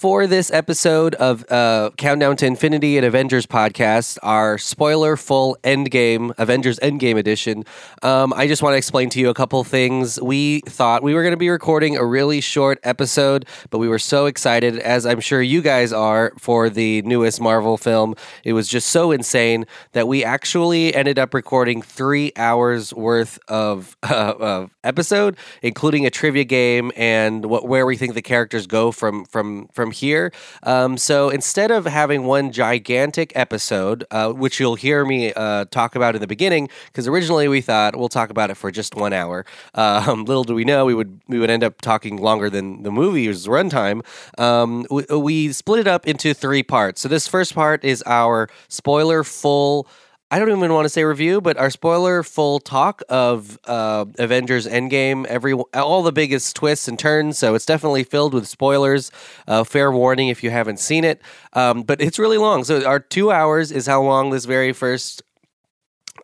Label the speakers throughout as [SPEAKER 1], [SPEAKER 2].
[SPEAKER 1] For this episode of uh, Countdown to Infinity and Avengers podcast, our spoiler full Endgame, Avengers Endgame edition, um, I just want to explain to you a couple things. We thought we were going to be recording a really short episode, but we were so excited, as I'm sure you guys are, for the newest Marvel film. It was just so insane that we actually ended up recording three hours worth of, uh, of episode, including a trivia game and what where we think the characters go from from from here. Um, so instead of having one gigantic episode, uh, which you'll hear me uh, talk about in the beginning, because originally we thought we'll talk about it for just one hour. Um, little do we know we would we would end up talking longer than the movie's runtime. Um, we, we split it up into three parts. So this first part is our spoiler full. I don't even want to say review, but our spoiler full talk of uh, Avengers Endgame, every all the biggest twists and turns. So it's definitely filled with spoilers. Uh, fair warning if you haven't seen it, um, but it's really long. So our two hours is how long this very first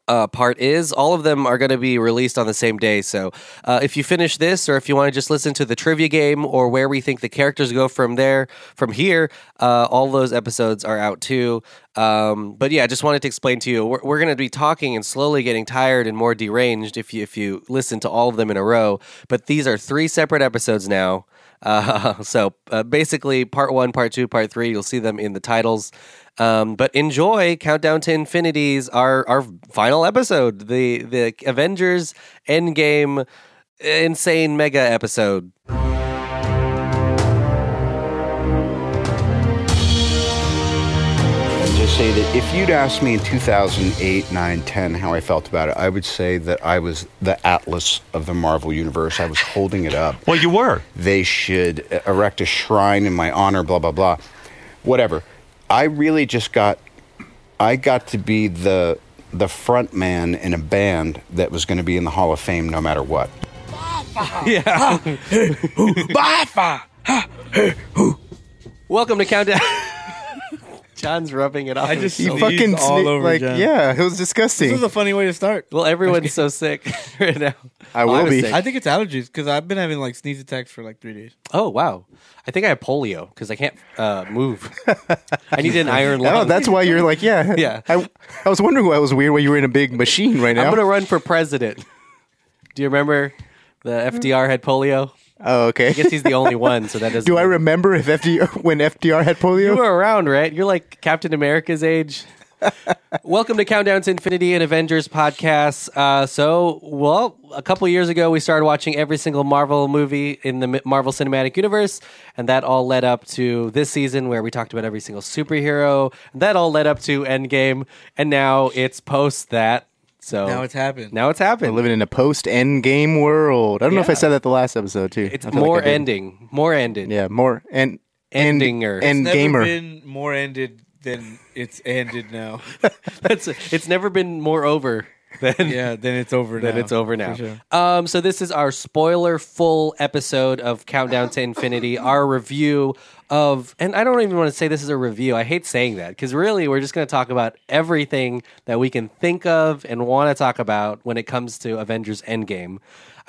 [SPEAKER 1] uh, part is. All of them are going to be released on the same day. So uh, if you finish this, or if you want to just listen to the trivia game, or where we think the characters go from there, from here, uh, all those episodes are out too. Um, but yeah, I just wanted to explain to you we're, we're going to be talking and slowly getting tired and more deranged if you if you listen to all of them in a row. But these are three separate episodes now. Uh, so uh, basically, part one, part two, part three, you'll see them in the titles. Um, but enjoy Countdown to Infinities, our our final episode, the the Avengers Endgame insane mega episode.
[SPEAKER 2] and just say that if you'd asked me in 2008, 9, 10 how I felt about it, I would say that I was the atlas of the Marvel Universe. I was holding it up.
[SPEAKER 3] Well, you were.
[SPEAKER 2] They should erect a shrine in my honor, blah, blah, blah. Whatever. I really just got, I got to be the, the front man in a band that was going to be in the Hall of Fame no matter what.
[SPEAKER 1] Welcome to Countdown. John's rubbing it off.
[SPEAKER 4] I just-
[SPEAKER 1] himself.
[SPEAKER 4] He fucking Sneezed all sne- over like, Jen.
[SPEAKER 2] yeah, it was
[SPEAKER 4] This
[SPEAKER 2] disgusting.
[SPEAKER 4] is a funny way to start.
[SPEAKER 1] well, everyone's so sick right now.
[SPEAKER 2] I will
[SPEAKER 1] was
[SPEAKER 2] be.
[SPEAKER 1] sick.
[SPEAKER 4] I think it's allergies because I've been having like sneeze attacks for like three days.
[SPEAKER 1] Oh wow! I think I have polio because I can't uh, move. I need an iron lung.
[SPEAKER 2] Oh, why you're like, yeah,
[SPEAKER 1] Yeah.
[SPEAKER 2] I, I was wondering why it was weird why you were in a big machine right
[SPEAKER 1] I'm gonna run for president. Do you remember the FDR had polio?
[SPEAKER 2] oh, okay.
[SPEAKER 1] I guess he's the only one, so that doesn't.
[SPEAKER 5] Do I remember if FDR when FDR had
[SPEAKER 1] You
[SPEAKER 5] polio?
[SPEAKER 1] were around, right? You're like Captain America's age. Welcome to Countdown to Infinity and Avengers podcast. Uh, so, well, a couple years ago, we started watching every single Marvel movie in the Mi- Marvel Cinematic Universe, and that all led up to this season where we talked about every single superhero. And that all led up to Endgame, and now it's post that. So
[SPEAKER 4] Now it's happened.
[SPEAKER 1] Now it's happened.
[SPEAKER 5] Living in a post end game world. I don't know if I
[SPEAKER 1] Yeah.
[SPEAKER 5] said that the last episode too.
[SPEAKER 1] It's
[SPEAKER 5] I feel like
[SPEAKER 1] more
[SPEAKER 5] I did.
[SPEAKER 1] ending, more ended.
[SPEAKER 5] Yeah, more and end-
[SPEAKER 1] Endinger. It's
[SPEAKER 5] end
[SPEAKER 4] Never
[SPEAKER 5] gamer.
[SPEAKER 4] been more ended than it's ended now.
[SPEAKER 1] That's it's never been more over than
[SPEAKER 4] yeah, then it's over.
[SPEAKER 1] that
[SPEAKER 4] now.
[SPEAKER 1] it's over now.
[SPEAKER 4] For sure.
[SPEAKER 1] Um, so this is our spoiler full episode of Countdown to Infinity, our review of, and I don't even want to say this is a review. I hate saying that because really we're just going to talk about everything that we can think of and want to talk about when it comes to Avengers Endgame.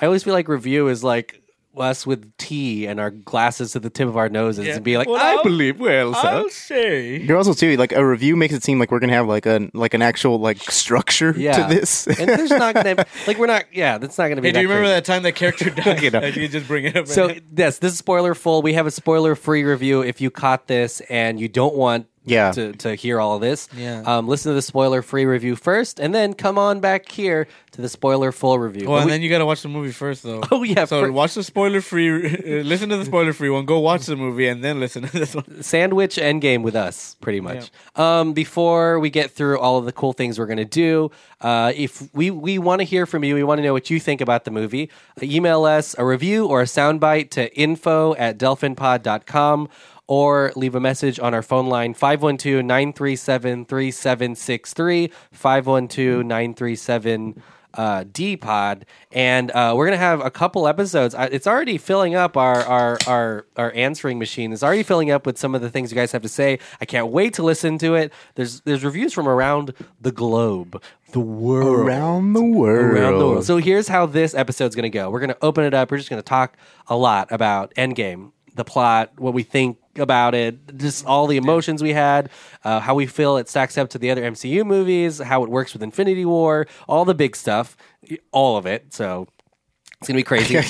[SPEAKER 1] I always feel like review is like us with tea and our glasses to the tip of our noses and be like,
[SPEAKER 4] Well,
[SPEAKER 1] I
[SPEAKER 4] I'll-
[SPEAKER 1] believe well, so.
[SPEAKER 4] I'll say.
[SPEAKER 5] You're also too like a review makes it seem like we're gonna have like a like an actual like structure
[SPEAKER 1] Yeah.
[SPEAKER 5] to this.
[SPEAKER 1] and there's not gonna like we're not yeah that's not gonna be
[SPEAKER 4] Hey, do you
[SPEAKER 1] that
[SPEAKER 4] remember
[SPEAKER 1] crazy.
[SPEAKER 4] that time that character died?
[SPEAKER 1] know.
[SPEAKER 4] I can just bring it up. Right
[SPEAKER 1] So
[SPEAKER 4] now.
[SPEAKER 1] yes, this is spoiler full. We have a spoiler free review. If you caught this and you don't want
[SPEAKER 5] Yeah.
[SPEAKER 1] to, to hear all this,
[SPEAKER 4] Yeah.
[SPEAKER 1] um, listen to the spoiler free review first, and then come on back here to the spoiler full review.
[SPEAKER 4] well,
[SPEAKER 1] But
[SPEAKER 4] and
[SPEAKER 1] we-
[SPEAKER 4] then you gotta watch the movie first, though.
[SPEAKER 1] Oh, yeah,
[SPEAKER 4] So
[SPEAKER 1] for-
[SPEAKER 4] watch the spoiler free. listen to the spoiler free one. Go watch the movie and then listen to this one.
[SPEAKER 1] sandwich endgame with us, pretty much. Um, before we get through all of the cool things we're going to do, uh, if we, we want to hear from you, we want to know what you think about the movie, email us a review or a soundbite to info at delphinpod.com or leave a message on our phone line 512 937 3763 512 937 uh, D pod, and uh, we're gonna have a couple episodes. I, it's already filling up our, our our our answering machine. It's already filling up with some of the things you guys have to say. I can't wait to listen to it. There's there's reviews from around the globe, the world,
[SPEAKER 5] Around the world.
[SPEAKER 1] Around the world. So here's how this episode's gonna go. We're gonna open it up. We're just gonna talk a lot about Endgame, the plot, what we think about it, just all the emotions we had, uh, how we feel it stacks up to the other MCU movies, how it works with Infinity War, all the big stuff, all of it. So it's gonna be crazy. In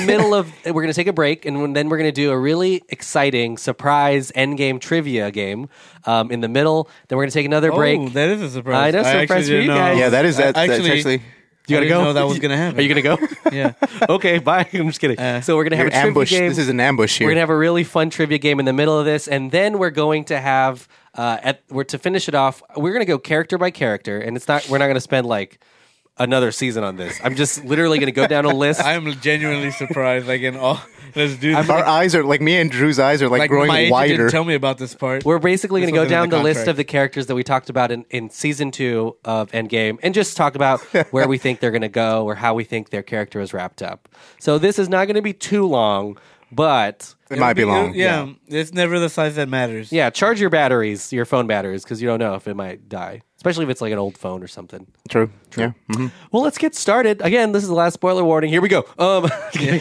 [SPEAKER 1] the middle of, we're gonna take a break, and when- then we're gonna do a really exciting surprise endgame trivia game um, in the middle. Then we're gonna take another break.
[SPEAKER 4] Oh, that is a surprise.
[SPEAKER 1] I know,
[SPEAKER 4] actually
[SPEAKER 1] surprise for
[SPEAKER 4] didn't
[SPEAKER 1] you
[SPEAKER 4] know.
[SPEAKER 1] guys.
[SPEAKER 5] Yeah, that is-
[SPEAKER 4] I
[SPEAKER 5] that- that's actually-
[SPEAKER 4] I
[SPEAKER 1] you gotta
[SPEAKER 4] didn't
[SPEAKER 1] go.
[SPEAKER 4] know that was gonna happen.
[SPEAKER 1] Are you gonna go?
[SPEAKER 4] Yeah.
[SPEAKER 1] okay, bye. I'm just kidding.
[SPEAKER 4] Uh,
[SPEAKER 1] so we're gonna have
[SPEAKER 5] You're
[SPEAKER 1] a trivia
[SPEAKER 5] ambush.
[SPEAKER 1] game.
[SPEAKER 5] This is an ambush here.
[SPEAKER 1] We're gonna have a really fun trivia game in the middle of this, and then we're going to have uh, at we're to finish it off. We're gonna go character by character, and it's not we're not gonna spend like another season on this. I'm just literally gonna go down a list.
[SPEAKER 4] I'm genuinely surprised. Like in all, let's do this.
[SPEAKER 5] Our eyes are like me and Drew's eyes are like,
[SPEAKER 4] like my
[SPEAKER 5] growing
[SPEAKER 4] agent
[SPEAKER 5] wider.
[SPEAKER 4] didn't tell me about this part.
[SPEAKER 1] we're basically going
[SPEAKER 4] This
[SPEAKER 1] to go
[SPEAKER 4] wasn't
[SPEAKER 1] down
[SPEAKER 4] in the
[SPEAKER 1] the, list
[SPEAKER 4] contract.
[SPEAKER 1] of the characters that we talked about in, in season two of Endgame and just talk about where we think they're going to go or how we think their character is wrapped up. So this is not going to be too long, but
[SPEAKER 5] it might be long.
[SPEAKER 4] Yeah, it's never the size that matters.
[SPEAKER 1] yeah, charge your batteries, your phone batteries, because you don't know if it might die, especially if it's like an old phone or something.
[SPEAKER 5] True. Yeah. Mhm.
[SPEAKER 1] Mm-hmm. Well, let's get started. Again, this is the last spoiler warning. Here we go. Um,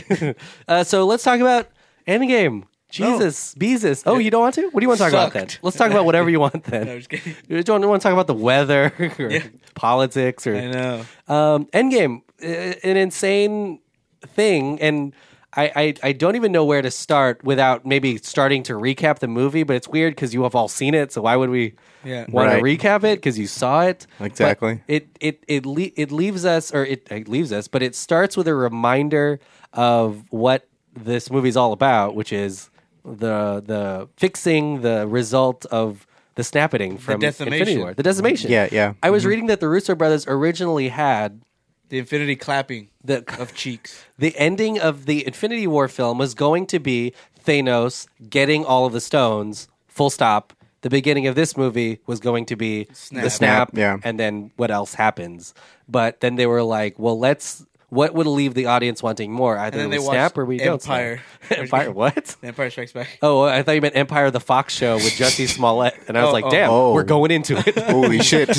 [SPEAKER 1] uh, so let's talk about Endgame. Jesus, Beezus. Oh, you don't want to? What do you want to talk about then?
[SPEAKER 4] Oh. Sucked.
[SPEAKER 1] Let's talk about whatever you want then.
[SPEAKER 4] No, I'm just kidding.
[SPEAKER 1] You don't want to talk about the weather or politics or
[SPEAKER 4] I know.
[SPEAKER 1] um, Endgame, uh, an insane thing, and I, I I don't even know where to start without maybe starting to recap the movie. But it's weird because you have all seen it, so why would we
[SPEAKER 4] Yeah.
[SPEAKER 1] want
[SPEAKER 5] Right.
[SPEAKER 1] to recap it because you saw it
[SPEAKER 5] Exactly.
[SPEAKER 1] But it it it le- it leaves us, or it, it leaves us, but it starts with a reminder of what this movie's all about, which is the the fixing the result of. The snapping from
[SPEAKER 4] decimation.
[SPEAKER 1] Infinity War. The decimation.
[SPEAKER 5] Yeah, yeah. Mm-hmm.
[SPEAKER 1] I was reading that the Russo brothers originally had
[SPEAKER 4] The infinity clapping
[SPEAKER 1] the
[SPEAKER 4] of cheeks.
[SPEAKER 1] the ending of the Infinity War film was going to be Thanos getting all of the stones. Full stop. The beginning of this movie was going to be the snap,
[SPEAKER 5] Snap, yeah.
[SPEAKER 1] and then what else happens. But then they were like, "Well, let's." What would leave the audience wanting more? Either
[SPEAKER 4] then
[SPEAKER 1] we
[SPEAKER 4] they
[SPEAKER 1] snap
[SPEAKER 4] watched
[SPEAKER 1] or we don't. Snap.
[SPEAKER 4] Empire.
[SPEAKER 1] Empire. What?
[SPEAKER 4] The Empire Strikes Back.
[SPEAKER 1] Oh, I thought you meant Empire, the Fox show with Jesse Smollett, and I was
[SPEAKER 4] Oh,
[SPEAKER 1] like,
[SPEAKER 4] oh,
[SPEAKER 1] "Damn,
[SPEAKER 5] oh.
[SPEAKER 1] we're going into it."
[SPEAKER 5] Holy shit.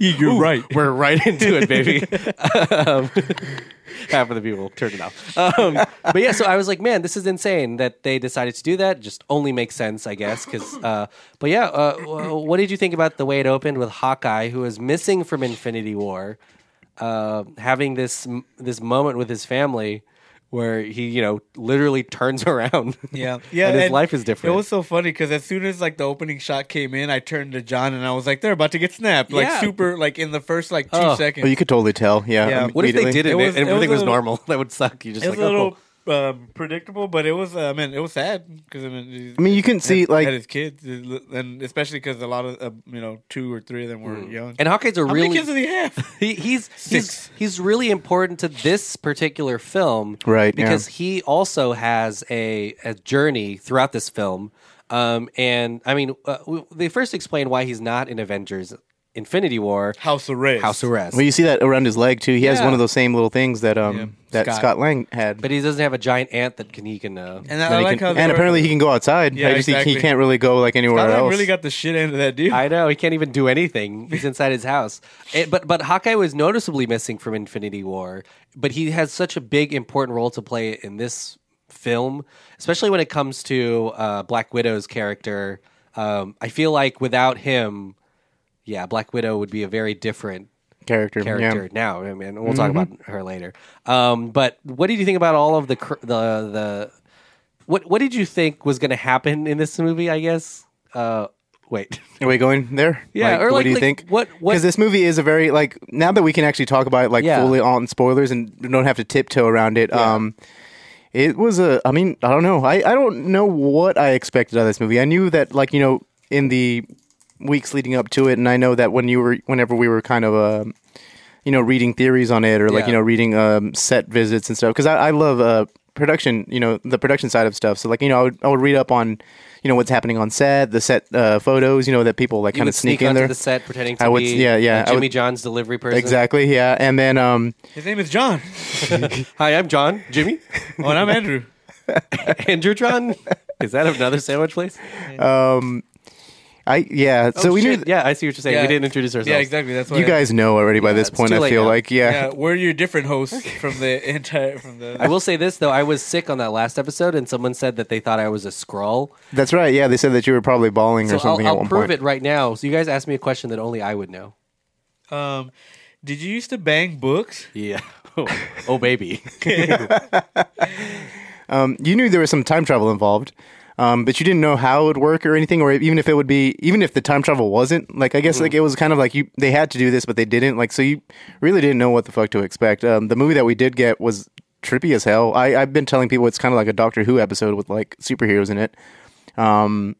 [SPEAKER 4] You're right.
[SPEAKER 1] We're right into it, baby. um, half of the people turned it off. Um, but yeah, so I was like, man, this is insane that they decided to do that. Just only makes sense, I guess. Because, uh, but yeah, uh, wh- what did you think about the way it opened with Hawkeye, who is missing from Infinity War, uh, having this m- this moment with his family? Where he, you know, literally turns around.
[SPEAKER 4] Yeah, yeah.
[SPEAKER 1] and his life is different.
[SPEAKER 4] It was so funny because as soon as like the opening shot came in, I turned to John and I was like, "They're about to get snapped!" Like
[SPEAKER 1] Yeah.
[SPEAKER 4] super, like in the first like two
[SPEAKER 1] Oh.
[SPEAKER 4] seconds.
[SPEAKER 5] Oh, you could totally tell. Yeah.
[SPEAKER 4] Yeah.
[SPEAKER 1] what if they
[SPEAKER 5] immediately.
[SPEAKER 1] did it,
[SPEAKER 4] It
[SPEAKER 1] and
[SPEAKER 4] was- it was
[SPEAKER 1] everything
[SPEAKER 4] a
[SPEAKER 1] was,
[SPEAKER 4] little-
[SPEAKER 1] normal? That would suck. You just
[SPEAKER 4] it
[SPEAKER 1] like,
[SPEAKER 4] was
[SPEAKER 1] oh,
[SPEAKER 4] a
[SPEAKER 1] cool.
[SPEAKER 4] little um, predictable, but it was. Uh, I mean, it was sad because I mean,
[SPEAKER 5] I mean, you can see
[SPEAKER 4] at
[SPEAKER 5] like
[SPEAKER 4] his kids, and especially because a lot of uh, you know two or three of them were young.
[SPEAKER 1] and Hawkeye's a
[SPEAKER 4] How
[SPEAKER 1] really
[SPEAKER 4] many kids did he have?
[SPEAKER 1] He, he's he's
[SPEAKER 4] Six.
[SPEAKER 1] he's really important to this particular film,
[SPEAKER 5] Right, yeah.
[SPEAKER 1] Because he also has a a journey throughout this film, um, and I mean, uh, w- they first explain why he's not in Avengers: Infinity War,
[SPEAKER 4] House arrest.
[SPEAKER 1] House Arrest,
[SPEAKER 5] well, you see that around his leg too. He has
[SPEAKER 1] Yeah.
[SPEAKER 5] one of those same little things that um
[SPEAKER 4] Yeah.
[SPEAKER 5] that
[SPEAKER 4] Scott.
[SPEAKER 5] Scott. Lang had.
[SPEAKER 1] but he doesn't have a giant ant that can he can. Uh,
[SPEAKER 4] And I,
[SPEAKER 5] That
[SPEAKER 4] I
[SPEAKER 5] he
[SPEAKER 4] like
[SPEAKER 5] can-
[SPEAKER 4] how they
[SPEAKER 5] and
[SPEAKER 4] were-
[SPEAKER 5] apparently he can go outside.
[SPEAKER 4] Yeah,
[SPEAKER 5] I just think he
[SPEAKER 4] exactly.
[SPEAKER 5] can't really go like anywhere
[SPEAKER 4] Scotland
[SPEAKER 5] else.
[SPEAKER 4] really got the shit end of that dude.
[SPEAKER 1] I know he can't even do anything. He's inside his house. It- but but Hawkeye was noticeably missing from Infinity War. But he has such a big important role to play in this film, especially when it comes to uh, Black Widow's character. Um, I feel like without him, yeah, Black Widow would be a very different
[SPEAKER 5] character.
[SPEAKER 1] character now. I mean, we'll talk about her later. Um, but what did you think about all of the cr- the the what what did you think was going to happen in this movie? I guess. Uh, wait.
[SPEAKER 5] Yeah. Are we going there?
[SPEAKER 1] Yeah,
[SPEAKER 5] Like,
[SPEAKER 1] or
[SPEAKER 5] what
[SPEAKER 1] like-
[SPEAKER 5] do you
[SPEAKER 1] like,
[SPEAKER 5] think?
[SPEAKER 1] what- what-
[SPEAKER 5] Because this movie is a very like now that we can actually talk about it like
[SPEAKER 1] Yeah.
[SPEAKER 5] fully on spoilers and don't have to tiptoe around it. Um, it was a. I mean, I don't know. I I don't know what I expected out of this movie. I knew that like you know in the weeks leading up to it, and I know that when you were whenever we were kind of um you know, reading theories on it or like,
[SPEAKER 1] Yeah.
[SPEAKER 5] you know, reading um, set visits and stuff. Cause I, I love uh, production, you know, the production side of stuff. So like, you know, I would, I would read up on, you know, what's happening on set, the set uh, photos, you know, that people like
[SPEAKER 1] you
[SPEAKER 5] kind
[SPEAKER 1] would
[SPEAKER 5] of sneak,
[SPEAKER 1] sneak,
[SPEAKER 5] in
[SPEAKER 1] onto
[SPEAKER 5] there.
[SPEAKER 1] the set pretending to
[SPEAKER 5] I would-
[SPEAKER 1] be
[SPEAKER 5] yeah, yeah,
[SPEAKER 1] uh,
[SPEAKER 5] I
[SPEAKER 1] Jimmy
[SPEAKER 5] would-
[SPEAKER 1] John's delivery person.
[SPEAKER 5] Exactly. Yeah. And then, um,
[SPEAKER 4] His name is John.
[SPEAKER 1] Hi, I'm John. Jimmy.
[SPEAKER 4] Oh, and I'm Andrew.
[SPEAKER 1] Andrew John. Is that another sandwich place?
[SPEAKER 5] I yeah. so we knew
[SPEAKER 1] Oh, Shit, yeah, I see what you're saying.
[SPEAKER 4] Yeah.
[SPEAKER 1] We didn't introduce ourselves.
[SPEAKER 4] Yeah, exactly. That's why
[SPEAKER 5] you guys know already by this
[SPEAKER 1] it's
[SPEAKER 5] point.
[SPEAKER 1] too
[SPEAKER 5] I
[SPEAKER 1] late
[SPEAKER 5] feel
[SPEAKER 1] now.
[SPEAKER 5] like yeah.
[SPEAKER 4] Yeah, we're your different hosts from the entire from the.
[SPEAKER 1] I will say this though: I was sick on that last episode, and someone said that they thought I was a scroll.
[SPEAKER 5] That's right. Yeah, they said that you were probably bawling
[SPEAKER 1] So
[SPEAKER 5] or something
[SPEAKER 1] I'll, I'll
[SPEAKER 5] at one
[SPEAKER 1] prove
[SPEAKER 5] point.
[SPEAKER 1] it right now. So you guys asked me a question that only I would know.
[SPEAKER 4] Um, did you used to bang books?
[SPEAKER 1] Yeah. oh baby.
[SPEAKER 5] Um, you knew there was some time travel involved, um, but you didn't know how it would work or anything, or even if it would be, even if the time travel wasn't. Like I guess like it was kind of like you they had to do this, but they didn't. Like so you really didn't know what the fuck to expect. Um, the movie that we did get was trippy as hell. I, I've been telling people it's kind of like a Doctor Who episode with like superheroes in it. Um,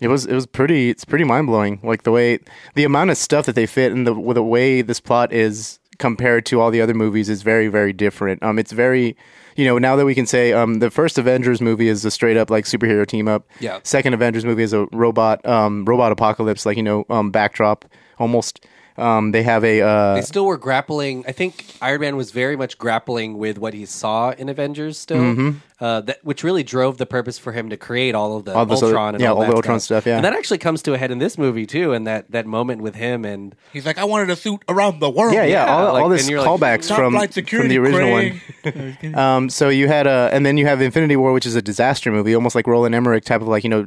[SPEAKER 5] it was it was pretty it's pretty mind blowing. Like the way the amount of stuff that they fit and the with the way this plot is compared to all the other movies is very very different. Um, it's very you know now that we can say um the first Avengers movie is a straight up like superhero team up.
[SPEAKER 1] Yeah.
[SPEAKER 5] Second Avengers movie is a robot um robot apocalypse like you know um backdrop almost. Um, they have a uh,
[SPEAKER 1] They still were grappling. I think Iron Man was very much grappling with what he saw in Avengers, still, uh, that which really drove the purpose for him to create all of the
[SPEAKER 5] Mm-hmm. All this
[SPEAKER 1] Ultron
[SPEAKER 5] other-
[SPEAKER 1] and
[SPEAKER 5] yeah,
[SPEAKER 1] all,
[SPEAKER 5] all
[SPEAKER 1] that
[SPEAKER 5] the Ultron stuff, yeah.
[SPEAKER 1] and that actually comes to a head in this movie too, and that that moment with him and
[SPEAKER 4] He's like, I wanted a suit around the world.
[SPEAKER 5] yeah, yeah,
[SPEAKER 1] Yeah,
[SPEAKER 5] all,
[SPEAKER 1] like,
[SPEAKER 5] all this
[SPEAKER 1] and you're like,
[SPEAKER 5] callbacks
[SPEAKER 4] Top
[SPEAKER 5] from,
[SPEAKER 4] flight
[SPEAKER 5] from
[SPEAKER 4] security,
[SPEAKER 5] the original one.
[SPEAKER 4] Craig.
[SPEAKER 5] Um, so you had a, and then you have Infinity War, which is a disaster movie, almost like Roland Emmerich type of like you know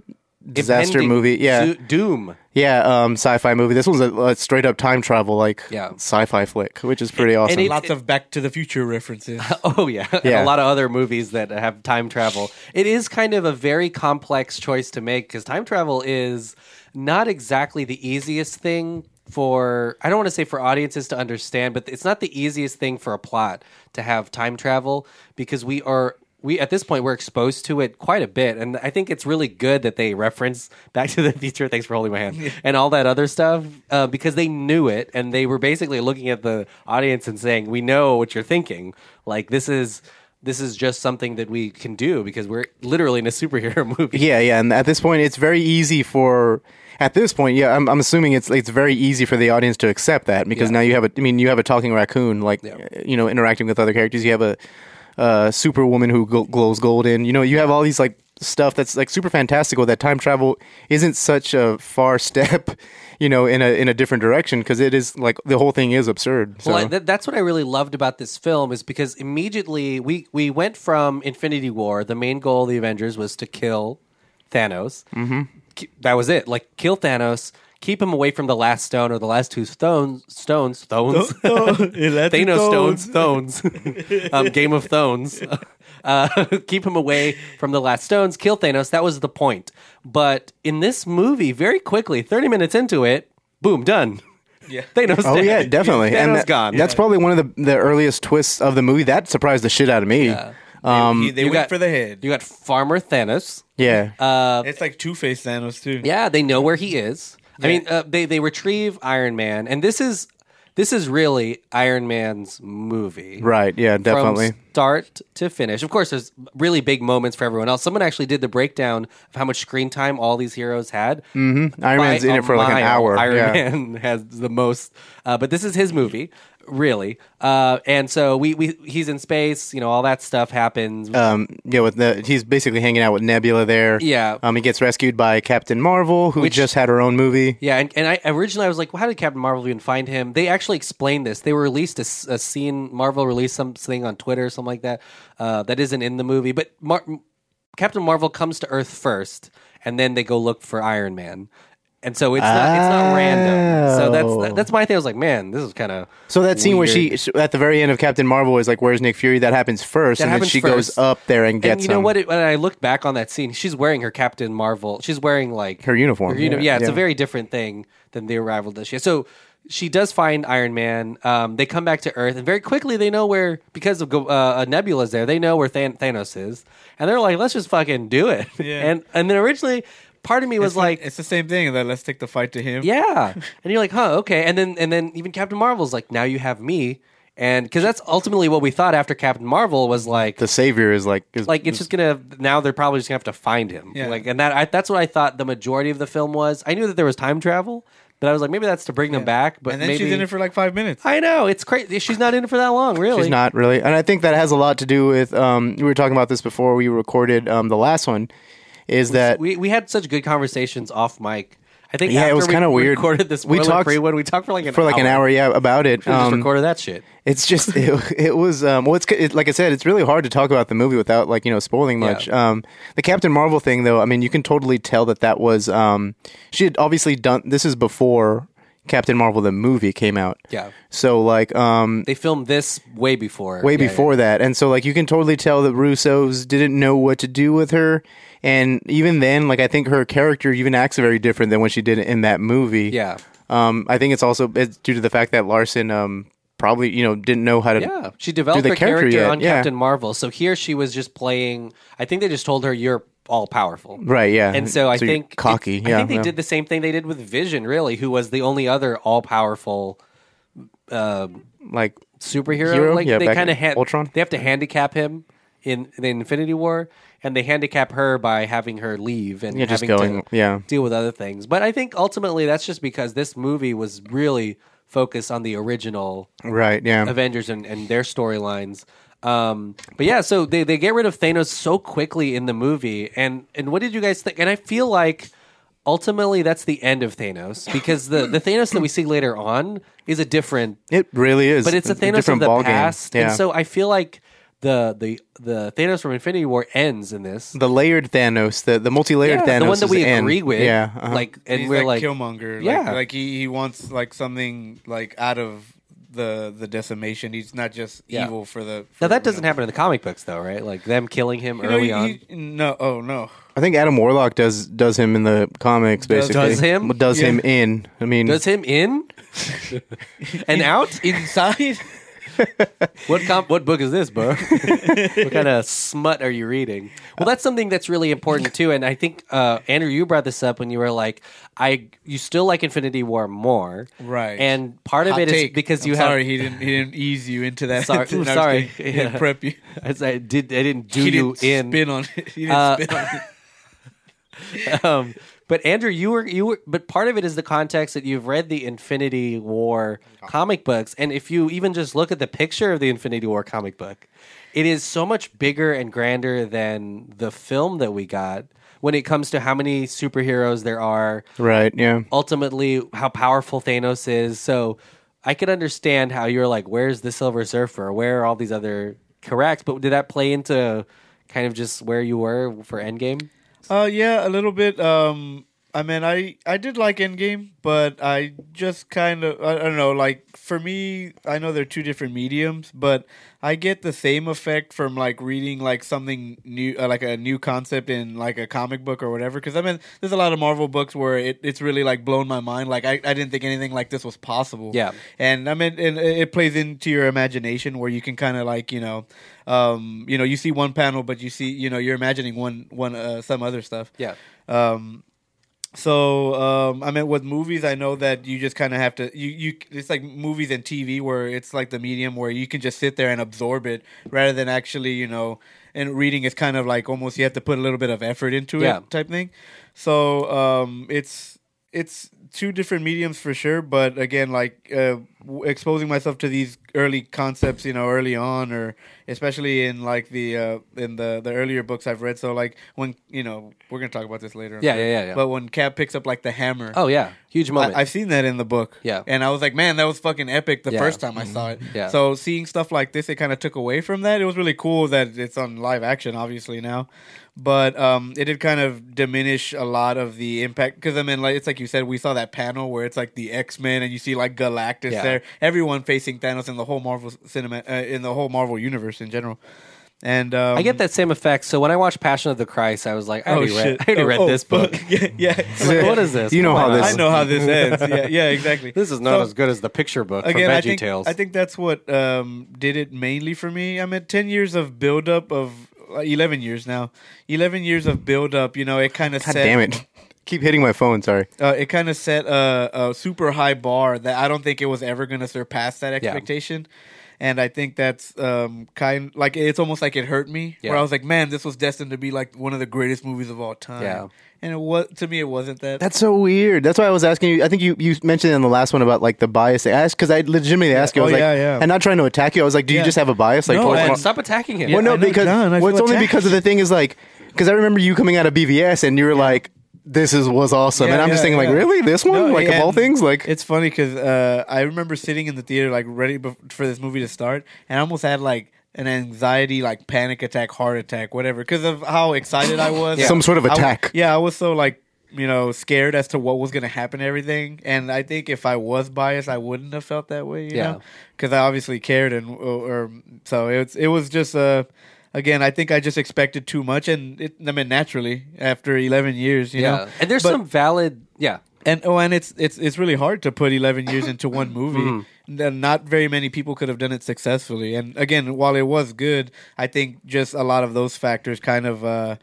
[SPEAKER 5] disaster
[SPEAKER 1] impending
[SPEAKER 5] movie. Yeah,
[SPEAKER 1] do- doom.
[SPEAKER 5] yeah, um, sci-fi movie. This one's a, a straight up time travel like
[SPEAKER 1] Yeah.
[SPEAKER 5] sci-fi flick, which is pretty awesome.
[SPEAKER 1] it-
[SPEAKER 4] Lots of Back to the Future references.
[SPEAKER 1] Oh yeah, And
[SPEAKER 5] Yeah.
[SPEAKER 1] a lot of other movies that have time travel. It is kind of a very complex choice to make because time travel is not exactly the easiest thing for I don't want to say for audiences to understand, but it's not the easiest thing for a plot to have time travel because we are we at this point we're exposed to it quite a bit and i think it's really good that they reference back to the future thanks for holding my hand and all that other stuff uh, because they knew it and they were basically looking at the audience and saying we know what you're thinking like this is this is just something that we can do because we're literally in a superhero movie
[SPEAKER 5] yeah, yeah, and at this point, it's very easy for. At this point, yeah, I'm, I'm assuming it's it's very easy for the audience to accept that because now you have a, I mean, you have a talking raccoon, like you know, interacting with other characters. You have a, uh, superwoman who gl- glows golden. You know, you have all these like stuff that's like super fantastical. That time travel isn't such a far step, you know, in a in a different direction because it is like the whole thing is absurd. So.
[SPEAKER 1] Well, I- that, that's what I really loved about this film is because immediately we we went from Infinity War. The main goal of the Avengers was to kill Thanos. Mm-hmm. That was it. Like kill Thanos, keep him away from the last stone or the last two stones. Stones. Stones. Thanos stones, stones, um, Game of Thrones. Uh, keep him away from the last stones. Kill Thanos. That was the point. But in this movie, very quickly, thirty minutes into it, boom, done.
[SPEAKER 4] Yeah.
[SPEAKER 1] Thanos.
[SPEAKER 5] Oh
[SPEAKER 1] dead.
[SPEAKER 5] yeah, definitely.
[SPEAKER 1] Thanos
[SPEAKER 5] and that,
[SPEAKER 1] gone.
[SPEAKER 5] That's probably one of the, the earliest twists of the movie. That surprised the shit out of me. Yeah. Um,
[SPEAKER 4] He- they
[SPEAKER 1] you
[SPEAKER 4] went
[SPEAKER 1] got-
[SPEAKER 4] for the head.
[SPEAKER 1] You got Farmer Thanos.
[SPEAKER 5] yeah.
[SPEAKER 4] it's like Two Face Thanos too.
[SPEAKER 1] Yeah, they know where he is. I mean, uh, they they retrieve Iron Man, and this is this is really Iron Man's movie,
[SPEAKER 5] Right. Yeah. Definitely.
[SPEAKER 1] From start to finish. Of course, there's really big moments for everyone else. Someone actually did the breakdown of how much screen time all these heroes had.
[SPEAKER 5] Iron
[SPEAKER 1] by
[SPEAKER 5] Man's Mm-hmm. in
[SPEAKER 1] a
[SPEAKER 5] it for like an
[SPEAKER 1] mile,
[SPEAKER 5] hour.
[SPEAKER 1] Iron
[SPEAKER 5] yeah.
[SPEAKER 1] Man has the most, uh, but this is his movie, really. Uh, and so we, we he's in space. You know, all that stuff happens.
[SPEAKER 5] Um, yeah, with the he's basically hanging out with Nebula there.
[SPEAKER 1] Yeah.
[SPEAKER 5] Um, he gets rescued by Captain Marvel, who
[SPEAKER 1] Which-
[SPEAKER 5] just had her own movie.
[SPEAKER 1] Yeah, and, and I originally I was like, well, how did Captain Marvel even find him? They actually explained this. They were released a, s- a scene. Marvel released something on Twitter or something like that uh, that isn't in the movie. But Mar- Captain Marvel comes to Earth first, and then they go look for Iron Man. And so it's not it's not random. So that's that, that's my thing. I was like, man, this is kind of
[SPEAKER 5] So that scene where she sh- at the very end of Captain Marvel is like, "Where's Nick Fury?" That happens first,
[SPEAKER 1] That
[SPEAKER 5] and then
[SPEAKER 1] happens
[SPEAKER 5] she
[SPEAKER 1] first.
[SPEAKER 5] goes up there and gets
[SPEAKER 1] And you know
[SPEAKER 5] him.
[SPEAKER 1] what? It, when I looked back on that scene, she's wearing her Captain Marvel. She's wearing like
[SPEAKER 5] Her uniform,
[SPEAKER 1] uni-
[SPEAKER 5] yeah,
[SPEAKER 1] yeah, it's a
[SPEAKER 5] yeah.
[SPEAKER 1] very different thing than the arrival that she. So she does find Iron Man. Um, they come back to Earth, and very quickly they know where because of Go- uh, Nebula's there. They know where Than- Thanos is, and they're like, "Let's just fucking do it."
[SPEAKER 4] Yeah.
[SPEAKER 1] And and then originally, part of me was
[SPEAKER 4] It's
[SPEAKER 1] like,
[SPEAKER 4] it's the same thing. That let's take the fight to him.
[SPEAKER 1] yeah. And you're like, huh, okay. And then and then even Captain Marvel's like, now you have me. And because that's ultimately what we thought after Captain Marvel was like
[SPEAKER 5] The Savior is like, is,
[SPEAKER 1] like it's just gonna now they're probably just gonna have to find him
[SPEAKER 4] Mm. Yeah.
[SPEAKER 1] like and that I, that's what i thought the majority of the film was i knew that there was time travel but i was like maybe that's to bring them back but
[SPEAKER 4] and then
[SPEAKER 1] maybe
[SPEAKER 4] she's in it for like five minutes.
[SPEAKER 1] i know it's crazy she's not in it for that long really
[SPEAKER 5] She's not really, and I think that has a lot to do with. Um, we were talking about this before we recorded um, the last one. Is that
[SPEAKER 1] we, we had such good conversations off mic I think
[SPEAKER 5] Yeah, it
[SPEAKER 1] after
[SPEAKER 5] was
[SPEAKER 1] we
[SPEAKER 5] kinda weird.
[SPEAKER 1] Recorded this
[SPEAKER 5] We
[SPEAKER 1] spoiler
[SPEAKER 5] talked-
[SPEAKER 1] free one. We talked for like an
[SPEAKER 5] for like
[SPEAKER 1] hour.
[SPEAKER 5] an hour, yeah, about it.
[SPEAKER 1] We just
[SPEAKER 5] Um,
[SPEAKER 1] recorded that shit.
[SPEAKER 5] It's just it, it was um, well, it's it, like I said, it's really hard to talk about the movie without like you know spoiling much. Um, the Captain Marvel thing, though, I mean, you can totally tell that that was um, she had obviously done this is before Captain Marvel the movie came out.
[SPEAKER 1] Yeah.
[SPEAKER 5] So like um,
[SPEAKER 1] They filmed this way before.
[SPEAKER 5] way
[SPEAKER 1] Yeah, yeah.
[SPEAKER 5] before that, and so like you can totally tell that Russo's didn't know what to do with her, and even then, like I think her character even acts very different than what she did in that movie.
[SPEAKER 1] Yeah.
[SPEAKER 5] Um, I think it's also it's due to the fact that Larson um probably you know didn't know how to
[SPEAKER 1] Yeah, she developed
[SPEAKER 5] the
[SPEAKER 1] her character,
[SPEAKER 5] character yet,
[SPEAKER 1] on
[SPEAKER 5] yeah.
[SPEAKER 1] Captain Marvel. So here she was just playing. I think they just told her you're all powerful,
[SPEAKER 5] Right, yeah.
[SPEAKER 1] And so I
[SPEAKER 5] So you're
[SPEAKER 1] think
[SPEAKER 5] cocky,
[SPEAKER 1] I
[SPEAKER 5] yeah,
[SPEAKER 1] think they
[SPEAKER 5] yeah.
[SPEAKER 1] did the same thing they did with Vision, really, who was the only other all powerful
[SPEAKER 5] like
[SPEAKER 1] superhero.
[SPEAKER 5] Hero?
[SPEAKER 1] Like
[SPEAKER 5] Yeah,
[SPEAKER 1] they
[SPEAKER 5] back
[SPEAKER 1] kind of
[SPEAKER 5] in Ultron?
[SPEAKER 1] They have to handicap him in the Infinity War, and they handicap her by having her leave and
[SPEAKER 5] Yeah, just
[SPEAKER 1] having
[SPEAKER 5] going-
[SPEAKER 1] to
[SPEAKER 5] yeah.
[SPEAKER 1] deal with other things. But I think ultimately that's just because this movie was really focused on the original
[SPEAKER 5] right yeah
[SPEAKER 1] Avengers and, and their storylines. Um, but yeah, so they, they get rid of Thanos so quickly in the movie, and and what did you guys think? And I feel like ultimately that's the end of Thanos because the the Thanos that we see later on is a different,
[SPEAKER 5] it really is
[SPEAKER 1] but it's a Thanos of
[SPEAKER 5] different
[SPEAKER 1] the
[SPEAKER 5] ball
[SPEAKER 1] past,
[SPEAKER 5] game. yeah
[SPEAKER 1] and so I feel like the the the Thanos from Infinity War ends in this.
[SPEAKER 5] the layered Thanos the the multi-layered
[SPEAKER 1] Yeah,
[SPEAKER 5] Thanos
[SPEAKER 1] the one that
[SPEAKER 5] is
[SPEAKER 1] we
[SPEAKER 5] the end.
[SPEAKER 1] agree with,
[SPEAKER 5] yeah uh-huh.
[SPEAKER 1] like, and
[SPEAKER 4] He's
[SPEAKER 1] we're like,
[SPEAKER 4] like, Killmonger. Like,
[SPEAKER 1] Yeah.
[SPEAKER 4] like he, he wants like something like out of the the decimation. He's not just
[SPEAKER 1] Yeah.
[SPEAKER 4] evil for the. For,
[SPEAKER 1] now that doesn't happen in the comic books though, right? Like them killing him
[SPEAKER 4] you know,
[SPEAKER 1] early
[SPEAKER 4] he-
[SPEAKER 1] on.
[SPEAKER 4] he- no, oh no.
[SPEAKER 5] I think Adam Warlock does does him in the comics
[SPEAKER 4] Does-
[SPEAKER 5] basically
[SPEAKER 1] does him?
[SPEAKER 5] Well, does
[SPEAKER 4] Yeah.
[SPEAKER 5] him in I mean
[SPEAKER 1] Does him in and out?
[SPEAKER 4] Inside,
[SPEAKER 1] What comp- what book is this, bro? what kind of smut are you reading? Well, that's something that's really important too, and I think uh, Andrew, you brought this up when you were like, "I you still like Infinity War more,
[SPEAKER 4] Right.
[SPEAKER 1] And part of
[SPEAKER 4] Hot
[SPEAKER 1] it is
[SPEAKER 4] take.
[SPEAKER 1] because
[SPEAKER 4] I'm
[SPEAKER 1] you
[SPEAKER 4] sorry
[SPEAKER 1] have.
[SPEAKER 4] he didn't he didn't ease you into that.
[SPEAKER 1] Sorry-
[SPEAKER 4] No, I was
[SPEAKER 1] sorry.
[SPEAKER 4] kidding. He didn't
[SPEAKER 1] Yeah.
[SPEAKER 4] prep you.
[SPEAKER 1] As I did, I didn't do
[SPEAKER 4] he
[SPEAKER 1] you
[SPEAKER 4] didn't
[SPEAKER 1] in.
[SPEAKER 4] spin on it. He didn't
[SPEAKER 1] Uh,
[SPEAKER 4] spin on it.
[SPEAKER 1] um, but Andrew, you were you were, but part of it is the context that you've read the Infinity War comic books, and if you even just look at the picture of the Infinity War comic book, it is so much bigger and grander than the film that we got. When it comes to how many superheroes there are,
[SPEAKER 5] right yeah
[SPEAKER 1] ultimately how powerful Thanos is. So I could understand how you're like, where's the Silver Surfer? Where are all these other corrects? But did that play into kind of just where you were for Endgame?
[SPEAKER 4] Uh, yeah, a little bit. Um, I mean, I I did like Endgame, but I just kind of I, I don't know. Like for me, I know they're two different mediums, but I get the same effect from like reading like something new, uh, like a new concept in like a comic book or whatever. Because I mean, there's a lot of Marvel books where it, it's really like blown my mind. Like I, I didn't think anything like this was possible.
[SPEAKER 1] Yeah.
[SPEAKER 4] and I mean, and it it plays into your imagination where you can kind of like you know, um, you know, you see one panel, but you see you know you're imagining one one uh, some other stuff.
[SPEAKER 1] Yeah.
[SPEAKER 4] So um, I mean, with movies, I know that you just kind of have to you you. It's like movies and TV where it's like the medium where you can just sit there and absorb it rather than actually you know. And reading is kind of like almost you have to put a little bit of effort into
[SPEAKER 1] Yeah.
[SPEAKER 4] it type thing. So um, it's it's two different mediums for sure. But again, like uh, w- exposing myself to these early concepts, you know, early on, or especially in like the uh, in the the earlier books I've read. So like when you know we're gonna talk about this later. I'm
[SPEAKER 1] Yeah,
[SPEAKER 4] sure.
[SPEAKER 1] yeah, yeah, yeah.
[SPEAKER 4] But but when Cap picks up like the hammer.
[SPEAKER 1] Oh yeah, huge moment.
[SPEAKER 4] I, have seen that in the book.
[SPEAKER 1] Yeah.
[SPEAKER 4] And I was like, man, that was fucking epic the
[SPEAKER 1] Yeah. Mm-hmm.
[SPEAKER 4] first time I saw it.
[SPEAKER 1] Yeah.
[SPEAKER 4] So seeing stuff like this, it kind of took away from that. It was really cool that it's on live action, obviously, now. But um, it did kind of diminish a lot of the impact. Because, I mean, like, it's like you said, we saw that panel where it's like the X Men and you see like Galactus
[SPEAKER 1] Yeah.
[SPEAKER 4] there, everyone facing Thanos in the whole Marvel cinema, uh, in the whole Marvel universe in general. And um,
[SPEAKER 1] I get that same effect. So when I watched Passion of the Christ, I was like, I already read, I already
[SPEAKER 4] Oh,
[SPEAKER 1] read
[SPEAKER 4] oh,
[SPEAKER 1] this book.
[SPEAKER 4] fuck. yeah. yeah.
[SPEAKER 1] Like, what is this?
[SPEAKER 5] You know
[SPEAKER 1] Come
[SPEAKER 5] how
[SPEAKER 1] on.
[SPEAKER 5] this-
[SPEAKER 4] I know how this ends. Yeah, yeah, exactly.
[SPEAKER 1] This is not
[SPEAKER 4] So,
[SPEAKER 1] as good as the picture book
[SPEAKER 4] again.
[SPEAKER 1] from
[SPEAKER 4] I
[SPEAKER 1] Veggie
[SPEAKER 4] think
[SPEAKER 1] Tales.
[SPEAKER 4] I think that's what um, did it mainly for me. I mean, ten years of buildup of uh, eleven years now, eleven years of buildup. You know, it kind of
[SPEAKER 5] God
[SPEAKER 4] set
[SPEAKER 5] damn it keep hitting my phone sorry
[SPEAKER 4] uh, it kind of set a, a super high bar that I don't think it was ever going to surpass that expectation. And I think that's um, kind like it's almost like it hurt me where
[SPEAKER 1] Yeah.
[SPEAKER 4] I was like, man, this was destined to be like one of the greatest movies of all time.
[SPEAKER 1] Yeah.
[SPEAKER 4] And it was to me, it wasn't that.
[SPEAKER 5] That's so weird. That's why I was asking you. I think you, you mentioned in the last one about like the bias. I asked because I legitimately asked you. I
[SPEAKER 4] Oh,
[SPEAKER 5] was like,
[SPEAKER 4] yeah, yeah.
[SPEAKER 5] and not trying to attack you. I was like, do
[SPEAKER 4] Yeah.
[SPEAKER 5] you just have a bias? Like,
[SPEAKER 4] No,
[SPEAKER 5] towards
[SPEAKER 4] I-
[SPEAKER 5] Mar-
[SPEAKER 1] Stop attacking him.
[SPEAKER 5] well,
[SPEAKER 4] I
[SPEAKER 5] no,
[SPEAKER 4] know,
[SPEAKER 5] because
[SPEAKER 4] John, I
[SPEAKER 5] well, it's
[SPEAKER 4] feel
[SPEAKER 5] only
[SPEAKER 4] attacked.
[SPEAKER 5] because of the thing is like because I remember you coming out of BVS and you were like, this is was awesome,
[SPEAKER 4] Yeah,
[SPEAKER 5] and I'm just
[SPEAKER 4] yeah,
[SPEAKER 5] thinking
[SPEAKER 4] yeah.
[SPEAKER 5] like, really, this one,
[SPEAKER 4] No,
[SPEAKER 5] like of
[SPEAKER 4] and
[SPEAKER 5] all things, like
[SPEAKER 4] it's funny because uh, I remember sitting in the theater like ready bef- for this movie to start, and I almost had like an anxiety, like panic attack, heart attack, whatever, because of how excited I was.
[SPEAKER 5] Some sort of
[SPEAKER 4] I w-
[SPEAKER 5] attack.
[SPEAKER 4] yeah, I was so like you know scared as to what was going to happen, and everything. And I think if I was biased, I wouldn't have felt that way. You
[SPEAKER 1] Yeah.
[SPEAKER 4] know, because I obviously cared, and uh, or, or so it's it was just Uh, Again, I think I just expected too much, and it, I mean naturally after eleven years, you know.
[SPEAKER 1] and there's
[SPEAKER 4] But-
[SPEAKER 1] some valid. Yeah,
[SPEAKER 4] and oh, and it's it's it's really hard to put eleven years into one movie.
[SPEAKER 1] Mm-hmm.
[SPEAKER 4] N- Not very many people could have done it successfully. And again, while it was good, I think just a lot of those factors kind of uh,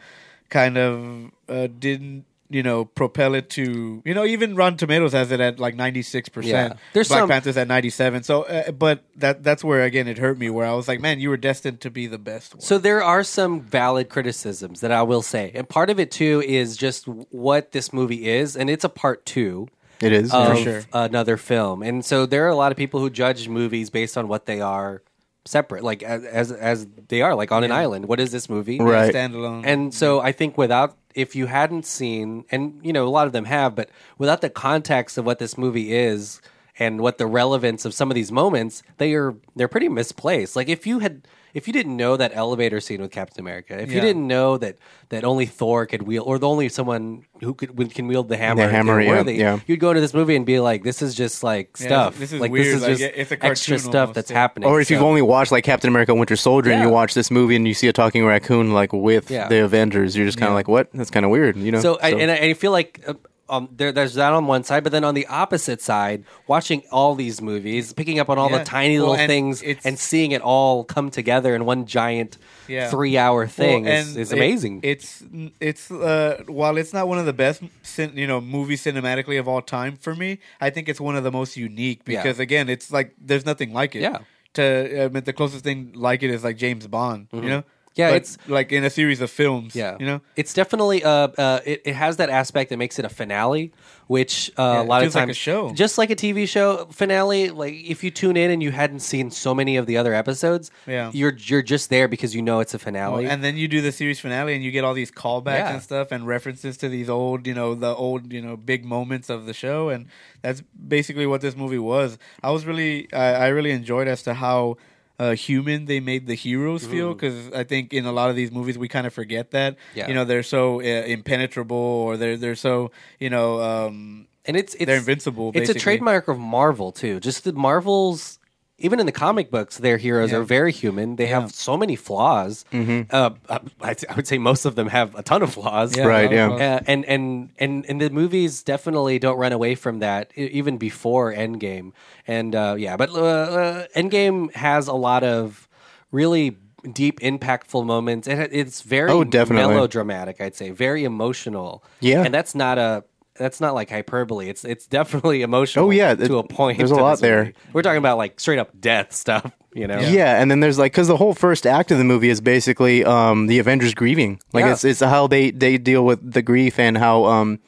[SPEAKER 4] kind of uh, didn't you know propel it to you know even Rotten Tomatoes has it at like ninety six
[SPEAKER 1] Yeah.
[SPEAKER 4] percent.
[SPEAKER 1] There's
[SPEAKER 4] Black
[SPEAKER 1] some-
[SPEAKER 4] Panther's at ninety seven. So, uh, but that that's where again it hurt me. Where I was like, man, you were destined to be the best one.
[SPEAKER 1] So there are some valid criticisms that I will say, and part of it too is just what this movie is, and it's a part two
[SPEAKER 5] it is
[SPEAKER 1] of
[SPEAKER 5] yeah.
[SPEAKER 4] sure.
[SPEAKER 1] another film, and so there are a lot of people who judge movies based on what they are separate, like as as, as they are, like on an island. What is this movie?
[SPEAKER 5] right.
[SPEAKER 4] standalone.
[SPEAKER 1] And so I think without if you hadn't seen and you know a lot of them have but without the context of what this movie is and what the relevance of some of these moments they are they're pretty misplaced like if you had if you didn't know that elevator scene with Captain America if you
[SPEAKER 4] Yeah.
[SPEAKER 1] didn't know that that only Thor could wield or the only someone who could who can wield the hammer, if
[SPEAKER 5] hammer,
[SPEAKER 1] they're
[SPEAKER 5] yeah,
[SPEAKER 1] worthy,
[SPEAKER 5] yeah.
[SPEAKER 1] you'd go into this movie and be like this is just like
[SPEAKER 4] Yeah,
[SPEAKER 1] stuff
[SPEAKER 4] this is
[SPEAKER 1] like
[SPEAKER 4] weird,
[SPEAKER 1] this is
[SPEAKER 4] like,
[SPEAKER 1] just
[SPEAKER 4] it's a
[SPEAKER 1] extra
[SPEAKER 4] cartoon
[SPEAKER 1] stuff
[SPEAKER 4] almost,
[SPEAKER 1] that's
[SPEAKER 4] yeah.
[SPEAKER 1] happening
[SPEAKER 5] Or if you've
[SPEAKER 1] So-
[SPEAKER 5] only watched like Captain America: Winter Soldier, and you
[SPEAKER 1] Yeah.
[SPEAKER 5] watch this movie and you see a talking raccoon like with
[SPEAKER 1] Yeah.
[SPEAKER 5] the Avengers, you're just kind of like, what? That's kind of weird, you know?
[SPEAKER 1] So, I, and I, I feel like uh, um, there, there's that on one side, but then on the opposite side, watching all these movies, picking up on all
[SPEAKER 4] Yeah.
[SPEAKER 1] the tiny
[SPEAKER 4] Well,
[SPEAKER 1] little
[SPEAKER 4] and
[SPEAKER 1] things,
[SPEAKER 4] it's-
[SPEAKER 1] and seeing it all come together in one giant
[SPEAKER 4] Yeah.
[SPEAKER 1] three-hour thing
[SPEAKER 4] Well,
[SPEAKER 1] is,
[SPEAKER 4] and
[SPEAKER 1] is
[SPEAKER 4] it-
[SPEAKER 1] amazing.
[SPEAKER 4] it's it's uh, while it's not one of the best, cin- you know, movie cinematically of all time for me. I think it's one of the most unique
[SPEAKER 1] Yeah.
[SPEAKER 4] because again, it's like there's nothing like it.
[SPEAKER 1] Yeah.
[SPEAKER 4] To I mean, the closest thing like it is like James Bond. You know.
[SPEAKER 1] Mm-hmm. Yeah,
[SPEAKER 4] But,
[SPEAKER 1] it's-
[SPEAKER 4] like in a series of films.
[SPEAKER 1] yeah,
[SPEAKER 4] You know.
[SPEAKER 1] it's definitely uh, uh it, it has that aspect that makes it a finale, which uh,
[SPEAKER 4] Yeah,
[SPEAKER 1] a
[SPEAKER 4] it
[SPEAKER 1] lot of
[SPEAKER 4] feels like a
[SPEAKER 1] times
[SPEAKER 4] show.
[SPEAKER 1] just like a TV show finale. Like if you tune in and you hadn't seen so many of the other episodes,
[SPEAKER 4] Yeah.
[SPEAKER 1] you're you're just there because you know it's a finale.
[SPEAKER 4] Oh, and then you do the series finale, and you get all these callbacks
[SPEAKER 1] Yeah.
[SPEAKER 4] and stuff, and references to these old, you know, the old, you know, big moments of the show, and that's basically what this movie was. I was really, I, I really enjoyed as to how uh, human they made the heroes feel, because I think in a lot of these movies we kind of forget that,
[SPEAKER 1] Yeah.
[SPEAKER 4] you know, they're so uh, impenetrable, or they're they're so, you know, um,
[SPEAKER 1] and it's, it's
[SPEAKER 4] They're invincible,
[SPEAKER 1] It's a
[SPEAKER 4] basically.
[SPEAKER 1] trademark of Marvel too. Just the Marvels, even in the comic books, their heroes are very human. They have so many flaws. Uh, I, I would say most of them have a ton of flaws.
[SPEAKER 4] Yeah,
[SPEAKER 5] Right,
[SPEAKER 4] I
[SPEAKER 5] Mm-hmm. yeah.
[SPEAKER 4] was-
[SPEAKER 1] Uh, and and and and the movies definitely don't run away from that e- even before Endgame. And uh, yeah, but uh, uh, Endgame has a lot of really deep, impactful moments. It, it's very
[SPEAKER 5] Oh, definitely.
[SPEAKER 1] melodramatic. I'd say very emotional.
[SPEAKER 5] Yeah.
[SPEAKER 1] and that's not a that's not like hyperbole. It's it's definitely emotional.
[SPEAKER 5] Oh, yeah,
[SPEAKER 1] to a
[SPEAKER 5] it-
[SPEAKER 1] point.
[SPEAKER 5] there's a
[SPEAKER 1] to
[SPEAKER 5] lot
[SPEAKER 1] this movie.
[SPEAKER 5] there.
[SPEAKER 1] We're talking about like straight up death stuff. You know.
[SPEAKER 5] Yeah. and then there's like because the whole first act of the movie is basically um, the Avengers grieving. Like
[SPEAKER 1] Yeah.
[SPEAKER 5] it's it's how they they deal with the grief and how um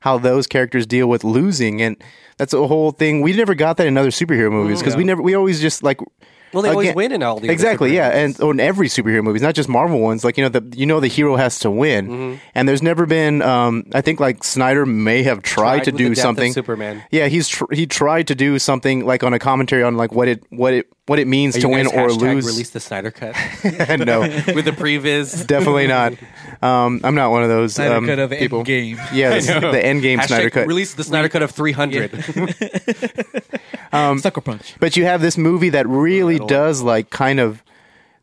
[SPEAKER 5] how those characters deal with losing, and that's a whole thing. We never got that in other superhero
[SPEAKER 1] Mm-hmm.
[SPEAKER 5] movies because we never we always just like.
[SPEAKER 1] Well, they always win in all the other
[SPEAKER 5] exactly,
[SPEAKER 1] superhero
[SPEAKER 5] yeah, and on every superhero movies, not just Marvel ones. Like you know, the you know the hero has to win,
[SPEAKER 1] Mm-hmm.
[SPEAKER 5] and there's never been. Um, I think like Snyder may have tried,
[SPEAKER 1] Tried
[SPEAKER 5] to
[SPEAKER 1] with the
[SPEAKER 5] do
[SPEAKER 1] depth of
[SPEAKER 5] something.
[SPEAKER 1] Superman.
[SPEAKER 5] Yeah, he's tr- he tried to do something like on a commentary on like what it what it what it means
[SPEAKER 1] Are
[SPEAKER 5] to
[SPEAKER 1] you
[SPEAKER 5] win
[SPEAKER 1] guys
[SPEAKER 5] or
[SPEAKER 1] hashtag
[SPEAKER 5] lose.
[SPEAKER 1] Release the Snyder cut
[SPEAKER 5] no,
[SPEAKER 1] with the previs.
[SPEAKER 5] definitely not. Um, I'm not one of those
[SPEAKER 4] Snyder
[SPEAKER 5] um,
[SPEAKER 4] cut of
[SPEAKER 5] people.
[SPEAKER 4] Endgame.
[SPEAKER 5] Yeah, the, the end game
[SPEAKER 1] Hashtag
[SPEAKER 5] Snyder cut.
[SPEAKER 1] Release the Snyder cut of 300. Um,
[SPEAKER 4] Sucker Punch.
[SPEAKER 5] but you have this movie that really does like kind of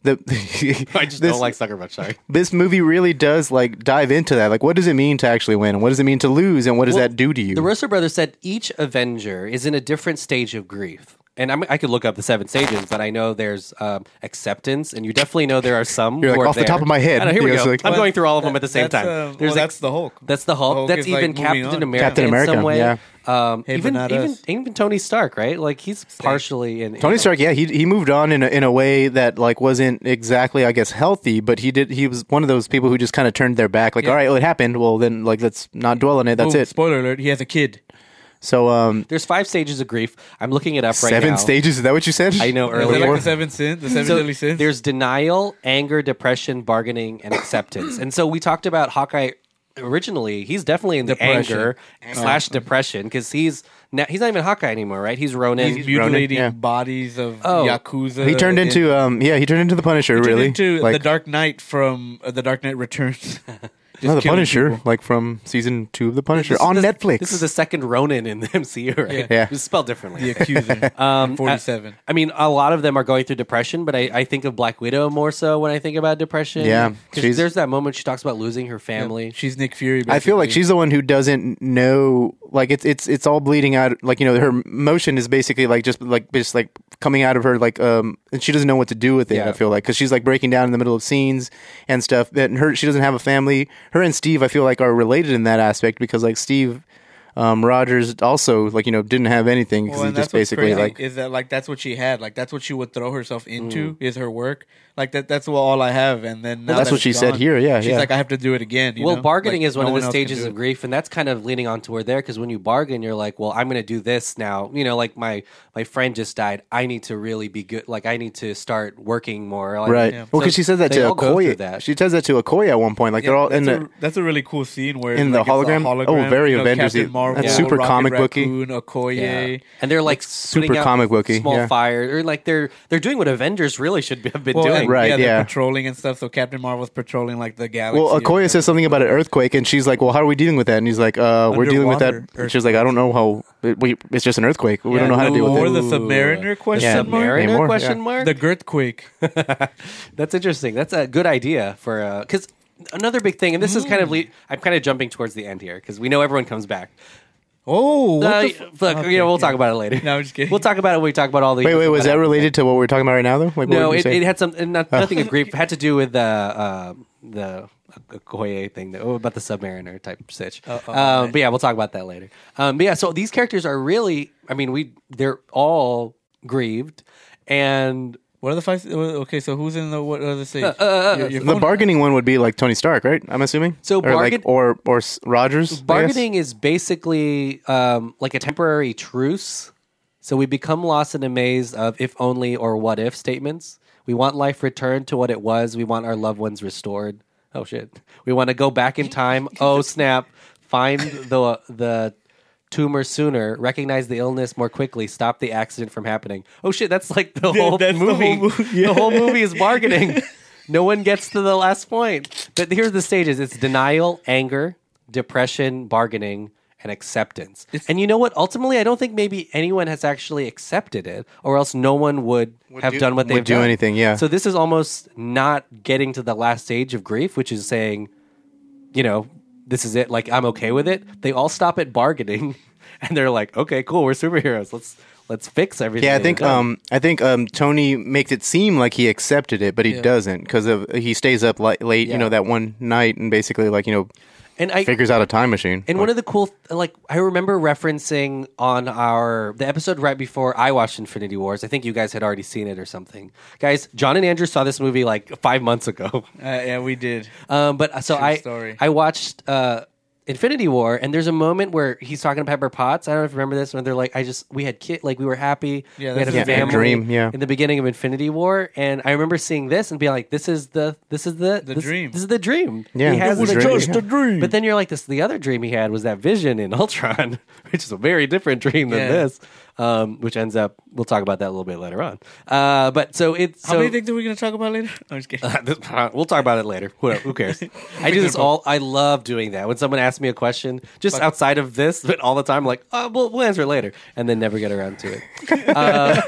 [SPEAKER 5] the.
[SPEAKER 1] I just
[SPEAKER 5] this,
[SPEAKER 1] don't like Sucker Punch. Sorry.
[SPEAKER 5] this movie really does like dive into that. Like, what does it mean to actually win? And what does it mean to lose? And what does
[SPEAKER 1] Well,
[SPEAKER 5] that do to you?
[SPEAKER 1] The Russo brothers said each Avenger is in a different stage of grief. And I'm, I could look up the seven stages, but I know there's um, acceptance, and you definitely know there are some.
[SPEAKER 5] You're
[SPEAKER 1] who
[SPEAKER 5] like,
[SPEAKER 1] are
[SPEAKER 5] off the
[SPEAKER 1] there.
[SPEAKER 5] top of my head.
[SPEAKER 1] I know, here we
[SPEAKER 5] You're just
[SPEAKER 1] go.
[SPEAKER 5] like-
[SPEAKER 1] I'm
[SPEAKER 5] Well,
[SPEAKER 1] going through all of them at the same
[SPEAKER 4] that's,
[SPEAKER 1] time.
[SPEAKER 4] uh, well,
[SPEAKER 1] There's like-
[SPEAKER 4] that's the Hulk.
[SPEAKER 1] That's the Hulk.
[SPEAKER 4] The Hulk
[SPEAKER 1] that's
[SPEAKER 4] is, like,
[SPEAKER 1] even
[SPEAKER 4] moving
[SPEAKER 1] Captain
[SPEAKER 4] on.
[SPEAKER 1] America.
[SPEAKER 5] Captain
[SPEAKER 1] in some
[SPEAKER 5] America,
[SPEAKER 1] way.
[SPEAKER 5] yeah.
[SPEAKER 1] Um,
[SPEAKER 4] Hey, but
[SPEAKER 1] even
[SPEAKER 4] not
[SPEAKER 1] even
[SPEAKER 4] us.
[SPEAKER 1] even Tony Stark, right? Like he's partially in.
[SPEAKER 5] Tony Stark, yeah, he he moved on in a, in a way that like wasn't exactly, I guess, healthy. But he did. He was one of those people who just kind of turned their back. Like, all right, well, it happened. Well, then, like, let's not dwell on it. That's
[SPEAKER 4] Boom,
[SPEAKER 5] it.
[SPEAKER 4] Oh, Spoiler alert: He has a kid.
[SPEAKER 5] So, um,
[SPEAKER 1] There's five stages of grief. I'm looking it up right
[SPEAKER 5] seven
[SPEAKER 1] now.
[SPEAKER 5] stages. Is that what you said?
[SPEAKER 1] I know
[SPEAKER 4] Is that
[SPEAKER 1] earlier.
[SPEAKER 4] like the seven sins? The seven
[SPEAKER 1] So
[SPEAKER 4] deadly sins.
[SPEAKER 1] There's denial, anger, depression, bargaining, and acceptance. and so we talked about Hawkeye originally he's definitely in the
[SPEAKER 5] Depression.
[SPEAKER 1] anger slash depression because he's now, he's not even Hawkeye anymore, right? He's Ronin.
[SPEAKER 4] He's
[SPEAKER 5] Ronin,
[SPEAKER 4] mutilating
[SPEAKER 5] yeah.
[SPEAKER 4] bodies of
[SPEAKER 1] Oh.
[SPEAKER 4] yakuza.
[SPEAKER 5] He turned
[SPEAKER 4] uh, in-
[SPEAKER 5] into um yeah he turned into the Punisher
[SPEAKER 4] turned
[SPEAKER 5] really
[SPEAKER 4] into
[SPEAKER 5] like
[SPEAKER 4] the Dark Knight from uh, the Dark Knight Returns. Just
[SPEAKER 5] no, the
[SPEAKER 4] killing
[SPEAKER 5] Punisher
[SPEAKER 4] people.
[SPEAKER 5] like from season two of the Punisher
[SPEAKER 1] This is
[SPEAKER 5] on
[SPEAKER 1] the-
[SPEAKER 5] Netflix.
[SPEAKER 1] This is the second Ronin in the MCU, right?
[SPEAKER 4] Yeah.
[SPEAKER 5] Yeah.
[SPEAKER 1] It's spelled differently.
[SPEAKER 4] the
[SPEAKER 1] I think.
[SPEAKER 4] accuser.
[SPEAKER 1] Um,
[SPEAKER 4] forty-seven.
[SPEAKER 1] I mean, a lot of them are going through depression, but I, I think of Black Widow more so when I think about depression.
[SPEAKER 5] Yeah,
[SPEAKER 1] 'Cause
[SPEAKER 5] she's-
[SPEAKER 1] there's that moment she talks about losing her family.
[SPEAKER 4] She's Nick Fury.
[SPEAKER 5] I feel like
[SPEAKER 4] basically.
[SPEAKER 5] she's the one who doesn't know. Like it's it's it's all bleeding out. Like you know, her motion is basically like just like just like coming out of her. Like um, and she doesn't know what to do with it.
[SPEAKER 1] Yeah.
[SPEAKER 5] I feel like because she's like breaking down in the middle of scenes and stuff. And her she doesn't have a family. Her and Steve, I feel like, are related in that aspect because like Steve. Um, Rogers also like you know didn't have anything because
[SPEAKER 4] Well,
[SPEAKER 5] he
[SPEAKER 4] and
[SPEAKER 5] just
[SPEAKER 4] that's what's
[SPEAKER 5] basically
[SPEAKER 4] crazy
[SPEAKER 5] like Mm.
[SPEAKER 4] is that like that's what she had like that's what she would throw herself into is her work like that that's what all I have and then now
[SPEAKER 5] that's
[SPEAKER 4] that
[SPEAKER 5] what she
[SPEAKER 4] it's
[SPEAKER 5] said
[SPEAKER 4] gone,
[SPEAKER 5] here, yeah,
[SPEAKER 4] she's
[SPEAKER 5] yeah.
[SPEAKER 4] like I have to do it again you
[SPEAKER 1] well,
[SPEAKER 4] know?
[SPEAKER 1] bargaining
[SPEAKER 4] Like,
[SPEAKER 1] is one
[SPEAKER 4] no
[SPEAKER 1] of the
[SPEAKER 4] else can
[SPEAKER 1] stages
[SPEAKER 4] do
[SPEAKER 1] of
[SPEAKER 4] it.
[SPEAKER 1] grief, and that's kind of leaning on toward there because when you bargain, you're like, "Well, I'm going to do this now." You know, like my my friend just died. I need to really be good. Like I need to start working more. Like,
[SPEAKER 5] right. Well, because
[SPEAKER 1] So
[SPEAKER 5] she says that
[SPEAKER 1] they
[SPEAKER 5] to
[SPEAKER 1] all go through
[SPEAKER 5] Okoye.
[SPEAKER 1] that.
[SPEAKER 5] She says that to Okoye at one point. Like they're all in
[SPEAKER 4] that's,
[SPEAKER 5] the
[SPEAKER 4] a, that's a really cool scene where
[SPEAKER 5] in the
[SPEAKER 4] like, it's a
[SPEAKER 5] hologram? Oh, very
[SPEAKER 4] you know,
[SPEAKER 5] Avengers-y.
[SPEAKER 4] Captain Marvel,
[SPEAKER 5] That's super
[SPEAKER 4] Rocket
[SPEAKER 5] comic booky.
[SPEAKER 4] Raccoon, Okoye
[SPEAKER 1] Yeah. And they're like, putting
[SPEAKER 5] super
[SPEAKER 1] out
[SPEAKER 5] comic booky,
[SPEAKER 1] small
[SPEAKER 5] yeah.
[SPEAKER 1] fires, or like they're they're doing what Avengers really should be, have been
[SPEAKER 4] Well,
[SPEAKER 1] doing.
[SPEAKER 4] and,
[SPEAKER 5] Right,
[SPEAKER 4] yeah,
[SPEAKER 5] yeah.
[SPEAKER 4] they're patrolling and stuff so Captain Marvel's patrolling like the galaxy
[SPEAKER 5] Well,
[SPEAKER 4] and
[SPEAKER 5] Akoya
[SPEAKER 4] stuff.
[SPEAKER 5] says something about an earthquake, and she's like, "Well, how are we dealing with that?" And he's like, "Uh, we're dealing with that."
[SPEAKER 4] Underwater
[SPEAKER 5] She's like, "I don't know how. it- we, it's just an earthquake. We
[SPEAKER 1] Yeah,
[SPEAKER 5] don't know how to deal
[SPEAKER 4] or
[SPEAKER 5] with
[SPEAKER 4] the
[SPEAKER 5] it."
[SPEAKER 4] Submariner question
[SPEAKER 5] Yeah.
[SPEAKER 1] Submariner
[SPEAKER 4] mark
[SPEAKER 5] Anymore,
[SPEAKER 1] question
[SPEAKER 5] yeah.
[SPEAKER 1] mark?
[SPEAKER 4] the Girthquake Oh,
[SPEAKER 1] That's interesting. That's a good idea for because another big thing, and this is kind
[SPEAKER 4] Hmm.
[SPEAKER 1] of le- I'm kind of jumping towards the end here because we know everyone comes back.
[SPEAKER 4] oh what
[SPEAKER 1] Uh,
[SPEAKER 4] the f-
[SPEAKER 1] look,
[SPEAKER 4] Okay,
[SPEAKER 1] you know, we'll
[SPEAKER 4] yeah.
[SPEAKER 1] talk about it later.
[SPEAKER 4] No, I'm just kidding.
[SPEAKER 1] We'll talk about it when we talk about all the.
[SPEAKER 5] Wait, wait, was
[SPEAKER 1] about
[SPEAKER 5] that
[SPEAKER 1] it.
[SPEAKER 5] related to what we're talking about right now, though? Like, what
[SPEAKER 1] No,
[SPEAKER 5] were you
[SPEAKER 1] it,
[SPEAKER 5] saying? Oh.
[SPEAKER 1] it had some and not, nothing of grief. Had to do with uh, uh, the Okoye thing, the, oh, about the submariner type stitch.
[SPEAKER 4] Oh,
[SPEAKER 1] um, But yeah, we'll talk about that later. Um, but yeah, so these characters are really. I mean, we they're all grieved, and
[SPEAKER 4] what are the five uh, okay so who's in the what other
[SPEAKER 1] Uh,
[SPEAKER 4] stage Your- your
[SPEAKER 5] the
[SPEAKER 4] phone-
[SPEAKER 5] bargaining one would be like Tony Stark, right? I'm assuming.
[SPEAKER 1] So
[SPEAKER 5] or
[SPEAKER 1] bargain-
[SPEAKER 5] like, or or S- Rogers. I guess?
[SPEAKER 1] bargaining is basically um, like a temporary truce. So we become lost in a maze of if only or what if statements. We want life returned to what it was. We want our loved ones restored. Oh shit! We want to go back in time. Oh snap! Find the the tumor sooner. Recognize the illness more quickly. Stop the accident from happening. Oh shit! That's like the whole
[SPEAKER 4] that's the whole
[SPEAKER 1] movie.
[SPEAKER 4] movie, yeah.
[SPEAKER 1] The whole movie is bargaining. no one gets to the last point. But here's the stages: it's denial, anger, depression, bargaining, and acceptance. and you know what? Ultimately, I don't think maybe anyone has actually accepted it, or else no one would, have
[SPEAKER 5] do-
[SPEAKER 1] done what they've
[SPEAKER 5] would do
[SPEAKER 1] done.
[SPEAKER 5] anything, yeah.
[SPEAKER 1] So this is almost not getting to the last stage of grief, which is saying, you know, this is it. Like I'm okay with it. They all stop at bargaining, and they're like, okay, cool, we're superheroes. Let's let's fix everything.
[SPEAKER 5] Yeah, I
[SPEAKER 1] we've
[SPEAKER 5] think
[SPEAKER 1] done."
[SPEAKER 5] um, I think um, Tony makes it seem like he accepted it, but he doesn't because of he stays up li- late,
[SPEAKER 1] Yeah.
[SPEAKER 5] you know, that one night and basically like you know
[SPEAKER 1] and I
[SPEAKER 5] figures out a time machine.
[SPEAKER 1] And one of the cool, th- like I remember referencing on our the episode right before I watched Infinity Wars. I think you guys had already seen it or something, guys. John and Andrew saw this movie like five months ago.
[SPEAKER 4] uh, yeah we did
[SPEAKER 1] Um, but uh, so I
[SPEAKER 4] story.
[SPEAKER 1] I watched uh, Infinity War, and there's a moment where he's talking to Pepper Potts. I don't know if you remember this. When they're like, I just we had kid, like we were happy.
[SPEAKER 4] Yeah,
[SPEAKER 1] we had
[SPEAKER 4] this is a
[SPEAKER 5] dream, yeah.
[SPEAKER 1] in the beginning of Infinity War, and I remember seeing this and being like, this is the this is the
[SPEAKER 4] The
[SPEAKER 1] this-
[SPEAKER 4] dream.
[SPEAKER 1] This is the dream.
[SPEAKER 5] Yeah.
[SPEAKER 1] he
[SPEAKER 5] It
[SPEAKER 1] has
[SPEAKER 5] was
[SPEAKER 1] the
[SPEAKER 5] just
[SPEAKER 1] dream.
[SPEAKER 5] a
[SPEAKER 4] dream.
[SPEAKER 1] But then you're like, this the other dream he had was that vision in Ultron, which is a very different dream than
[SPEAKER 4] Yeah.
[SPEAKER 1] this. Um, which ends up, we'll talk about that a little bit later on. Uh, but so it's
[SPEAKER 4] how
[SPEAKER 1] so,
[SPEAKER 4] many things are we gonna talk about later I'm just kidding
[SPEAKER 1] this- uh, we'll talk about it later. Who, who cares? I do this all. I love doing that. When someone asks me a question, just outside of this, but all the time, like, oh, we'll, we'll answer it later, and then never get around to it. uh,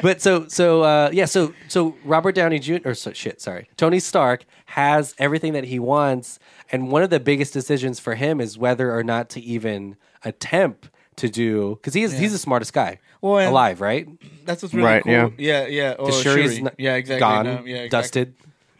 [SPEAKER 1] but so so uh, yeah. So so Robert Downey Jr. or so, shit, sorry, Tony Stark has everything that he wants, and one of the biggest decisions for him is whether or not to even attempt to do because he is he's the smartest guy
[SPEAKER 4] Well, and-
[SPEAKER 1] alive, right?
[SPEAKER 4] That's what's really
[SPEAKER 5] Right,
[SPEAKER 4] cool.
[SPEAKER 5] yeah.
[SPEAKER 4] yeah, yeah. Or
[SPEAKER 1] The Shuri's
[SPEAKER 4] Shuri.
[SPEAKER 1] n-
[SPEAKER 4] yeah, exactly.
[SPEAKER 1] gone,
[SPEAKER 4] No, yeah, exactly.
[SPEAKER 1] dusted.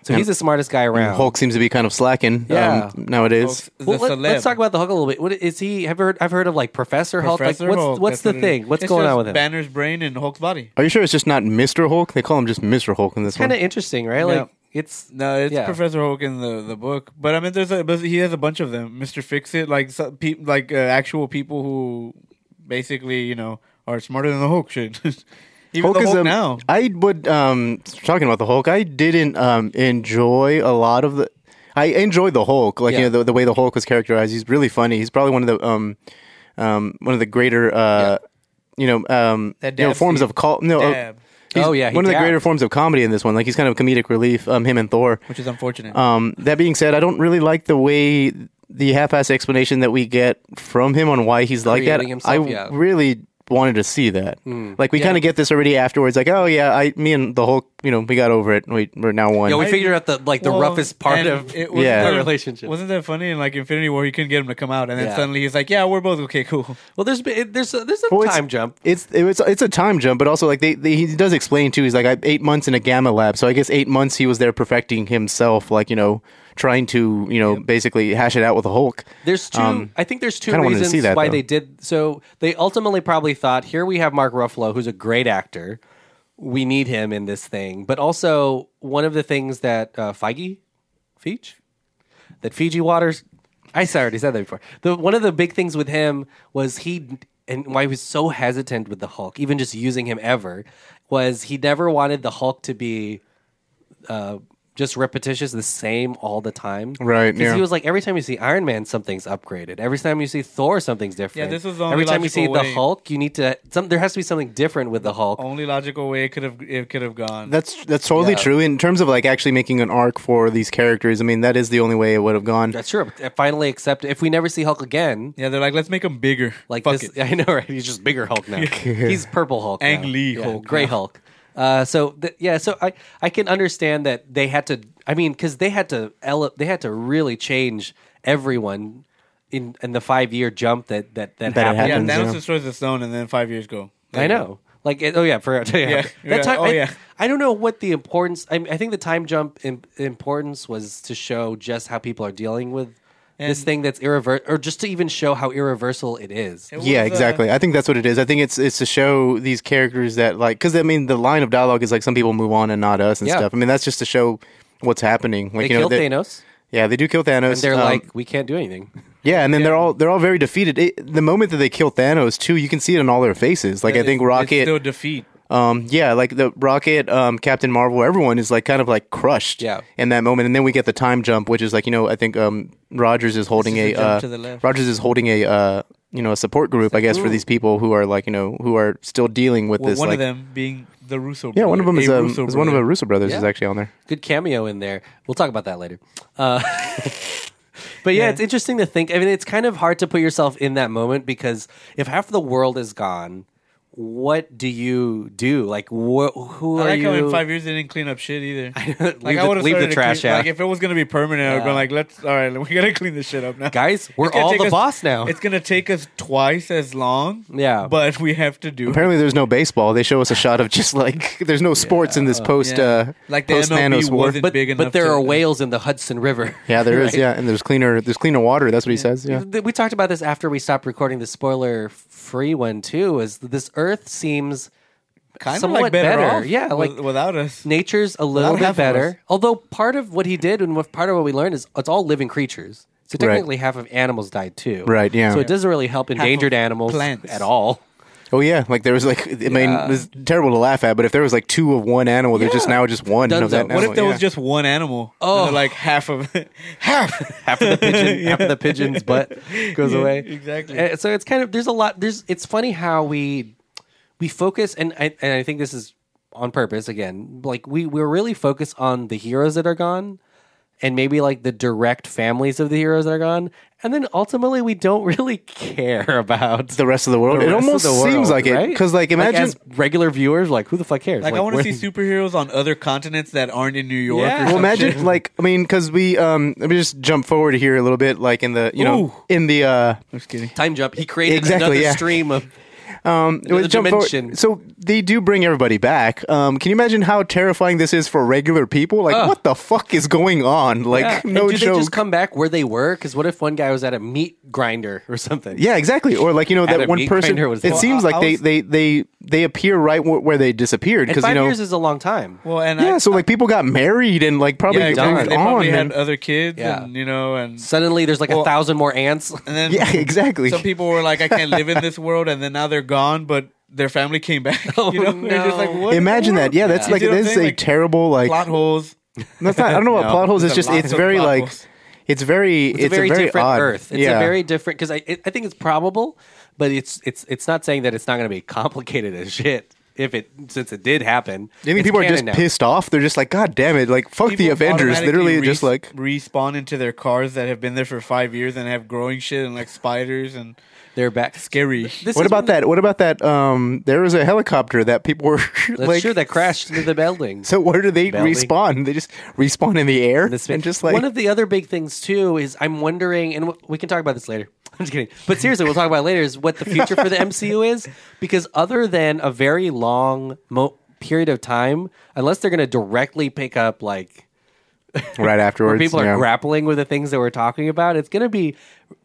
[SPEAKER 1] So he's the smartest guy around.
[SPEAKER 5] Hulk seems to be kind of slacking
[SPEAKER 1] Yeah.
[SPEAKER 5] um, nowadays.
[SPEAKER 4] Hulk's the
[SPEAKER 1] Well, let,
[SPEAKER 4] celeb.
[SPEAKER 1] let's talk about the Hulk a little bit. What is he? Have heard? I've heard of like Professor Hulk.
[SPEAKER 4] Professor
[SPEAKER 1] like, what's
[SPEAKER 4] Hulk,
[SPEAKER 1] what's the
[SPEAKER 4] that's what it is.
[SPEAKER 1] thing? What's
[SPEAKER 4] It's
[SPEAKER 1] going
[SPEAKER 4] just
[SPEAKER 1] on with him?
[SPEAKER 4] Banner's brain and Hulk's body.
[SPEAKER 5] Are you sure it's just not Mr. Hulk? They call him just Mr. Hulk in this
[SPEAKER 1] Kind of
[SPEAKER 5] one.
[SPEAKER 1] interesting, right? Like it's
[SPEAKER 4] No, it's
[SPEAKER 1] yeah.
[SPEAKER 4] Professor Hulk in the, the book. But I mean, there's a, but he has a bunch of them. Mister Fix It, like some peop like uh, actual people who basically you know are smarter than the Hulk should. Even the Hulk
[SPEAKER 5] um,
[SPEAKER 4] now.
[SPEAKER 5] I would um talking about the Hulk. I didn't um enjoy a lot of the. I enjoyed the Hulk. Like
[SPEAKER 1] Yeah.
[SPEAKER 5] you know the, the way the Hulk was characterized. He's really funny. He's probably one of the um um one of the greater uh you know um
[SPEAKER 4] That
[SPEAKER 5] you know
[SPEAKER 4] dab
[SPEAKER 5] forms
[SPEAKER 4] scene.
[SPEAKER 5] of call no uh,
[SPEAKER 4] Dab.
[SPEAKER 5] he's
[SPEAKER 1] Oh, yeah, he
[SPEAKER 5] one of the
[SPEAKER 1] dabbed.
[SPEAKER 5] greater forms of comedy in this one. Like he's kind of comedic relief. Um, him and Thor.
[SPEAKER 4] which is unfortunate.
[SPEAKER 5] Um, that being said, I don't really like the way the half-ass explanation that we get from him on why he's like that.
[SPEAKER 1] Creating himself,
[SPEAKER 5] I
[SPEAKER 1] yeah. Hmm.
[SPEAKER 5] really wanted to see that. Like we kind of get this already afterwards. Like, oh yeah, I, me and the Hulk, you know, we got over it. We, we're now one.
[SPEAKER 1] Yeah, we figured out the like the
[SPEAKER 4] Well,
[SPEAKER 1] roughest part
[SPEAKER 4] and
[SPEAKER 1] of
[SPEAKER 4] it wasn't
[SPEAKER 5] Yeah.
[SPEAKER 1] their
[SPEAKER 5] that-
[SPEAKER 1] relationship.
[SPEAKER 4] Wasn't that funny? In like Infinity War, you couldn't get him to come out, and then
[SPEAKER 1] Yeah.
[SPEAKER 4] suddenly he's like, "Yeah, we're both okay, cool."
[SPEAKER 1] well, there's been- there's a, there's a
[SPEAKER 5] Well, it's-
[SPEAKER 1] time jump.
[SPEAKER 5] It's it was, it's a time jump, but also like they, they he does explain too. He's like I eight months in a gamma lab, so I guess eight months he was there perfecting himself, like you know, trying to you know basically hash it out with the Hulk.
[SPEAKER 1] There's two.
[SPEAKER 5] Um,
[SPEAKER 1] I think there's two
[SPEAKER 5] kinda wanted to
[SPEAKER 1] reasons
[SPEAKER 5] see that,
[SPEAKER 1] why
[SPEAKER 5] though.
[SPEAKER 1] they did. So they ultimately probably thought, here we have Mark Ruffalo, who's a great actor. We need him in this thing. But also, one of the things that uh, Feige, Feige, that Fiji Waters. I said- already said that before. The one of the big things with him was he and why he was so hesitant with the Hulk, even just using him ever, was he never wanted the Hulk to be uh, just repetitious, the same all the time.
[SPEAKER 5] Right,
[SPEAKER 1] 'Cause
[SPEAKER 5] yeah.
[SPEAKER 1] He was like every time you see Iron Man, something's upgraded. Every time you see Thor, something's different.
[SPEAKER 4] this was the only
[SPEAKER 1] every time you see
[SPEAKER 4] logical
[SPEAKER 1] the
[SPEAKER 4] way. Oh.
[SPEAKER 1] Hulk, you need to some. There has to be something different with the Hulk.
[SPEAKER 4] Only logical way it could have it could have gone.
[SPEAKER 5] That's that's totally
[SPEAKER 1] Yeah.
[SPEAKER 5] true in terms of like actually making an arc for these characters. I mean, that is the only way it would have gone.
[SPEAKER 1] That's true. Finally, accept if we never see Hulk again.
[SPEAKER 4] yeah, they're like, "Let's make him bigger."
[SPEAKER 1] Like
[SPEAKER 4] Fuck
[SPEAKER 1] this,
[SPEAKER 4] it.
[SPEAKER 1] I know, right? He's just bigger Hulk now. He's purple Hulk,
[SPEAKER 4] Ang
[SPEAKER 1] now.
[SPEAKER 4] Lee
[SPEAKER 1] Yeah,
[SPEAKER 4] Hulk
[SPEAKER 1] gray
[SPEAKER 4] now.
[SPEAKER 1] Hulk. Uh, so th- yeah, so I I can understand that they had to. I mean, because they had to ele- they had to really change everyone in in the five year jump that that that,
[SPEAKER 5] That it
[SPEAKER 1] happened.
[SPEAKER 4] Yeah,
[SPEAKER 5] happens,
[SPEAKER 4] Thanos
[SPEAKER 5] yeah.
[SPEAKER 4] destroys the stone, and then five years go.
[SPEAKER 1] I know. Like it, oh yeah, for yeah.
[SPEAKER 4] Yeah,
[SPEAKER 1] that
[SPEAKER 4] yeah,
[SPEAKER 1] time.
[SPEAKER 4] oh,
[SPEAKER 1] I,
[SPEAKER 4] yeah.
[SPEAKER 1] I don't know what the importance. I, mean, I think the time jump im- importance was to show just how people are dealing with this thing that's irreversible, or just to even show how irreversible it is.
[SPEAKER 4] It
[SPEAKER 5] yeah,
[SPEAKER 4] was, uh,
[SPEAKER 5] exactly. I think that's what it is. I think it's it's to show these characters that like because I mean the line of dialogue is like some people move on and not us and
[SPEAKER 1] Yeah.
[SPEAKER 5] stuff. I mean that's just to show what's happening. Like
[SPEAKER 1] They
[SPEAKER 5] you know,
[SPEAKER 1] killed
[SPEAKER 5] that-
[SPEAKER 1] Thanos.
[SPEAKER 5] Yeah, they do kill Thanos.
[SPEAKER 1] And they're
[SPEAKER 5] um,
[SPEAKER 1] like, we can't do anything.
[SPEAKER 5] yeah, and then they're all they're all very defeated. It, the moment that they kill Thanos too, you can see it in all their faces. Like I think
[SPEAKER 4] it's- it's
[SPEAKER 5] Rocket,
[SPEAKER 4] still defeat.
[SPEAKER 5] um, yeah, like the Rocket, um, Captain Marvel, everyone is like kind of like crushed.
[SPEAKER 1] Yeah.
[SPEAKER 5] in that moment, and then we get the time jump, which is like you know I think um, Rogers is holding
[SPEAKER 4] This
[SPEAKER 5] a
[SPEAKER 4] is a jump
[SPEAKER 5] uh,
[SPEAKER 4] to the left.
[SPEAKER 5] Rogers is holding a uh, you know a support group, I guess, for these people who are like you know who are still dealing with
[SPEAKER 4] Well,
[SPEAKER 5] this.
[SPEAKER 4] one
[SPEAKER 5] like,
[SPEAKER 4] of them being the Russo.
[SPEAKER 5] yeah, one of them
[SPEAKER 4] brother,
[SPEAKER 5] is,
[SPEAKER 4] a
[SPEAKER 5] um,
[SPEAKER 4] Russo
[SPEAKER 5] is one of the
[SPEAKER 4] brother.
[SPEAKER 5] Russo brothers is
[SPEAKER 1] Yeah.
[SPEAKER 5] actually on there.
[SPEAKER 1] Good cameo in there. We'll talk about that later. Uh, but yeah, it's interesting to think. I mean, it's kind of hard to put yourself in that moment because if half the world is gone, what do you do? Like, wh- who
[SPEAKER 4] I
[SPEAKER 1] are
[SPEAKER 4] like
[SPEAKER 1] you?
[SPEAKER 4] how in five years they didn't clean up shit either.
[SPEAKER 1] leave,
[SPEAKER 4] Like I
[SPEAKER 1] the,
[SPEAKER 4] would have
[SPEAKER 1] leave the trash
[SPEAKER 4] clean,
[SPEAKER 1] out.
[SPEAKER 4] Like if it was gonna be permanent, I would have
[SPEAKER 1] Yeah.
[SPEAKER 4] been like, "Let's all right, we gotta clean this shit up now,
[SPEAKER 1] Guys, we're
[SPEAKER 4] It's gonna
[SPEAKER 1] all
[SPEAKER 4] take
[SPEAKER 1] the
[SPEAKER 4] us-
[SPEAKER 1] boss now.
[SPEAKER 4] It's gonna take us twice as long.
[SPEAKER 1] Yeah.
[SPEAKER 4] but we have to do. it.
[SPEAKER 5] Apparently, there's no baseball. They show us a shot of just like there's no sports in this post
[SPEAKER 4] Oh, Yeah.
[SPEAKER 5] uh,
[SPEAKER 4] Like the
[SPEAKER 5] post
[SPEAKER 4] MLB
[SPEAKER 5] Thanos war.
[SPEAKER 4] wasn't-
[SPEAKER 1] but
[SPEAKER 4] big
[SPEAKER 1] but
[SPEAKER 4] enough
[SPEAKER 1] there
[SPEAKER 4] to-
[SPEAKER 1] are whales in the Hudson River.
[SPEAKER 5] Yeah, there is. Yeah, and there's cleaner there's cleaner water. That's what he says. Yeah.
[SPEAKER 1] Th- we talked about this after we stopped recording the spoiler free one too. Is this Earth seems
[SPEAKER 4] kind of
[SPEAKER 1] somewhat
[SPEAKER 4] like better,
[SPEAKER 1] better.
[SPEAKER 4] off
[SPEAKER 1] Yeah,
[SPEAKER 4] with-
[SPEAKER 1] like-
[SPEAKER 4] without us.
[SPEAKER 1] nature's a little
[SPEAKER 4] Without half
[SPEAKER 1] bit
[SPEAKER 4] of us.
[SPEAKER 1] better. Although part of what he did and what, part of what we learned is it's all living creatures. So
[SPEAKER 5] Right.
[SPEAKER 1] technically, half of animals died too.
[SPEAKER 5] Right, yeah.
[SPEAKER 1] So it doesn't really help endangered
[SPEAKER 4] of
[SPEAKER 1] animals
[SPEAKER 4] plants.
[SPEAKER 1] at all.
[SPEAKER 5] Oh yeah, like there was like I mean it was terrible to laugh at, but if there was like two of one animal, there's just
[SPEAKER 1] Yeah.
[SPEAKER 5] now just one
[SPEAKER 1] Dunzo.
[SPEAKER 5] of that.
[SPEAKER 1] What
[SPEAKER 5] animal,
[SPEAKER 4] What if there
[SPEAKER 5] yeah.
[SPEAKER 4] was just one animal?
[SPEAKER 1] Oh.
[SPEAKER 4] Oh, like half of it. half.
[SPEAKER 1] Half of the pigeon, half of the pigeon's butt goes
[SPEAKER 4] Yeah,
[SPEAKER 1] away.
[SPEAKER 4] exactly.
[SPEAKER 1] Uh, So it's kind of there's a lot. There's it's funny how we we focus and I, and I think this is on purpose again. Like we we're really focused on the heroes that are gone and maybe like the direct families of the heroes that are gone, and then ultimately we don't really care about
[SPEAKER 5] the rest of the world?
[SPEAKER 1] the
[SPEAKER 5] it
[SPEAKER 1] rest
[SPEAKER 5] almost
[SPEAKER 1] of the world,
[SPEAKER 5] seems like it
[SPEAKER 1] right?
[SPEAKER 5] because like imagine
[SPEAKER 1] as regular viewers, like who the fuck cares?
[SPEAKER 4] Like, I want to
[SPEAKER 1] where-
[SPEAKER 4] see superheroes on other continents that aren't in New
[SPEAKER 1] Yeah.
[SPEAKER 4] York. Or
[SPEAKER 1] Well,
[SPEAKER 5] well,
[SPEAKER 4] some
[SPEAKER 5] imagine
[SPEAKER 4] shit.
[SPEAKER 5] like I mean because we um let me just jump forward here a little bit like in the you
[SPEAKER 4] Ooh.
[SPEAKER 5] know in the uh
[SPEAKER 4] I'm just kidding.
[SPEAKER 1] time jump. He created
[SPEAKER 5] Exactly,
[SPEAKER 1] another
[SPEAKER 5] yeah.
[SPEAKER 1] stream of
[SPEAKER 5] um
[SPEAKER 1] Another
[SPEAKER 5] we jump forward-
[SPEAKER 1] dimension.
[SPEAKER 5] so they do bring everybody back um can you imagine how terrifying this is for regular people like what the fuck is going on like
[SPEAKER 1] Yeah. And
[SPEAKER 5] no
[SPEAKER 1] do
[SPEAKER 5] joke
[SPEAKER 1] they just come back where they were? Because what if one guy was at a meat grinder or something?
[SPEAKER 5] Yeah, exactly. Or like you know that
[SPEAKER 1] Adam
[SPEAKER 5] one
[SPEAKER 1] Meek
[SPEAKER 5] person.
[SPEAKER 1] Grinder was-
[SPEAKER 5] it
[SPEAKER 1] Well,
[SPEAKER 5] seems
[SPEAKER 4] I-
[SPEAKER 5] like
[SPEAKER 4] I
[SPEAKER 5] they,
[SPEAKER 4] was-
[SPEAKER 5] they they they appear right wh- where they disappeared
[SPEAKER 1] and
[SPEAKER 5] because
[SPEAKER 1] five
[SPEAKER 5] you know.
[SPEAKER 1] years is a long time.
[SPEAKER 4] Well, and
[SPEAKER 5] yeah,
[SPEAKER 4] I,
[SPEAKER 5] so like people got married and like probably
[SPEAKER 4] yeah,
[SPEAKER 5] moved
[SPEAKER 1] exactly.
[SPEAKER 5] on.
[SPEAKER 4] they probably had uh,
[SPEAKER 5] and-
[SPEAKER 4] other kids,
[SPEAKER 1] Yeah.
[SPEAKER 4] and you know, and
[SPEAKER 1] Suddenly, there's like a
[SPEAKER 4] Well-
[SPEAKER 1] thousand more ants.
[SPEAKER 4] and then
[SPEAKER 5] yeah, exactly.
[SPEAKER 4] some people were like, "I can't live in this world," and then now they're gone, but their family came back.
[SPEAKER 1] Oh,
[SPEAKER 4] you know, They're just
[SPEAKER 1] no.
[SPEAKER 4] like, what in the
[SPEAKER 5] Imagine that.
[SPEAKER 4] world?
[SPEAKER 5] Yeah, that's
[SPEAKER 4] You
[SPEAKER 5] like
[SPEAKER 4] see what I'm
[SPEAKER 5] this is
[SPEAKER 4] saying?
[SPEAKER 5] a terrible like
[SPEAKER 4] plot holes.
[SPEAKER 5] That's not. I don't know what
[SPEAKER 4] No,
[SPEAKER 5] plot holes. It's
[SPEAKER 4] there's
[SPEAKER 5] just.
[SPEAKER 4] lots
[SPEAKER 5] It's
[SPEAKER 4] of
[SPEAKER 5] very
[SPEAKER 4] plot
[SPEAKER 5] like.
[SPEAKER 4] holes.
[SPEAKER 5] It's very. It's,
[SPEAKER 1] It's, a very, different
[SPEAKER 5] odd.
[SPEAKER 1] Earth. It's
[SPEAKER 5] yeah.
[SPEAKER 1] a very different because I it, I think it's probable, but it's it's it's not saying that it's not going to be complicated as shit if it since it did happen.
[SPEAKER 5] Do you think
[SPEAKER 1] It's
[SPEAKER 5] people are just
[SPEAKER 1] canon now.
[SPEAKER 5] pissed off? They're just like, God damn it! Like, fuck the
[SPEAKER 4] People
[SPEAKER 5] Avengers.
[SPEAKER 4] automatically
[SPEAKER 5] Literally,
[SPEAKER 4] res-
[SPEAKER 5] just like
[SPEAKER 4] respawn into their cars that have been there for five years and have growing shit and like spiders and
[SPEAKER 1] They're back.
[SPEAKER 4] scary.
[SPEAKER 1] This
[SPEAKER 5] What
[SPEAKER 1] is
[SPEAKER 5] about
[SPEAKER 1] when-
[SPEAKER 5] that? What about that? Um, there was a helicopter that people were
[SPEAKER 1] That's
[SPEAKER 5] like.
[SPEAKER 1] sure that crashed into the building.
[SPEAKER 5] so where do they
[SPEAKER 1] Belly.
[SPEAKER 5] respawn? They just respawn in the air
[SPEAKER 1] this
[SPEAKER 5] and
[SPEAKER 1] bit.
[SPEAKER 5] just like
[SPEAKER 1] one of the other big things too is I'm wondering, and w- we can talk about this later. I'm just kidding, but seriously, we'll talk about it later. Is what the future for the MCU is because other than a very long mo- period of time, unless they're going to directly pick up like
[SPEAKER 5] right
[SPEAKER 1] where
[SPEAKER 5] afterwards.
[SPEAKER 1] people
[SPEAKER 5] yeah.
[SPEAKER 1] are grappling with the things that we're talking about, it's going to be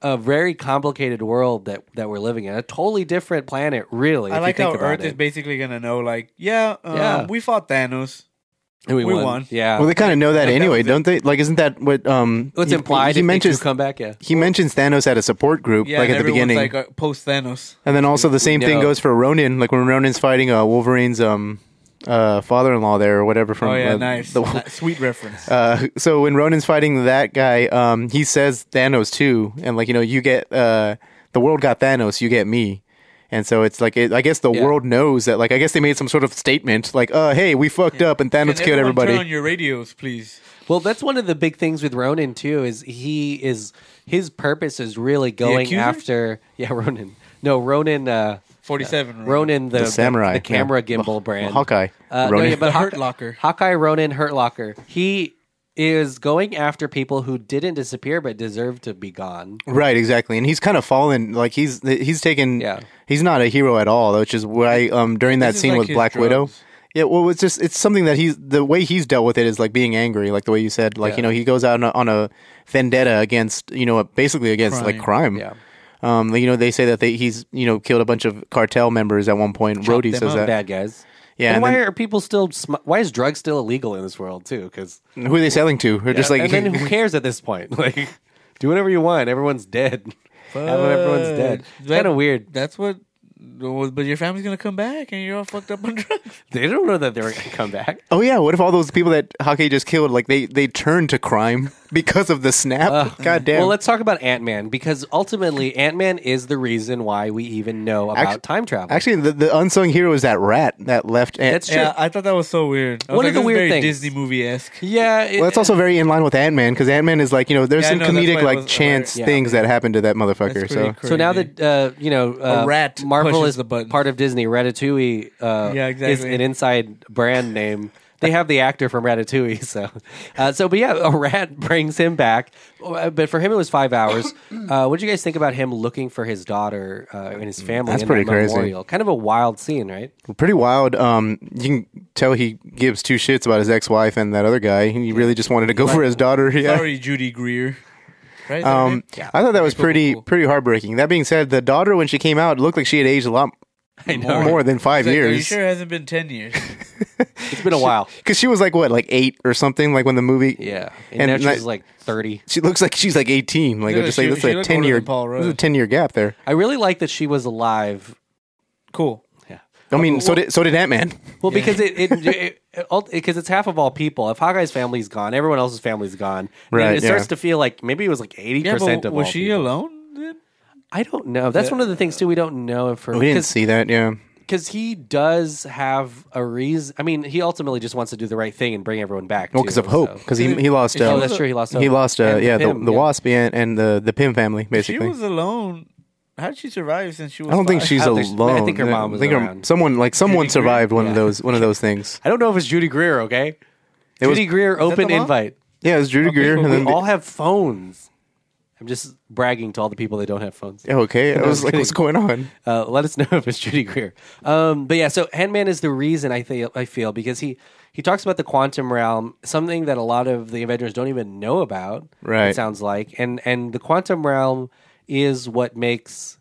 [SPEAKER 1] a very complicated world that that we're living in, a totally different planet, really.
[SPEAKER 4] I
[SPEAKER 1] if
[SPEAKER 4] like
[SPEAKER 1] you
[SPEAKER 4] how
[SPEAKER 1] think about
[SPEAKER 4] Earth
[SPEAKER 1] it.
[SPEAKER 4] is basically gonna know. Like, yeah, um,
[SPEAKER 1] Yeah.
[SPEAKER 4] we fought Thanos.
[SPEAKER 1] And
[SPEAKER 4] we won.
[SPEAKER 1] Yeah,
[SPEAKER 5] Well, they kind of know that
[SPEAKER 4] that
[SPEAKER 5] anyway,
[SPEAKER 4] was it.
[SPEAKER 5] don't they? Like, isn't that what? Um,
[SPEAKER 1] it's
[SPEAKER 5] he-
[SPEAKER 1] implied.
[SPEAKER 5] He
[SPEAKER 1] if
[SPEAKER 5] mentions
[SPEAKER 1] they do come back. Yeah,
[SPEAKER 5] he mentions Thanos had a support group,
[SPEAKER 4] Yeah,
[SPEAKER 5] like
[SPEAKER 4] and
[SPEAKER 5] at the
[SPEAKER 4] everyone's
[SPEAKER 5] beginning,
[SPEAKER 4] like uh, post Thanos.
[SPEAKER 5] and then also the same thing
[SPEAKER 1] No.
[SPEAKER 5] goes for Ronin. Like when Ronin's fighting uh, Wolverine's um, uh, father-in-law there or whatever from
[SPEAKER 4] Oh yeah,
[SPEAKER 5] uh,
[SPEAKER 4] nice,
[SPEAKER 5] the-
[SPEAKER 4] Ni- sweet reference.
[SPEAKER 5] Uh, so when Ronan's fighting that guy, um, he says Thanos too, and like you know, you get uh, the world got Thanos, you get me, and so it's like it, I guess the
[SPEAKER 1] Yeah.
[SPEAKER 5] world knows that. Like I guess they made some sort of statement, like, "Uh, hey, we fucked up, and
[SPEAKER 4] Can
[SPEAKER 5] Thanos
[SPEAKER 4] everyone
[SPEAKER 5] killed everybody."
[SPEAKER 4] Turn on your radios, please.
[SPEAKER 1] Well, that's one of the big things with Ronan too. Is he is his purpose is really going
[SPEAKER 4] accuser?
[SPEAKER 1] after yeah Ronan. No Ronan. Uh,
[SPEAKER 4] Forty-seven.
[SPEAKER 1] Ronan the,
[SPEAKER 5] The samurai,
[SPEAKER 1] the, camera
[SPEAKER 5] yeah.
[SPEAKER 1] gimbal
[SPEAKER 5] Well,
[SPEAKER 1] brand,
[SPEAKER 5] Hawkeye.
[SPEAKER 1] Uh, no,
[SPEAKER 5] Ronan.
[SPEAKER 1] yeah, but
[SPEAKER 4] The Hurt
[SPEAKER 1] Hawk-
[SPEAKER 4] Locker.
[SPEAKER 1] Hawkeye, Ronan, Hurt Locker. He is going after people who didn't disappear but deserve to be gone.
[SPEAKER 5] Right, exactly, and he's kind of fallen. Like he's he's taken.
[SPEAKER 1] Yeah.
[SPEAKER 5] he's not a hero at all, which is why um during that
[SPEAKER 4] This is
[SPEAKER 5] scene
[SPEAKER 4] like
[SPEAKER 5] with
[SPEAKER 4] his
[SPEAKER 5] Black Widow.
[SPEAKER 4] drugs.
[SPEAKER 5] Yeah, well, it's just it's something that he's the way he's dealt with it is like being angry, like the way you said, like you know he goes out on a, on a vendetta against you know basically against like crime.
[SPEAKER 1] Yeah.
[SPEAKER 5] Um, you know they say that they, he's you know killed a bunch of cartel members at one point. Rhodey
[SPEAKER 4] them
[SPEAKER 5] says
[SPEAKER 4] up.
[SPEAKER 5] that.
[SPEAKER 1] Bad guys.
[SPEAKER 5] Yeah,
[SPEAKER 1] And,
[SPEAKER 5] and
[SPEAKER 1] why
[SPEAKER 5] then-
[SPEAKER 1] are people still? Sm- why is drugs still illegal in this world too? Because
[SPEAKER 5] Who are they selling to? Or just like
[SPEAKER 1] and then who cares at this point? Like, do whatever you want. Everyone's dead. Everyone's dead. It's
[SPEAKER 4] Uh, That-
[SPEAKER 1] kind of weird.
[SPEAKER 4] That's what. But your family's gonna come back, and you're all fucked up on drugs.
[SPEAKER 1] They don't know that they were going to come back.
[SPEAKER 5] oh yeah, what if all those people that Hawkeye just killed like they they turned to crime because of the snap? God damn.
[SPEAKER 1] Well, let's talk about Ant Man because ultimately Ant Man is the reason why we even know about
[SPEAKER 5] Actu-
[SPEAKER 1] time travel.
[SPEAKER 5] Actually, the, the unsung hero is that rat that left. Ant-
[SPEAKER 1] That's true.
[SPEAKER 4] Yeah, I thought that was so weird. I was
[SPEAKER 1] One of
[SPEAKER 4] like,
[SPEAKER 1] the
[SPEAKER 4] this is
[SPEAKER 1] weird
[SPEAKER 4] very
[SPEAKER 1] things-
[SPEAKER 4] Disney movie esque.
[SPEAKER 1] yeah, it-
[SPEAKER 5] Well, that's also very in line with Ant Man because Ant Man is like you know there's
[SPEAKER 4] Yeah, I
[SPEAKER 5] some
[SPEAKER 4] know, that's why
[SPEAKER 5] comedic
[SPEAKER 4] it
[SPEAKER 5] like
[SPEAKER 4] was-
[SPEAKER 5] chance
[SPEAKER 1] yeah.
[SPEAKER 5] things that happened to that motherfucker.
[SPEAKER 4] That's
[SPEAKER 5] So
[SPEAKER 4] pretty
[SPEAKER 1] so now
[SPEAKER 4] crazy.
[SPEAKER 1] that uh, you know uh,
[SPEAKER 4] A rat
[SPEAKER 1] Marvel
[SPEAKER 4] pushes
[SPEAKER 1] is
[SPEAKER 4] the button.
[SPEAKER 1] part of Disney. Ratatouille, uh,
[SPEAKER 4] Yeah,
[SPEAKER 1] is
[SPEAKER 4] exactly.
[SPEAKER 1] an inside brand name. They have the actor from Ratatouille, so uh, so. But yeah, a rat brings him back. Uh, But for him, it was five hours. Uh, what did you guys think about him looking for his daughter uh, and his family?
[SPEAKER 5] Mm, That's
[SPEAKER 1] in
[SPEAKER 5] pretty
[SPEAKER 1] that
[SPEAKER 5] crazy.
[SPEAKER 1] Memorial? Kind of a wild scene, right?
[SPEAKER 5] pretty wild. Um, you can tell he gives two shits about his ex wife and that other guy. He really just wanted to go for his daughter. Yeah.
[SPEAKER 4] Sorry, Judy Greer. Right?
[SPEAKER 5] Um, I thought that was pretty pretty heartbreaking. That being said, the daughter when she came out looked like she had aged a lot more, than five
[SPEAKER 4] Like, Are you
[SPEAKER 5] years.
[SPEAKER 4] sure it hasn't been ten years?
[SPEAKER 1] It's been a while.
[SPEAKER 5] Because she was like what, like eight or something, like when the movie.
[SPEAKER 1] Yeah, and,
[SPEAKER 5] and,
[SPEAKER 1] now she's
[SPEAKER 5] like,
[SPEAKER 1] like thirty.
[SPEAKER 5] she looks like she's like eighteen. Like
[SPEAKER 4] Yeah,
[SPEAKER 5] I'm just
[SPEAKER 4] she-
[SPEAKER 5] like that's
[SPEAKER 4] she
[SPEAKER 5] like a
[SPEAKER 4] looked
[SPEAKER 5] ten
[SPEAKER 4] older
[SPEAKER 5] year.
[SPEAKER 4] than Paul
[SPEAKER 5] This is a
[SPEAKER 4] Rudd.
[SPEAKER 5] ten year gap there.
[SPEAKER 1] I really like that she was alive.
[SPEAKER 4] Cool.
[SPEAKER 1] Yeah.
[SPEAKER 5] I mean, so did so did Ant Man.
[SPEAKER 1] Well, because it because it, it, ult- because it's half of all people. If Hawkeye's family's gone, everyone else's family's gone. Then
[SPEAKER 5] Right,
[SPEAKER 1] it
[SPEAKER 5] yeah.
[SPEAKER 1] starts to feel like maybe it was like eighty
[SPEAKER 4] Yeah,
[SPEAKER 1] percent
[SPEAKER 4] but
[SPEAKER 1] of
[SPEAKER 4] was
[SPEAKER 1] all
[SPEAKER 4] she uh,
[SPEAKER 1] people.
[SPEAKER 4] alone? Then?
[SPEAKER 1] I don't know. That's one of the things too. We don't know if her
[SPEAKER 5] Oh, We didn't see that. Yeah.
[SPEAKER 1] because he does have a reason. I mean, he ultimately just wants to do the right thing and bring everyone back.
[SPEAKER 5] Well,
[SPEAKER 1] too,
[SPEAKER 5] because of hope,
[SPEAKER 1] so-
[SPEAKER 5] because he he lost.
[SPEAKER 4] Oh,
[SPEAKER 5] Uh,
[SPEAKER 1] that's true, he lost
[SPEAKER 5] He
[SPEAKER 1] hope.
[SPEAKER 5] lost. Uh,
[SPEAKER 1] And the
[SPEAKER 5] yeah, the,
[SPEAKER 1] Pym,
[SPEAKER 5] the
[SPEAKER 1] yeah.
[SPEAKER 5] Wasp and, and the the Pym family
[SPEAKER 4] She
[SPEAKER 5] basically.
[SPEAKER 4] was alone. How did she survive since she was?
[SPEAKER 5] I don't think
[SPEAKER 4] five?
[SPEAKER 5] she's
[SPEAKER 1] I don't think she- I
[SPEAKER 5] alone.
[SPEAKER 1] think her mom was around.
[SPEAKER 5] someone like someone
[SPEAKER 4] Judy Greer?
[SPEAKER 5] survived one of those one of those things.
[SPEAKER 1] I don't know if it's Judy Greer. Okay, Judy Greer open
[SPEAKER 4] the mom?
[SPEAKER 1] invite.
[SPEAKER 5] Yeah, it was Judy Greer.
[SPEAKER 1] We
[SPEAKER 5] And then the-
[SPEAKER 1] all have phones. I'm just bragging to all the people that don't have phones.
[SPEAKER 5] Yeah, okay, I was like, what's going on?
[SPEAKER 1] Uh, let us know if it's Judy Greer. Um, but yeah, so Handman is the reason I feel I feel because he he talks about the quantum realm, something that a lot of the Avengers don't even know about.
[SPEAKER 5] Right.
[SPEAKER 1] it sounds like, and and the quantum realm is what makes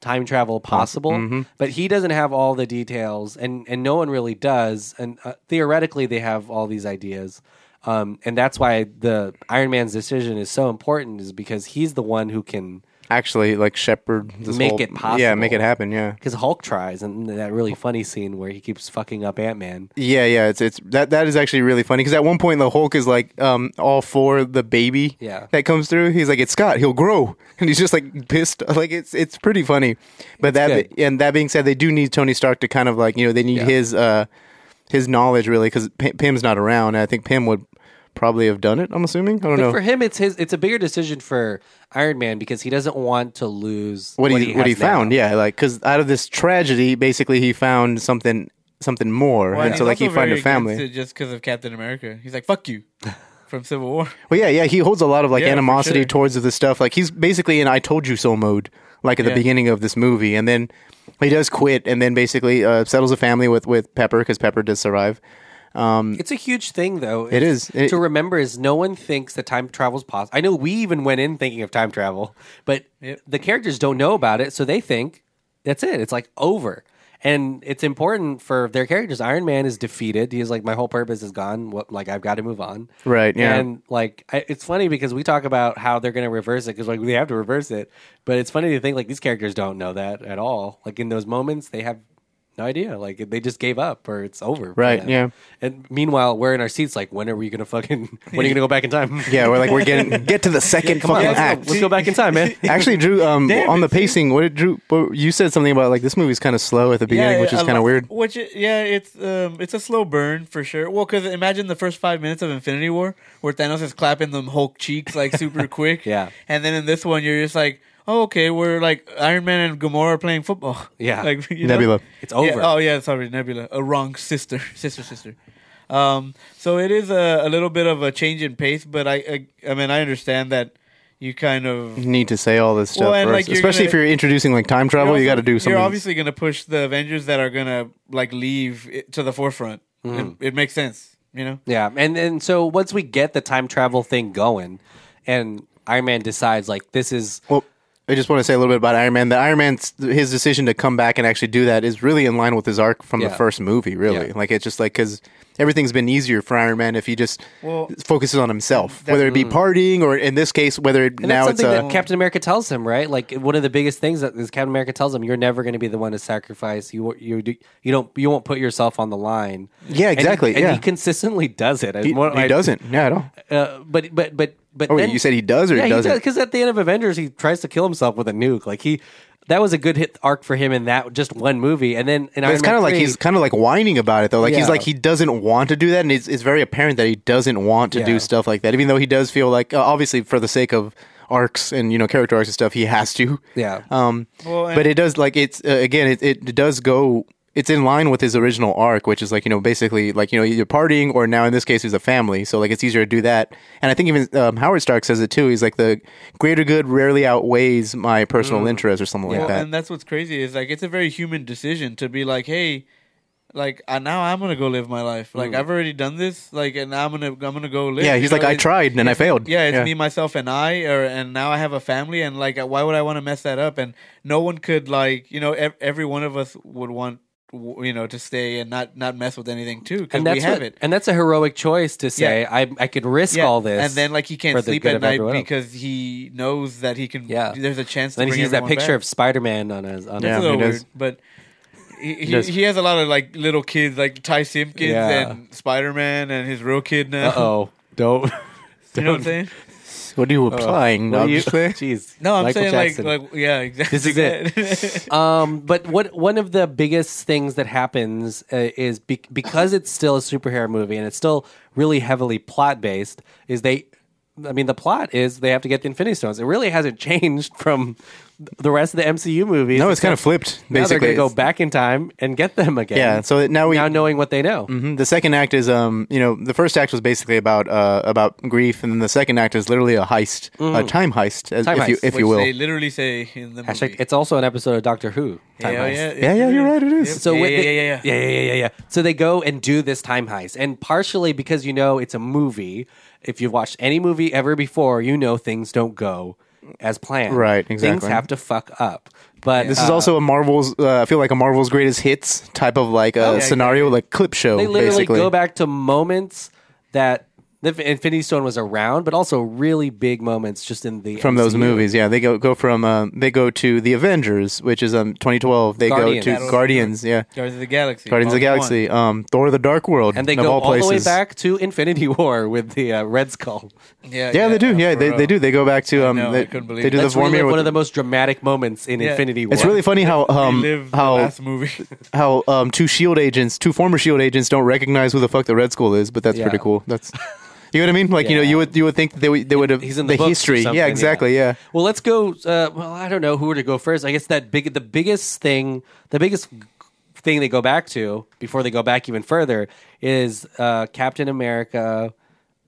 [SPEAKER 1] time travel possible. But he doesn't have all the details, and and no one really does. And uh, theoretically, they have all these ideas. Um, and that's why the Iron Man's decision is so important, is because he's the one who can
[SPEAKER 5] actually like shepherd this
[SPEAKER 1] Make
[SPEAKER 5] whole-
[SPEAKER 1] it possible.
[SPEAKER 5] Yeah, make it happen. Yeah,
[SPEAKER 1] Because Hulk tries, and that really funny scene where he keeps fucking up Ant Man.
[SPEAKER 5] yeah, yeah. It's it's that that is actually really funny because at one point the Hulk is like um all for the baby
[SPEAKER 1] Yeah.
[SPEAKER 5] that comes through. He's like it's Scott, he'll grow, and he's just like pissed. Like it's it's pretty funny. But that
[SPEAKER 1] good.
[SPEAKER 5] be- and that being said, they do need Tony Stark to kind of like you know they need
[SPEAKER 1] Yeah.
[SPEAKER 5] his uh his knowledge really because Pim's not around. And I think Pim would probably have done it. I'm assuming. I don't
[SPEAKER 1] But
[SPEAKER 5] know.
[SPEAKER 1] for him, it's his. It's a bigger decision for Iron Man because he doesn't want to lose
[SPEAKER 5] what, he,
[SPEAKER 1] has
[SPEAKER 5] what he
[SPEAKER 1] now.
[SPEAKER 5] found. Yeah, like because out of this tragedy, basically he found something something more,
[SPEAKER 4] Well,
[SPEAKER 5] and
[SPEAKER 4] he's
[SPEAKER 5] so like he
[SPEAKER 4] also
[SPEAKER 5] found
[SPEAKER 4] very
[SPEAKER 5] a family.
[SPEAKER 4] against it just because of Captain America. He's like, "Fuck you," from Civil War.
[SPEAKER 5] Well, yeah, yeah, he holds a lot of like
[SPEAKER 4] Yeah, for
[SPEAKER 5] animosity
[SPEAKER 4] sure.
[SPEAKER 5] towards the stuff. Like he's basically in "I told you so" mode, like at the
[SPEAKER 4] Yeah.
[SPEAKER 5] beginning of this movie, and then he does quit, and then basically uh, settles a family with with Pepper because Pepper does survive.
[SPEAKER 1] It's a huge thing, though.
[SPEAKER 5] Um, It is. It-
[SPEAKER 1] to remember is no one thinks that time travel is possible. I know we even went in thinking of time travel, but
[SPEAKER 4] Yep.
[SPEAKER 1] the characters don't know about it, so they think that's it. It's like over, and it's important for their characters. Iron Man is defeated. He is like, my whole purpose is gone. What, like I've got to move on.
[SPEAKER 5] Right, yeah.
[SPEAKER 1] And like I, it's funny because we talk about how they're going to reverse it because like they have to reverse it, but it's funny to think like these characters don't know that at all. Like in those moments, they have. No idea. Like they just gave up, or it's over. for
[SPEAKER 5] Right,
[SPEAKER 1] them.
[SPEAKER 5] yeah.
[SPEAKER 1] And meanwhile, we're in our seats, like, when are we gonna fucking? When are you gonna go back in time?
[SPEAKER 5] Yeah, we're like we're getting get to the second
[SPEAKER 1] come on,
[SPEAKER 5] fucking
[SPEAKER 1] let's go,
[SPEAKER 5] act.
[SPEAKER 1] let's go back in time, man.
[SPEAKER 5] Actually, Drew, um,
[SPEAKER 4] Damn
[SPEAKER 5] on
[SPEAKER 4] it,
[SPEAKER 5] the pacing, what did Drew? What, you said something about like this movie's kind of slow at the beginning, which
[SPEAKER 4] I
[SPEAKER 5] is kind of
[SPEAKER 4] love-
[SPEAKER 5] weird.
[SPEAKER 4] Which i- yeah, it's um, it's a slow burn for sure. Well, because imagine the first five minutes of Infinity War where Thanos is clapping them Hulk cheeks like super quick.
[SPEAKER 1] Yeah.
[SPEAKER 4] and then in this one you're just like, oh okay, we're like Iron Man and Gamora are playing football.
[SPEAKER 1] Yeah.
[SPEAKER 4] like you know?
[SPEAKER 5] Nebula.
[SPEAKER 1] It's over.
[SPEAKER 4] Yeah, oh yeah, sorry, Nebula. A wrong sister, sister, sister. Um, so it is a, a little bit of a change in pace, but I, I I mean I understand that you kind of
[SPEAKER 5] need to say all this stuff
[SPEAKER 4] Well, and,
[SPEAKER 5] first,
[SPEAKER 4] like, you're
[SPEAKER 5] especially
[SPEAKER 4] gonna-
[SPEAKER 5] if you're introducing like time travel. you
[SPEAKER 4] also-
[SPEAKER 5] got to do something.
[SPEAKER 4] You're obviously going to push the Avengers that are going to like leave it to the forefront.
[SPEAKER 5] Mm-hmm.
[SPEAKER 4] It, it makes sense, you know.
[SPEAKER 1] Yeah, and and so once we get the time travel thing going, and Iron Man decides like this is
[SPEAKER 5] well, I just want to say a little bit about Iron Man. The Iron Man's his decision to come back and actually do that is really in line with his arc from
[SPEAKER 1] Yeah.
[SPEAKER 5] the first movie. Really,
[SPEAKER 1] Yeah.
[SPEAKER 5] like it's just like because everything's been easier for Iron Man if he just
[SPEAKER 4] Well,
[SPEAKER 5] focuses on himself,
[SPEAKER 4] that-
[SPEAKER 5] whether it be partying or in this case, whether it,
[SPEAKER 1] Mm. and
[SPEAKER 5] now
[SPEAKER 1] that's
[SPEAKER 5] it's
[SPEAKER 1] something
[SPEAKER 5] a
[SPEAKER 1] that Captain America tells him, right? Like one of the biggest things that is Captain America tells him, you're never going to be the one to sacrifice. You won't- you do, you don't you won't put yourself on the line.
[SPEAKER 5] Yeah,
[SPEAKER 1] And he-
[SPEAKER 5] exactly,
[SPEAKER 1] And,
[SPEAKER 5] yeah.
[SPEAKER 1] he consistently does it.
[SPEAKER 5] he, he doesn't. Yeah, at all.
[SPEAKER 1] Uh, but but but but
[SPEAKER 5] Oh, wait,
[SPEAKER 1] then-
[SPEAKER 5] you said he does or he
[SPEAKER 1] yeah,
[SPEAKER 5] doesn't?
[SPEAKER 1] because at the end of Avengers he tries to kill himself with a nuke like he that was a good hit arc for him in that just one movie and then in Iron
[SPEAKER 5] But it's
[SPEAKER 1] Man
[SPEAKER 5] kind of like
[SPEAKER 1] 3
[SPEAKER 5] he's kind of like whining about it though. Like
[SPEAKER 1] Yeah.
[SPEAKER 5] he's like he doesn't want to do that, and it's, it's very apparent that he doesn't want to
[SPEAKER 1] Yeah.
[SPEAKER 5] do stuff like that. Even though he does feel like uh, obviously for the sake of arcs and you know character arcs and stuff, he has to.
[SPEAKER 1] Yeah.
[SPEAKER 5] Um.
[SPEAKER 4] Well, and-
[SPEAKER 5] but it does like it's uh, again it, it does go. It's in line with his original arc, which is like you know basically like you know you're partying or now in this case he's a family, so like it's easier to do that. And I think even um, Howard Stark says it too. He's like the greater good rarely outweighs my personal interest or something like
[SPEAKER 4] Mm. Well,
[SPEAKER 5] that.
[SPEAKER 4] and that's what's crazy is like it's a very human decision to be like, hey, like I, now I'm gonna go live my life. Like I've already done this. Like and now I'm gonna I'm gonna go live.
[SPEAKER 5] Mm. yeah,
[SPEAKER 4] you
[SPEAKER 5] he's
[SPEAKER 4] know?
[SPEAKER 5] like I
[SPEAKER 4] It's-
[SPEAKER 5] tried and I failed.
[SPEAKER 4] Yeah, it's me, myself, and I, or and now I have a family, and like, why would I want to mess that up? And no one could like, you know, ev- every one of us would want, w- you know, to stay and not not mess with anything too, because
[SPEAKER 1] and that's
[SPEAKER 4] we have
[SPEAKER 1] what-
[SPEAKER 4] it.
[SPEAKER 1] and that's a heroic choice to say I I could risk all this
[SPEAKER 4] and then like he
[SPEAKER 1] for
[SPEAKER 4] can't
[SPEAKER 1] the
[SPEAKER 4] sleep
[SPEAKER 1] good
[SPEAKER 4] at
[SPEAKER 1] of
[SPEAKER 4] night
[SPEAKER 1] everyone else.
[SPEAKER 4] because he knows that he can.
[SPEAKER 1] Yeah.
[SPEAKER 4] there's a chance.
[SPEAKER 1] then
[SPEAKER 4] to
[SPEAKER 1] he
[SPEAKER 4] bring
[SPEAKER 1] sees that
[SPEAKER 4] everyone
[SPEAKER 1] picture
[SPEAKER 4] back.
[SPEAKER 1] of Spider Man on his on
[SPEAKER 4] It's
[SPEAKER 5] Yeah,
[SPEAKER 4] a
[SPEAKER 1] his
[SPEAKER 4] little
[SPEAKER 5] he
[SPEAKER 4] weird,
[SPEAKER 5] does.
[SPEAKER 4] but he, he,
[SPEAKER 5] does.
[SPEAKER 4] he has a lot of like little kids, like Ty Simpkins
[SPEAKER 1] Yeah.
[SPEAKER 4] and Spider Man, and his real kid now.
[SPEAKER 1] uh oh don't
[SPEAKER 4] you know what I'm saying?
[SPEAKER 5] What are you
[SPEAKER 4] Oh.
[SPEAKER 5] applying?
[SPEAKER 1] What
[SPEAKER 5] I'm
[SPEAKER 1] do you-
[SPEAKER 5] just saying.
[SPEAKER 1] jeez
[SPEAKER 4] No, I'm
[SPEAKER 1] Michael
[SPEAKER 4] saying
[SPEAKER 1] Jackson.
[SPEAKER 4] like, like, yeah, exactly.
[SPEAKER 1] This is it. um, but what one of the biggest things that happens uh, is be- because it's still a superhero movie and it's still really heavily plot based. Is they, I mean, the plot is they have to get the Infinity Stones. It really hasn't changed from the rest of the MCU movies.
[SPEAKER 5] No, it's kind of
[SPEAKER 1] except
[SPEAKER 5] flipped.
[SPEAKER 1] now they're
[SPEAKER 5] Basically,
[SPEAKER 1] going to go back in time and get them again.
[SPEAKER 5] Yeah, so that now we-
[SPEAKER 1] now knowing what they know.
[SPEAKER 5] Mhm. the second act is um you know the first act was basically about uh about grief and then the second act is literally a heist, a time heist, as,
[SPEAKER 1] Time
[SPEAKER 5] if you
[SPEAKER 1] heist,
[SPEAKER 5] if
[SPEAKER 4] Which
[SPEAKER 5] you will.
[SPEAKER 4] they literally say in the
[SPEAKER 1] Hashtag,
[SPEAKER 4] movie.
[SPEAKER 1] it's also an episode of Doctor Who. Time
[SPEAKER 4] yeah,
[SPEAKER 1] heist.
[SPEAKER 4] yeah,
[SPEAKER 5] Yeah, yeah, you're right, it is.
[SPEAKER 1] So
[SPEAKER 4] yeah,
[SPEAKER 1] what
[SPEAKER 4] yeah,
[SPEAKER 1] they-
[SPEAKER 4] yeah, yeah, yeah.
[SPEAKER 1] yeah, yeah, yeah, yeah. So they go and do this time heist, and partially because you know it's a movie. If you've watched any movie ever before, you know things don't go as planned.
[SPEAKER 5] Right,
[SPEAKER 1] Things
[SPEAKER 5] exactly.
[SPEAKER 1] have to fuck up. But
[SPEAKER 5] This is
[SPEAKER 1] uh,
[SPEAKER 5] also a Marvel's. Uh, I feel like a Marvel's greatest hits type of like uh,
[SPEAKER 4] yeah,
[SPEAKER 5] scenario, like clip show.
[SPEAKER 1] they literally
[SPEAKER 5] basically.
[SPEAKER 1] go back to moments that the Inf- Infinity Stone was around, but also really big moments just in the
[SPEAKER 5] from those
[SPEAKER 1] MCU.
[SPEAKER 5] movies. Yeah, they go go from um, they go to the Avengers, which is um 2012. They
[SPEAKER 1] Guardians.
[SPEAKER 5] go
[SPEAKER 1] Battle
[SPEAKER 5] to
[SPEAKER 1] of
[SPEAKER 5] Guardians. Yeah,
[SPEAKER 4] Guardians of the Galaxy.
[SPEAKER 5] Guardians of the
[SPEAKER 4] Volume
[SPEAKER 5] Galaxy, um, Thor: The Dark World,
[SPEAKER 1] and they
[SPEAKER 5] of
[SPEAKER 1] go all,
[SPEAKER 5] all places.
[SPEAKER 1] the way back to Infinity War with the uh, Red Skull.
[SPEAKER 4] one. Yeah,
[SPEAKER 5] Yeah, they do. Yeah,
[SPEAKER 4] for
[SPEAKER 5] they, they
[SPEAKER 4] real.
[SPEAKER 5] do. They go back to um.
[SPEAKER 4] know, I
[SPEAKER 5] they,
[SPEAKER 4] couldn't believe
[SPEAKER 5] they
[SPEAKER 4] it.
[SPEAKER 5] do
[SPEAKER 1] That's
[SPEAKER 5] the formula
[SPEAKER 1] really one
[SPEAKER 5] with-
[SPEAKER 1] of the most dramatic moments in
[SPEAKER 4] Yeah.
[SPEAKER 1] Infinity War.
[SPEAKER 5] It's really funny how um
[SPEAKER 4] Relive the
[SPEAKER 5] how
[SPEAKER 4] last movie.
[SPEAKER 5] how um two shield agents, two former shield E agents, don't recognize who the fuck the Red Skull is, but that's
[SPEAKER 1] Yeah.
[SPEAKER 5] pretty cool. That's you know what I mean? Like you know
[SPEAKER 1] Yeah.
[SPEAKER 5] you would you would think they would they would have
[SPEAKER 1] He's in the, books or
[SPEAKER 5] history.
[SPEAKER 1] something,
[SPEAKER 5] Yeah, exactly. Yeah.
[SPEAKER 1] Well, let's go. Uh, well, I don't know who to go first. I guess that big, the biggest thing, the biggest thing they go back to before they go back even further is uh, Captain America,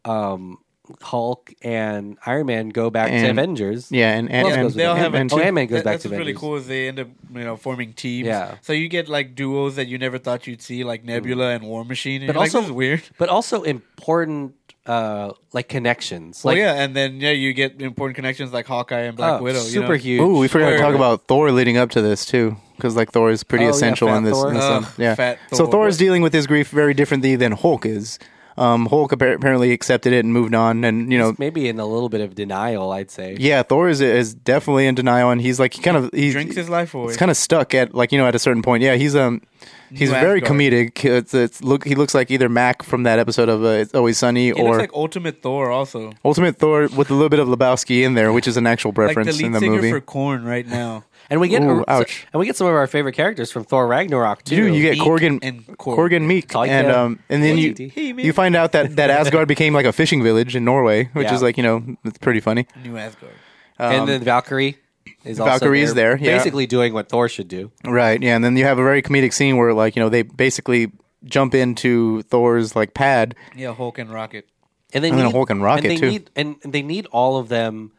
[SPEAKER 1] um, Hulk, and Iron Man go back to
[SPEAKER 5] And-
[SPEAKER 1] Avengers.
[SPEAKER 5] yeah, and and,
[SPEAKER 1] else
[SPEAKER 5] and,
[SPEAKER 1] goes
[SPEAKER 4] they all have
[SPEAKER 5] and,
[SPEAKER 1] Oh, Ant-Man goes
[SPEAKER 4] that-
[SPEAKER 1] back
[SPEAKER 4] that's
[SPEAKER 1] to
[SPEAKER 4] what's really
[SPEAKER 1] Avengers.
[SPEAKER 4] cool is they end up you know forming teams.
[SPEAKER 1] Yeah.
[SPEAKER 4] So you get like duos that you never thought you'd see, like Nebula and War Machine. And
[SPEAKER 1] But
[SPEAKER 4] you're like,
[SPEAKER 1] also
[SPEAKER 4] this is weird.
[SPEAKER 1] But also important, uh, like connections.
[SPEAKER 4] Like,
[SPEAKER 1] Like
[SPEAKER 4] well, yeah, and then yeah, you get important connections like Hawkeye and Black
[SPEAKER 1] oh,
[SPEAKER 4] Widow. you
[SPEAKER 1] super
[SPEAKER 4] know?
[SPEAKER 1] huge.
[SPEAKER 5] Oh, we forgot to
[SPEAKER 4] Or-
[SPEAKER 5] talk about Thor leading up to this too, because like Thor is pretty
[SPEAKER 1] Oh, yeah,
[SPEAKER 5] essential
[SPEAKER 1] Fat
[SPEAKER 5] in this.
[SPEAKER 1] Thor.
[SPEAKER 5] in this
[SPEAKER 4] Ugh,
[SPEAKER 5] one. Yeah,
[SPEAKER 4] Fat
[SPEAKER 5] so
[SPEAKER 4] Thor.
[SPEAKER 5] Thor is dealing with his grief very differently than Hulk is. Um, Hulk appar- apparently accepted it and moved on, and you know,
[SPEAKER 1] maybe in a little bit of denial, I'd say.
[SPEAKER 5] yeah, Thor is is definitely in denial, and he's like he kind of he
[SPEAKER 4] Drinks his life away.
[SPEAKER 5] It's kind of stuck at like you know at a certain point. Yeah, he's um he's
[SPEAKER 4] New
[SPEAKER 5] very
[SPEAKER 4] Asgard.
[SPEAKER 5] comedic. It's, it's look he looks like either Mac from that episode of uh, It's Always Sunny
[SPEAKER 4] He
[SPEAKER 5] or
[SPEAKER 4] looks like Ultimate Thor also.
[SPEAKER 5] Ultimate Thor with a little bit of Lebowski in there, which is an actual
[SPEAKER 4] Like the
[SPEAKER 5] reference
[SPEAKER 4] lead
[SPEAKER 5] in the
[SPEAKER 4] singer
[SPEAKER 5] movie.
[SPEAKER 4] for Korn right now.
[SPEAKER 1] And we get
[SPEAKER 5] Ooh,
[SPEAKER 1] so-
[SPEAKER 5] ouch.
[SPEAKER 1] and we get some of our favorite characters from Thor Ragnarok too.
[SPEAKER 5] Dude, you get
[SPEAKER 4] Meek
[SPEAKER 5] Corgan
[SPEAKER 4] and Korg.
[SPEAKER 5] Corgan Meek,
[SPEAKER 1] Taika.
[SPEAKER 5] and um, and then you
[SPEAKER 1] Waititi.
[SPEAKER 4] Hey, man.
[SPEAKER 5] you find out that that Asgard became like a fishing village in Norway, which
[SPEAKER 1] Yeah.
[SPEAKER 5] is like you know it's pretty funny.
[SPEAKER 4] New Asgard.
[SPEAKER 1] and then Valkyrie is also
[SPEAKER 5] Um, Valkyrie is there, yeah.
[SPEAKER 1] basically doing what Thor should do.
[SPEAKER 5] Right. Yeah, and then you have a very comedic scene where like you know they basically jump into Thor's like pad.
[SPEAKER 4] Yeah, Hulk and Rocket.
[SPEAKER 1] they
[SPEAKER 5] And then Hulk and Rocket,
[SPEAKER 1] they
[SPEAKER 5] too.
[SPEAKER 1] Need, and and they need all of them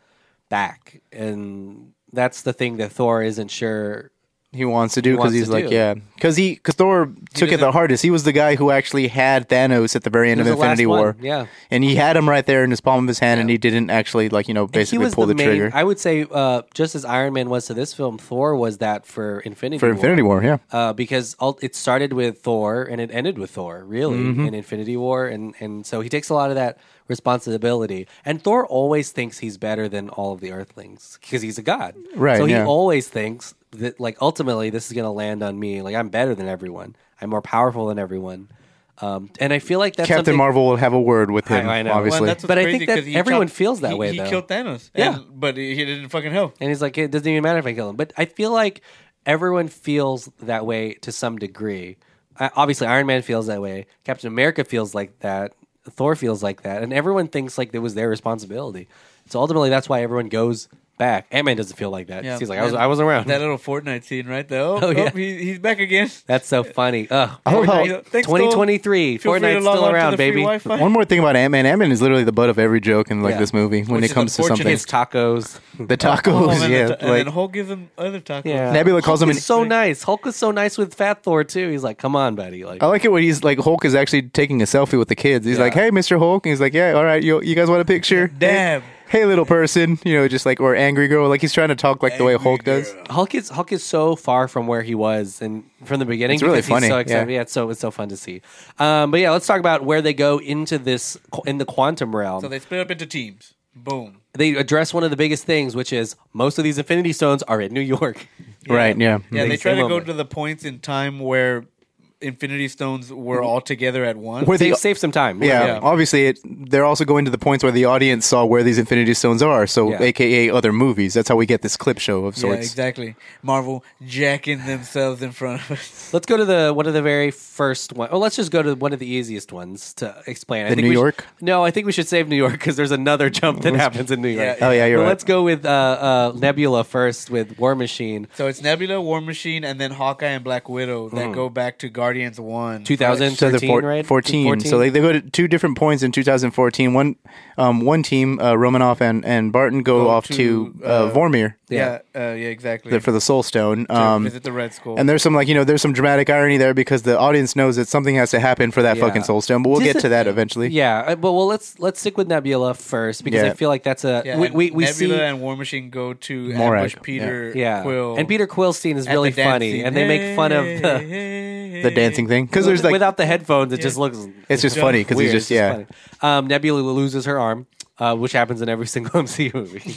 [SPEAKER 1] back, and that's the thing that Thor isn't sure.
[SPEAKER 5] he wants to do because
[SPEAKER 1] wants
[SPEAKER 5] he's
[SPEAKER 1] to
[SPEAKER 5] like
[SPEAKER 1] do.
[SPEAKER 5] yeah because he because Thor took it the
[SPEAKER 4] doesn't-
[SPEAKER 5] hardest. He was the guy who actually had Thanos at the very end of
[SPEAKER 1] was the last
[SPEAKER 5] Infinity
[SPEAKER 1] one,
[SPEAKER 5] War.
[SPEAKER 1] yeah.
[SPEAKER 5] and he had him right there in his palm of his hand, and he didn't actually like you know
[SPEAKER 1] He
[SPEAKER 5] basically
[SPEAKER 1] was
[SPEAKER 5] pull the,
[SPEAKER 1] the, main.
[SPEAKER 5] trigger
[SPEAKER 1] I would say uh, just as Iron Man was to this film, Thor was that for Infinity
[SPEAKER 5] for
[SPEAKER 1] War.
[SPEAKER 5] Infinity War. Yeah,
[SPEAKER 1] uh, because all, it started with Thor and it ended with Thor, really,
[SPEAKER 5] Mm-hmm.
[SPEAKER 1] in Infinity War, and and so he takes a lot of that responsibility. And Thor always thinks he's better than all of the Earthlings because he's a god,
[SPEAKER 5] Right,
[SPEAKER 1] So he
[SPEAKER 5] yeah.
[SPEAKER 1] always thinks that like ultimately this is going to land on me. Like I'm better than everyone. I'm more powerful than everyone. Um, and I feel like that's
[SPEAKER 5] Captain
[SPEAKER 1] something-
[SPEAKER 5] Marvel will have a word with him.
[SPEAKER 1] I know. Well,
[SPEAKER 5] Obviously,
[SPEAKER 4] Well, that's what's
[SPEAKER 1] But I
[SPEAKER 4] crazy
[SPEAKER 1] think that
[SPEAKER 4] 'cause he
[SPEAKER 1] everyone
[SPEAKER 4] chopped-
[SPEAKER 1] feels that
[SPEAKER 4] he-
[SPEAKER 1] way,
[SPEAKER 4] He
[SPEAKER 1] though.
[SPEAKER 4] killed Thanos.
[SPEAKER 1] Yeah.
[SPEAKER 4] and- but he he didn't fucking help.
[SPEAKER 1] And he's like, it doesn't even matter if I kill him. But I feel like everyone feels that way to some degree. I, obviously, Iron Man feels that way. Captain America feels like that. Thor feels like that. And everyone thinks like it was their responsibility. So ultimately, that's why everyone goes back. Ant Man doesn't feel like that.
[SPEAKER 4] Yeah.
[SPEAKER 1] He's like, I was,
[SPEAKER 4] That-
[SPEAKER 1] I was around.
[SPEAKER 4] That little Fortnite scene right there. Oh,
[SPEAKER 1] Oh, yeah.
[SPEAKER 4] oh, he, he's back again.
[SPEAKER 1] that's so funny. Ugh.
[SPEAKER 4] Oh,
[SPEAKER 5] I love how-
[SPEAKER 4] Fortnite, thanks, Dole.
[SPEAKER 1] 2023,
[SPEAKER 4] Feel free to
[SPEAKER 1] Fortnite's
[SPEAKER 4] log
[SPEAKER 1] still
[SPEAKER 4] on to
[SPEAKER 1] around,
[SPEAKER 4] the free
[SPEAKER 1] baby.
[SPEAKER 4] Wi-Fi.
[SPEAKER 5] one more thing about Ant Man. Ant Man is literally the butt of every joke in like
[SPEAKER 1] Yeah.
[SPEAKER 5] this movie when
[SPEAKER 4] Which
[SPEAKER 5] it
[SPEAKER 4] is
[SPEAKER 5] comes to
[SPEAKER 4] unfortunate.
[SPEAKER 5] something.
[SPEAKER 1] His tacos.
[SPEAKER 5] The tacos,
[SPEAKER 4] Oh, and
[SPEAKER 5] yeah,
[SPEAKER 4] the, and
[SPEAKER 5] like
[SPEAKER 4] then Hulk gives him other tacos.
[SPEAKER 1] Yeah.
[SPEAKER 5] Nebula calls
[SPEAKER 1] Hulk
[SPEAKER 5] him
[SPEAKER 1] is
[SPEAKER 5] an-
[SPEAKER 1] so nice. Hulk was so nice with Fat Thor too. He's like, come on, buddy. Like,
[SPEAKER 5] I like it when he's like Hulk is actually taking a selfie with the kids. He's like, "Hey, Mr. Hulk," and he's like, "Yeah, all right, you you guys want a picture?"
[SPEAKER 4] Damn.
[SPEAKER 5] Hey, hey, little person, you know, just like or angry girl, like he's trying to talk like the way
[SPEAKER 4] Angry
[SPEAKER 5] Hulk does.
[SPEAKER 4] girl.
[SPEAKER 1] Hulk is Hulk is so far from where he was and from the beginning.
[SPEAKER 5] It's really
[SPEAKER 1] because he's
[SPEAKER 5] funny,
[SPEAKER 1] so excited.
[SPEAKER 5] yeah.
[SPEAKER 1] Yeah. it's so it's so fun to see. Um, but yeah, let's talk about where they go into this qu- in the quantum realm.
[SPEAKER 4] So
[SPEAKER 1] they,
[SPEAKER 4] they split up into teams. Boom.
[SPEAKER 1] address one of the biggest things, which is most of these Infinity Stones are in New York.
[SPEAKER 5] Right? Yeah. Mm.
[SPEAKER 4] Yeah, they
[SPEAKER 1] Makes
[SPEAKER 4] try
[SPEAKER 1] them
[SPEAKER 4] to go
[SPEAKER 1] over.
[SPEAKER 4] to the points in time where Infinity Stones were all together at once.
[SPEAKER 5] Where
[SPEAKER 1] Save
[SPEAKER 5] the,
[SPEAKER 1] save some time.
[SPEAKER 5] yeah,
[SPEAKER 4] yeah.
[SPEAKER 5] obviously, it, they're also going to the points where the audience saw where these Infinity Stones are, so
[SPEAKER 1] Yeah.
[SPEAKER 5] AKA other movies. That's how we get this clip show of
[SPEAKER 4] yeah,
[SPEAKER 5] sorts.
[SPEAKER 4] exactly. Marvel jacking themselves in front of us.
[SPEAKER 1] Let's go to the one of the very first one. Oh, let's just go to one of the easiest ones to explain. I
[SPEAKER 5] The
[SPEAKER 1] think
[SPEAKER 5] New
[SPEAKER 1] we sh-
[SPEAKER 5] York?
[SPEAKER 1] no, I think we should save New York because there's another jump that happens in New York.
[SPEAKER 5] Oh, yeah, you're
[SPEAKER 1] But
[SPEAKER 5] right.
[SPEAKER 1] Let's go with uh, uh, Nebula first with War Machine.
[SPEAKER 4] So it's Nebula, War Machine, and then Hawkeye and Black Widow
[SPEAKER 5] Mm.
[SPEAKER 4] that go back to Guardians One.
[SPEAKER 5] So they're
[SPEAKER 1] 2013,
[SPEAKER 5] four-
[SPEAKER 1] right?
[SPEAKER 5] 14.
[SPEAKER 1] 14?
[SPEAKER 5] So they, they go to two different points in 2014. One, um, one team, uh, Romanoff and, and Barton go,
[SPEAKER 4] Go
[SPEAKER 5] off to,
[SPEAKER 4] to,
[SPEAKER 5] uh,
[SPEAKER 4] uh,
[SPEAKER 5] Vormir
[SPEAKER 4] Yeah, uh, yeah, exactly.
[SPEAKER 5] for the Soul Stone.
[SPEAKER 4] To
[SPEAKER 5] Um,
[SPEAKER 4] visit the Red Skull.
[SPEAKER 5] And there's some like you know there's some dramatic irony there because the audience knows that something has to happen for that
[SPEAKER 1] Yeah.
[SPEAKER 5] fucking soul stone. But we'll
[SPEAKER 1] Just
[SPEAKER 5] get
[SPEAKER 1] a-
[SPEAKER 5] to that eventually.
[SPEAKER 1] Yeah, uh, but well, let's let's stick with Nebula first because
[SPEAKER 5] Yeah.
[SPEAKER 1] I feel like that's a
[SPEAKER 4] yeah,
[SPEAKER 1] we
[SPEAKER 4] and
[SPEAKER 1] we, we
[SPEAKER 4] Nebula
[SPEAKER 1] see
[SPEAKER 4] and War Machine go to
[SPEAKER 5] Morag,
[SPEAKER 4] ambush Peter
[SPEAKER 1] yeah,
[SPEAKER 4] Quill.
[SPEAKER 1] and Peter Quill's scene is
[SPEAKER 4] at
[SPEAKER 1] really
[SPEAKER 4] the dance
[SPEAKER 1] funny,
[SPEAKER 4] scene.
[SPEAKER 1] and they make fun of
[SPEAKER 4] Hey,
[SPEAKER 1] the
[SPEAKER 4] hey,
[SPEAKER 5] the dancing thing because there's like
[SPEAKER 1] without the headphones, it just looks.
[SPEAKER 5] it's just funny because he's
[SPEAKER 1] weird.
[SPEAKER 5] just
[SPEAKER 1] It's
[SPEAKER 5] yeah.
[SPEAKER 1] funny. Um, Nebula loses her arm, uh, which happens in every single MCU movie.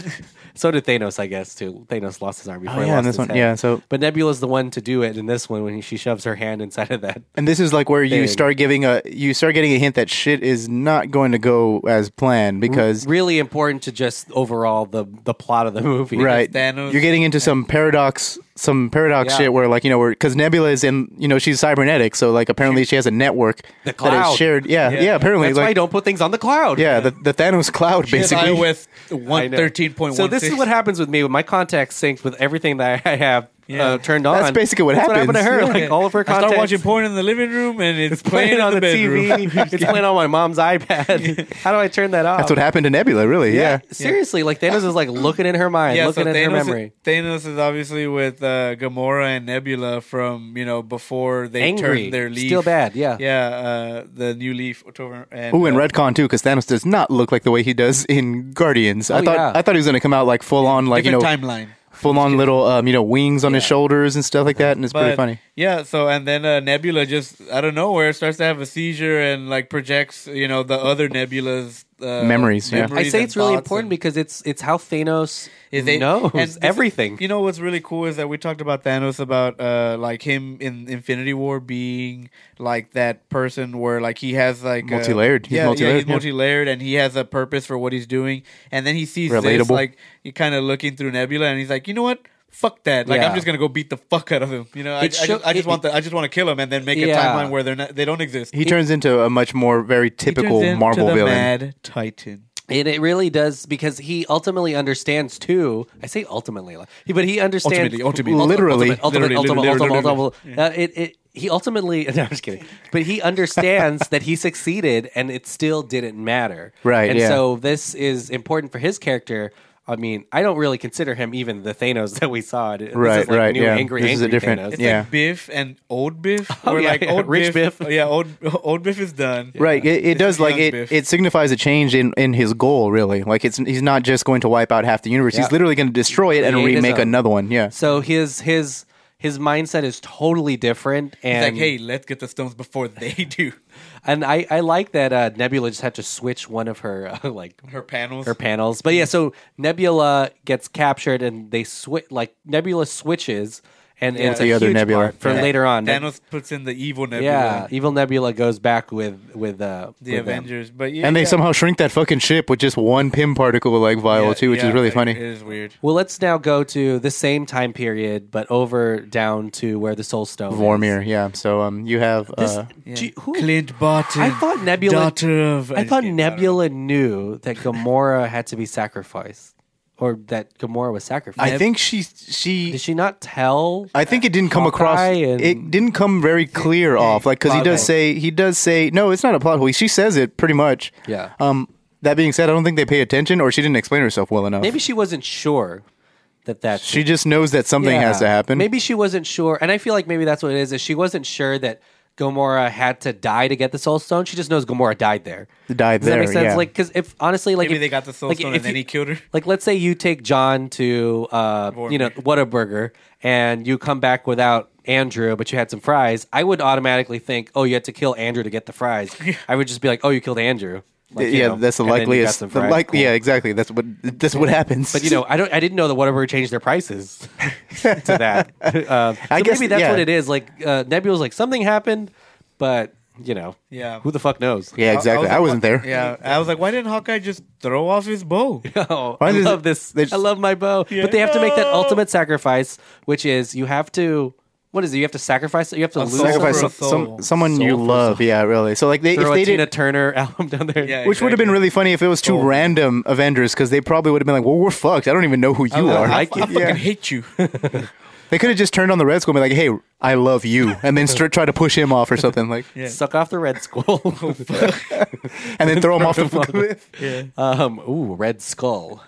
[SPEAKER 1] so did Thanos, I guess. Too Thanos lost his arm before.
[SPEAKER 5] Oh,
[SPEAKER 1] he
[SPEAKER 5] yeah,
[SPEAKER 1] lost
[SPEAKER 5] in this
[SPEAKER 1] his
[SPEAKER 5] one,
[SPEAKER 1] head.
[SPEAKER 5] yeah, so-
[SPEAKER 1] but Nebula's the one to do it in this one when she shoves her hand inside of that.
[SPEAKER 5] And this is like where you
[SPEAKER 1] Thing.
[SPEAKER 5] start giving a you start getting a hint that shit is not going to go as planned because
[SPEAKER 1] Really important to just overall the the plot of the movie.
[SPEAKER 5] right
[SPEAKER 4] Thanos.
[SPEAKER 5] you're getting into some paradox some paradox
[SPEAKER 1] Yeah.
[SPEAKER 5] shit where like you know where because Nebula is in you know she's cybernetic so like apparently she has a network
[SPEAKER 1] The
[SPEAKER 5] that
[SPEAKER 1] cloud.
[SPEAKER 5] is shared yeah yeah, apparently
[SPEAKER 1] That's why
[SPEAKER 5] like
[SPEAKER 1] I don't put things on the cloud.
[SPEAKER 5] yeah the, the Thanos cloud basically
[SPEAKER 4] with
[SPEAKER 1] I
[SPEAKER 4] one
[SPEAKER 1] know.
[SPEAKER 4] thirteen point one.
[SPEAKER 1] So this is what happens with me when my contacts synced with everything that I have uh, turned on.
[SPEAKER 5] basically what
[SPEAKER 1] That's
[SPEAKER 5] happens.
[SPEAKER 1] What happened to her?
[SPEAKER 5] Yeah.
[SPEAKER 1] Like all of her
[SPEAKER 4] I
[SPEAKER 1] contacts.
[SPEAKER 4] start watching porn in the living room, and it's, playing,
[SPEAKER 1] playing on the,
[SPEAKER 4] bedroom.
[SPEAKER 1] TV. it's playing on my mom's iPad. How do I turn that off?
[SPEAKER 5] that's what happened to Nebula really yeah,
[SPEAKER 1] Seriously, like Thanos is like looking in her mind, looking in her
[SPEAKER 4] Thanos,
[SPEAKER 1] memory.
[SPEAKER 4] Thanos is obviously with uh, Gamora and Nebula from you know before they
[SPEAKER 1] Angry.
[SPEAKER 4] turned their leaf.
[SPEAKER 1] Still bad, yeah.
[SPEAKER 4] yeah. Uh, the new leaf. October, and,
[SPEAKER 5] Ooh, and
[SPEAKER 4] uh,
[SPEAKER 5] Redcon too, because Thanos does not look like the way he does in Guardians. I
[SPEAKER 1] Oh,
[SPEAKER 5] thought
[SPEAKER 1] yeah.
[SPEAKER 5] I thought he was going to come out like full on, like you know,
[SPEAKER 4] different timeline.
[SPEAKER 5] full on little, um, you know, wings on his shoulders and stuff like that, and it's pretty
[SPEAKER 4] But
[SPEAKER 5] funny.
[SPEAKER 4] yeah, so and then uh, Nebula just out of nowhere starts to have a seizure and like projects you know the other Nebula's uh,
[SPEAKER 5] Memories, yeah.
[SPEAKER 1] I say
[SPEAKER 4] and
[SPEAKER 1] it's really
[SPEAKER 4] thoughts
[SPEAKER 1] important
[SPEAKER 4] and-
[SPEAKER 1] because it's it's how Thanos
[SPEAKER 4] is they
[SPEAKER 1] knows
[SPEAKER 4] and this-
[SPEAKER 1] everything.
[SPEAKER 4] you know what's really cool is that we talked about Thanos about uh like him in Infinity War being like that person where like he has like a-
[SPEAKER 5] Multi-layered. He's
[SPEAKER 4] yeah, yeah,
[SPEAKER 5] multi-layered,
[SPEAKER 4] he's
[SPEAKER 5] yeah.
[SPEAKER 4] multi-layered, and he has a purpose for what he's doing, and then he sees
[SPEAKER 5] Relatable.
[SPEAKER 4] this like you kind of looking through Nebula, and he's like, you know what? Fuck that! Like
[SPEAKER 1] Yeah.
[SPEAKER 4] I'm just gonna go beat the fuck out of him. You know, I,
[SPEAKER 1] It
[SPEAKER 4] I
[SPEAKER 1] show-
[SPEAKER 4] just, I just
[SPEAKER 1] it-
[SPEAKER 4] want the, I just want to kill him and then make
[SPEAKER 1] Yeah.
[SPEAKER 4] a timeline where they're not they don't exist.
[SPEAKER 5] He turns into a much more very
[SPEAKER 4] He turns
[SPEAKER 5] typical
[SPEAKER 4] into
[SPEAKER 5] Marvel
[SPEAKER 4] the
[SPEAKER 5] villain.
[SPEAKER 4] Mad Titan.
[SPEAKER 1] And it really does because he ultimately understands too. I say ultimately, like, he- but he understands
[SPEAKER 4] Ultimately, ultimately.
[SPEAKER 5] Literally.
[SPEAKER 1] ultimate, ultimate,
[SPEAKER 4] Literally,
[SPEAKER 1] ultimate,
[SPEAKER 4] literally,
[SPEAKER 1] ultimate,
[SPEAKER 4] literally.
[SPEAKER 1] ultimate. Uh, it, it, he ultimately. No, I'm just kidding. But he understands that he succeeded, and it still didn't matter.
[SPEAKER 5] Right,
[SPEAKER 1] And
[SPEAKER 5] yeah.
[SPEAKER 1] so this is important for his character. I mean, I don't really consider him even the Thanos that we saw. This is
[SPEAKER 5] Right,
[SPEAKER 1] like
[SPEAKER 5] right,
[SPEAKER 1] New
[SPEAKER 5] yeah.
[SPEAKER 1] angry,
[SPEAKER 5] This is a
[SPEAKER 1] angry
[SPEAKER 5] different-
[SPEAKER 1] Thanos.
[SPEAKER 4] It's
[SPEAKER 5] Yeah.
[SPEAKER 4] like Biff and old Biff.
[SPEAKER 1] Oh,
[SPEAKER 4] We're
[SPEAKER 1] yeah,
[SPEAKER 4] like
[SPEAKER 1] yeah.
[SPEAKER 4] old
[SPEAKER 1] Rich Biff.
[SPEAKER 4] Yeah, old old Biff is done.
[SPEAKER 5] Right, it, it
[SPEAKER 4] It's
[SPEAKER 5] does
[SPEAKER 4] a
[SPEAKER 5] like
[SPEAKER 4] young
[SPEAKER 5] it.
[SPEAKER 4] Biff.
[SPEAKER 5] It signifies a change in, in his goal, really. Like it's he's not just going to wipe out half the universe.
[SPEAKER 1] Yeah.
[SPEAKER 5] He's literally going to destroy it and
[SPEAKER 1] Create his
[SPEAKER 4] uh,
[SPEAKER 5] remake
[SPEAKER 1] own.
[SPEAKER 5] another one. Yeah,
[SPEAKER 1] So his his his mindset is totally different.
[SPEAKER 4] It's
[SPEAKER 1] And
[SPEAKER 4] like, hey, let's get the stones before they do.
[SPEAKER 1] and I I like that uh, Nebula just had to switch one of her uh, like
[SPEAKER 4] Her panels.
[SPEAKER 1] her panels. But yeah, so Nebula gets captured, and they switch. Like Nebula switches, and it's
[SPEAKER 5] The
[SPEAKER 1] a
[SPEAKER 5] other
[SPEAKER 1] huge
[SPEAKER 5] Nebula.
[SPEAKER 1] part for
[SPEAKER 5] Yeah.
[SPEAKER 1] later on.
[SPEAKER 4] Thanos puts in the evil nebula.
[SPEAKER 1] yeah, evil Nebula goes back with with uh,
[SPEAKER 4] The
[SPEAKER 1] with them.
[SPEAKER 4] Avengers. But yeah,
[SPEAKER 5] and they
[SPEAKER 4] yeah.
[SPEAKER 5] somehow shrink that fucking ship with just one pim particle like vial
[SPEAKER 4] Yeah,
[SPEAKER 5] too, which
[SPEAKER 4] yeah,
[SPEAKER 5] is really
[SPEAKER 4] it-
[SPEAKER 5] funny.
[SPEAKER 4] It is weird.
[SPEAKER 1] Well, let's now go to the same time period, but over down to where the Soul Stone. is.
[SPEAKER 5] Vormir, yeah. So um, you have
[SPEAKER 1] This-
[SPEAKER 5] uh,
[SPEAKER 1] do you- who-
[SPEAKER 4] Clint Barton.
[SPEAKER 1] I thought Nebula.
[SPEAKER 4] Daughter of.
[SPEAKER 1] I thought
[SPEAKER 4] don't
[SPEAKER 1] Nebula knew that Gamora had to be sacrificed, or that Gamora was sacrificed.
[SPEAKER 5] I think she she
[SPEAKER 1] Did she not tell?
[SPEAKER 5] I think it didn't come across.
[SPEAKER 1] Hawkeye and-
[SPEAKER 5] It didn't come very clear off, like because he
[SPEAKER 4] plot
[SPEAKER 5] does
[SPEAKER 4] hole.
[SPEAKER 5] say he does say no. It's not a plot hole. She says it pretty much.
[SPEAKER 1] Yeah.
[SPEAKER 5] Um. That being said, I don't think they pay attention, or she didn't explain herself well enough.
[SPEAKER 1] Maybe she wasn't sure that that's
[SPEAKER 5] she just knows that something
[SPEAKER 1] Yeah.
[SPEAKER 5] has to happen.
[SPEAKER 1] Maybe she wasn't sure, and I feel like maybe that's what it is. Is she wasn't sure that Gomorrah had to die to get the Soul Stone? She just knows Gomorrah died there.
[SPEAKER 5] died
[SPEAKER 1] Does
[SPEAKER 5] there.
[SPEAKER 1] that make sense?
[SPEAKER 5] yeah.
[SPEAKER 1] Like, because if honestly, like
[SPEAKER 4] Maybe
[SPEAKER 1] if-
[SPEAKER 4] they got the Soul
[SPEAKER 1] like,
[SPEAKER 4] Stone
[SPEAKER 1] if
[SPEAKER 4] and then
[SPEAKER 1] you-
[SPEAKER 4] he killed her.
[SPEAKER 1] Like, let's say you take John to uh, you know Whataburger, and you come back without Andrew, but you had some fries. I would automatically think, oh, you had to kill Andrew to get the fries. I would just be like, oh, you killed Andrew. Like, you
[SPEAKER 5] yeah,
[SPEAKER 1] know,
[SPEAKER 5] that's the
[SPEAKER 1] and then you got
[SPEAKER 5] likeliest.
[SPEAKER 1] some
[SPEAKER 5] The
[SPEAKER 1] fries.
[SPEAKER 5] like,
[SPEAKER 1] Cool.
[SPEAKER 5] yeah, exactly. That's what that's what happens.
[SPEAKER 1] But you know, I don't. I didn't know that Whataburger changed their prices to that. Um,
[SPEAKER 5] I
[SPEAKER 1] so
[SPEAKER 5] guess-
[SPEAKER 1] maybe that's
[SPEAKER 5] yeah.
[SPEAKER 1] what it is. Like uh, Nebula's like something happened, but you know,
[SPEAKER 4] Yeah.
[SPEAKER 1] who the fuck knows?
[SPEAKER 5] yeah, exactly. I,
[SPEAKER 4] like,
[SPEAKER 5] wasn't
[SPEAKER 4] why-
[SPEAKER 5] there.
[SPEAKER 4] Yeah, I was like, why didn't Hawkeye just throw off his bow?
[SPEAKER 1] Oh,
[SPEAKER 5] Why
[SPEAKER 1] I
[SPEAKER 5] does
[SPEAKER 1] love
[SPEAKER 5] it-
[SPEAKER 1] this.
[SPEAKER 5] they just-
[SPEAKER 1] I love my bow. But they have to make that
[SPEAKER 4] No!
[SPEAKER 1] ultimate sacrifice, which is you have to. What is it? You have to sacrifice. You have to lose.
[SPEAKER 5] Sacrifice
[SPEAKER 4] Soul
[SPEAKER 5] some,
[SPEAKER 1] someone.
[SPEAKER 4] for a soul.
[SPEAKER 5] some, someone
[SPEAKER 1] Soul
[SPEAKER 5] you
[SPEAKER 1] for
[SPEAKER 5] love. Yeah, really. So like they
[SPEAKER 1] Throw
[SPEAKER 5] if
[SPEAKER 1] a
[SPEAKER 5] they
[SPEAKER 1] Tina
[SPEAKER 5] didn't.
[SPEAKER 1] Turner album down there.
[SPEAKER 4] Yeah,
[SPEAKER 5] Which would have been really funny if it was two random Avengers because they probably would have been like, "Well, we're fucked. I don't even know who you are."
[SPEAKER 4] I, I,
[SPEAKER 1] like it.
[SPEAKER 4] fucking hate you.
[SPEAKER 5] They could have just turned on the Red Skull and be like, "Hey, I love you," and then stri- try to push him off or something like,
[SPEAKER 1] Suck off the Red Skull.
[SPEAKER 5] and then throw him off the cliff.
[SPEAKER 1] um, ooh, Red Skull.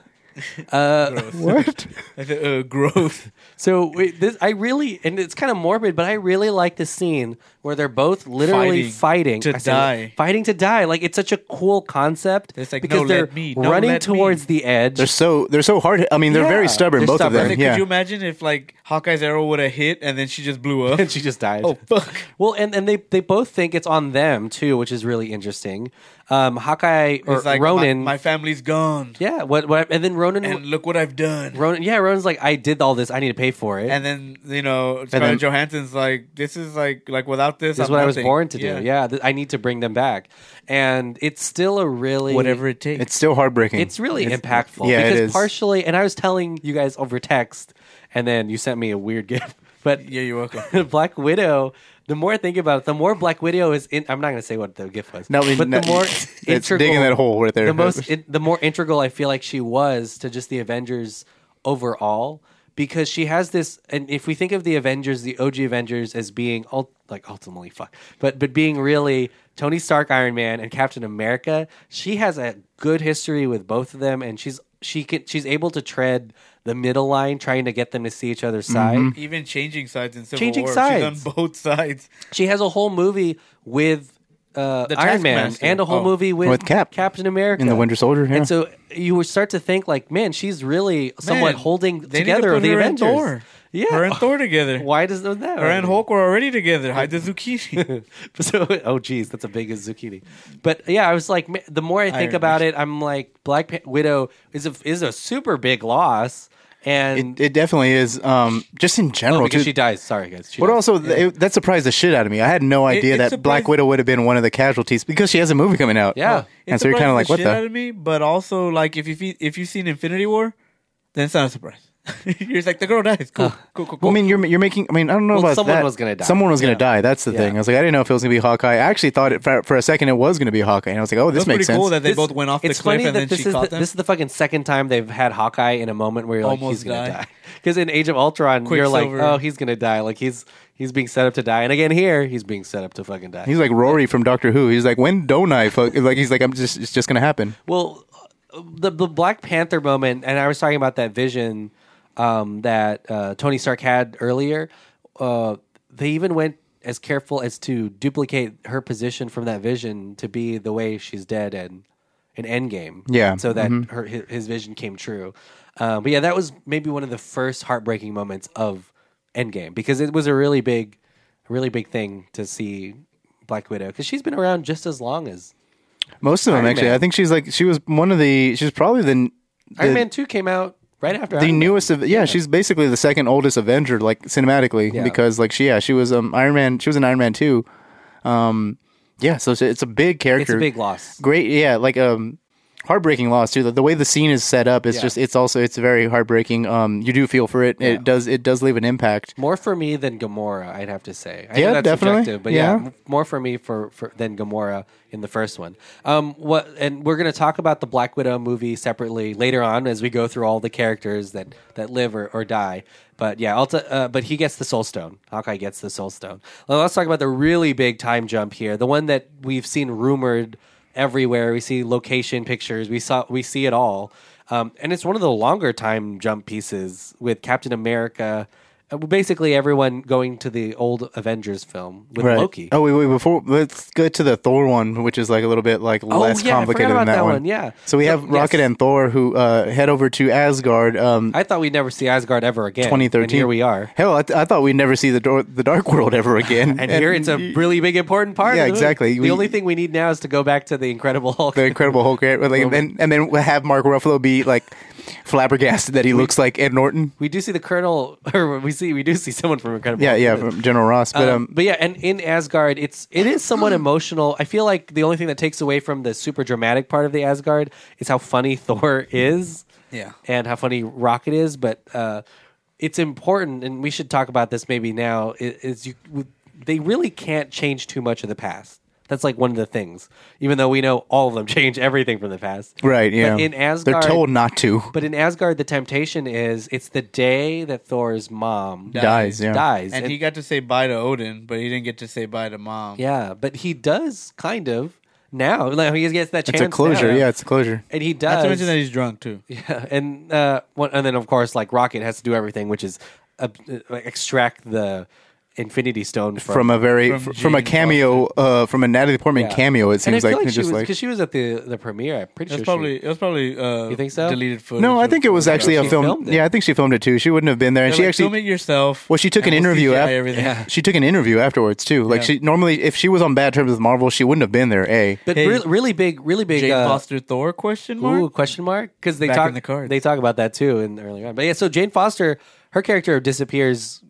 [SPEAKER 1] Uh,
[SPEAKER 5] What?
[SPEAKER 4] I said, uh, growth.
[SPEAKER 1] so wait, this I really and it's kind of morbid, but I really like this scene where they're both literally fighting,
[SPEAKER 4] Fighting to
[SPEAKER 1] I said-
[SPEAKER 4] die.
[SPEAKER 1] fighting to die. Like it's such a cool concept
[SPEAKER 4] It's like,
[SPEAKER 1] because
[SPEAKER 4] no,
[SPEAKER 1] they're
[SPEAKER 4] let me, no,
[SPEAKER 1] running
[SPEAKER 4] let me.
[SPEAKER 1] towards the edge.
[SPEAKER 5] They're so they're so hard. I mean, they're
[SPEAKER 1] Yeah,
[SPEAKER 5] very stubborn,
[SPEAKER 1] they're
[SPEAKER 5] both
[SPEAKER 1] stubborn.
[SPEAKER 5] of
[SPEAKER 4] Like,
[SPEAKER 5] them. Yeah.
[SPEAKER 4] Could you imagine if like Hawkeye's arrow would have hit and then she just blew up?
[SPEAKER 1] and she just dies.
[SPEAKER 4] oh fuck!
[SPEAKER 1] Well, and, and they, they both think it's on them too, which is really interesting. Um, Hawkeye or
[SPEAKER 4] It's like
[SPEAKER 1] Ronan,
[SPEAKER 4] My, my family's gone,
[SPEAKER 1] yeah. What, what? And then Ronan,
[SPEAKER 4] and look what I've done.
[SPEAKER 1] Ronan, yeah. Ronan's like, I did all this. I need to pay for it.
[SPEAKER 4] and then you know Scarlett
[SPEAKER 5] then-
[SPEAKER 4] Johansson's like, this is like like without this,
[SPEAKER 1] this is
[SPEAKER 4] I'm
[SPEAKER 1] what I was
[SPEAKER 4] nothing."
[SPEAKER 1] born to do. Yeah, th- I need to bring them back. And it's still a really
[SPEAKER 4] whatever it takes.
[SPEAKER 5] It's still heartbreaking.
[SPEAKER 1] It's really impactful.
[SPEAKER 5] yeah, it
[SPEAKER 1] because
[SPEAKER 5] is.
[SPEAKER 1] partially, and I was telling you guys over text, and then you sent me a weird gift. But
[SPEAKER 4] yeah, you're welcome.
[SPEAKER 1] Black Widow. The more I think about it, the more Black Widow is. In, I'm not going to say what the gift was.
[SPEAKER 5] No, I mean,
[SPEAKER 1] but
[SPEAKER 5] no,
[SPEAKER 1] the more
[SPEAKER 5] it's
[SPEAKER 1] integral,
[SPEAKER 5] digging that hole right there.
[SPEAKER 1] The most, it, the more integral I feel like she was to just the Avengers overall, because she has this. And if we think of the Avengers, the OG Avengers as being ult, like ultimately fuck, but but being really Tony Stark, Iron Man, and Captain America, she has a good history with both of them, and she's she can she's able to tread the middle line, trying to get them to see each other's side.
[SPEAKER 5] Mm-hmm.
[SPEAKER 4] Even changing sides in Civil
[SPEAKER 1] Changing
[SPEAKER 4] War,
[SPEAKER 1] sides.
[SPEAKER 4] she's on both sides.
[SPEAKER 1] She has a whole movie with uh,
[SPEAKER 4] The
[SPEAKER 1] Iron Man
[SPEAKER 4] Taskmaster.
[SPEAKER 1] and a whole
[SPEAKER 4] Oh.
[SPEAKER 1] movie with,
[SPEAKER 5] With Cap.
[SPEAKER 1] Captain America,
[SPEAKER 5] And the Winter Soldier, yeah.
[SPEAKER 1] And so you would start to think like, man, she's really somewhat
[SPEAKER 4] Man,
[SPEAKER 1] holding
[SPEAKER 4] they need to
[SPEAKER 1] together
[SPEAKER 4] put
[SPEAKER 1] the
[SPEAKER 4] her and
[SPEAKER 1] Avengers.
[SPEAKER 4] Thor.
[SPEAKER 1] Yeah,
[SPEAKER 4] Her and Thor together.
[SPEAKER 1] Why does that?
[SPEAKER 4] Her and Hulk were already together. Hide the zucchini.
[SPEAKER 1] So, oh geez, that's a big zucchini. But yeah, I was like, ma- the more I think
[SPEAKER 4] Iron
[SPEAKER 1] about it, I'm like, Black Pa- Widow is a is a super big loss, and Oh,
[SPEAKER 5] It, it definitely is. Um, just in general,
[SPEAKER 1] because
[SPEAKER 5] too.
[SPEAKER 1] she dies. Sorry, guys. She
[SPEAKER 5] But
[SPEAKER 1] dies.
[SPEAKER 5] also, th- it- that surprised the shit out of me. I had no idea
[SPEAKER 4] it
[SPEAKER 5] that Black
[SPEAKER 4] surprised-
[SPEAKER 5] Widow would have been one of the casualties because she has a movie coming out.
[SPEAKER 1] Yeah.
[SPEAKER 5] and
[SPEAKER 1] It
[SPEAKER 5] so you're kind of
[SPEAKER 4] surprised
[SPEAKER 5] like, what
[SPEAKER 4] shit out
[SPEAKER 5] the?
[SPEAKER 4] of me, but also like if you if you've seen Infinity War, then it's not a surprise. you're just like the girl dies.
[SPEAKER 1] Uh,
[SPEAKER 4] Cool, cool, cool, cool.
[SPEAKER 5] Well, I mean, you're you're making. I mean, I don't know
[SPEAKER 1] Well,
[SPEAKER 5] about
[SPEAKER 1] someone
[SPEAKER 5] that.
[SPEAKER 1] was gonna die.
[SPEAKER 5] Someone was gonna die. That's the thing. I was like, I didn't know if it was gonna be Hawkeye. I actually thought it for, for a second it was gonna be Hawkeye, and I was like, oh,
[SPEAKER 4] That's
[SPEAKER 5] this
[SPEAKER 4] pretty
[SPEAKER 5] makes sense.
[SPEAKER 4] cool that they
[SPEAKER 1] This-
[SPEAKER 4] both went off the
[SPEAKER 1] it's
[SPEAKER 4] cliff
[SPEAKER 1] funny
[SPEAKER 4] and
[SPEAKER 1] that
[SPEAKER 4] then
[SPEAKER 1] this
[SPEAKER 4] she
[SPEAKER 1] is
[SPEAKER 4] caught
[SPEAKER 1] the,
[SPEAKER 4] them.
[SPEAKER 1] This is the fucking second time they've had Hawkeye in a moment where you're like,
[SPEAKER 4] Almost
[SPEAKER 1] he's gonna
[SPEAKER 4] die.
[SPEAKER 1] die. Because in Age of Ultron, you're like,
[SPEAKER 4] Quicksilver.
[SPEAKER 1] oh, he's gonna die. Like he's he's being set up to die. And again here, he's being set up to fucking die.
[SPEAKER 5] He's like Rory from Doctor Who. He's like, when don't I? Fuck? Like he's like, I'm just it's just gonna happen.
[SPEAKER 1] Well, uh, the the Black Panther moment, and I was talking about that vision um, that uh, Tony Stark had earlier. Uh, they even went as careful as to duplicate her position from that vision to be the way she's dead and an Endgame.
[SPEAKER 5] Yeah.
[SPEAKER 1] so that her his, his vision came true. Um, but yeah, that was maybe one of the first heartbreaking moments of Endgame because it was a really big, really big thing to see Black Widow because she's been around just as long as
[SPEAKER 5] Most of them
[SPEAKER 1] Iron
[SPEAKER 5] actually.
[SPEAKER 1] Man.
[SPEAKER 5] I think she's like she was one of the. She's probably the the,
[SPEAKER 1] Iron Man Two came out right after
[SPEAKER 5] the
[SPEAKER 1] Iron Man.
[SPEAKER 5] newest of yeah, She's basically the second oldest Avenger, like cinematically,
[SPEAKER 1] Yeah.
[SPEAKER 5] because like she yeah she was um Iron Man. She was in Iron Man two. Um, yeah. So it's, it's a big
[SPEAKER 1] It's
[SPEAKER 5] character.
[SPEAKER 1] a big loss.
[SPEAKER 5] Great. Yeah. Like um. Heartbreaking loss too. The, the way the scene is set up, it's
[SPEAKER 1] Yeah.
[SPEAKER 5] just it's also it's very heartbreaking. Um, you do feel for it. It does it does leave an impact.
[SPEAKER 1] More for me than Gamora, I'd have to say. I know
[SPEAKER 5] Yeah,
[SPEAKER 1] that's
[SPEAKER 5] definitely.
[SPEAKER 1] subjective, but yeah.
[SPEAKER 5] Yeah.
[SPEAKER 1] m- more for me for, for than Gamora in the first one. Um, what and we're gonna talk about the Black Widow movie separately later on as we go through all the characters that that live or, or die. But yeah, I'll t- uh, but he gets the Soul Stone. Hawkeye gets the Soul Stone. Well, let's talk about the really big time jump here, the one that we've seen rumored everywhere. We see location pictures. We saw we see it all. Um, and it's one of the longer time jump pieces with Captain America. uh, Basically, everyone going to the old Avengers film with Loki.
[SPEAKER 5] Oh wait, wait. Before let's go to the Thor one, which is like a little bit like less
[SPEAKER 1] Oh, yeah, I forgot
[SPEAKER 5] complicated
[SPEAKER 1] about
[SPEAKER 5] than that,
[SPEAKER 1] that
[SPEAKER 5] one.
[SPEAKER 1] one, yeah.
[SPEAKER 5] So we
[SPEAKER 1] So,
[SPEAKER 5] have Rocket
[SPEAKER 1] yes.
[SPEAKER 5] and Thor who uh, head over to Asgard. Um,
[SPEAKER 1] I thought we'd never see Asgard ever again. And
[SPEAKER 5] 2013.
[SPEAKER 1] here we are.
[SPEAKER 5] Hell, I, th- I thought we'd never see the door- the Dark World ever again.
[SPEAKER 1] And, here it's a really big important part.
[SPEAKER 5] Yeah,
[SPEAKER 1] of the movie.
[SPEAKER 5] exactly.
[SPEAKER 1] The
[SPEAKER 5] We-
[SPEAKER 1] only thing we need now is to go back to the Incredible Hulk.
[SPEAKER 5] the Incredible Hulk, right? Like, and then and then we'll have Mark Ruffalo be like flabbergasted that he looks like Ed Norton.
[SPEAKER 1] we do see the Colonel, or we see we do see someone from Incredible.
[SPEAKER 5] Yeah,
[SPEAKER 1] Hulk.
[SPEAKER 5] yeah, from General Ross. But
[SPEAKER 1] Um,
[SPEAKER 5] um,
[SPEAKER 1] but yeah, and in Asgard, it's it is somewhat emotional. I feel like the only thing that takes away from the super dramatic part of the Asgard is how funny Thor is,
[SPEAKER 4] Yeah.
[SPEAKER 1] and how funny Rocket is. But uh, it's important, and we should talk about this maybe now. i- Is you they really can't change too much of the past. That's like one of the things, even though we know all of them change everything from the past.
[SPEAKER 5] right, yeah.
[SPEAKER 1] But in Asgard,
[SPEAKER 5] they're told not to.
[SPEAKER 1] But in Asgard, the temptation is it's the day that Thor's mom
[SPEAKER 5] Dies, yeah.
[SPEAKER 1] dies,
[SPEAKER 4] and he got to say bye to Odin, but he didn't get to say bye to mom.
[SPEAKER 1] yeah, but he does kind of. now. Like, he gets that chance.
[SPEAKER 5] It's a closure.
[SPEAKER 1] now.
[SPEAKER 5] Yeah, it's a closure.
[SPEAKER 1] and he
[SPEAKER 4] Not to mention
[SPEAKER 1] does.
[SPEAKER 4] that he's drunk too.
[SPEAKER 1] Yeah, and uh, one, and then of course, like Rocket has to do everything, which is uh, uh, extract the Infinity Stone from.
[SPEAKER 5] From a very
[SPEAKER 4] From
[SPEAKER 5] from, from a
[SPEAKER 4] Jane
[SPEAKER 5] cameo uh, from a Natalie Portman
[SPEAKER 1] Yeah.
[SPEAKER 5] cameo. It
[SPEAKER 1] and I
[SPEAKER 5] seems
[SPEAKER 1] feel
[SPEAKER 5] like,
[SPEAKER 1] like
[SPEAKER 5] and
[SPEAKER 1] she
[SPEAKER 5] just
[SPEAKER 1] was
[SPEAKER 5] like
[SPEAKER 1] because she was at the the premiere. I'm pretty
[SPEAKER 4] It
[SPEAKER 1] sure
[SPEAKER 4] was probably
[SPEAKER 1] she,
[SPEAKER 4] it was probably uh,
[SPEAKER 1] You think so?
[SPEAKER 4] deleted footage.
[SPEAKER 5] no. I
[SPEAKER 4] or
[SPEAKER 5] think it was
[SPEAKER 4] something.
[SPEAKER 5] actually a
[SPEAKER 1] She
[SPEAKER 5] film.
[SPEAKER 1] filmed it.
[SPEAKER 5] yeah, I think she filmed it too. She wouldn't have been there, and
[SPEAKER 4] They're
[SPEAKER 5] she
[SPEAKER 4] like,
[SPEAKER 5] actually
[SPEAKER 4] film it yourself.
[SPEAKER 5] Well, she took
[SPEAKER 4] and
[SPEAKER 5] an
[SPEAKER 4] we'll
[SPEAKER 5] interview
[SPEAKER 4] CGI
[SPEAKER 5] after-
[SPEAKER 4] everything.
[SPEAKER 5] she took an interview afterwards too. Like
[SPEAKER 4] Yeah.
[SPEAKER 5] she normally, if she was on bad terms with Marvel, she wouldn't have been there. A
[SPEAKER 1] but
[SPEAKER 4] Hey,
[SPEAKER 1] really, really big, really big.
[SPEAKER 4] Jane
[SPEAKER 1] uh,
[SPEAKER 4] Foster Thor question mark.
[SPEAKER 1] Ooh, question mark? Because they
[SPEAKER 4] Back
[SPEAKER 1] talk
[SPEAKER 4] in the cards.
[SPEAKER 1] they talk about that too in earlier on. But yeah, so Jane Foster, her character disappears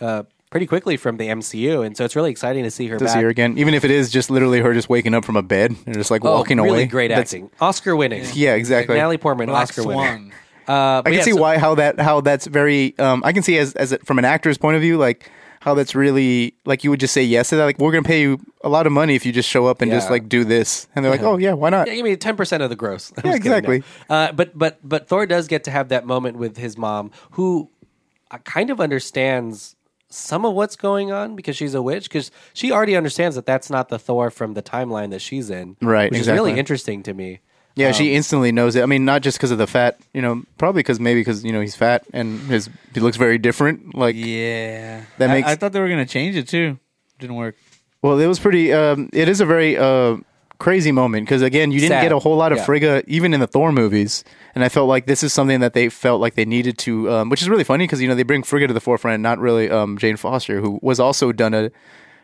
[SPEAKER 1] uh, pretty quickly from the MCU, and so it's really exciting to see her
[SPEAKER 5] to
[SPEAKER 1] back.
[SPEAKER 5] see her again, even if it is just literally her just waking up from a bed and just like
[SPEAKER 1] Oh,
[SPEAKER 5] walking
[SPEAKER 1] really
[SPEAKER 5] away.
[SPEAKER 1] great
[SPEAKER 5] That's-
[SPEAKER 1] acting, Oscar winning.
[SPEAKER 5] Yeah, exactly.
[SPEAKER 1] Natalie Portman,
[SPEAKER 4] Black
[SPEAKER 1] Oscar winning.
[SPEAKER 4] Swan.
[SPEAKER 1] Uh,
[SPEAKER 5] I can see why how that how that's very. Um, I can see as as it, from an actor's point of view, like how that's really like you would just say yes to that. Like we're gonna pay you a lot of money if you just show up and just
[SPEAKER 1] Yeah.
[SPEAKER 5] like do this, and they're like, oh yeah, why not?
[SPEAKER 1] Yeah, give me ten percent of the gross. I'm
[SPEAKER 5] Yeah,
[SPEAKER 1] just kidding,
[SPEAKER 5] exactly.
[SPEAKER 1] no. Uh, but but but Thor does get to have that moment with his mom, who uh, kind of understands some of what's going on because she's a witch. Because she already understands that that's not the Thor from the timeline that she's in.
[SPEAKER 5] Right,
[SPEAKER 1] which is
[SPEAKER 5] exactly.
[SPEAKER 1] really interesting to me.
[SPEAKER 5] Yeah, she instantly knows it. I mean, not just because of the fat, you know, probably because maybe because you know he's fat and his he looks very different. Like,
[SPEAKER 4] Yeah,
[SPEAKER 5] That
[SPEAKER 4] I-
[SPEAKER 5] makes-
[SPEAKER 4] I, thought they were gonna change it too. Didn't work.
[SPEAKER 5] well, it was pretty. Um, it is a very uh, crazy moment because again, you didn't
[SPEAKER 1] Sad.
[SPEAKER 5] get a whole lot of
[SPEAKER 1] Yeah.
[SPEAKER 5] Frigga even in the Thor movies, and I felt like this is something that they felt like they needed to, um, which is really funny because you know they bring Frigga to the forefront, and not really um, Jane Foster, who was also done a.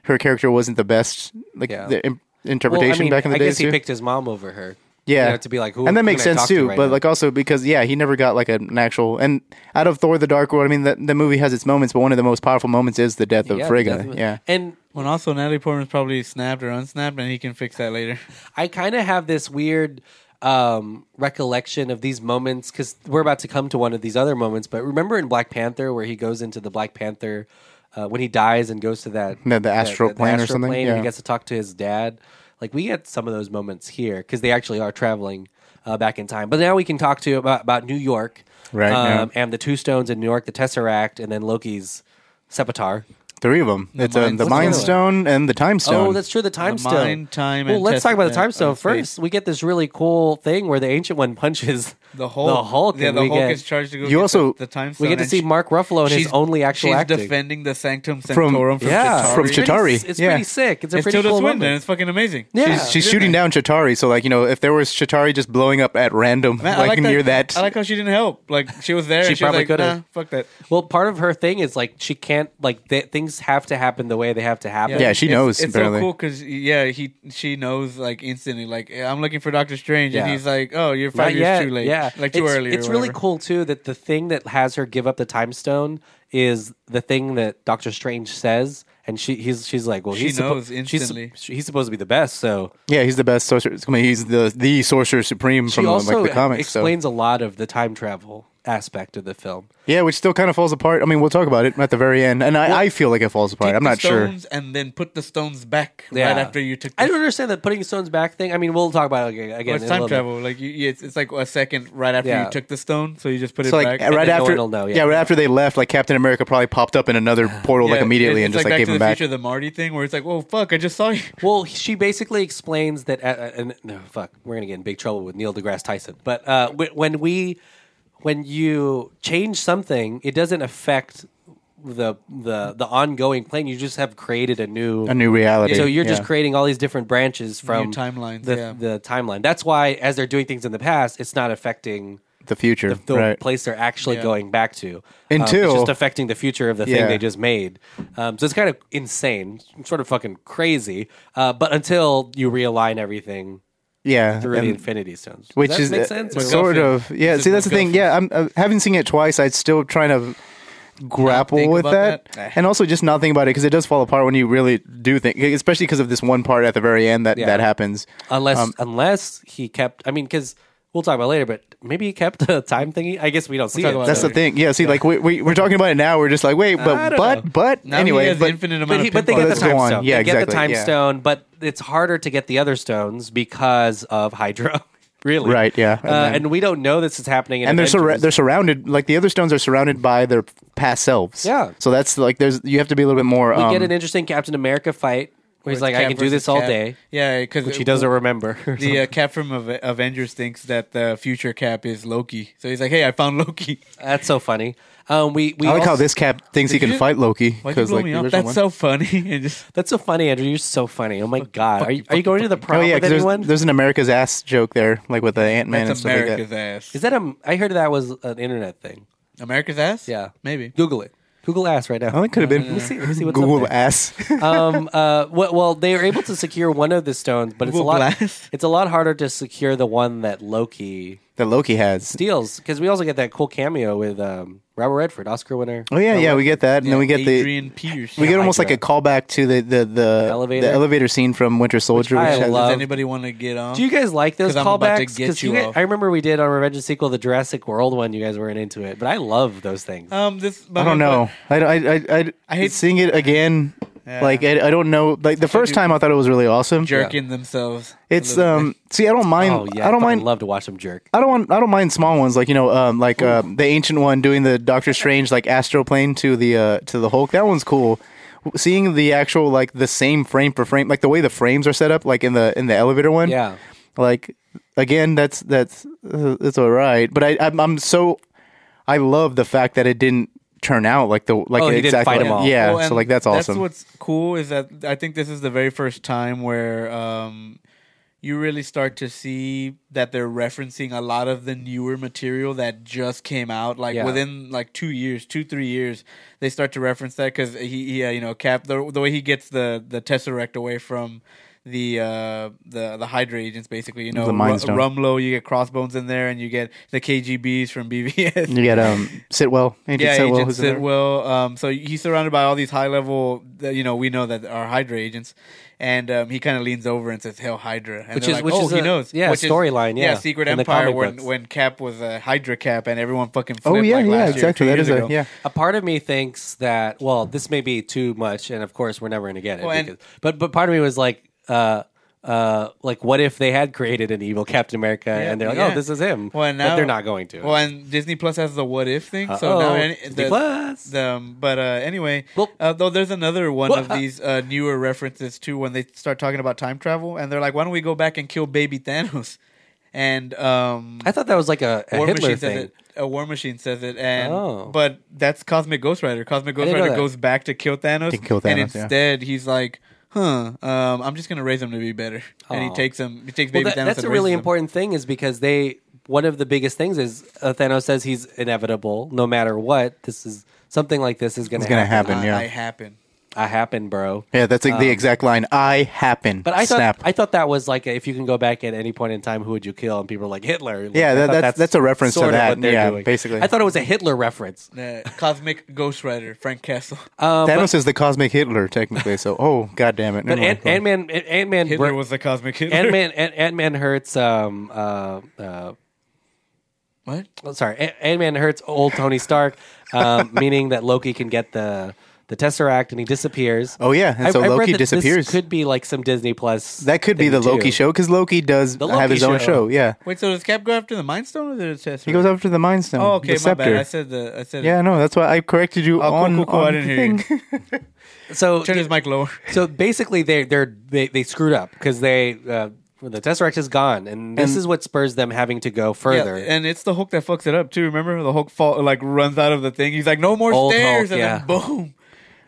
[SPEAKER 5] Her character wasn't the best, like
[SPEAKER 1] Yeah.
[SPEAKER 5] the im-
[SPEAKER 1] Well,
[SPEAKER 5] interpretation back in the
[SPEAKER 1] I
[SPEAKER 5] day.
[SPEAKER 1] guess he
[SPEAKER 5] too.
[SPEAKER 1] picked his mom over her.
[SPEAKER 5] Yeah,
[SPEAKER 1] You know, to be like who,
[SPEAKER 5] and that
[SPEAKER 1] who
[SPEAKER 5] makes
[SPEAKER 1] can I
[SPEAKER 5] sense
[SPEAKER 1] talk to
[SPEAKER 5] too.
[SPEAKER 1] right
[SPEAKER 5] but
[SPEAKER 1] now?
[SPEAKER 5] like also because yeah, he never got like an actual and out of Thor: The Dark World. I mean, the, the movie has its moments, but one of the most powerful moments is the death of
[SPEAKER 1] Yeah,
[SPEAKER 5] Frigga.
[SPEAKER 1] definitely.
[SPEAKER 5] Yeah,
[SPEAKER 1] and
[SPEAKER 4] Well, and also Natalie Portman's probably snapped or unsnapped, and he can fix that later.
[SPEAKER 1] I kind of have this weird um, recollection of these moments because we're about to come to one of these other moments. But remember in Black Panther where he goes into the Black Panther uh, when he dies and goes to that
[SPEAKER 5] No, the astral plane or something?
[SPEAKER 1] and he
[SPEAKER 5] Yeah.
[SPEAKER 1] gets to talk to his dad. Like we get some of those moments here because they actually are traveling uh, back in time. But now we can talk to you about about New York,
[SPEAKER 5] Right, yeah.
[SPEAKER 1] Um, And the two stones in New York, the Tesseract, and then Loki's. Sepitar.
[SPEAKER 5] three of them. it's uh,
[SPEAKER 4] Mind
[SPEAKER 5] the
[SPEAKER 4] Stone.
[SPEAKER 5] Mind Stone and the Time Stone.
[SPEAKER 1] Oh, that's true. The time
[SPEAKER 4] The
[SPEAKER 1] stone.
[SPEAKER 4] mind, time,
[SPEAKER 1] Well,
[SPEAKER 4] and
[SPEAKER 1] let's talk about the
[SPEAKER 4] testament
[SPEAKER 1] time stone
[SPEAKER 4] of space.
[SPEAKER 1] first. We get this really cool thing where the ancient one punches
[SPEAKER 4] The Hulk,
[SPEAKER 1] The Hulk.
[SPEAKER 4] yeah,
[SPEAKER 1] and
[SPEAKER 4] the
[SPEAKER 1] we
[SPEAKER 4] Hulk
[SPEAKER 1] get,
[SPEAKER 4] is charged to go.
[SPEAKER 5] You
[SPEAKER 4] get
[SPEAKER 5] also-
[SPEAKER 4] the, the time.
[SPEAKER 1] We
[SPEAKER 4] stone,
[SPEAKER 1] get to
[SPEAKER 4] and
[SPEAKER 1] see
[SPEAKER 4] she-
[SPEAKER 1] Mark Ruffalo in his
[SPEAKER 4] she's-
[SPEAKER 1] only actual
[SPEAKER 4] she's
[SPEAKER 1] acting.
[SPEAKER 4] defending the Sanctum
[SPEAKER 5] From-
[SPEAKER 4] Sanctorum from
[SPEAKER 1] yeah,
[SPEAKER 4] Chitauri.
[SPEAKER 5] from
[SPEAKER 1] It's pretty-
[SPEAKER 5] Chitauri.
[SPEAKER 1] It's,
[SPEAKER 5] Yeah.
[SPEAKER 1] pretty sick. It's a
[SPEAKER 4] It's
[SPEAKER 1] pretty
[SPEAKER 4] Tilda
[SPEAKER 1] cool
[SPEAKER 4] Swinton.
[SPEAKER 1] moment.
[SPEAKER 4] It's fucking amazing.
[SPEAKER 1] Yeah.
[SPEAKER 5] She's, she's
[SPEAKER 4] She's
[SPEAKER 5] shooting
[SPEAKER 4] in
[SPEAKER 5] down Chitari, so like you know, if there was Chitari just blowing up at random,
[SPEAKER 4] Man, I
[SPEAKER 5] like, near that,
[SPEAKER 4] I like how she didn't help. Like she was there.
[SPEAKER 1] She
[SPEAKER 4] and she was
[SPEAKER 1] probably
[SPEAKER 4] like,
[SPEAKER 1] could've.
[SPEAKER 4] Nah, fuck that.
[SPEAKER 1] Well, part of her thing is like she can't like th- things have to happen the way they have to happen.
[SPEAKER 5] Yeah, she
[SPEAKER 4] It's-
[SPEAKER 5] knows,
[SPEAKER 4] It's
[SPEAKER 5] apparently.
[SPEAKER 4] so cool because yeah, he she knows like instantly. Like I'm looking for Doctor Strange,
[SPEAKER 1] Yeah.
[SPEAKER 4] and he's like, oh, you're
[SPEAKER 1] Not
[SPEAKER 4] five years
[SPEAKER 1] yet.
[SPEAKER 4] too late.
[SPEAKER 1] Yeah,
[SPEAKER 4] like too
[SPEAKER 1] it's,
[SPEAKER 4] early. or
[SPEAKER 1] It's really
[SPEAKER 4] whatever.
[SPEAKER 1] cool too that the thing that has her give up the time stone is the thing that Doctor Strange says, and she he's she's like, well,
[SPEAKER 4] She
[SPEAKER 1] he's suppo-
[SPEAKER 4] knows
[SPEAKER 1] she's-
[SPEAKER 4] instantly.
[SPEAKER 1] he's supposed to be the best, so
[SPEAKER 5] yeah, he's the best sorcerer. I mean, he's the the sorcerer supreme
[SPEAKER 1] she
[SPEAKER 5] from
[SPEAKER 1] also
[SPEAKER 5] like the comics. so-
[SPEAKER 1] explains a lot of the time travel aspect of the film.
[SPEAKER 5] yeah, which still kind of falls apart. I mean, we'll talk about it at the very end, and I, I feel like it falls apart.
[SPEAKER 4] Take
[SPEAKER 5] I'm
[SPEAKER 4] the
[SPEAKER 5] not sure.
[SPEAKER 4] stones And then put the stones back
[SPEAKER 1] Yeah.
[SPEAKER 4] right after you took. The
[SPEAKER 1] I don't understand that putting stones back thing. I mean, we'll talk about it again. again in
[SPEAKER 4] Well, it's
[SPEAKER 1] a
[SPEAKER 4] time
[SPEAKER 1] little bit.
[SPEAKER 4] travel. Like you, yeah, it's, it's like a second right after
[SPEAKER 1] Yeah.
[SPEAKER 4] you took the stone, so you just put it
[SPEAKER 5] So like
[SPEAKER 4] back.
[SPEAKER 1] And
[SPEAKER 5] right
[SPEAKER 1] then no
[SPEAKER 5] after,
[SPEAKER 1] one will know, yeah.
[SPEAKER 5] yeah. right after they left, like Captain America probably popped up in another portal like
[SPEAKER 4] Yeah,
[SPEAKER 5] immediately
[SPEAKER 4] it's-
[SPEAKER 5] and
[SPEAKER 4] it's
[SPEAKER 5] just like,
[SPEAKER 4] Back
[SPEAKER 5] gave
[SPEAKER 4] to
[SPEAKER 5] him
[SPEAKER 4] the
[SPEAKER 5] back.
[SPEAKER 4] Future, the Marty thing, where it's like, "Whoa, fuck! I just saw you."
[SPEAKER 1] Well, she basically explains that, uh, uh, and no, fuck, we're gonna get in big trouble with Neil deGrasse Tyson. But uh, wh- when we, when you change something, it doesn't affect the the the ongoing plan. You just have created a new
[SPEAKER 5] A new reality.
[SPEAKER 1] So you're just
[SPEAKER 5] Yeah.
[SPEAKER 1] creating all these different branches from
[SPEAKER 4] timelines,
[SPEAKER 1] The,
[SPEAKER 4] yeah.
[SPEAKER 1] the timeline. That's why, as they're doing things in the past, it's not affecting
[SPEAKER 5] the future,
[SPEAKER 1] the
[SPEAKER 5] right?
[SPEAKER 1] place they're actually
[SPEAKER 4] Yeah.
[SPEAKER 1] going back to. Um,
[SPEAKER 5] Until-
[SPEAKER 1] it's just affecting the future of the thing
[SPEAKER 5] Yeah.
[SPEAKER 1] they just made. Um, so it's kind of insane, sort of fucking crazy. Uh, but until you realign everything
[SPEAKER 5] yeah,
[SPEAKER 1] through the
[SPEAKER 5] and-
[SPEAKER 1] Infinity Stones, Does
[SPEAKER 5] which
[SPEAKER 1] that
[SPEAKER 5] is
[SPEAKER 1] make
[SPEAKER 5] uh,
[SPEAKER 1] sense? Or
[SPEAKER 5] sort
[SPEAKER 4] Garfield.
[SPEAKER 5] of yeah.
[SPEAKER 4] Is it
[SPEAKER 5] See, that's the thing.
[SPEAKER 4] Garfield?
[SPEAKER 5] Yeah, I'm uh, having seen it twice. I'm still trying to grapple
[SPEAKER 4] think
[SPEAKER 5] with
[SPEAKER 4] about
[SPEAKER 5] that,
[SPEAKER 4] that.
[SPEAKER 5] and also just not think about it because it does fall apart when you really do think, e, especially because of this one part at the very end that
[SPEAKER 1] Yeah.
[SPEAKER 5] that happens.
[SPEAKER 1] unless
[SPEAKER 5] um,
[SPEAKER 1] unless he kept. I mean, because we'll talk about it later, but maybe he kept the time thingy. I guess we don't see
[SPEAKER 4] talk
[SPEAKER 1] it.
[SPEAKER 4] about
[SPEAKER 5] That's the
[SPEAKER 4] Sorry.
[SPEAKER 5] thing. Yeah. See, like we, we we're talking about it now. We're just like, wait,
[SPEAKER 1] I
[SPEAKER 5] but
[SPEAKER 1] don't
[SPEAKER 5] but
[SPEAKER 1] know.
[SPEAKER 5] but
[SPEAKER 4] Now
[SPEAKER 5] anyway,
[SPEAKER 4] he has
[SPEAKER 5] but
[SPEAKER 4] infinite amount
[SPEAKER 1] But, he,
[SPEAKER 4] of
[SPEAKER 1] but they
[SPEAKER 4] pinball.
[SPEAKER 1] get the
[SPEAKER 5] Let's
[SPEAKER 1] time
[SPEAKER 5] go on.
[SPEAKER 1] stone.
[SPEAKER 5] Oh, Yeah,
[SPEAKER 1] they get the
[SPEAKER 5] exactly,
[SPEAKER 1] time
[SPEAKER 5] yeah.
[SPEAKER 1] stone, but it's harder to get the other stones because of Hydra. really,
[SPEAKER 5] Right, yeah,
[SPEAKER 1] Uh,
[SPEAKER 5] and then-
[SPEAKER 1] and we don't know this is happening. In
[SPEAKER 5] and they're surra-
[SPEAKER 1] Avengers.
[SPEAKER 5] they're surrounded like the other stones are surrounded by their past selves.
[SPEAKER 1] Yeah.
[SPEAKER 5] So that's like there's you have to be a little bit more.
[SPEAKER 1] we
[SPEAKER 5] um,
[SPEAKER 1] get an interesting Captain America fight. Where he's
[SPEAKER 4] with
[SPEAKER 1] like, I
[SPEAKER 4] Cap
[SPEAKER 1] can do
[SPEAKER 4] versus
[SPEAKER 1] this all
[SPEAKER 4] Cap.
[SPEAKER 1] day,
[SPEAKER 4] Yeah, because
[SPEAKER 1] which he doesn't remember. or
[SPEAKER 4] The uh, Cap from Ave- Avengers thinks that the future Cap is Loki, so he's like, "Hey, I found Loki."
[SPEAKER 1] That's so funny. Um, we we
[SPEAKER 5] I like how
[SPEAKER 1] also-
[SPEAKER 5] this cap thinks he
[SPEAKER 4] Did
[SPEAKER 5] can
[SPEAKER 4] you-
[SPEAKER 5] fight Loki
[SPEAKER 4] Why'd you
[SPEAKER 5] because
[SPEAKER 4] blow
[SPEAKER 5] like
[SPEAKER 4] me
[SPEAKER 5] the
[SPEAKER 4] up?
[SPEAKER 5] original
[SPEAKER 4] That's
[SPEAKER 5] one.
[SPEAKER 4] so funny. and just
[SPEAKER 1] That's so funny, Andrew. You're so funny. Oh my god, are you, are you going to the prom
[SPEAKER 5] oh yeah,
[SPEAKER 1] with
[SPEAKER 5] 'cause there's,
[SPEAKER 1] anyone?
[SPEAKER 5] there's an America's ass joke there, like with the Ant Man and
[SPEAKER 4] that's
[SPEAKER 5] stuff like that.
[SPEAKER 4] America's ass.
[SPEAKER 1] Is that a? I heard that was an internet thing.
[SPEAKER 4] America's ass?
[SPEAKER 1] Yeah.
[SPEAKER 4] maybe.
[SPEAKER 1] Google it. Google ass right now.
[SPEAKER 5] Oh, it could have been.
[SPEAKER 1] Let me see. Let me see what's
[SPEAKER 5] Google
[SPEAKER 1] up there.
[SPEAKER 5] ass.
[SPEAKER 1] um, uh, well, well, they were able to secure one of the stones, but it's a
[SPEAKER 4] Google
[SPEAKER 1] lot.
[SPEAKER 4] Glass.
[SPEAKER 1] It's a lot harder to secure the one that Loki
[SPEAKER 5] that Loki has.
[SPEAKER 1] steals because we also get that cool cameo with um, Robert Redford, Oscar winner.
[SPEAKER 5] Oh yeah, yeah, we get that, and then we get the
[SPEAKER 4] Adrian Pierce.
[SPEAKER 5] we get almost like
[SPEAKER 1] Hydra.
[SPEAKER 5] a callback to the the the
[SPEAKER 1] elevator.
[SPEAKER 5] the elevator scene from Winter Soldier.
[SPEAKER 1] I
[SPEAKER 5] has-
[SPEAKER 1] love.
[SPEAKER 4] Does anybody want to get on?
[SPEAKER 1] Do you guys like those
[SPEAKER 4] 'Cause I'm about to
[SPEAKER 1] callbacks?
[SPEAKER 4] get
[SPEAKER 1] you
[SPEAKER 4] you
[SPEAKER 1] guys-
[SPEAKER 4] off.
[SPEAKER 1] I remember we did on Revenge of the Sequel, the Jurassic World one. You guys weren't into it, but I love those things.
[SPEAKER 4] um, this.
[SPEAKER 5] I don't know. I I I, I,
[SPEAKER 4] I hate-
[SPEAKER 5] seeing it again.
[SPEAKER 4] Yeah.
[SPEAKER 5] Like I, I don't know. Like the first
[SPEAKER 4] do.
[SPEAKER 5] time, I thought it was really awesome.
[SPEAKER 4] Jerking themselves. a
[SPEAKER 5] It's
[SPEAKER 4] little bit.
[SPEAKER 5] um. See, I don't mind.
[SPEAKER 1] oh yeah,
[SPEAKER 5] I don't
[SPEAKER 1] fucking
[SPEAKER 5] mind.
[SPEAKER 1] Love to watch them jerk.
[SPEAKER 5] I don't want. I don't mind small ones like you know, um, like uh, the ancient one doing the Doctor Strange like astroplane to the uh, to the Hulk. That one's cool. W- Seeing the actual like the same frame for frame, like the way the frames are set up, like in the in the elevator
[SPEAKER 4] Um,
[SPEAKER 5] one.
[SPEAKER 1] Yeah.
[SPEAKER 5] Like again, that's that's uh, it's all right. But I I'm, I'm so I love the fact that it didn't turn out like the like
[SPEAKER 1] Oh, he didn't
[SPEAKER 5] exactly
[SPEAKER 1] fight 'em all.
[SPEAKER 5] yeah.
[SPEAKER 4] Well,
[SPEAKER 5] so
[SPEAKER 4] and
[SPEAKER 5] like that's awesome.
[SPEAKER 4] That's what's cool is that I think this is the very first time where um, you really start to see that they're referencing a lot of the newer material that just came out. Like
[SPEAKER 1] Yeah.
[SPEAKER 4] within like two years, two three years, they start to reference that because he, yeah, you know, Cap the the way he gets the the tesseract away from. The uh the the Hydra agents basically you know
[SPEAKER 5] The Mind
[SPEAKER 4] Ru-
[SPEAKER 5] Stone.
[SPEAKER 4] Rumlow you get Crossbones in there and you get the KGBs from BVS
[SPEAKER 5] you got um Sitwell, Agent
[SPEAKER 4] yeah,
[SPEAKER 5] Sitwell,
[SPEAKER 4] Agent
[SPEAKER 5] who's in there.
[SPEAKER 4] Sitwell. Um, so he's surrounded by all these high level, that, you know, we know that are Hydra agents, and um, he kind of leans over and says, "Hell, Hydra," and
[SPEAKER 1] Which
[SPEAKER 4] they're
[SPEAKER 1] is-
[SPEAKER 4] like,
[SPEAKER 1] which
[SPEAKER 4] "Oh,
[SPEAKER 1] is
[SPEAKER 4] he
[SPEAKER 1] a-
[SPEAKER 4] knows."
[SPEAKER 1] yeah,
[SPEAKER 4] Which is-
[SPEAKER 1] storyline, yeah,
[SPEAKER 4] Secret
[SPEAKER 1] in the
[SPEAKER 4] Empire
[SPEAKER 1] comic
[SPEAKER 4] when
[SPEAKER 1] books.
[SPEAKER 4] when Cap was a Hydra Cap and everyone fucking flipped,
[SPEAKER 5] Oh yeah,
[SPEAKER 4] like,
[SPEAKER 5] yeah,
[SPEAKER 4] last year,
[SPEAKER 5] exactly.
[SPEAKER 4] two
[SPEAKER 5] That
[SPEAKER 4] years
[SPEAKER 5] is a
[SPEAKER 4] ago.
[SPEAKER 5] yeah.
[SPEAKER 1] A part of me thinks that well, this may be too much, and of course we're never going to get it.
[SPEAKER 4] Well, and-
[SPEAKER 1] because- but but part of me was like, uh, uh, like what if they had created an evil Captain America, and they're like,
[SPEAKER 4] yeah.
[SPEAKER 1] oh, this is him.
[SPEAKER 4] Well, and now
[SPEAKER 1] but they're not going to.
[SPEAKER 4] Well, and Disney Plus has the what if thing.
[SPEAKER 1] Uh-oh.
[SPEAKER 4] So now any,
[SPEAKER 1] Disney
[SPEAKER 4] the,
[SPEAKER 1] Plus.
[SPEAKER 4] the- um, but uh, anyway,
[SPEAKER 1] Well- Uh-huh.
[SPEAKER 4] uh, though there's another one of
[SPEAKER 1] Wha-
[SPEAKER 4] these uh, newer references too when they start talking about time travel and they're like, why don't we go back and kill baby Thanos? And um,
[SPEAKER 1] I thought that was like a, a
[SPEAKER 4] War
[SPEAKER 1] Hitler
[SPEAKER 4] Machine
[SPEAKER 1] thing.
[SPEAKER 4] says it. A War Machine says it, and
[SPEAKER 1] Oh.
[SPEAKER 4] but that's Cosmic Ghost Rider. Cosmic Ghost
[SPEAKER 1] didn't know
[SPEAKER 4] Rider
[SPEAKER 1] that.
[SPEAKER 4] goes back to kill Thanos,
[SPEAKER 5] To kill
[SPEAKER 4] and
[SPEAKER 5] Thanos, yeah.
[SPEAKER 4] instead he's like, "Huh, um, I'm just gonna raise him to be better." And he
[SPEAKER 1] Aw.
[SPEAKER 4] takes him. He takes
[SPEAKER 1] Oh. Well,
[SPEAKER 4] baby
[SPEAKER 1] that,
[SPEAKER 4] Thanos.
[SPEAKER 1] that's
[SPEAKER 4] and
[SPEAKER 1] a really
[SPEAKER 4] raises him.
[SPEAKER 1] important thing, is because they one of the biggest things is uh, Thanos says he's inevitable, no matter what. This is something like this is going
[SPEAKER 5] It's gonna happen.
[SPEAKER 4] I,
[SPEAKER 5] yeah,
[SPEAKER 4] I happen.
[SPEAKER 1] I happen, bro.
[SPEAKER 5] yeah. That's like the exact line. I happen.
[SPEAKER 1] But I thought
[SPEAKER 5] snap.
[SPEAKER 1] I thought that was like if you can go back at any point in time, who would you kill? And people are like Hitler. Like,
[SPEAKER 5] Yeah,
[SPEAKER 1] I
[SPEAKER 5] that-
[SPEAKER 1] thought
[SPEAKER 5] that's- that's a reference to
[SPEAKER 1] sort of
[SPEAKER 5] that.
[SPEAKER 1] what they're
[SPEAKER 5] Yeah, basically.
[SPEAKER 1] I thought it was a Hitler reference.
[SPEAKER 4] Uh, Cosmic Ghost Rider, Frank Castle.
[SPEAKER 1] Um,
[SPEAKER 5] Thanos is the cosmic Hitler, technically. So, oh god damn it!
[SPEAKER 1] but Ant Ant Man Ant Man
[SPEAKER 4] Hitler was the Cosmic Hitler.
[SPEAKER 1] Ant Man Ant Man hurts. Um, uh, uh,
[SPEAKER 4] what?
[SPEAKER 1] oh, sorry, Ant Man hurts old Tony Stark, um, meaning that Loki can get the the Tesseract and he disappears.
[SPEAKER 5] Oh, yeah, and so
[SPEAKER 1] read
[SPEAKER 5] Loki
[SPEAKER 1] that this
[SPEAKER 5] disappears.
[SPEAKER 1] could be like some Disney Plus.
[SPEAKER 5] that could be
[SPEAKER 1] thing,
[SPEAKER 5] the Loki
[SPEAKER 1] too.
[SPEAKER 5] show because Loki does
[SPEAKER 1] Loki
[SPEAKER 5] have his own
[SPEAKER 1] show.
[SPEAKER 5] show. Yeah,
[SPEAKER 4] Wait, so does Cap go after the Mind Stone or the Tesseract?
[SPEAKER 5] he goes after the Mind Stone.
[SPEAKER 4] Oh, okay,
[SPEAKER 5] the
[SPEAKER 4] my bad.
[SPEAKER 5] scepter.
[SPEAKER 4] I said the. I said.
[SPEAKER 5] yeah,
[SPEAKER 4] It.
[SPEAKER 5] no, that's why I corrected you
[SPEAKER 4] Oh, cool,
[SPEAKER 5] on,
[SPEAKER 4] cool, cool.
[SPEAKER 5] on
[SPEAKER 4] I didn't
[SPEAKER 5] the
[SPEAKER 4] hear you.
[SPEAKER 5] thing.
[SPEAKER 1] So
[SPEAKER 4] Turn his mic lower.
[SPEAKER 1] So basically, they they're, they they screwed up because they uh, the Tesseract is gone, and this is what spurs them having to go further.
[SPEAKER 4] Yeah, and it's the Hulk that fucks it up too. Remember the Hulk fall like runs out of the thing. He's like, no more
[SPEAKER 1] Old
[SPEAKER 4] stairs,
[SPEAKER 1] Hulk,
[SPEAKER 4] and
[SPEAKER 1] yeah.
[SPEAKER 4] then boom,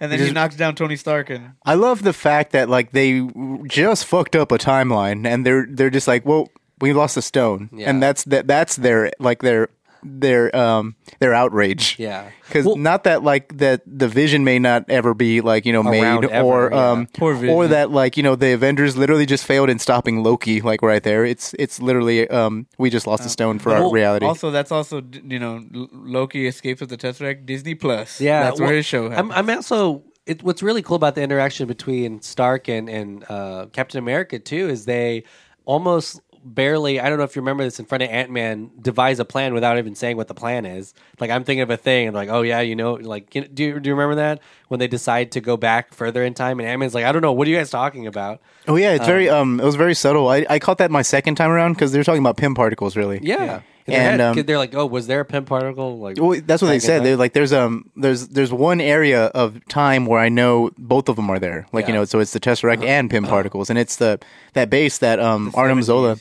[SPEAKER 4] and then he,
[SPEAKER 5] just-
[SPEAKER 4] knocks down Tony Stark. And
[SPEAKER 5] I love the fact that like they just fucked up a timeline, and they're they're just like, well, we lost a stone,
[SPEAKER 1] Yeah.
[SPEAKER 5] and that's that that's their like their their um their outrage.
[SPEAKER 1] Yeah.
[SPEAKER 5] because
[SPEAKER 1] Well-
[SPEAKER 5] not that like that the vision may not ever be like you know made
[SPEAKER 1] Around ever,
[SPEAKER 5] or
[SPEAKER 1] yeah.
[SPEAKER 5] um
[SPEAKER 4] Poor Vision.
[SPEAKER 5] or that like you know the Avengers literally just failed in stopping Loki like right there. It's it's literally um we just lost a stone for our
[SPEAKER 1] Uh, well,
[SPEAKER 5] reality.
[SPEAKER 4] also, that's also d- you know L- Loki escapes with the Tesseract. Disney Plus.
[SPEAKER 1] yeah,
[SPEAKER 4] that's
[SPEAKER 1] well,
[SPEAKER 4] where his show.
[SPEAKER 1] I'm,
[SPEAKER 4] happens.
[SPEAKER 1] I'm also it, what's really cool about the interaction between Stark and and uh, Captain America too is they almost barely I don't know if you remember this in front of Ant Man devise a plan without even saying what the plan is. Like I'm thinking of a thing and like oh yeah you know like can, do you, do you remember that when they decide to go back further in time and Ant Man's like I don't know what are you guys talking about. uh,
[SPEAKER 5] oh yeah, it's very um it was very subtle. I I caught that my second time around because they're talking about pin particles really.
[SPEAKER 1] Yeah. In their
[SPEAKER 5] And,
[SPEAKER 1] head,
[SPEAKER 5] um,
[SPEAKER 1] they're like, "Oh, was there a pimp particle?" Like,
[SPEAKER 5] Well, that's
[SPEAKER 1] back
[SPEAKER 5] what they
[SPEAKER 1] in
[SPEAKER 5] said.
[SPEAKER 1] time?
[SPEAKER 5] They're like, there's um, there's there's one area of time where I know both of them are there. Like you
[SPEAKER 1] Yeah.
[SPEAKER 5] know, so it's the tesseract and pin particles, and it's the that base that um Arnim Zola,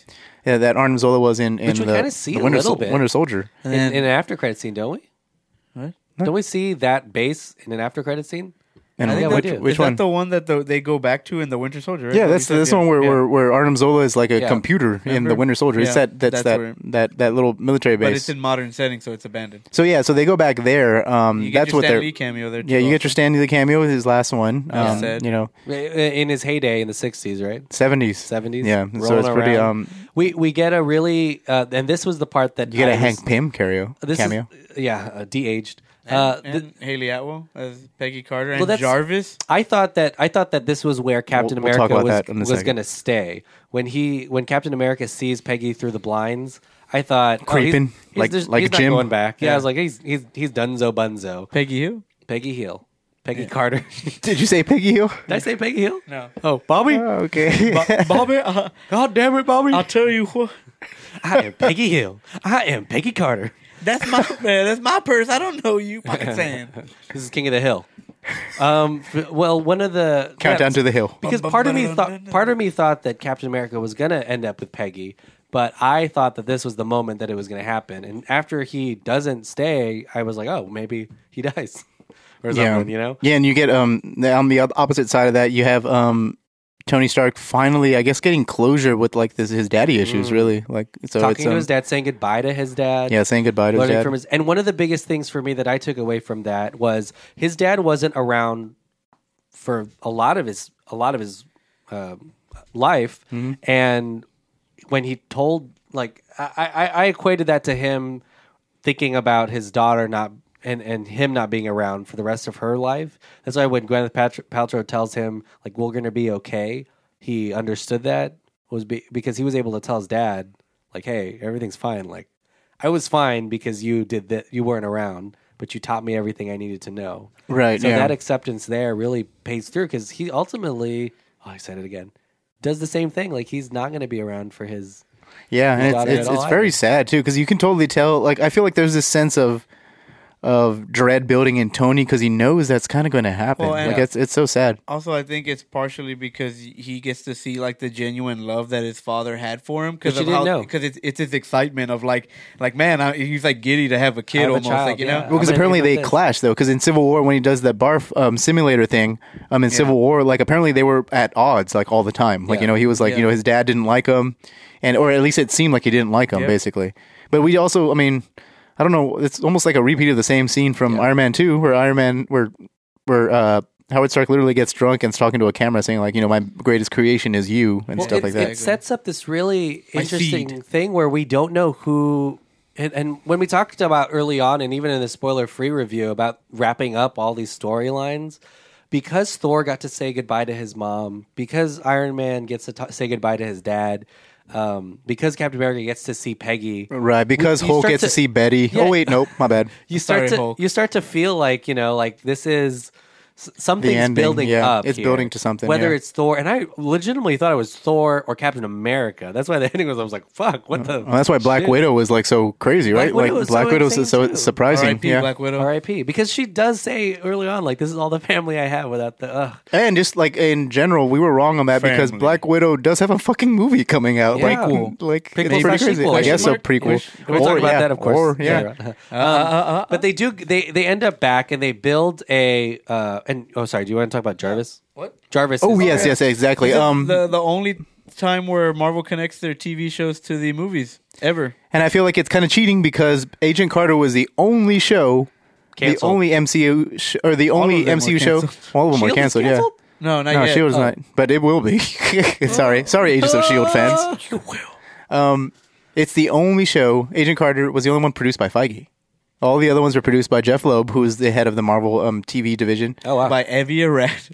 [SPEAKER 5] yeah, that Arnim Zola was in in
[SPEAKER 1] we
[SPEAKER 5] the,
[SPEAKER 1] kinda see
[SPEAKER 5] the
[SPEAKER 1] a
[SPEAKER 5] Winter,
[SPEAKER 1] little
[SPEAKER 5] Sol-
[SPEAKER 1] bit.
[SPEAKER 5] Winter Soldier.
[SPEAKER 1] in, in an after credit scene, don't we? Don't we see that base in an after credit scene?
[SPEAKER 5] And
[SPEAKER 1] I think
[SPEAKER 5] which,
[SPEAKER 1] that
[SPEAKER 5] which,
[SPEAKER 1] we do.
[SPEAKER 4] Is that
[SPEAKER 5] one?
[SPEAKER 4] the one that the, they go back to in the Winter Soldier? right?
[SPEAKER 5] yeah,
[SPEAKER 4] That
[SPEAKER 5] that's
[SPEAKER 4] we said,
[SPEAKER 5] this
[SPEAKER 4] yeah.
[SPEAKER 5] one where,
[SPEAKER 4] Yeah.
[SPEAKER 5] where where Arnim Zola is like a
[SPEAKER 1] Yeah.
[SPEAKER 5] computer in
[SPEAKER 4] Remember?
[SPEAKER 5] the Winter Soldier. It's
[SPEAKER 4] Yeah,
[SPEAKER 5] that that's,
[SPEAKER 4] that's
[SPEAKER 5] that,
[SPEAKER 4] where-
[SPEAKER 5] that that little military base.
[SPEAKER 4] but it's in modern setting, so it's abandoned.
[SPEAKER 5] so yeah, so they go back there. Um,
[SPEAKER 4] You get
[SPEAKER 5] that's
[SPEAKER 4] your
[SPEAKER 5] what
[SPEAKER 4] Stan
[SPEAKER 5] they're.
[SPEAKER 4] Lee cameo there. Too
[SPEAKER 5] Yeah, you get your Stanley cameo, his last one. Um,
[SPEAKER 4] Sad.
[SPEAKER 5] you know,
[SPEAKER 1] I- In his heyday in the '60s, right?
[SPEAKER 5] seventies,
[SPEAKER 1] '70s.
[SPEAKER 5] Yeah, so
[SPEAKER 1] Rolling
[SPEAKER 5] it's pretty.
[SPEAKER 1] around.
[SPEAKER 5] Um,
[SPEAKER 1] we we get a really, uh, and this was the part that
[SPEAKER 5] You get
[SPEAKER 1] I
[SPEAKER 5] a
[SPEAKER 1] was-
[SPEAKER 5] Hank Pym cameo.
[SPEAKER 1] This is-
[SPEAKER 5] cameo.
[SPEAKER 1] yeah, uh, de-aged. uh,
[SPEAKER 4] also.
[SPEAKER 1] th-
[SPEAKER 4] and, and Haley Atwell as Peggy Carter and
[SPEAKER 1] Well, that's-
[SPEAKER 4] Jarvis.
[SPEAKER 1] I thought that I thought that this was where Captain
[SPEAKER 5] We'll- we'll talk
[SPEAKER 1] America
[SPEAKER 5] about that in a
[SPEAKER 1] was, was
[SPEAKER 5] second.
[SPEAKER 1] going to stay when he when Captain America sees Peggy through the blinds. I thought oh, he's-
[SPEAKER 5] Creeping,
[SPEAKER 1] he's,
[SPEAKER 5] like-
[SPEAKER 1] there's-
[SPEAKER 5] like
[SPEAKER 1] he's
[SPEAKER 5] Jim.
[SPEAKER 1] not going back. Yeah. I
[SPEAKER 4] Yeah.
[SPEAKER 1] was like he's he's he's dunzo bunzo.
[SPEAKER 4] Peggy who?
[SPEAKER 1] Peggy Hill, Peggy Carter. Did
[SPEAKER 5] Did you say Piggy Hill?
[SPEAKER 1] I say Peggy Hill?
[SPEAKER 4] No.
[SPEAKER 1] Oh, Bobby.
[SPEAKER 5] Uh, Okay.
[SPEAKER 4] Uh, Bobby, I,
[SPEAKER 1] God damn it, Bobby!
[SPEAKER 4] I'll tell you what.
[SPEAKER 1] I am Peggy Hill. I am Peggy Carter.
[SPEAKER 4] That's my man. That's my purse. I don't know you, pocket sand.
[SPEAKER 1] This is King of the Hill. Um, f- well, one of the
[SPEAKER 5] Countdown to the hill.
[SPEAKER 1] because part of me thought part of me thought that Captain America was gonna end up with Peggy, but I thought that this was the moment that it was gonna happen. And after he doesn't stay, I was like, oh, maybe he dies or
[SPEAKER 5] Yeah.
[SPEAKER 1] something, you know?
[SPEAKER 5] Yeah, and you get um on the op- opposite side of that, you have um Tony Stark finally, I guess, getting closure with like this his daddy issues. Really, like so
[SPEAKER 1] Mm. Talking
[SPEAKER 5] it's
[SPEAKER 1] to
[SPEAKER 5] um,
[SPEAKER 1] his dad, saying goodbye to his dad.
[SPEAKER 5] yeah, saying goodbye to his
[SPEAKER 1] learning
[SPEAKER 5] dad.
[SPEAKER 1] from his and one of the biggest things for me that I took away from that was his dad wasn't around for a lot of his a lot of his um life and when he told like I, I I equated that to him thinking about his daughter not and, and him not being around for the rest of her life. That's why when Gwyneth Paltrow, Paltrow tells him like we're gonna be okay, he understood that was be, because he was able to tell his dad like hey everything's fine like I was fine because you did that. You weren't around, but you taught me everything I needed to know.
[SPEAKER 5] Right,
[SPEAKER 1] So
[SPEAKER 5] yeah.
[SPEAKER 1] that acceptance there really pays through because he ultimately, oh, I said it again, does the same thing. Like he's not going to be around for his.
[SPEAKER 5] Yeah, and it's
[SPEAKER 1] daughter
[SPEAKER 5] it's,
[SPEAKER 1] at all
[SPEAKER 5] it's very
[SPEAKER 1] either.
[SPEAKER 5] sad too because you can totally tell. Like I feel like there's this sense of of dread building in Tony because he knows that's kind of going to happen.
[SPEAKER 4] Well, and-
[SPEAKER 5] like it's it's so sad.
[SPEAKER 4] Also, I think it's partially because he gets to see like the genuine love that his father had for him
[SPEAKER 1] But
[SPEAKER 4] because
[SPEAKER 1] you
[SPEAKER 4] of
[SPEAKER 1] didn't
[SPEAKER 4] how
[SPEAKER 1] know.
[SPEAKER 4] because it's it's his excitement of like like man I, he's like giddy to have a kid
[SPEAKER 1] Have a
[SPEAKER 4] almost
[SPEAKER 1] child,
[SPEAKER 4] like you
[SPEAKER 1] yeah.
[SPEAKER 4] know
[SPEAKER 5] Well, because
[SPEAKER 1] I'm gonna
[SPEAKER 5] apparently
[SPEAKER 1] give it
[SPEAKER 5] they
[SPEAKER 1] this.
[SPEAKER 5] clash though. Because in Civil War, when he does that barf um, simulator thing, um, in Civil War, like apparently they were at odds like all the time. Like
[SPEAKER 1] Yeah.
[SPEAKER 5] you know, he was like you
[SPEAKER 4] Yeah.
[SPEAKER 5] know his dad didn't like him, and or at least it seemed like he didn't like him
[SPEAKER 4] Yep.
[SPEAKER 5] basically. But we also, I mean, I don't know. It's almost like a repeat of the same scene from Iron Man Two, where Iron Man where where uh, Howard Stark literally gets drunk and's talking to a camera, saying like you know my greatest creation is you and stuff
[SPEAKER 1] it,
[SPEAKER 5] like that.
[SPEAKER 1] It sets up this really
[SPEAKER 4] My
[SPEAKER 1] interesting
[SPEAKER 4] seed.
[SPEAKER 1] thing where we don't know who. And, and when we talked about early on, and even in the spoiler free review about wrapping up all these storylines, because Thor got to say goodbye to his mom, because Iron Man gets to t- say goodbye to his dad, um, because Captain America gets to see Peggy,
[SPEAKER 5] Right, because
[SPEAKER 1] you
[SPEAKER 5] Hulk
[SPEAKER 1] start
[SPEAKER 5] gets to,
[SPEAKER 1] to-
[SPEAKER 5] see Betty.
[SPEAKER 1] Yeah.
[SPEAKER 5] Oh wait, nope, my bad.
[SPEAKER 1] you start
[SPEAKER 4] Sorry,
[SPEAKER 1] to
[SPEAKER 4] Hulk.
[SPEAKER 1] you start to feel like you know like this is s- something's
[SPEAKER 5] ending,
[SPEAKER 1] building
[SPEAKER 5] yeah.
[SPEAKER 1] up.
[SPEAKER 5] It's
[SPEAKER 1] here.
[SPEAKER 5] building to something,
[SPEAKER 1] Whether
[SPEAKER 5] yeah.
[SPEAKER 1] it's Thor, and I legitimately thought it was Thor or Captain America. That's why the ending was. I was like, "Fuck, what the?"
[SPEAKER 5] Well, that's why Black
[SPEAKER 1] shit?
[SPEAKER 5] Widow was like so crazy,
[SPEAKER 1] Black
[SPEAKER 5] right?
[SPEAKER 1] Widow
[SPEAKER 5] like
[SPEAKER 1] is
[SPEAKER 5] Black
[SPEAKER 1] so
[SPEAKER 5] Widow's
[SPEAKER 1] insane,
[SPEAKER 5] so
[SPEAKER 1] too.
[SPEAKER 5] surprising.
[SPEAKER 4] R.I.P.
[SPEAKER 5] yeah.
[SPEAKER 4] Black Widow
[SPEAKER 1] R.I.P. Because she does say early on, like, "This is all the family I have without the." Ugh.
[SPEAKER 5] And just like in general, we were wrong on that because
[SPEAKER 4] Family.
[SPEAKER 5] Black Widow does have a fucking movie coming out.
[SPEAKER 1] Yeah. Prequel.
[SPEAKER 5] Like, like
[SPEAKER 1] Prequel
[SPEAKER 5] it's
[SPEAKER 1] slash
[SPEAKER 5] pretty crazy.
[SPEAKER 1] sequel,
[SPEAKER 5] I
[SPEAKER 1] question
[SPEAKER 5] guess a
[SPEAKER 1] mark?
[SPEAKER 5] prequel.
[SPEAKER 1] We'll talk about
[SPEAKER 5] yeah,
[SPEAKER 1] that, of course.
[SPEAKER 5] Or, yeah.
[SPEAKER 1] later
[SPEAKER 4] Uh,
[SPEAKER 1] on. Um, but they do. They they end up back and they build a. Uh, and oh, sorry. Do you want to talk about Jarvis?
[SPEAKER 4] What?
[SPEAKER 1] Jarvis?
[SPEAKER 5] Oh
[SPEAKER 1] is-
[SPEAKER 5] yes, yes, exactly. Um,
[SPEAKER 4] the the only time where Marvel connects their TV shows to the movies ever.
[SPEAKER 5] and I feel like it's kind of cheating because Agent Carter was the only show, the
[SPEAKER 1] Canceled.
[SPEAKER 5] only MCU sh- or the only
[SPEAKER 4] of them were
[SPEAKER 5] MCU show.
[SPEAKER 4] canceled.
[SPEAKER 5] All of them were
[SPEAKER 1] Shield is
[SPEAKER 5] canceled.
[SPEAKER 1] canceled?
[SPEAKER 5] Yeah.
[SPEAKER 4] No, not
[SPEAKER 5] no,
[SPEAKER 4] yet. Uh,
[SPEAKER 5] she
[SPEAKER 1] Oh.
[SPEAKER 5] was not, but it will be. sorry, sorry, Agents of Shield E fans. Um,
[SPEAKER 1] You will.
[SPEAKER 5] It's the only show. Agent Carter was the only one produced by Feige. All the other ones were produced by Jeff Loeb, who is the head of the Marvel um, TV division.
[SPEAKER 1] Oh wow.
[SPEAKER 4] by Evia Rat.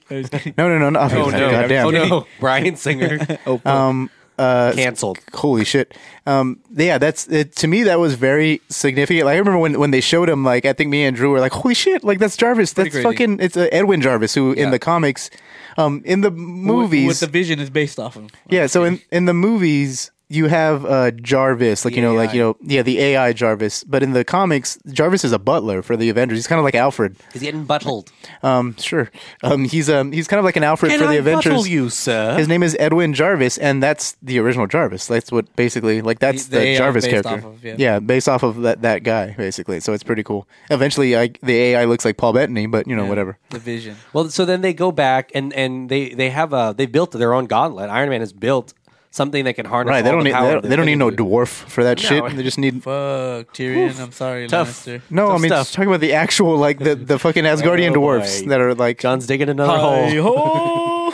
[SPEAKER 5] No, no, no, no.
[SPEAKER 4] no.
[SPEAKER 5] Oh, Goddamn.
[SPEAKER 1] Oh no, Brian Singer.
[SPEAKER 5] Um, uh,
[SPEAKER 1] canceled.
[SPEAKER 5] holy shit. Um, yeah, that's it, to me that was very significant. Like, I remember when when they showed him. Like, I think me and Drew were like, "Holy shit! Like, that's Jarvis. that's
[SPEAKER 4] crazy.
[SPEAKER 5] fucking. It's uh, Edwin Jarvis, who in
[SPEAKER 1] Yeah.
[SPEAKER 5] the comics, um, in the movies,
[SPEAKER 4] What the vision is based off of.
[SPEAKER 5] yeah. So in in the movies, you have uh, Jarvis, like you know,
[SPEAKER 4] The
[SPEAKER 5] like you
[SPEAKER 4] AI.
[SPEAKER 5] know, yeah, the AI Jarvis. But in the comics, Jarvis is a butler for the Avengers. He's kind of like Alfred.
[SPEAKER 1] He's getting buttled.
[SPEAKER 5] Um, sure. Um, he's um, he's kind of like an Alfred for the Avengers.
[SPEAKER 1] you, sir?
[SPEAKER 5] His name is Edwin Jarvis, and that's the original Jarvis. That's what basically like that's
[SPEAKER 4] The-
[SPEAKER 5] the,
[SPEAKER 4] the AI is
[SPEAKER 5] Jarvis
[SPEAKER 4] based
[SPEAKER 5] character.
[SPEAKER 4] off of, yeah.
[SPEAKER 5] based off of that, that guy basically. So it's pretty cool. Eventually, I, the AI looks like Paul Bettany, but you know whatever.
[SPEAKER 4] The Vision.
[SPEAKER 1] Well, so then they go back and and they they have a they built their own gauntlet. Iron Man has built something that can harness.
[SPEAKER 5] Right? They
[SPEAKER 1] all
[SPEAKER 5] don't
[SPEAKER 1] the
[SPEAKER 5] need
[SPEAKER 1] power
[SPEAKER 5] they
[SPEAKER 1] of
[SPEAKER 5] don't,
[SPEAKER 1] the
[SPEAKER 5] they don't need no
[SPEAKER 1] Infinity.
[SPEAKER 5] dwarf for that
[SPEAKER 1] No.
[SPEAKER 5] shit. They just need.
[SPEAKER 4] Fuck Tyrion. I'm sorry,
[SPEAKER 1] Tough.
[SPEAKER 4] Lannister.
[SPEAKER 5] No, I
[SPEAKER 1] Tough
[SPEAKER 5] mean,
[SPEAKER 1] stuff.
[SPEAKER 5] just talking about the actual like the, the fucking Asgardian
[SPEAKER 1] Oh,
[SPEAKER 5] dwarfs
[SPEAKER 1] boy.
[SPEAKER 5] that are like
[SPEAKER 1] John's digging another
[SPEAKER 4] Hi
[SPEAKER 1] hole.
[SPEAKER 4] ho!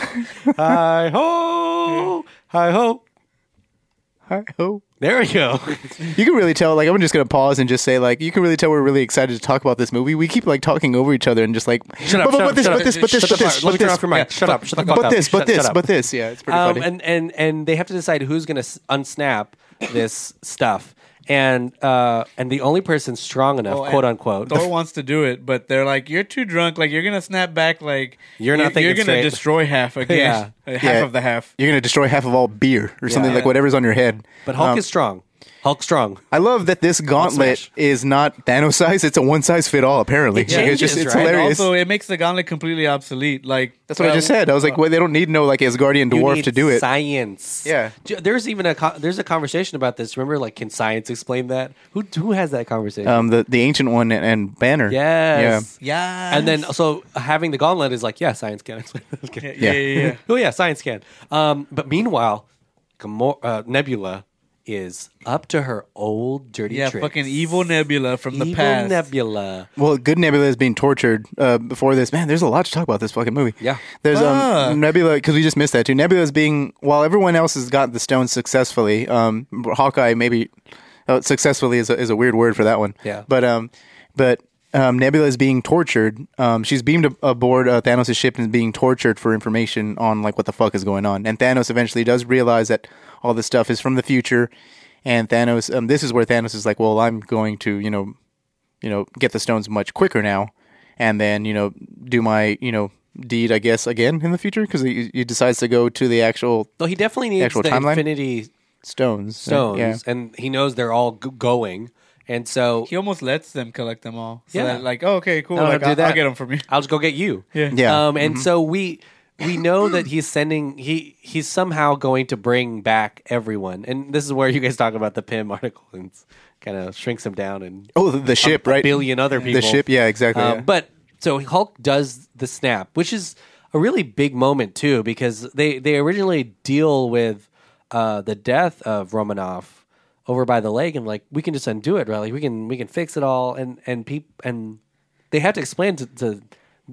[SPEAKER 1] Hi ho, hi ho.
[SPEAKER 5] hi ho.
[SPEAKER 1] There we go.
[SPEAKER 5] You can really tell. Like, I'm just gonna pause and just say, like, you can really tell we're really excited to talk about this movie. We keep like talking over each other and just like,
[SPEAKER 1] Shut up!
[SPEAKER 5] but,
[SPEAKER 1] shut
[SPEAKER 5] but
[SPEAKER 1] up,
[SPEAKER 5] this,
[SPEAKER 1] shut
[SPEAKER 5] but
[SPEAKER 1] up.
[SPEAKER 5] this, but this,
[SPEAKER 1] Shut
[SPEAKER 5] but
[SPEAKER 1] the
[SPEAKER 5] this,
[SPEAKER 1] fuck- Let me
[SPEAKER 5] but
[SPEAKER 1] turn
[SPEAKER 5] this,
[SPEAKER 1] off your mic. Shut up! Shut the fuck
[SPEAKER 5] but
[SPEAKER 1] up!
[SPEAKER 5] this, but
[SPEAKER 1] Shut- shut
[SPEAKER 5] this,
[SPEAKER 1] up.
[SPEAKER 5] but this. Yeah, it's pretty
[SPEAKER 1] um,
[SPEAKER 5] funny.
[SPEAKER 1] and and and they have to decide who's going to s- unsnap this stuff, and uh, and the only person strong enough,
[SPEAKER 4] Oh, and
[SPEAKER 1] quote unquote,
[SPEAKER 4] Thor wants to do it, but they're like, "You're too drunk. Like you're gonna snap back. Like
[SPEAKER 1] You're not
[SPEAKER 4] You're,
[SPEAKER 1] thinking
[SPEAKER 4] gonna
[SPEAKER 1] straight."
[SPEAKER 4] destroy half again.
[SPEAKER 1] Yeah.
[SPEAKER 4] Uh, half
[SPEAKER 5] Yeah.
[SPEAKER 4] of the half.
[SPEAKER 5] You're gonna destroy half of all beer or something like
[SPEAKER 4] Yeah.
[SPEAKER 5] whatever's on your head.
[SPEAKER 1] but Hulk
[SPEAKER 5] Um,
[SPEAKER 1] is strong. Hulk strong.
[SPEAKER 5] I love that this gauntlet
[SPEAKER 1] smash.
[SPEAKER 5] is not Thanos size. It's a one size fit all. Apparently, Like, it's just
[SPEAKER 1] changes,
[SPEAKER 5] it's
[SPEAKER 1] right?
[SPEAKER 4] And
[SPEAKER 5] hilarious.
[SPEAKER 4] also, it makes the gauntlet completely obsolete. Like um,
[SPEAKER 5] That's what I just said. I was like, well, they don't need no like Asgardian
[SPEAKER 1] um, You
[SPEAKER 5] dwarf
[SPEAKER 1] need
[SPEAKER 5] to do it.
[SPEAKER 1] Science.
[SPEAKER 5] Yeah.
[SPEAKER 1] J- There's even a co- there's a conversation about this. Remember, like, can science explain that? Who who has that conversation?
[SPEAKER 5] Um, the the ancient one and, and Banner.
[SPEAKER 1] yes.
[SPEAKER 4] Yeah.
[SPEAKER 1] And then so having the gauntlet is like, yeah, science can explain. this. Okay.
[SPEAKER 4] Yeah. Yeah. yeah, yeah.
[SPEAKER 1] Oh yeah, science can. Um, but meanwhile, Gamor- uh, Nebula is up to her old dirty
[SPEAKER 4] Yeah,
[SPEAKER 1] tricks.
[SPEAKER 4] fucking evil Nebula from the
[SPEAKER 1] Evil
[SPEAKER 4] past.
[SPEAKER 1] Nebula.
[SPEAKER 5] Yeah. Well, Good Nebula is being tortured uh, before this. Man, there's a lot to talk about this fucking movie.
[SPEAKER 1] Yeah.
[SPEAKER 5] There's
[SPEAKER 4] Fuck.
[SPEAKER 5] um Nebula because we just missed that too. Nebula is being while everyone else has got the stone successfully. Um, Hawkeye maybe oh, successfully is a, is a weird word for that one.
[SPEAKER 1] Yeah.
[SPEAKER 5] But um, but um, Nebula is being tortured. Um, she's beamed ab- aboard uh, Thanos' ship and is being tortured for information on like what the fuck is going on. And Thanos eventually does realize that all this stuff is from the future. And Thanos, um, this is where Thanos is like, well, I'm going to you know you know, get the stones much quicker now, and then you know, do my you know deed, I guess, again in the future because he, he decides to go to the actual
[SPEAKER 1] No, he definitely needs
[SPEAKER 5] actual
[SPEAKER 1] the
[SPEAKER 5] timeline?
[SPEAKER 1] Infinity
[SPEAKER 5] stones.
[SPEAKER 1] Stones,
[SPEAKER 5] Yeah.
[SPEAKER 1] and he knows they're all g- going, and so
[SPEAKER 4] He almost lets them collect them all. So
[SPEAKER 1] Yeah.
[SPEAKER 4] that, like, oh, okay, cool.
[SPEAKER 1] I don't
[SPEAKER 4] Like,
[SPEAKER 1] have to do
[SPEAKER 4] I'll,
[SPEAKER 1] that.
[SPEAKER 4] I'll get them from you.
[SPEAKER 1] I'll just go get you.
[SPEAKER 4] Yeah.
[SPEAKER 5] Yeah. Mm-hmm.
[SPEAKER 1] Um, and so we we know that he's sending he he's somehow going to bring back everyone, and this is where you guys talk about the Pym article and kind of shrinks him down and
[SPEAKER 5] Oh, the, the ship, right?
[SPEAKER 1] billion other people.
[SPEAKER 5] The ship, yeah, exactly.
[SPEAKER 1] Uh,
[SPEAKER 5] yeah.
[SPEAKER 1] But so Hulk does the snap, which is a really big moment too, because they they originally deal with uh, the death of Romanoff over by the lake, and like we can just undo it, right? Like we can we can fix it all, and and peop and they have to explain to. to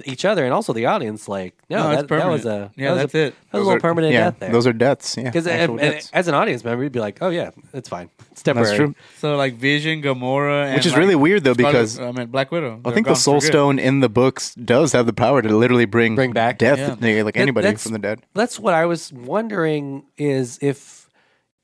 [SPEAKER 1] each other and also the audience, like no,
[SPEAKER 4] No, it's
[SPEAKER 1] that, that was a
[SPEAKER 4] permanent. Yeah,
[SPEAKER 1] that was
[SPEAKER 4] that's
[SPEAKER 1] a,
[SPEAKER 4] it.
[SPEAKER 1] That was a
[SPEAKER 5] Those
[SPEAKER 1] little
[SPEAKER 5] are-
[SPEAKER 1] permanent
[SPEAKER 5] yeah,
[SPEAKER 1] death there. uh,
[SPEAKER 5] Those are deaths. Yeah,
[SPEAKER 1] because
[SPEAKER 5] actual deaths.
[SPEAKER 1] as an audience member, you'd be like, oh yeah, it's fine, it's temporary.
[SPEAKER 5] that's true.
[SPEAKER 4] So like Vision, Gamora, and,
[SPEAKER 5] Which is
[SPEAKER 4] like,
[SPEAKER 5] really weird, though,
[SPEAKER 4] Scarlet-
[SPEAKER 5] because
[SPEAKER 4] I mean Black Widow.
[SPEAKER 5] I think the Soul Stone in the books does have the power to literally bring
[SPEAKER 1] Bring back-
[SPEAKER 5] death,
[SPEAKER 4] yeah.
[SPEAKER 5] like
[SPEAKER 1] That-
[SPEAKER 5] anybody
[SPEAKER 1] that's-
[SPEAKER 5] from the dead.
[SPEAKER 1] That's what I was wondering is if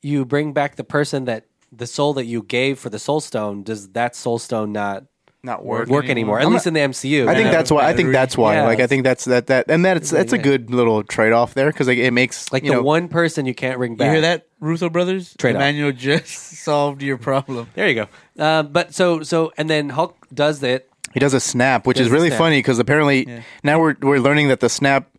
[SPEAKER 1] you bring back the person that the soul that you gave for the soul stone, does that soul stone not
[SPEAKER 5] Not
[SPEAKER 1] work,
[SPEAKER 4] Work
[SPEAKER 1] anymore?
[SPEAKER 4] anymore.
[SPEAKER 1] At
[SPEAKER 5] I'm
[SPEAKER 1] least in the MCU.
[SPEAKER 5] I think
[SPEAKER 1] Yeah.
[SPEAKER 5] that's why. I think that's why.
[SPEAKER 1] Yeah.
[SPEAKER 5] Like, I think that's that that, and that's that's a
[SPEAKER 1] yeah.
[SPEAKER 5] good little trade off there because like it makes
[SPEAKER 1] like
[SPEAKER 5] you
[SPEAKER 1] the
[SPEAKER 5] know,
[SPEAKER 1] one person you can't bring back.
[SPEAKER 4] You hear that, Russo brothers?
[SPEAKER 1] Trade off.
[SPEAKER 4] Emmanuel just solved your problem.
[SPEAKER 1] There you go. Uh, but so so and then Hulk does it.
[SPEAKER 5] He does a snap, which
[SPEAKER 1] Does
[SPEAKER 5] is
[SPEAKER 1] a
[SPEAKER 5] really
[SPEAKER 1] snap.
[SPEAKER 5] funny because apparently now we're we're learning that the snap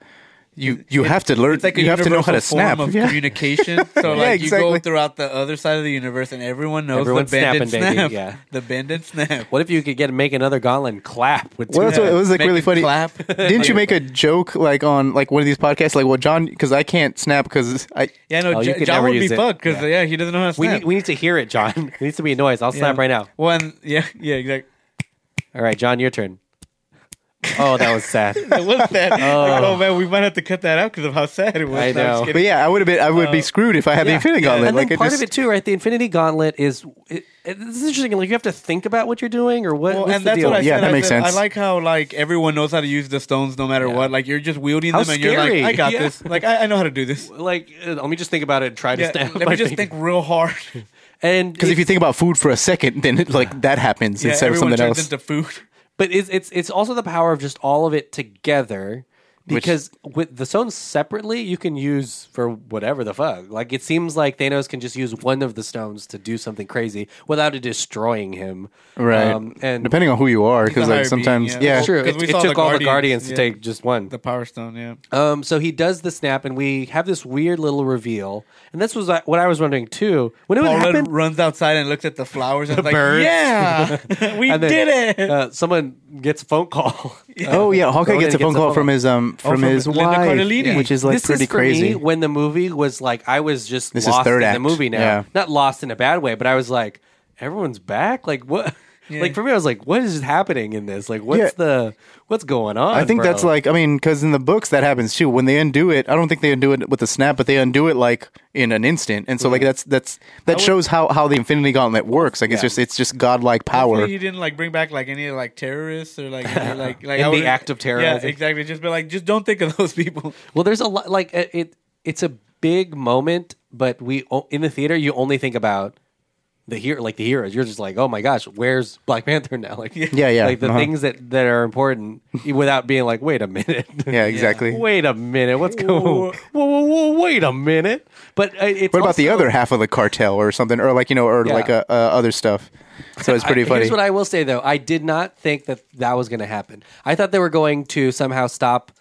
[SPEAKER 5] you you have to learn
[SPEAKER 4] It's like a
[SPEAKER 5] you have to know how to
[SPEAKER 4] universal form
[SPEAKER 5] snap.
[SPEAKER 4] of
[SPEAKER 5] Yeah.
[SPEAKER 4] communication. So like
[SPEAKER 5] Yeah,
[SPEAKER 4] you
[SPEAKER 5] exactly.
[SPEAKER 4] go throughout the other side of the universe, and everyone knows
[SPEAKER 1] Everyone's
[SPEAKER 4] the
[SPEAKER 1] snapping,
[SPEAKER 4] bend and
[SPEAKER 1] baby,
[SPEAKER 4] snap.
[SPEAKER 1] yeah.
[SPEAKER 4] the bend and snap.
[SPEAKER 1] What if you could get make another gauntlet and clap with two
[SPEAKER 5] Well, that's what it was like
[SPEAKER 4] Make
[SPEAKER 5] really
[SPEAKER 4] it
[SPEAKER 5] funny.
[SPEAKER 4] clap.
[SPEAKER 5] Didn't you make a joke like on like one of these podcasts like well John because I can't snap because I
[SPEAKER 4] Yeah, no,
[SPEAKER 1] Oh, you
[SPEAKER 4] J-
[SPEAKER 1] could
[SPEAKER 4] John
[SPEAKER 1] never
[SPEAKER 4] would be
[SPEAKER 1] use it.
[SPEAKER 4] fucked because yeah. he doesn't know how to
[SPEAKER 1] we
[SPEAKER 4] snap.
[SPEAKER 1] need, we need to hear it, John. It needs to be a noise. I'll snap right now.
[SPEAKER 4] One, yeah, yeah, exactly.
[SPEAKER 1] All right, John, your turn. Oh, that was sad.
[SPEAKER 4] What's that? Like, oh man, we might have to cut that out because of how sad it was.
[SPEAKER 1] I
[SPEAKER 4] No, I'm just
[SPEAKER 1] know.
[SPEAKER 5] but
[SPEAKER 4] kidding.
[SPEAKER 5] yeah I would have been I would be screwed if I had the Infinity Gauntlet
[SPEAKER 1] And
[SPEAKER 5] like
[SPEAKER 1] then
[SPEAKER 5] it
[SPEAKER 1] part
[SPEAKER 5] just
[SPEAKER 1] of it too, right? The Infinity Gauntlet is it, it, this is interesting. Like you have to think about what you're doing or what.
[SPEAKER 4] Well,
[SPEAKER 1] what's
[SPEAKER 4] and
[SPEAKER 1] the
[SPEAKER 4] that's
[SPEAKER 1] deal?
[SPEAKER 4] what I
[SPEAKER 5] Yeah,
[SPEAKER 4] said.
[SPEAKER 5] that
[SPEAKER 4] I
[SPEAKER 5] makes
[SPEAKER 4] said,
[SPEAKER 5] sense.
[SPEAKER 4] I like how like everyone knows how to use the stones no matter what. Like you're just wielding
[SPEAKER 1] How
[SPEAKER 4] them and you're
[SPEAKER 1] scary.
[SPEAKER 4] like, I got
[SPEAKER 1] Yeah.
[SPEAKER 4] this. Like I, I know how to do this.
[SPEAKER 1] Like, uh, let me just think about it and try to
[SPEAKER 4] Yeah,
[SPEAKER 1] snap.
[SPEAKER 4] let
[SPEAKER 1] my
[SPEAKER 4] me just
[SPEAKER 1] finger.
[SPEAKER 4] think real hard.
[SPEAKER 1] And
[SPEAKER 5] because if you think about food for a second then it, like that happens
[SPEAKER 4] yeah,
[SPEAKER 5] instead of
[SPEAKER 4] everyone
[SPEAKER 5] something
[SPEAKER 4] turns
[SPEAKER 5] else
[SPEAKER 4] into food.
[SPEAKER 1] but it's it's it's also the power of just all of it together
[SPEAKER 5] Which-
[SPEAKER 1] because with the stones separately, you can use for whatever the fuck. Like it seems like Thanos can just use one of the stones to do something crazy without it destroying him. Um,
[SPEAKER 5] right?
[SPEAKER 1] and
[SPEAKER 5] depending on who you are,
[SPEAKER 4] a
[SPEAKER 5] because
[SPEAKER 4] higher
[SPEAKER 5] like
[SPEAKER 4] being,
[SPEAKER 5] sometimes,
[SPEAKER 4] yeah.
[SPEAKER 5] yeah,
[SPEAKER 4] Well,
[SPEAKER 1] true,
[SPEAKER 4] 'Cause
[SPEAKER 1] it,
[SPEAKER 4] we
[SPEAKER 1] it
[SPEAKER 4] saw
[SPEAKER 1] took
[SPEAKER 4] the
[SPEAKER 1] all the
[SPEAKER 4] Guardians,
[SPEAKER 1] Guardians to
[SPEAKER 4] yeah.
[SPEAKER 1] take just one.
[SPEAKER 4] The Power Stone, yeah.
[SPEAKER 1] Um, so he does the snap, and we have this weird little reveal. And this was uh, what I was wondering too. When it
[SPEAKER 4] Paul Rudd
[SPEAKER 1] happened,
[SPEAKER 4] runs outside and looks at the flowers and is like,
[SPEAKER 1] birds.
[SPEAKER 4] "Yeah, we
[SPEAKER 1] and then,
[SPEAKER 4] did it."
[SPEAKER 1] Uh, someone gets a phone call. Uh,
[SPEAKER 5] Oh yeah, Hawkeye
[SPEAKER 1] Ronan
[SPEAKER 5] gets a phone
[SPEAKER 1] gets a
[SPEAKER 5] call
[SPEAKER 1] phone.
[SPEAKER 5] from his um from,
[SPEAKER 4] from
[SPEAKER 5] his
[SPEAKER 4] Linda
[SPEAKER 5] wife,
[SPEAKER 4] Cardellini.
[SPEAKER 5] which is like
[SPEAKER 1] this
[SPEAKER 5] pretty
[SPEAKER 1] is for
[SPEAKER 5] crazy.
[SPEAKER 1] Me when the movie was like, I was just
[SPEAKER 5] This is
[SPEAKER 1] lost
[SPEAKER 5] third
[SPEAKER 1] in
[SPEAKER 5] act.
[SPEAKER 1] the movie now.
[SPEAKER 5] Yeah.
[SPEAKER 1] Not lost in a bad way, but I was like, everyone's back. Like what? Like for me, I was like, what is happening in this? Like what's
[SPEAKER 5] Yeah.
[SPEAKER 1] the what's going on?
[SPEAKER 5] I think
[SPEAKER 1] bro?
[SPEAKER 5] that's like I mean, because in the books that happens too. When they undo it, I don't think they undo it with a snap, but they undo it like in an instant. And so like
[SPEAKER 1] Mm-hmm.
[SPEAKER 5] that's that's that shows how how the Infinity Gauntlet works. Like it's just it's just godlike power.
[SPEAKER 4] Hopefully he didn't like bring back like any like terrorists or like any, like like
[SPEAKER 1] In the
[SPEAKER 4] wouldn't-
[SPEAKER 1] act of terrorizing.
[SPEAKER 4] Yeah, exactly. Just be like, just don't think of those people.
[SPEAKER 1] well, there's a lot like it, it. It's a big moment, but we o- in the theater you only think about the hero, like the heroes. You're just like, oh my gosh, where's Black Panther now? Like
[SPEAKER 5] Yeah, yeah,
[SPEAKER 1] like the
[SPEAKER 5] uh-huh.
[SPEAKER 1] things that that are important without being like, wait a minute.
[SPEAKER 5] yeah, exactly.
[SPEAKER 1] Wait a minute. What's going?
[SPEAKER 4] Whoa.
[SPEAKER 1] Whoa, whoa, whoa, wait a minute. But uh, it's
[SPEAKER 5] What about the
[SPEAKER 1] also-
[SPEAKER 5] other half of the cartel or something, or like you know, or
[SPEAKER 1] Yeah.
[SPEAKER 5] like uh, uh, other stuff? So it's pretty
[SPEAKER 1] I-
[SPEAKER 5] funny.
[SPEAKER 1] Here's what I will say though: I did not think that that was going to happen. I thought they were going to somehow stop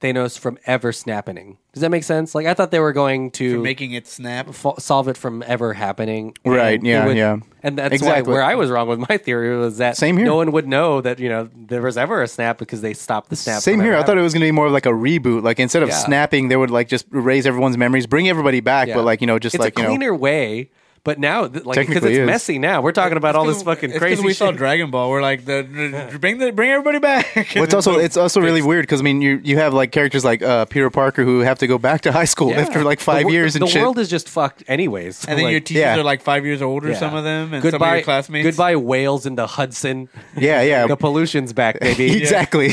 [SPEAKER 1] Thanos from ever snapping. Does that make sense? Like I thought they were going to
[SPEAKER 4] Making it snap.
[SPEAKER 1] fo- solve it from ever happening.
[SPEAKER 5] Right,
[SPEAKER 1] And it
[SPEAKER 5] yeah, yeah.
[SPEAKER 1] And that's
[SPEAKER 5] Exactly.
[SPEAKER 1] why where I was wrong with my theory was that
[SPEAKER 5] Same here.
[SPEAKER 1] no one would know that you know there was ever a snap because they stopped the snap.
[SPEAKER 5] Same
[SPEAKER 1] from
[SPEAKER 5] here.
[SPEAKER 1] ever
[SPEAKER 5] I thought it
[SPEAKER 1] happening.
[SPEAKER 5] was going to be more of like a reboot. Like instead of
[SPEAKER 1] Yeah.
[SPEAKER 5] snapping, they would like just erase everyone's memories, bring everybody back,
[SPEAKER 1] Yeah.
[SPEAKER 5] but like you know, just
[SPEAKER 1] it's
[SPEAKER 5] like
[SPEAKER 1] a
[SPEAKER 5] you know,
[SPEAKER 1] cleaner way. But now, th- like, because
[SPEAKER 5] Technically
[SPEAKER 1] it's
[SPEAKER 5] is.
[SPEAKER 1] messy now, we're talking about all this
[SPEAKER 4] It's
[SPEAKER 1] fucking
[SPEAKER 4] 'cause
[SPEAKER 1] crazy.
[SPEAKER 4] We saw
[SPEAKER 1] shit.
[SPEAKER 4] Dragon Ball. We're like, the, bring the bring everybody back.
[SPEAKER 5] Well, it's also it's also really weird because I mean you you have like characters like uh, Peter Parker who have to go back to high school
[SPEAKER 1] Yeah.
[SPEAKER 5] after like five
[SPEAKER 1] The wor-
[SPEAKER 5] years and
[SPEAKER 1] the
[SPEAKER 5] shit.
[SPEAKER 1] world is just fucked, anyways.
[SPEAKER 4] and then
[SPEAKER 1] Like,
[SPEAKER 4] your teachers
[SPEAKER 5] yeah.
[SPEAKER 4] are like five years older.
[SPEAKER 1] yeah.
[SPEAKER 4] Some of them and some of your classmates.
[SPEAKER 1] Goodbye, whales in the Hudson.
[SPEAKER 5] yeah, yeah,
[SPEAKER 1] the pollution's back, baby.
[SPEAKER 5] exactly.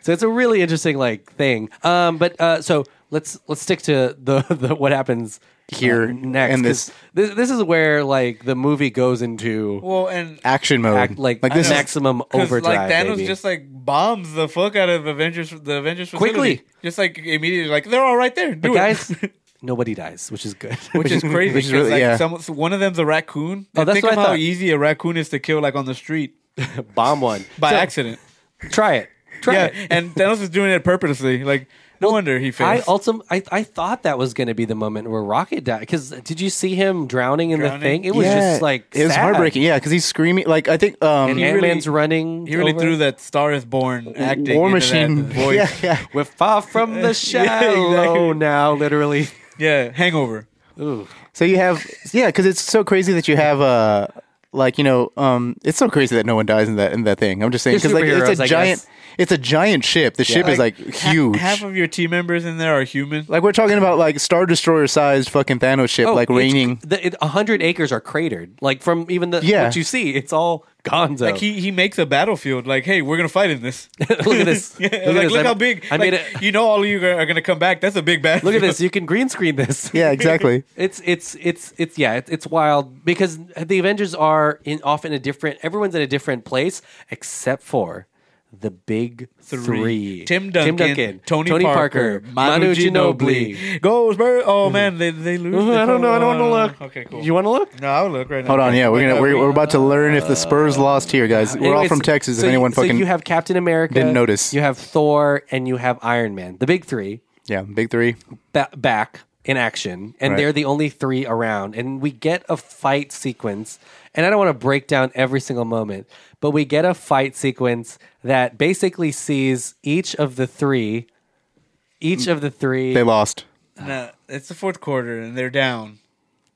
[SPEAKER 1] So it's a really interesting like thing. Um, but uh, so let's let's stick to the, the what happens
[SPEAKER 5] Here
[SPEAKER 1] uh, next.
[SPEAKER 5] and this-
[SPEAKER 1] 'cause this this is where like the movie goes into
[SPEAKER 4] Well, and
[SPEAKER 5] Action mode,
[SPEAKER 1] act like,
[SPEAKER 5] like this. Is,
[SPEAKER 1] maximum
[SPEAKER 4] Because
[SPEAKER 1] overdrive.
[SPEAKER 4] like Thanos
[SPEAKER 1] baby.
[SPEAKER 4] just like bombs the fuck out of Avengers, the Avengers facility.
[SPEAKER 1] Quickly.
[SPEAKER 4] just like immediately, like they're all right there. Do
[SPEAKER 1] but
[SPEAKER 4] it.
[SPEAKER 1] guys, nobody dies, which is good.
[SPEAKER 4] which is crazy.
[SPEAKER 5] which is
[SPEAKER 4] 'cause,
[SPEAKER 5] really-
[SPEAKER 4] like,
[SPEAKER 5] yeah.
[SPEAKER 4] some- so one of them's a raccoon.
[SPEAKER 1] Oh,
[SPEAKER 4] And
[SPEAKER 1] that's
[SPEAKER 4] think
[SPEAKER 1] what
[SPEAKER 4] of
[SPEAKER 1] I
[SPEAKER 4] how
[SPEAKER 1] thought.
[SPEAKER 4] easy a raccoon is to kill, like on the street
[SPEAKER 1] bomb one
[SPEAKER 4] by
[SPEAKER 1] So,
[SPEAKER 4] accident.
[SPEAKER 1] Try it. Try
[SPEAKER 4] Yeah,
[SPEAKER 1] it.
[SPEAKER 4] and Thanos is doing it purposely. Like no wonder he
[SPEAKER 1] I
[SPEAKER 4] fails.
[SPEAKER 1] also I, I thought that was going to be the moment where Rocket died because did you see him drowning in
[SPEAKER 4] Drowning?
[SPEAKER 1] the thing? It was just like
[SPEAKER 5] it was
[SPEAKER 1] sad.
[SPEAKER 5] heartbreaking. Yeah, because he's screaming. Like I think um,
[SPEAKER 1] And
[SPEAKER 4] He
[SPEAKER 1] Ant
[SPEAKER 4] really-
[SPEAKER 1] Man's running.
[SPEAKER 4] he really
[SPEAKER 1] over.
[SPEAKER 4] threw that "Star Is Born" acting
[SPEAKER 5] War
[SPEAKER 4] into that
[SPEAKER 5] Machine.
[SPEAKER 4] voice.
[SPEAKER 5] Yeah, yeah.
[SPEAKER 1] We're far from the shallow
[SPEAKER 4] exactly.
[SPEAKER 1] now, literally.
[SPEAKER 4] Yeah, Hangover.
[SPEAKER 1] Ooh.
[SPEAKER 5] So you have yeah, because it's so crazy that you have uh like you know um it's so crazy that no one dies in that in that thing. I'm just saying
[SPEAKER 1] They're
[SPEAKER 5] because like
[SPEAKER 1] superheroes,
[SPEAKER 5] it's a
[SPEAKER 1] I
[SPEAKER 5] giant
[SPEAKER 1] guess.
[SPEAKER 5] it's a giant ship. The ship is like
[SPEAKER 4] ha-
[SPEAKER 5] huge.
[SPEAKER 4] half of your team members in there are human.
[SPEAKER 5] like we're talking about like Star Destroyer sized fucking Thanos ship, like
[SPEAKER 1] Oh, it's-
[SPEAKER 5] raining.
[SPEAKER 1] The, it, 100 acres are cratered. Like from even the
[SPEAKER 5] Yeah.
[SPEAKER 1] what you see, it's all gonzo.
[SPEAKER 4] Like he, he makes a battlefield. Like, hey, we're gonna fight in this.
[SPEAKER 1] look at this.
[SPEAKER 4] Yeah,
[SPEAKER 1] look
[SPEAKER 4] like,
[SPEAKER 1] at this.
[SPEAKER 4] look
[SPEAKER 1] I-
[SPEAKER 4] how big.
[SPEAKER 1] I made
[SPEAKER 4] like,
[SPEAKER 1] it.
[SPEAKER 4] You know, all of you are gonna come back. That's a big bad.
[SPEAKER 1] Look at this. You can green screen this.
[SPEAKER 5] Yeah, exactly.
[SPEAKER 1] It's it's it's it's yeah it's, it's wild because the Avengers are in off in a different everyone's in a different place except for the big three,
[SPEAKER 4] Tim Duncan, Tony, Parker,
[SPEAKER 1] Manu, Ginobili.
[SPEAKER 4] Goes, bro. Oh man, they they lose.
[SPEAKER 1] Ooh, I don't know I don't want to
[SPEAKER 4] Oh,
[SPEAKER 1] look
[SPEAKER 4] Okay, cool.
[SPEAKER 1] you want to look
[SPEAKER 4] no, I'll look right now.
[SPEAKER 5] Hold on, yeah, we're
[SPEAKER 4] Like,
[SPEAKER 5] gonna
[SPEAKER 4] uh,
[SPEAKER 5] we're,
[SPEAKER 4] we-
[SPEAKER 5] we're about to learn if the Spurs lost here, guys. We're all
[SPEAKER 1] Anyways,
[SPEAKER 5] from Texas.
[SPEAKER 1] so
[SPEAKER 5] if
[SPEAKER 1] you-
[SPEAKER 5] anyone
[SPEAKER 1] so
[SPEAKER 5] fucking
[SPEAKER 1] you have Captain America
[SPEAKER 5] didn't notice.
[SPEAKER 1] you have Thor and you have Iron Man the big three
[SPEAKER 5] yeah, big three.
[SPEAKER 1] ba- back in action, and
[SPEAKER 5] Right.
[SPEAKER 1] they're the only three around. And we get a fight sequence, and I don't want to break down every single moment, but we get a fight sequence that basically sees each of the three, each of the three.
[SPEAKER 5] They lost.
[SPEAKER 4] Nah, it's the fourth quarter and they're down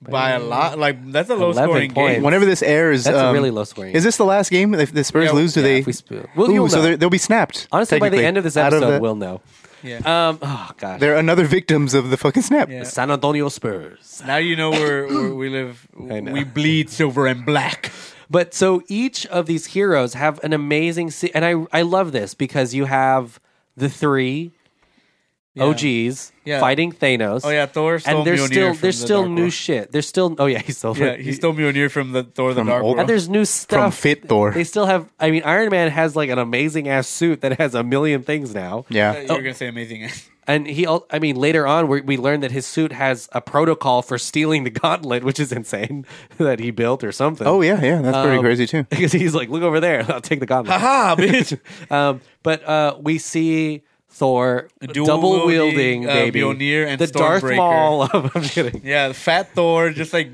[SPEAKER 4] by a lot. Like that's a low scoring
[SPEAKER 1] 11 points.
[SPEAKER 4] game.
[SPEAKER 5] Whenever this airs,
[SPEAKER 1] That's a
[SPEAKER 5] um,
[SPEAKER 1] really low scoring.
[SPEAKER 5] Is this the last game? If the Spurs
[SPEAKER 4] Yeah,
[SPEAKER 5] lose, do
[SPEAKER 1] yeah,
[SPEAKER 5] they?
[SPEAKER 1] if we sp- well,
[SPEAKER 5] Ooh,
[SPEAKER 1] you'll
[SPEAKER 5] so
[SPEAKER 1] know.
[SPEAKER 5] they're- they'll be snapped.
[SPEAKER 1] Honestly, by the
[SPEAKER 5] technically,
[SPEAKER 1] end of this
[SPEAKER 5] out
[SPEAKER 1] episode,
[SPEAKER 5] the-
[SPEAKER 1] we'll know.
[SPEAKER 4] Yeah.
[SPEAKER 1] Um, oh gosh,
[SPEAKER 5] they're another victims of the fucking snap.
[SPEAKER 4] Yeah.
[SPEAKER 1] San Antonio Spurs.
[SPEAKER 4] Now you know where, where we live.
[SPEAKER 1] know.
[SPEAKER 4] We bleed silver and black.
[SPEAKER 1] But so each of these heroes have an amazing se- and I I love this because you have the three
[SPEAKER 4] Yeah.
[SPEAKER 1] OGs
[SPEAKER 4] Yeah.
[SPEAKER 1] fighting Thanos.
[SPEAKER 4] Oh yeah, Thor stole
[SPEAKER 1] and there's
[SPEAKER 4] Mjolnir
[SPEAKER 1] still
[SPEAKER 4] from
[SPEAKER 1] there's
[SPEAKER 4] the
[SPEAKER 1] still
[SPEAKER 4] Dark
[SPEAKER 1] new
[SPEAKER 4] World.
[SPEAKER 1] shit. There's still oh yeah, he stole
[SPEAKER 4] yeah, he stole Mjolnir from the Thor the
[SPEAKER 5] From
[SPEAKER 4] Dark
[SPEAKER 5] old-
[SPEAKER 4] World.
[SPEAKER 1] And there's new
[SPEAKER 5] from
[SPEAKER 1] stuff.
[SPEAKER 5] Fit Thor.
[SPEAKER 1] They still have. I mean, Iron Man has like an amazing ass suit that has a million things now.
[SPEAKER 4] Uh,
[SPEAKER 5] Yeah.
[SPEAKER 4] you were gonna say amazing.
[SPEAKER 1] And he, al- I mean, later on we we learned that his suit has a protocol for stealing the gauntlet, which is insane that he built or something.
[SPEAKER 5] Oh yeah, yeah. That's pretty
[SPEAKER 1] Um,
[SPEAKER 5] crazy too.
[SPEAKER 1] Because he's like, look over there. I'll take the gauntlet.
[SPEAKER 4] Haha, bitch.
[SPEAKER 1] um, but uh, we see Thor
[SPEAKER 4] Dual
[SPEAKER 1] double wielding
[SPEAKER 4] wielding, uh,
[SPEAKER 1] baby
[SPEAKER 4] Mjolnir and
[SPEAKER 1] the Darth
[SPEAKER 4] Stormbreaker.
[SPEAKER 1] Maul. Of, I'm kidding.
[SPEAKER 4] yeah, the fat Thor just like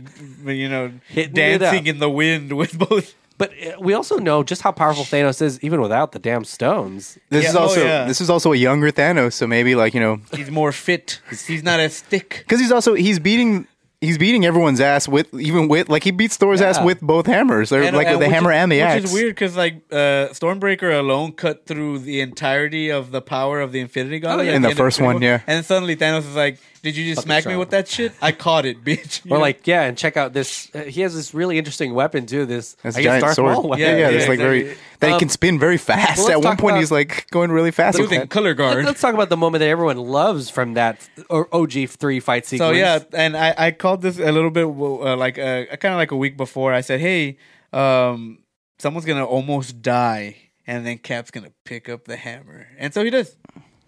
[SPEAKER 4] you know
[SPEAKER 1] Hitting it
[SPEAKER 4] dancing
[SPEAKER 1] up.
[SPEAKER 4] in the wind with both.
[SPEAKER 1] But uh, we also know just how powerful Thanos is, even without the damn stones.
[SPEAKER 5] This
[SPEAKER 4] Yeah,
[SPEAKER 5] is
[SPEAKER 4] oh,
[SPEAKER 5] also
[SPEAKER 4] yeah.
[SPEAKER 5] this is also a younger Thanos, so maybe like you know,
[SPEAKER 4] He's more fit. He's not as thick.
[SPEAKER 5] because he's also he's beating he's beating everyone's ass with even with like he beats Thor's ass
[SPEAKER 1] Yeah.
[SPEAKER 5] with both hammers, or
[SPEAKER 4] And,
[SPEAKER 5] like
[SPEAKER 4] uh,
[SPEAKER 5] with the
[SPEAKER 4] which
[SPEAKER 5] hammer
[SPEAKER 4] is-
[SPEAKER 5] and the
[SPEAKER 4] which
[SPEAKER 5] axe.
[SPEAKER 4] is weird because like uh, Stormbreaker alone cut through the entirety of the power of the Infinity Gauntlet
[SPEAKER 1] yeah.
[SPEAKER 4] at
[SPEAKER 5] In
[SPEAKER 4] the
[SPEAKER 5] the
[SPEAKER 4] end of
[SPEAKER 5] first one, yeah.
[SPEAKER 4] And suddenly Thanos is like, "Did you just smack me
[SPEAKER 1] child."
[SPEAKER 4] with that shit? I caught it, bitch."
[SPEAKER 1] Or like, yeah, and check out this. Uh, he has this really interesting weapon too. This
[SPEAKER 5] That's
[SPEAKER 1] I
[SPEAKER 5] a
[SPEAKER 1] guess
[SPEAKER 5] giant
[SPEAKER 1] Darth
[SPEAKER 5] sword.
[SPEAKER 1] Maul weapon.
[SPEAKER 5] yeah, yeah,
[SPEAKER 4] Yeah,
[SPEAKER 5] there's
[SPEAKER 4] yeah,
[SPEAKER 5] like very
[SPEAKER 4] exactly.
[SPEAKER 5] that
[SPEAKER 1] Um,
[SPEAKER 5] he can spin very fast.
[SPEAKER 1] let's
[SPEAKER 5] At one
[SPEAKER 1] talk
[SPEAKER 5] point,
[SPEAKER 1] about-
[SPEAKER 5] he's like going really fast. with
[SPEAKER 4] Losing
[SPEAKER 5] that.
[SPEAKER 4] color guard.
[SPEAKER 1] Let- Let's talk about the moment that everyone loves from that or OG three fight
[SPEAKER 4] So
[SPEAKER 1] sequence.
[SPEAKER 4] yeah, and I, I called this a little bit uh, like uh, kind of like a week before. I said, "Hey, um, someone's gonna almost die, and then Cap's gonna pick up the hammer." And so he does.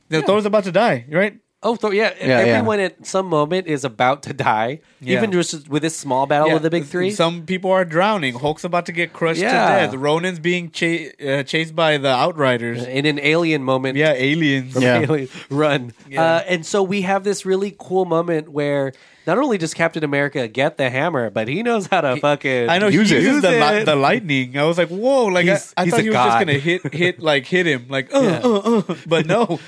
[SPEAKER 4] The Thor's about to die, right?
[SPEAKER 1] Oh, so yeah,
[SPEAKER 5] Yeah,
[SPEAKER 1] everyone at some moment is about to die,
[SPEAKER 4] Yeah.
[SPEAKER 1] even just with this small battle with the big three.
[SPEAKER 4] Some people are drowning. Hulk's about to get crushed
[SPEAKER 1] Yeah.
[SPEAKER 4] to death. Ronan's being cha- uh, chased by the Outriders.
[SPEAKER 1] in an alien moment,
[SPEAKER 4] Yeah, aliens.
[SPEAKER 5] Yeah.
[SPEAKER 1] Alien run. Uh, and so we have this really cool moment where not only does Captain America get the hammer, but he knows how to fucking
[SPEAKER 4] I know
[SPEAKER 5] Use
[SPEAKER 4] he
[SPEAKER 5] it.
[SPEAKER 4] uses
[SPEAKER 1] Use
[SPEAKER 4] the, li-
[SPEAKER 1] it.
[SPEAKER 4] the lightning. I was like, whoa! Like I,
[SPEAKER 1] He's-
[SPEAKER 4] I
[SPEAKER 1] he's
[SPEAKER 4] thought
[SPEAKER 1] a
[SPEAKER 4] he was just
[SPEAKER 1] god.
[SPEAKER 4] gonna hit, hit, like hit him, like uh,
[SPEAKER 1] Yeah.
[SPEAKER 4] uh, uh. But no,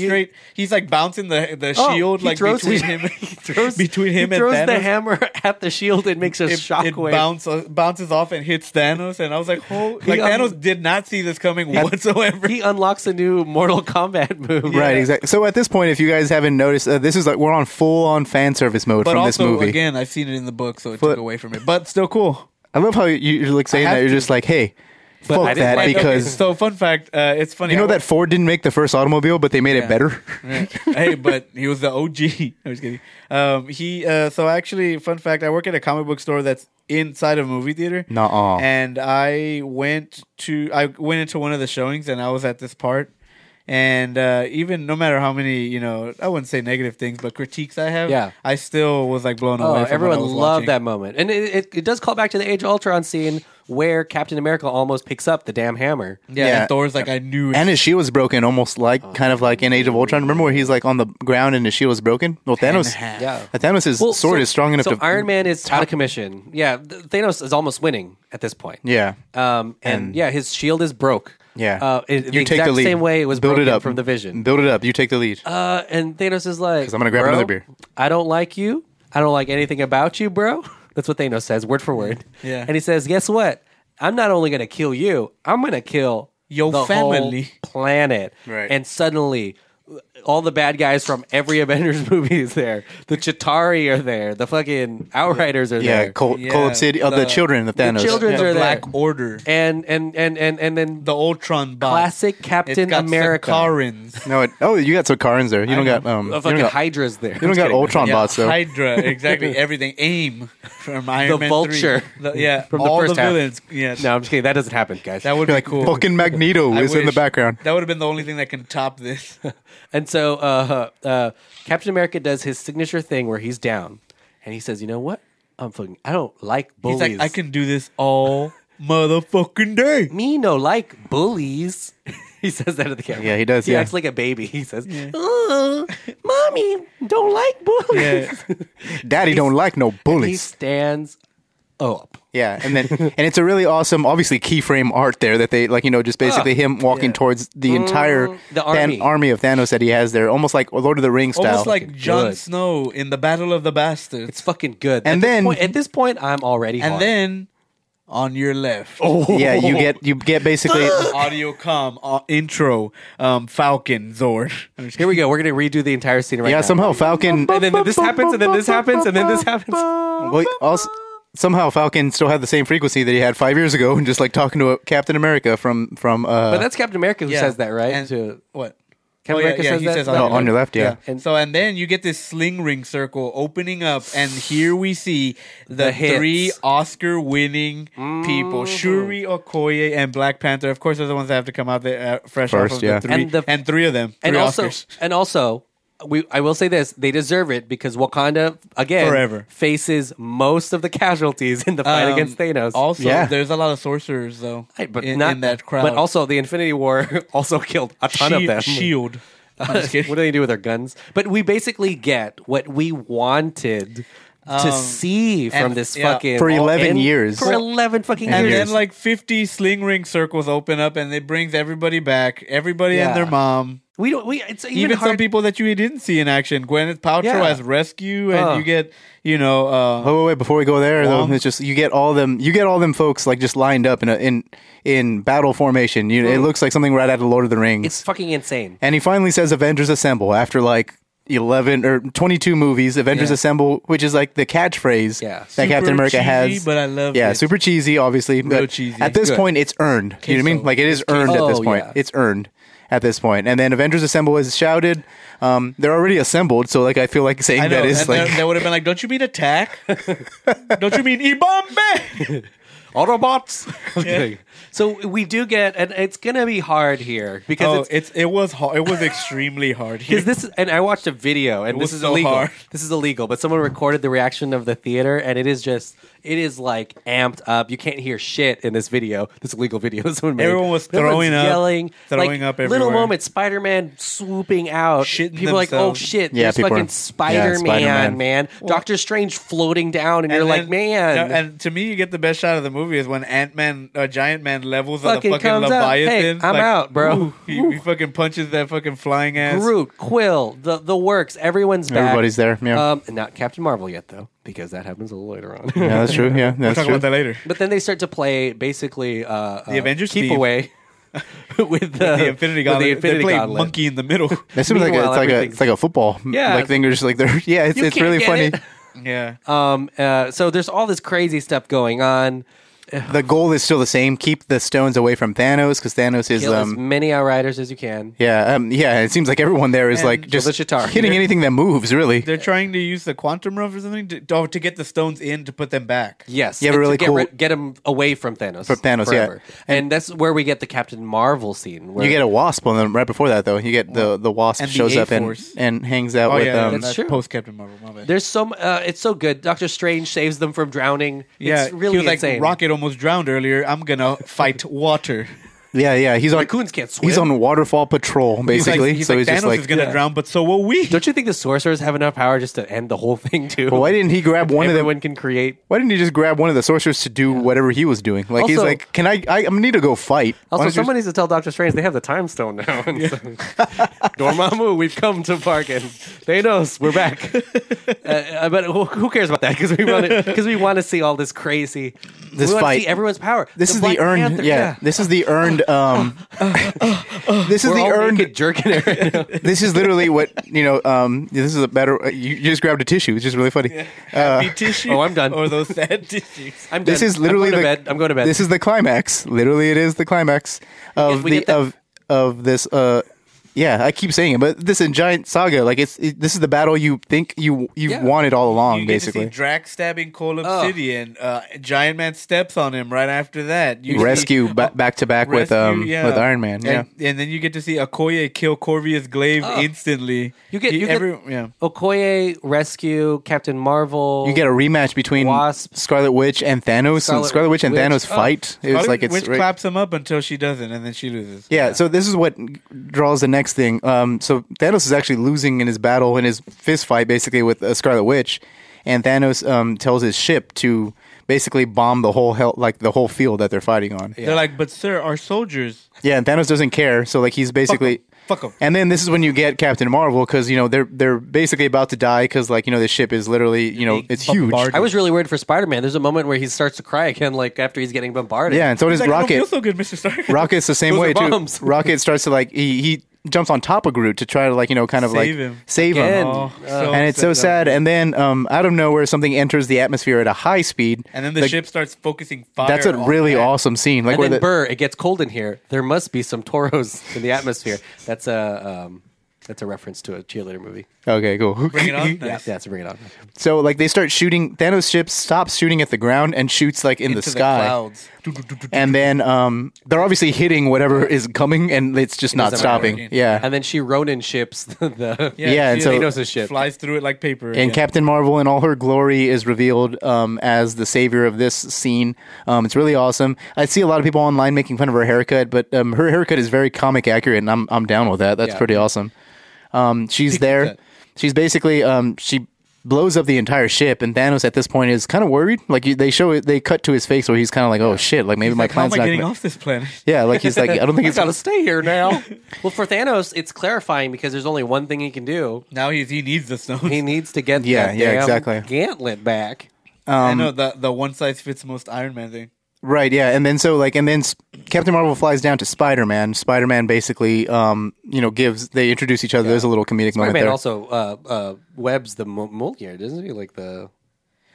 [SPEAKER 1] He-
[SPEAKER 4] straight. He's like bouncing the the
[SPEAKER 1] Oh,
[SPEAKER 4] shield
[SPEAKER 1] he
[SPEAKER 4] like
[SPEAKER 1] throws
[SPEAKER 4] between
[SPEAKER 1] his-
[SPEAKER 4] him,
[SPEAKER 1] he throws,
[SPEAKER 4] between him
[SPEAKER 1] he
[SPEAKER 4] and
[SPEAKER 1] throws
[SPEAKER 4] Thanos.
[SPEAKER 1] the hammer at the shield and makes a
[SPEAKER 4] It, it
[SPEAKER 1] shockwave.
[SPEAKER 4] bounce, bounces off and hits Thanos, and I was like, "Oh!"
[SPEAKER 1] He
[SPEAKER 4] Like
[SPEAKER 1] un-
[SPEAKER 4] Thanos did not see this coming whatsoever.
[SPEAKER 1] he unlocks a new Mortal Kombat move.
[SPEAKER 5] Right, exactly. So at this point, if you guys haven't noticed, uh, this is like we're on full on fan service mode
[SPEAKER 4] but
[SPEAKER 5] from
[SPEAKER 4] also,
[SPEAKER 5] this movie.
[SPEAKER 4] again, I've seen it in the book, so it
[SPEAKER 5] But-
[SPEAKER 4] took away from it. But still cool.
[SPEAKER 5] I love how you- you're like saying
[SPEAKER 4] I have
[SPEAKER 5] that. You're
[SPEAKER 4] to.
[SPEAKER 5] just like, hey,
[SPEAKER 1] I
[SPEAKER 5] fuck
[SPEAKER 1] didn't
[SPEAKER 5] that
[SPEAKER 1] like that.
[SPEAKER 5] because
[SPEAKER 4] so fun fact, uh, it's funny.
[SPEAKER 5] you know
[SPEAKER 4] I-
[SPEAKER 5] that Ford didn't make the first automobile, but they made it better.
[SPEAKER 4] hey, but he was the OG. I was kidding. Um, he uh, so actually, fun fact: I work at a comic book store that's inside a movie theater.
[SPEAKER 5] Nuh-uh.
[SPEAKER 4] And I went to I went into one of the showings, and I was at this part. And uh, even no matter how many you know, I wouldn't say negative things, but critiques I have,
[SPEAKER 1] Yeah.
[SPEAKER 4] I still was like blown
[SPEAKER 1] Oh,
[SPEAKER 4] away. From
[SPEAKER 1] everyone loved
[SPEAKER 4] loved
[SPEAKER 1] that moment, and it, it, it does call back to the Age of Ultron scene where Captain America almost picks up the damn hammer.
[SPEAKER 4] Yeah,
[SPEAKER 5] Yeah.
[SPEAKER 4] And Thor's like, I knew it.
[SPEAKER 5] And his shield was broken, almost like
[SPEAKER 1] Oh.
[SPEAKER 5] kind of like in Age of Ultron. Remember where he's like on the ground and his shield was broken? Well, Thanos,
[SPEAKER 4] half.
[SPEAKER 1] Yeah.
[SPEAKER 5] Thanos'
[SPEAKER 1] Well,
[SPEAKER 5] sword
[SPEAKER 1] so-
[SPEAKER 5] is strong enough
[SPEAKER 1] so
[SPEAKER 5] to.
[SPEAKER 1] Iron Man is out of commission. Yeah, th- Thanos is almost winning at this point.
[SPEAKER 5] Yeah.
[SPEAKER 1] Um, and, yeah, his shield is broke.
[SPEAKER 5] Yeah.
[SPEAKER 1] Uh, it, the exact same way it was
[SPEAKER 5] Build
[SPEAKER 1] broken
[SPEAKER 5] it up
[SPEAKER 1] from the Vision.
[SPEAKER 5] Build it up. You take the lead.
[SPEAKER 1] Uh, and Thanos is like,
[SPEAKER 5] 'Cause I'm gonna grab
[SPEAKER 1] "Bro,
[SPEAKER 5] another beer."
[SPEAKER 1] I don't like you. I don't like anything about you, bro. That's what Thanos says, word for word.
[SPEAKER 4] Yeah.
[SPEAKER 1] And he says, guess what? I'm not only gonna kill you. I'm gonna kill
[SPEAKER 4] Your
[SPEAKER 1] the whole
[SPEAKER 4] family."
[SPEAKER 1] planet.
[SPEAKER 5] Right.
[SPEAKER 1] And suddenly. All the bad guys from every Avengers movie is there. The Chitari are there. The fucking Outriders are
[SPEAKER 5] yeah,
[SPEAKER 1] there.
[SPEAKER 5] Col-
[SPEAKER 4] Yeah,
[SPEAKER 5] Obsidian, of the,
[SPEAKER 4] the-
[SPEAKER 5] children of Thanos.
[SPEAKER 1] children-
[SPEAKER 4] the
[SPEAKER 1] are
[SPEAKER 4] Black
[SPEAKER 1] there.
[SPEAKER 4] Order,
[SPEAKER 1] and and and and and then
[SPEAKER 4] the Ultron bot,
[SPEAKER 1] Classic Captain
[SPEAKER 4] It's got
[SPEAKER 1] America.
[SPEAKER 4] Sakarins.
[SPEAKER 5] No, it, oh, you got Sokarans there. You don't got
[SPEAKER 1] the
[SPEAKER 5] um. you don't
[SPEAKER 1] fucking
[SPEAKER 5] got-
[SPEAKER 1] Hydra's there.
[SPEAKER 5] You don't got Ultron bots though.
[SPEAKER 4] Hydra, exactly. Everything. AIM from Iron
[SPEAKER 1] The
[SPEAKER 4] Man
[SPEAKER 1] Vulture.
[SPEAKER 4] 3. The- yeah,
[SPEAKER 1] From the
[SPEAKER 4] all
[SPEAKER 1] first
[SPEAKER 4] the
[SPEAKER 1] half.
[SPEAKER 4] villains. Yeah,
[SPEAKER 1] No, I'm just kidding. That doesn't happen, guys.
[SPEAKER 4] that would be
[SPEAKER 5] You're like
[SPEAKER 4] cool.
[SPEAKER 5] fucking Magneto
[SPEAKER 4] I
[SPEAKER 5] is in the
[SPEAKER 4] wish.
[SPEAKER 5] background.
[SPEAKER 4] That would have been the only thing that can top this.
[SPEAKER 1] And so uh, uh, Captain America does his signature thing where he's down and he says, "You know what? I'm fucking. I don't like
[SPEAKER 4] He's
[SPEAKER 1] bullies.
[SPEAKER 4] like, I can do this all motherfucking day.
[SPEAKER 1] Me no like bullies." he says that to the camera.
[SPEAKER 5] Yeah, he does,
[SPEAKER 1] He
[SPEAKER 5] yeah.
[SPEAKER 1] acts like a baby. He says, "Uh, "Mommy, don't like bullies."
[SPEAKER 5] Daddy don't like no
[SPEAKER 1] he
[SPEAKER 5] bullies.
[SPEAKER 1] stands up.
[SPEAKER 5] Yeah, and then and it's a really awesome, obviously keyframe art there that they like you know just basically him walking
[SPEAKER 1] Ah, yeah. Mm,
[SPEAKER 5] towards the entire
[SPEAKER 1] the
[SPEAKER 5] Than-
[SPEAKER 1] army.
[SPEAKER 5] army of Thanos that he has there, almost like Lord of the Rings style.
[SPEAKER 4] Almost like Jon
[SPEAKER 1] good.
[SPEAKER 4] Snow in the Battle of the Bastards.
[SPEAKER 1] It's fucking good.
[SPEAKER 5] And
[SPEAKER 1] at this
[SPEAKER 5] then-
[SPEAKER 1] point, at this point, I'm already.
[SPEAKER 4] and
[SPEAKER 1] hard.
[SPEAKER 4] then on your left. Oh.
[SPEAKER 5] yeah, you get you get basically
[SPEAKER 4] Audio com uh, intro um, Falcon Zord. I'm just
[SPEAKER 1] here we go. We're gonna redo the entire scene right now.
[SPEAKER 5] yeah somehow Falcon
[SPEAKER 1] And then this happens, and then this happens, and then this happens.
[SPEAKER 5] well, also, somehow Falcon still had the same frequency that he had five years ago, and just like talking to a Captain America from from uh
[SPEAKER 1] But that's Captain America who
[SPEAKER 4] Yeah.
[SPEAKER 1] says that, right?
[SPEAKER 4] And-
[SPEAKER 1] To-
[SPEAKER 4] What?
[SPEAKER 1] Captain
[SPEAKER 4] Oh, yeah,
[SPEAKER 1] America
[SPEAKER 4] yeah,
[SPEAKER 1] says
[SPEAKER 4] he
[SPEAKER 1] that.
[SPEAKER 4] says
[SPEAKER 1] No,
[SPEAKER 5] on,
[SPEAKER 4] your
[SPEAKER 5] on your left. Yeah.
[SPEAKER 1] And-
[SPEAKER 4] so and then you get this sling ring circle opening up, and here we see the,
[SPEAKER 1] The hits. Mm-hmm.
[SPEAKER 4] three Oscar-winning people: Shuri Okoye and Black Panther. Of course, they're the ones that have to come out there uh, fresh
[SPEAKER 5] First,
[SPEAKER 4] off of
[SPEAKER 5] yeah.
[SPEAKER 4] the three,
[SPEAKER 1] And
[SPEAKER 4] and,
[SPEAKER 1] the-
[SPEAKER 4] three of them,
[SPEAKER 1] and
[SPEAKER 4] three
[SPEAKER 1] also,
[SPEAKER 4] Oscars.
[SPEAKER 1] and also, we I will say this: they deserve it because Wakanda again
[SPEAKER 4] Forever.
[SPEAKER 1] faces most of the casualties in the fight
[SPEAKER 4] Um,
[SPEAKER 1] against Thanos.
[SPEAKER 4] Also,
[SPEAKER 5] Yeah.
[SPEAKER 4] there's a lot of sorcerers though,
[SPEAKER 1] Right, but
[SPEAKER 4] in,
[SPEAKER 1] not
[SPEAKER 4] in that crowd.
[SPEAKER 1] But also, the Infinity War also killed a ton of
[SPEAKER 4] Shi-
[SPEAKER 1] them.
[SPEAKER 4] Shield. I'm just
[SPEAKER 1] what do
[SPEAKER 4] kidding.
[SPEAKER 1] they do with their guns? But we basically get what we wanted to see from
[SPEAKER 4] Um, and-
[SPEAKER 1] this
[SPEAKER 4] yeah.
[SPEAKER 1] fucking
[SPEAKER 5] For 11
[SPEAKER 1] and-
[SPEAKER 5] years.
[SPEAKER 1] For eleven fucking
[SPEAKER 4] And
[SPEAKER 1] years.
[SPEAKER 4] then like 50 sling ring circles open up, and it brings everybody back. Everybody
[SPEAKER 1] Yeah.
[SPEAKER 4] and their mom.
[SPEAKER 1] we don't. We it's even,
[SPEAKER 4] even,
[SPEAKER 1] hard,
[SPEAKER 4] some people that you didn't see in action. Gwyneth Paltrow
[SPEAKER 1] Yeah.
[SPEAKER 4] as Rescue, and
[SPEAKER 1] Uh.
[SPEAKER 4] you get you know uh,
[SPEAKER 5] Oh wait, wait, before we go there though,
[SPEAKER 4] Wong.
[SPEAKER 5] it's just you get all them you get all them folks like just lined up in a, in in battle formation. You, It looks like something right out of Lord of the Rings.
[SPEAKER 1] It's fucking insane.
[SPEAKER 5] and he finally says Avengers Assemble after like 11 or 22 movies Avengers
[SPEAKER 4] Yeah.
[SPEAKER 5] Assemble which is like the catchphrase
[SPEAKER 1] Yeah.
[SPEAKER 5] that Captain
[SPEAKER 4] Super
[SPEAKER 5] America
[SPEAKER 4] cheesy,
[SPEAKER 5] has
[SPEAKER 4] but I love
[SPEAKER 5] yeah
[SPEAKER 4] it.
[SPEAKER 5] super cheesy obviously
[SPEAKER 4] Real
[SPEAKER 5] but
[SPEAKER 4] cheesy.
[SPEAKER 5] at this
[SPEAKER 1] Good.
[SPEAKER 5] point it's earned you know what I mean
[SPEAKER 4] Queso.
[SPEAKER 5] like it is earned at this
[SPEAKER 1] Oh,
[SPEAKER 5] point
[SPEAKER 1] yeah.
[SPEAKER 5] it's earned at this point and then Avengers Assemble is shouted um, they're already assembled so like I feel like saying
[SPEAKER 4] I know,
[SPEAKER 5] that is
[SPEAKER 4] and
[SPEAKER 5] like
[SPEAKER 4] that, would have been like, don't you mean attack? don't you mean Ibambe?
[SPEAKER 1] Autobots. Okay. So we do get, and it's gonna be hard here because
[SPEAKER 4] Oh,
[SPEAKER 1] it's.
[SPEAKER 4] it's it was hard. It was extremely hard. here.
[SPEAKER 1] because this is, and I watched a video, and
[SPEAKER 4] It
[SPEAKER 1] this is
[SPEAKER 4] was so
[SPEAKER 1] illegal.
[SPEAKER 4] hard.
[SPEAKER 1] This is illegal, but someone recorded the reaction of the theater, and it is just, it is like amped up. You can't hear shit in this video, this illegal video. Someone made.
[SPEAKER 4] Everyone was
[SPEAKER 1] Everyone's
[SPEAKER 4] throwing up,
[SPEAKER 1] yelling,
[SPEAKER 4] throwing
[SPEAKER 1] like,
[SPEAKER 4] up
[SPEAKER 1] Little
[SPEAKER 4] everywhere.
[SPEAKER 1] moment, Spider Man swooping out.
[SPEAKER 4] Shitting
[SPEAKER 1] people are like, oh
[SPEAKER 4] themselves.
[SPEAKER 1] shit,
[SPEAKER 5] Yeah,
[SPEAKER 1] there's
[SPEAKER 5] people are-
[SPEAKER 1] fucking
[SPEAKER 5] yeah,
[SPEAKER 1] Spider Man,
[SPEAKER 5] Spider-Man.
[SPEAKER 1] man. Doctor Strange floating down, and, you're
[SPEAKER 4] And
[SPEAKER 1] like,
[SPEAKER 4] then-
[SPEAKER 1] man.
[SPEAKER 4] no, and to me, you get the best shot of the movie is when Ant Man, uh, Giant Man, levels on
[SPEAKER 1] Fucking
[SPEAKER 4] the fucking
[SPEAKER 1] comes up.
[SPEAKER 4] Leviathan.
[SPEAKER 1] Hey, I'm out, bro.
[SPEAKER 4] ooh, he, he fucking punches that fucking flying ass.
[SPEAKER 1] Groot, Quill, the the works, everyone's back.
[SPEAKER 5] Everybody's there, yeah.
[SPEAKER 1] Um, not Captain Marvel yet though, because that happens a little later on.
[SPEAKER 5] yeah that's true yeah
[SPEAKER 4] We'll
[SPEAKER 5] that's
[SPEAKER 4] talk
[SPEAKER 5] true
[SPEAKER 4] about that later.
[SPEAKER 1] But then they start to play basically uh, the
[SPEAKER 4] Avengers
[SPEAKER 1] keep
[SPEAKER 4] theme.
[SPEAKER 1] away with the,
[SPEAKER 4] The Infinity
[SPEAKER 1] with
[SPEAKER 4] Gauntlet.
[SPEAKER 1] The Infinity
[SPEAKER 4] they played
[SPEAKER 1] Gauntlet.
[SPEAKER 4] Monkey in the middle.
[SPEAKER 5] that seems like a,
[SPEAKER 1] Meanwhile,
[SPEAKER 5] it's like a
[SPEAKER 1] everything's-
[SPEAKER 5] it's like a football
[SPEAKER 1] Yeah.
[SPEAKER 5] like thing. You're just like they're yeah it's,
[SPEAKER 1] You
[SPEAKER 5] it's
[SPEAKER 1] can't
[SPEAKER 5] really
[SPEAKER 1] get
[SPEAKER 5] funny
[SPEAKER 1] it.
[SPEAKER 4] yeah.
[SPEAKER 1] Um, uh, so there's all this crazy stuff going on.
[SPEAKER 5] the goal is still the same keep the stones away from Thanos because Thanos is
[SPEAKER 1] Kill as
[SPEAKER 5] um
[SPEAKER 1] many outriders as you can.
[SPEAKER 5] yeah um yeah it seems like everyone there is
[SPEAKER 4] And
[SPEAKER 5] like just
[SPEAKER 1] the Chitauri.
[SPEAKER 5] hitting anything that moves really
[SPEAKER 4] They're trying to use the quantum rope or something to, oh, to get the stones in to put them back.
[SPEAKER 1] Yes,
[SPEAKER 5] Yeah,
[SPEAKER 1] and
[SPEAKER 5] but
[SPEAKER 1] to
[SPEAKER 5] really
[SPEAKER 1] get
[SPEAKER 5] cool-
[SPEAKER 1] rid- get him away from Thanos.
[SPEAKER 5] From Thanos, yeah.
[SPEAKER 1] forever. and, that's where we get the Captain Marvel scene. Where
[SPEAKER 5] you get a wasp on them right before that though you get the the wasp
[SPEAKER 4] And the
[SPEAKER 5] shows up and,
[SPEAKER 4] A-Force.
[SPEAKER 5] and hangs out
[SPEAKER 4] Oh
[SPEAKER 5] with
[SPEAKER 4] yeah,
[SPEAKER 5] um
[SPEAKER 1] that's
[SPEAKER 4] that's
[SPEAKER 1] true.
[SPEAKER 4] Post Captain Marvel, my bad.
[SPEAKER 1] there's so m- uh, it's so good. Doctor Strange saves them from drowning.
[SPEAKER 4] yeah,
[SPEAKER 1] it's really
[SPEAKER 4] he was like
[SPEAKER 1] insane.
[SPEAKER 4] Rocket almost drowned earlier. I'm gonna fight water.
[SPEAKER 5] yeah yeah he's on
[SPEAKER 1] Raccoons can't swim.
[SPEAKER 5] he's on waterfall patrol
[SPEAKER 4] He's like,
[SPEAKER 5] basically
[SPEAKER 4] he's
[SPEAKER 5] so
[SPEAKER 4] like,
[SPEAKER 5] he's
[SPEAKER 4] Thanos
[SPEAKER 5] just like
[SPEAKER 4] is gonna
[SPEAKER 1] Yeah.
[SPEAKER 4] drown, but so will we.
[SPEAKER 1] Don't you think the sorcerers have enough power just to end the whole thing too?
[SPEAKER 5] well, why didn't he grab one of them
[SPEAKER 1] Everyone can create.
[SPEAKER 5] why didn't he just grab one of the sorcerers to do whatever he was doing like he's
[SPEAKER 1] Also-
[SPEAKER 5] like can I, I I'm need to go fight Why
[SPEAKER 1] Also,
[SPEAKER 5] don't you-
[SPEAKER 1] someone needs to tell Doctor Strange they have the time stone now. And so- Dormammu, we've come to bargain. Thanos, we're back. Uh, uh, but who, who cares about that? Because we want because we want to see all this crazy.
[SPEAKER 5] This
[SPEAKER 1] we wanna
[SPEAKER 5] fight.
[SPEAKER 1] see everyone's power.
[SPEAKER 5] this is the
[SPEAKER 1] Black
[SPEAKER 5] earned
[SPEAKER 1] Panther,
[SPEAKER 5] yeah, this is the earned um this is
[SPEAKER 1] We're
[SPEAKER 5] the
[SPEAKER 1] all
[SPEAKER 5] earned
[SPEAKER 1] naked jerking it right now.
[SPEAKER 5] this is literally what you know. Um, this is a better. You, you just grabbed a tissue, which is really funny. Uh,
[SPEAKER 4] Happy tissue.
[SPEAKER 1] oh, I'm done.
[SPEAKER 4] Or those sad tissues.
[SPEAKER 1] I'm
[SPEAKER 5] This
[SPEAKER 1] done.
[SPEAKER 5] is literally
[SPEAKER 1] I'm going
[SPEAKER 5] the.
[SPEAKER 1] to bed. I'm going to bed.
[SPEAKER 5] This is the climax. Literally, it is the climax of
[SPEAKER 1] If we
[SPEAKER 5] the
[SPEAKER 1] get that-
[SPEAKER 5] of of this. Uh, yeah, I keep saying it, but this in giant saga, like it's it, this is the battle you think you you
[SPEAKER 1] Yeah.
[SPEAKER 5] wanted all along,
[SPEAKER 4] you get
[SPEAKER 5] basically.
[SPEAKER 4] to see Drax stabbing Cole Obsidian. Uh, Giant Man steps on him right after that. You see-
[SPEAKER 5] Rescue ba- back to back with um
[SPEAKER 4] Rescue, yeah.
[SPEAKER 5] with Iron Man. Yeah,
[SPEAKER 4] And, and then you get to see Okoye kill Corvius Glaive instantly.
[SPEAKER 1] You get-
[SPEAKER 4] He-
[SPEAKER 1] you get-
[SPEAKER 4] yeah.
[SPEAKER 1] Okoye rescue Captain Marvel.
[SPEAKER 5] you get a rematch between
[SPEAKER 1] Wasp.
[SPEAKER 5] Scarlet Witch and Thanos.
[SPEAKER 1] Scarlet
[SPEAKER 5] and Scarlet Witch and
[SPEAKER 1] Witch.
[SPEAKER 5] Thanos
[SPEAKER 1] Oh.
[SPEAKER 5] fight. It was
[SPEAKER 4] Scarlet
[SPEAKER 5] like it's
[SPEAKER 4] Witch
[SPEAKER 5] right-
[SPEAKER 4] claps him up until she doesn't, and then she loses.
[SPEAKER 5] Yeah, so this is what draws the next thing. Um, so Thanos is actually losing in his battle in his fist fight, basically with uh, Scarlet Witch, and Thanos um, tells his ship to basically bomb the whole hell, like the whole field that they're fighting on. Yeah,
[SPEAKER 4] They're like, but sir, our soldiers.
[SPEAKER 5] and Thanos doesn't care, so like he's basically.
[SPEAKER 4] Fuck 'em.
[SPEAKER 5] And then this is when you get Captain Marvel because you know they're they're basically about to die because like you know the ship is literally you know
[SPEAKER 4] Being
[SPEAKER 5] it's huge.
[SPEAKER 4] bombarded.
[SPEAKER 1] I was really worried for Spider Man. There's a moment where he starts to cry again, like after he's getting bombarded.
[SPEAKER 5] Yeah, and so does
[SPEAKER 4] He's like, I
[SPEAKER 5] Rocket.
[SPEAKER 4] don't feel so good, Mister Stark.
[SPEAKER 5] Rocket's the same
[SPEAKER 1] Those
[SPEAKER 5] way
[SPEAKER 1] are
[SPEAKER 5] too.
[SPEAKER 1] bombs.
[SPEAKER 5] Rocket starts to like he he jumps on top of Groot to try to like you know kind of like
[SPEAKER 4] Save him.
[SPEAKER 5] save
[SPEAKER 1] Again.
[SPEAKER 5] him.
[SPEAKER 4] Oh, so
[SPEAKER 5] and it's so sad. And then um, out of nowhere, something enters the atmosphere at a high speed.
[SPEAKER 4] And then the, ship starts focusing fire.
[SPEAKER 5] That's a
[SPEAKER 4] on
[SPEAKER 5] really
[SPEAKER 4] that.
[SPEAKER 5] awesome scene. Like
[SPEAKER 1] And
[SPEAKER 5] where
[SPEAKER 1] then
[SPEAKER 5] the,
[SPEAKER 1] Burr, it gets cold in here. There must be some toros in the atmosphere. That's a um, That's a reference to a cheerleader movie.
[SPEAKER 5] Okay, cool.
[SPEAKER 4] Bring it on. Nice.
[SPEAKER 1] Yeah, so bring it on.
[SPEAKER 5] So like they start shooting Thanos ships stops shooting at the ground and shoots like in
[SPEAKER 4] Into
[SPEAKER 5] the sky.
[SPEAKER 4] clouds.
[SPEAKER 5] And then um they're obviously hitting whatever is coming and it's just not
[SPEAKER 1] doesn't matter.
[SPEAKER 5] stopping. Yeah.
[SPEAKER 1] And then she Ronin ships the. the
[SPEAKER 5] Yeah, and
[SPEAKER 4] she
[SPEAKER 5] so-
[SPEAKER 1] Thanos' ship.
[SPEAKER 4] flies through it like paper.
[SPEAKER 5] And
[SPEAKER 4] yeah.
[SPEAKER 5] Captain Marvel in all her glory is revealed um, as the savior of this scene. Um, it's really awesome. I see a lot of people online making fun of her haircut, but um, her haircut is very comic accurate, and I'm I'm down with that. That's
[SPEAKER 1] Yeah.
[SPEAKER 5] pretty awesome. Um, she's there.
[SPEAKER 1] cut.
[SPEAKER 5] She's basically um, she blows up the entire ship, and Thanos at this point is kind of worried. Like you- they show it, they cut to his face where he's kind of like, "Oh shit!" Like maybe my
[SPEAKER 4] Like, how am
[SPEAKER 5] plan's
[SPEAKER 4] I
[SPEAKER 5] not.
[SPEAKER 4] getting
[SPEAKER 5] gonna-
[SPEAKER 4] off this planet?
[SPEAKER 5] Yeah, like he's like, I don't think
[SPEAKER 1] I
[SPEAKER 5] it's
[SPEAKER 1] gotta stay here now. well, for Thanos, it's clarifying because there's only one thing he can do.
[SPEAKER 4] Now he's, he needs the stone.
[SPEAKER 1] He needs to get
[SPEAKER 5] Yeah,
[SPEAKER 1] that
[SPEAKER 5] yeah,
[SPEAKER 1] damn
[SPEAKER 5] exactly.
[SPEAKER 1] gantlet back.
[SPEAKER 4] I
[SPEAKER 5] um,
[SPEAKER 4] know the the one size fits most Iron Man thing.
[SPEAKER 5] Right, yeah, and then so like, and then S- Captain Marvel flies down to Spider Man. Spider Man basically, um, you know, gives they introduce each other. There's a little comedic moment
[SPEAKER 1] Spider-Man
[SPEAKER 5] there.
[SPEAKER 1] also uh, uh, webs the Mo- Mjolnir, doesn't he? Like the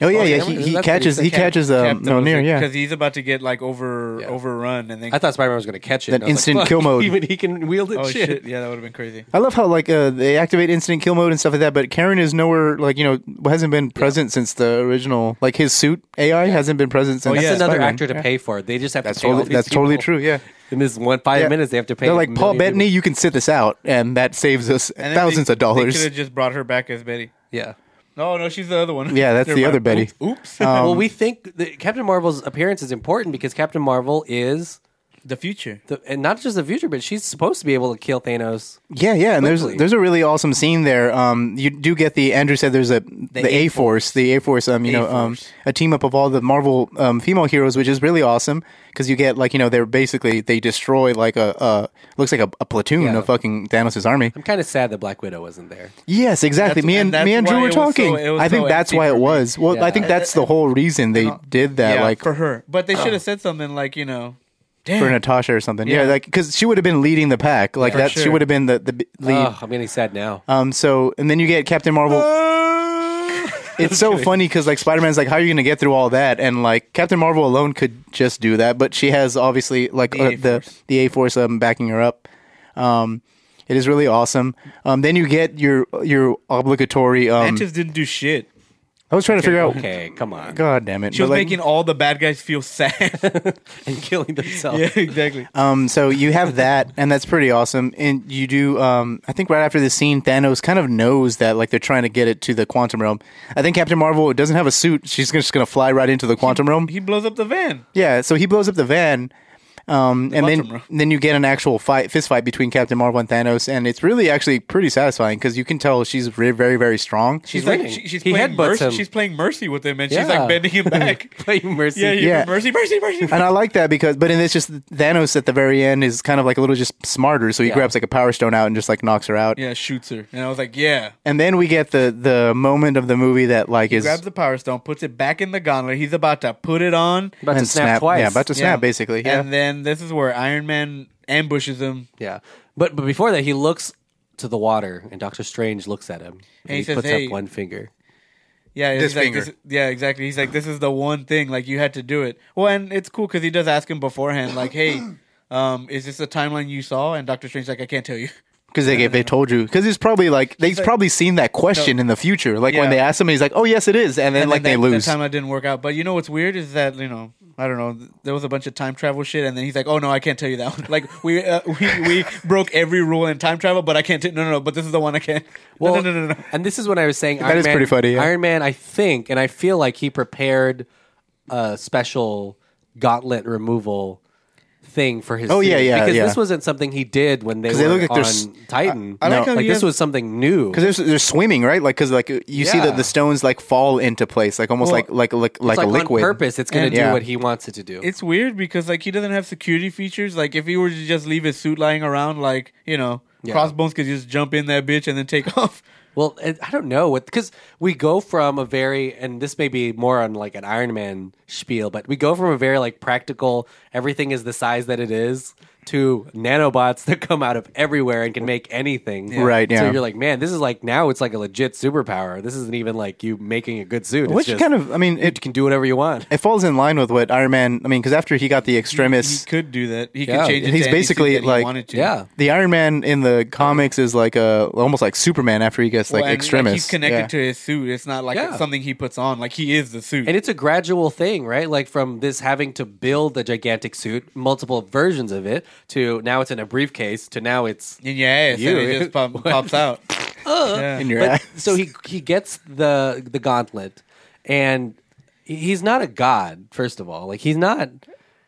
[SPEAKER 5] oh yeah,
[SPEAKER 1] Oh,
[SPEAKER 5] yeah,
[SPEAKER 1] yeah,
[SPEAKER 5] he,
[SPEAKER 1] that's
[SPEAKER 5] he
[SPEAKER 1] what he
[SPEAKER 5] catches
[SPEAKER 1] said,
[SPEAKER 5] he
[SPEAKER 1] Cap-
[SPEAKER 5] catches um, Mjolnir, yeah,
[SPEAKER 4] because he's about to get like over
[SPEAKER 1] Yeah.
[SPEAKER 4] overrun and then
[SPEAKER 1] I thought Spider-Man was going to catch it.
[SPEAKER 5] That
[SPEAKER 1] and I was
[SPEAKER 5] instant
[SPEAKER 1] like, "Fuck,
[SPEAKER 5] kill mode."
[SPEAKER 1] Even he can wield it.
[SPEAKER 4] oh
[SPEAKER 1] shit.
[SPEAKER 4] shit, yeah that would have been crazy.
[SPEAKER 5] I love how like uh, they activate instant kill mode and stuff like that, but Karen is nowhere like you know hasn't been present since the original like his suit AI hasn't been present since.
[SPEAKER 1] That's
[SPEAKER 4] Oh, yeah.
[SPEAKER 1] Oh, another
[SPEAKER 5] Spider-Man.
[SPEAKER 1] actor to
[SPEAKER 5] Yeah.
[SPEAKER 1] pay for. it. They just have
[SPEAKER 5] That's
[SPEAKER 1] to pay all
[SPEAKER 5] totally
[SPEAKER 1] these
[SPEAKER 5] that's totally
[SPEAKER 1] people.
[SPEAKER 5] true. Yeah,
[SPEAKER 1] In this one five
[SPEAKER 5] Yeah.
[SPEAKER 1] minutes, they have to pay.
[SPEAKER 5] they're
[SPEAKER 1] a
[SPEAKER 5] like Paul
[SPEAKER 1] million
[SPEAKER 5] Bettany, you can sit this out, and that saves us
[SPEAKER 4] And then
[SPEAKER 5] thousands
[SPEAKER 4] they-
[SPEAKER 5] of dollars.
[SPEAKER 4] They could have just brought her back as Betty.
[SPEAKER 1] people. Yeah.
[SPEAKER 4] Oh, No, no, she's the other one.
[SPEAKER 5] Yeah, that's
[SPEAKER 4] Never
[SPEAKER 5] the
[SPEAKER 4] mind.
[SPEAKER 5] other Uh, Betty.
[SPEAKER 4] Oops,
[SPEAKER 5] Um,
[SPEAKER 1] well, we think that Captain Marvel's appearance is important because Captain Marvel is,
[SPEAKER 4] the future.
[SPEAKER 1] the, and not just the future, but she's supposed to be able to kill Thanos.
[SPEAKER 5] Yeah, yeah, and there's
[SPEAKER 1] Quickly.
[SPEAKER 5] there's a really awesome scene there. Um, you do get the Andrew said there's a the, A Force, the A Force. Um, you know, um,
[SPEAKER 4] A-Force.
[SPEAKER 5] a team up of all the Marvel um, female heroes, which is really awesome because you get like you know they're basically they destroy like a, a looks like a, a platoon
[SPEAKER 1] Yeah.
[SPEAKER 5] of fucking Thanos' army.
[SPEAKER 1] I'm kind of sad that Black Widow wasn't there.
[SPEAKER 5] Yes, exactly.
[SPEAKER 4] That's-
[SPEAKER 5] me and,
[SPEAKER 4] and that's
[SPEAKER 5] me and Drew
[SPEAKER 4] why
[SPEAKER 5] were
[SPEAKER 4] it was so-
[SPEAKER 5] talking.
[SPEAKER 4] it was
[SPEAKER 5] I think
[SPEAKER 4] so
[SPEAKER 5] that's
[SPEAKER 4] empty
[SPEAKER 5] why it
[SPEAKER 4] for me.
[SPEAKER 5] was. Well, I
[SPEAKER 1] Yeah.
[SPEAKER 5] think that's the whole reason they did that.
[SPEAKER 4] yeah,
[SPEAKER 5] like um,
[SPEAKER 4] for her, but they should have said something like you know, damn.
[SPEAKER 5] for Natasha or something. Yeah,
[SPEAKER 4] Yeah.
[SPEAKER 5] like because she would have been leading the pack. Like
[SPEAKER 4] For
[SPEAKER 5] that, she
[SPEAKER 4] sure.
[SPEAKER 5] would have been the the b- lead.
[SPEAKER 1] Ugh, I'm getting sad now.
[SPEAKER 5] Um, so and then you get Captain Marvel. it's so funny because like Spider Man's like, how are you going to get through all that? And like Captain Marvel alone could just do that, but she has obviously like the uh, the,
[SPEAKER 4] A-Force.
[SPEAKER 5] the A Force um, backing her up. Um, it is really awesome. Um, then you get your your obligatory. Um,
[SPEAKER 4] Mantis didn't do shit.
[SPEAKER 5] I was trying to figure out.
[SPEAKER 1] Okay, come on.
[SPEAKER 5] God damn it!
[SPEAKER 4] She
[SPEAKER 5] But,
[SPEAKER 4] was
[SPEAKER 5] like,
[SPEAKER 4] making all the bad guys feel sad.
[SPEAKER 1] And killing themselves.
[SPEAKER 4] yeah, exactly.
[SPEAKER 5] Um, so you have that, and that's pretty awesome. And you do, um, I think, right after this scene, Thanos kind of knows that like they're trying to get it to the quantum realm. I think Captain Marvel doesn't have a suit; she's just going to fly right into the quantum realm.
[SPEAKER 4] he blows up the van.
[SPEAKER 5] Yeah, so he blows up the van. Um, and
[SPEAKER 4] quantum
[SPEAKER 5] then
[SPEAKER 4] realm.
[SPEAKER 5] then you get an actual fight, fist fight between Captain Marvel and Thanos, and it's really actually pretty satisfying because you can tell she's very, very, very strong.
[SPEAKER 4] She's
[SPEAKER 1] He's
[SPEAKER 4] like
[SPEAKER 1] winning.
[SPEAKER 4] she, she's
[SPEAKER 1] He
[SPEAKER 4] playing
[SPEAKER 1] headbutts
[SPEAKER 4] mercy.
[SPEAKER 1] him.
[SPEAKER 4] She's playing mercy with him, and she's
[SPEAKER 1] Yeah.
[SPEAKER 4] like bending him back.
[SPEAKER 1] Play mercy.
[SPEAKER 4] yeah, you
[SPEAKER 5] Yeah.
[SPEAKER 4] mercy, mercy, mercy.
[SPEAKER 5] and I like that because, but in this, just Thanos at the very end is kind of like a little just smarter, so he
[SPEAKER 1] Yeah.
[SPEAKER 5] grabs like a power stone out and just like knocks her out.
[SPEAKER 4] yeah, shoots her, and I was like, yeah.
[SPEAKER 5] And then we get the the moment of the movie that like is
[SPEAKER 4] Grabs the power stone, puts it back in the gauntlet. He's about to put it on.
[SPEAKER 1] About to
[SPEAKER 5] and
[SPEAKER 1] snap, twice.
[SPEAKER 5] Yeah, about to snap
[SPEAKER 4] Yeah.
[SPEAKER 5] basically. Yeah.
[SPEAKER 4] And then this is where Iron Man ambushes him,
[SPEAKER 1] Yeah. But but before that, he looks to the water, and Doctor Strange looks at him, and,
[SPEAKER 4] he
[SPEAKER 1] he,
[SPEAKER 4] says,
[SPEAKER 1] puts
[SPEAKER 4] "Hey."
[SPEAKER 1] up one finger.
[SPEAKER 4] Yeah, he's
[SPEAKER 5] This
[SPEAKER 4] like,
[SPEAKER 5] finger.
[SPEAKER 4] This, yeah, exactly. He's like, this is the one thing. Like, you had to do it. Well, and it's cool because he does ask him beforehand, like, hey, um, is this the timeline you saw? And Doctor Strange's like, I can't tell you.
[SPEAKER 5] Because they gave, they told you. Because it's probably like they've probably seen that question in the future. Like when
[SPEAKER 4] Yeah.
[SPEAKER 5] they ask him, he's like, "Oh yes, it is," and then like
[SPEAKER 4] that,
[SPEAKER 5] they lose.
[SPEAKER 4] That timeline didn't work out. But you know what's weird is that you know. I don't know. There was a bunch of time travel shit, and then he's like, "Oh no, I can't tell you that one." Like we uh, we, we broke every rule in time travel, but I can't. T- no, no, no. But this is the one I can. Well, no, no, no, no. no.
[SPEAKER 1] And this is when I was saying Iron
[SPEAKER 5] is
[SPEAKER 1] Man,
[SPEAKER 5] pretty funny, yeah.
[SPEAKER 1] Iron Man, I think, and I feel like he prepared a special gauntlet removal thing for his.
[SPEAKER 5] Oh, yeah,
[SPEAKER 1] suit,
[SPEAKER 5] yeah,
[SPEAKER 1] Because
[SPEAKER 5] yeah.
[SPEAKER 1] this wasn't something he did when they were
[SPEAKER 5] they look like
[SPEAKER 1] on
[SPEAKER 5] they're s-
[SPEAKER 1] Titan.
[SPEAKER 4] I- I like No. how
[SPEAKER 1] like
[SPEAKER 4] he
[SPEAKER 1] this
[SPEAKER 4] has-
[SPEAKER 1] was something new.
[SPEAKER 5] Because they're, they're swimming right, like because like you see
[SPEAKER 1] Yeah.
[SPEAKER 5] that the stones like fall into place, like almost
[SPEAKER 4] Well,
[SPEAKER 5] like like like like,
[SPEAKER 1] It's like
[SPEAKER 5] a
[SPEAKER 1] on
[SPEAKER 5] liquid.
[SPEAKER 1] purpose, it's going
[SPEAKER 4] And-
[SPEAKER 1] to do
[SPEAKER 5] Yeah.
[SPEAKER 1] what he wants it to do.
[SPEAKER 4] It's weird because like he doesn't have security features. Like if he were to just leave his suit lying around, like you know, Crossbones could just jump in that bitch and then take off.
[SPEAKER 1] Well, it- I don't know what because we go from a very and this may be more on like an Iron Man spiel, but we go from a very like practical everything is the size that it is to nanobots that come out of everywhere and can make anything.
[SPEAKER 5] Right,
[SPEAKER 1] So
[SPEAKER 5] yeah.
[SPEAKER 1] you're like, man, this is like now it's like a legit superpower. This isn't even like you making a good suit. It's
[SPEAKER 5] Which
[SPEAKER 1] just,
[SPEAKER 5] kind of, I mean,
[SPEAKER 1] you
[SPEAKER 5] it
[SPEAKER 1] can do whatever you want.
[SPEAKER 5] it falls in line with what Iron Man. I mean, because after he got the
[SPEAKER 4] He
[SPEAKER 5] extremis,
[SPEAKER 4] could do that. He
[SPEAKER 1] Yeah,
[SPEAKER 4] could change it. to
[SPEAKER 5] he's
[SPEAKER 4] any suit
[SPEAKER 5] basically
[SPEAKER 4] that he
[SPEAKER 5] like-
[SPEAKER 4] wanted to.
[SPEAKER 1] Yeah.
[SPEAKER 5] the Iron Man in the comics is like a almost like Superman after he gets like
[SPEAKER 4] Well, and,
[SPEAKER 5] extremis.
[SPEAKER 4] he's connected
[SPEAKER 5] Yeah.
[SPEAKER 4] to his suit. It's not like
[SPEAKER 1] Yeah.
[SPEAKER 4] something he puts on. Like he is the suit.
[SPEAKER 1] And it's a gradual thing, right? Like from this having to build a gigantic suit, multiple versions of it, to now it's in a briefcase, to now it's
[SPEAKER 4] in your ass,
[SPEAKER 1] You-
[SPEAKER 4] and it just pop, pops out. Yeah.
[SPEAKER 5] in your
[SPEAKER 1] But-
[SPEAKER 5] ass.
[SPEAKER 1] so he he gets the the gauntlet, and he- he's not a god. First of all, like he's not.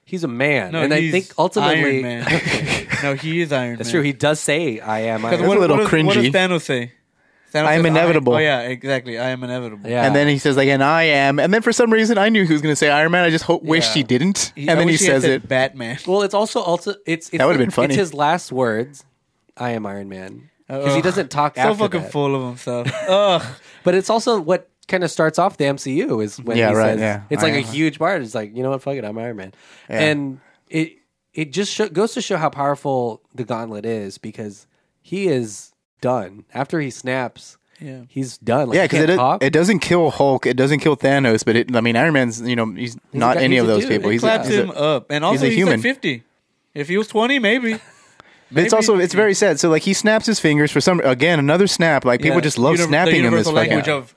[SPEAKER 1] He's a man,
[SPEAKER 4] No,
[SPEAKER 1] and I
[SPEAKER 4] he's
[SPEAKER 1] think ultimately,
[SPEAKER 4] Iron Man. no, he is Iron Man.
[SPEAKER 1] that's true. He does say, "I am." I
[SPEAKER 4] 'Cause
[SPEAKER 1] am.
[SPEAKER 5] a little
[SPEAKER 4] does- What does
[SPEAKER 5] cringy.
[SPEAKER 4] Thanos say? Thanos
[SPEAKER 5] I am
[SPEAKER 4] says,
[SPEAKER 5] inevitable.
[SPEAKER 4] oh yeah, exactly. I am inevitable.
[SPEAKER 1] Yeah.
[SPEAKER 5] And then he says like, "And I am." And then for some reason, I knew he was going to say Iron Man. I just ho- wished he didn't.
[SPEAKER 4] He- I
[SPEAKER 5] and then he
[SPEAKER 4] wish had
[SPEAKER 5] says
[SPEAKER 4] said
[SPEAKER 5] it.
[SPEAKER 4] Batman.
[SPEAKER 1] well, it's also also it's, it's
[SPEAKER 5] That would've been funny.
[SPEAKER 1] It's his last words. I am Iron Man because he
[SPEAKER 4] Uh, Ugh.
[SPEAKER 1] doesn't talk
[SPEAKER 4] So
[SPEAKER 1] after
[SPEAKER 4] fucking
[SPEAKER 1] that.
[SPEAKER 4] full of himself. Ugh.
[SPEAKER 1] But it's also what kind of starts off the MCU is when
[SPEAKER 5] Yeah,
[SPEAKER 1] he
[SPEAKER 5] right,
[SPEAKER 1] says
[SPEAKER 5] yeah.
[SPEAKER 1] it's like a
[SPEAKER 5] Iron Man.
[SPEAKER 1] huge part. It's like you know what, fuck it, I'm Iron Man, and it it just sho- goes to show how powerful the Gauntlet is because he is done after he snaps.
[SPEAKER 4] Yeah.
[SPEAKER 1] he's done. Like,
[SPEAKER 5] Yeah,
[SPEAKER 1] he
[SPEAKER 5] because
[SPEAKER 1] can't
[SPEAKER 5] it,
[SPEAKER 1] talk.
[SPEAKER 5] it doesn't kill Hulk, it doesn't kill Thanos, but it, I mean, Iron Man's you know he's, not
[SPEAKER 1] guy-
[SPEAKER 5] any
[SPEAKER 1] he's
[SPEAKER 5] of
[SPEAKER 1] a
[SPEAKER 5] those
[SPEAKER 1] dude.
[SPEAKER 5] people.
[SPEAKER 1] It
[SPEAKER 5] He's a,
[SPEAKER 4] Claps
[SPEAKER 5] he's a-
[SPEAKER 4] him up, and also he's,
[SPEAKER 5] human.
[SPEAKER 4] at fifty. If he was twenty, maybe.
[SPEAKER 5] but it's also it's very sad. So like he snaps his fingers for some again another snap. Like people
[SPEAKER 4] Yeah.
[SPEAKER 5] just love
[SPEAKER 4] Univer-
[SPEAKER 5] snapping
[SPEAKER 4] the
[SPEAKER 5] in this
[SPEAKER 4] universal
[SPEAKER 5] fucking-
[SPEAKER 4] language of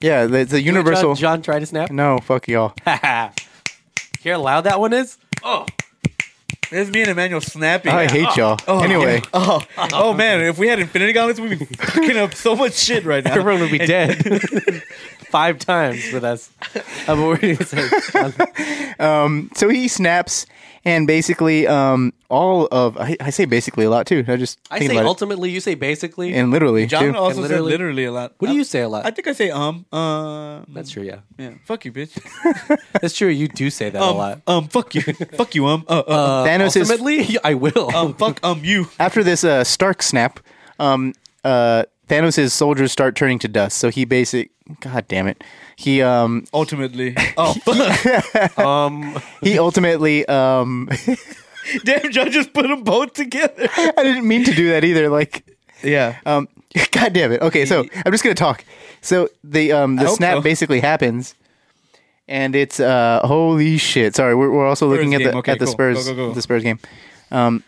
[SPEAKER 5] yeah. The, the
[SPEAKER 1] Did
[SPEAKER 5] universal.
[SPEAKER 1] John, John try to snap.
[SPEAKER 5] no, fuck y'all.
[SPEAKER 1] Hear how loud that one is.
[SPEAKER 4] there's me and Emmanuel snapping.
[SPEAKER 5] I hate y'all.
[SPEAKER 4] Oh,
[SPEAKER 5] anyway,
[SPEAKER 4] Oh, oh man, if we had Infinity Gauntlets, we'd be fucking up so much shit right now.
[SPEAKER 1] Everyone would be dead five times with us. I'm already saying, John,
[SPEAKER 5] so he snaps, and basically um all of I, I say basically a lot too. I just
[SPEAKER 1] I
[SPEAKER 5] think
[SPEAKER 1] say
[SPEAKER 5] about it.
[SPEAKER 1] ultimately, you say basically.
[SPEAKER 5] and literally
[SPEAKER 4] John
[SPEAKER 5] too.
[SPEAKER 4] also
[SPEAKER 1] literally-
[SPEAKER 4] said literally a lot.
[SPEAKER 1] what do you say a lot?
[SPEAKER 4] I think I say um um.
[SPEAKER 1] That's true. Yeah,
[SPEAKER 4] Yeah, fuck you, bitch.
[SPEAKER 1] that's true. You do say that a lot.
[SPEAKER 4] Um, um, fuck you, fuck you, um, uh, uh,
[SPEAKER 5] Thanos is
[SPEAKER 1] Ultimately, I will.
[SPEAKER 5] Uh,
[SPEAKER 4] um, fuck um you.
[SPEAKER 5] after this uh, Stark snap, um, uh, Thanos' soldiers start turning to dust. So he basic, god damn it, he um,
[SPEAKER 4] Ultimately, oh fuck.
[SPEAKER 5] he ultimately, um,
[SPEAKER 4] Damn, John just put them both together.
[SPEAKER 5] I didn't mean to do that either. Like,
[SPEAKER 4] Yeah,
[SPEAKER 5] um, god damn it. Okay, so I'm just gonna talk. So the um, the
[SPEAKER 4] hope
[SPEAKER 5] snap
[SPEAKER 4] so.
[SPEAKER 5] basically happens, and it's uh, holy shit. Sorry, we're, we're also looking at
[SPEAKER 4] game.
[SPEAKER 5] the
[SPEAKER 4] Okay,
[SPEAKER 5] at the
[SPEAKER 4] cool.
[SPEAKER 5] Spurs
[SPEAKER 4] Go, go, go.
[SPEAKER 5] the Spurs game. Um,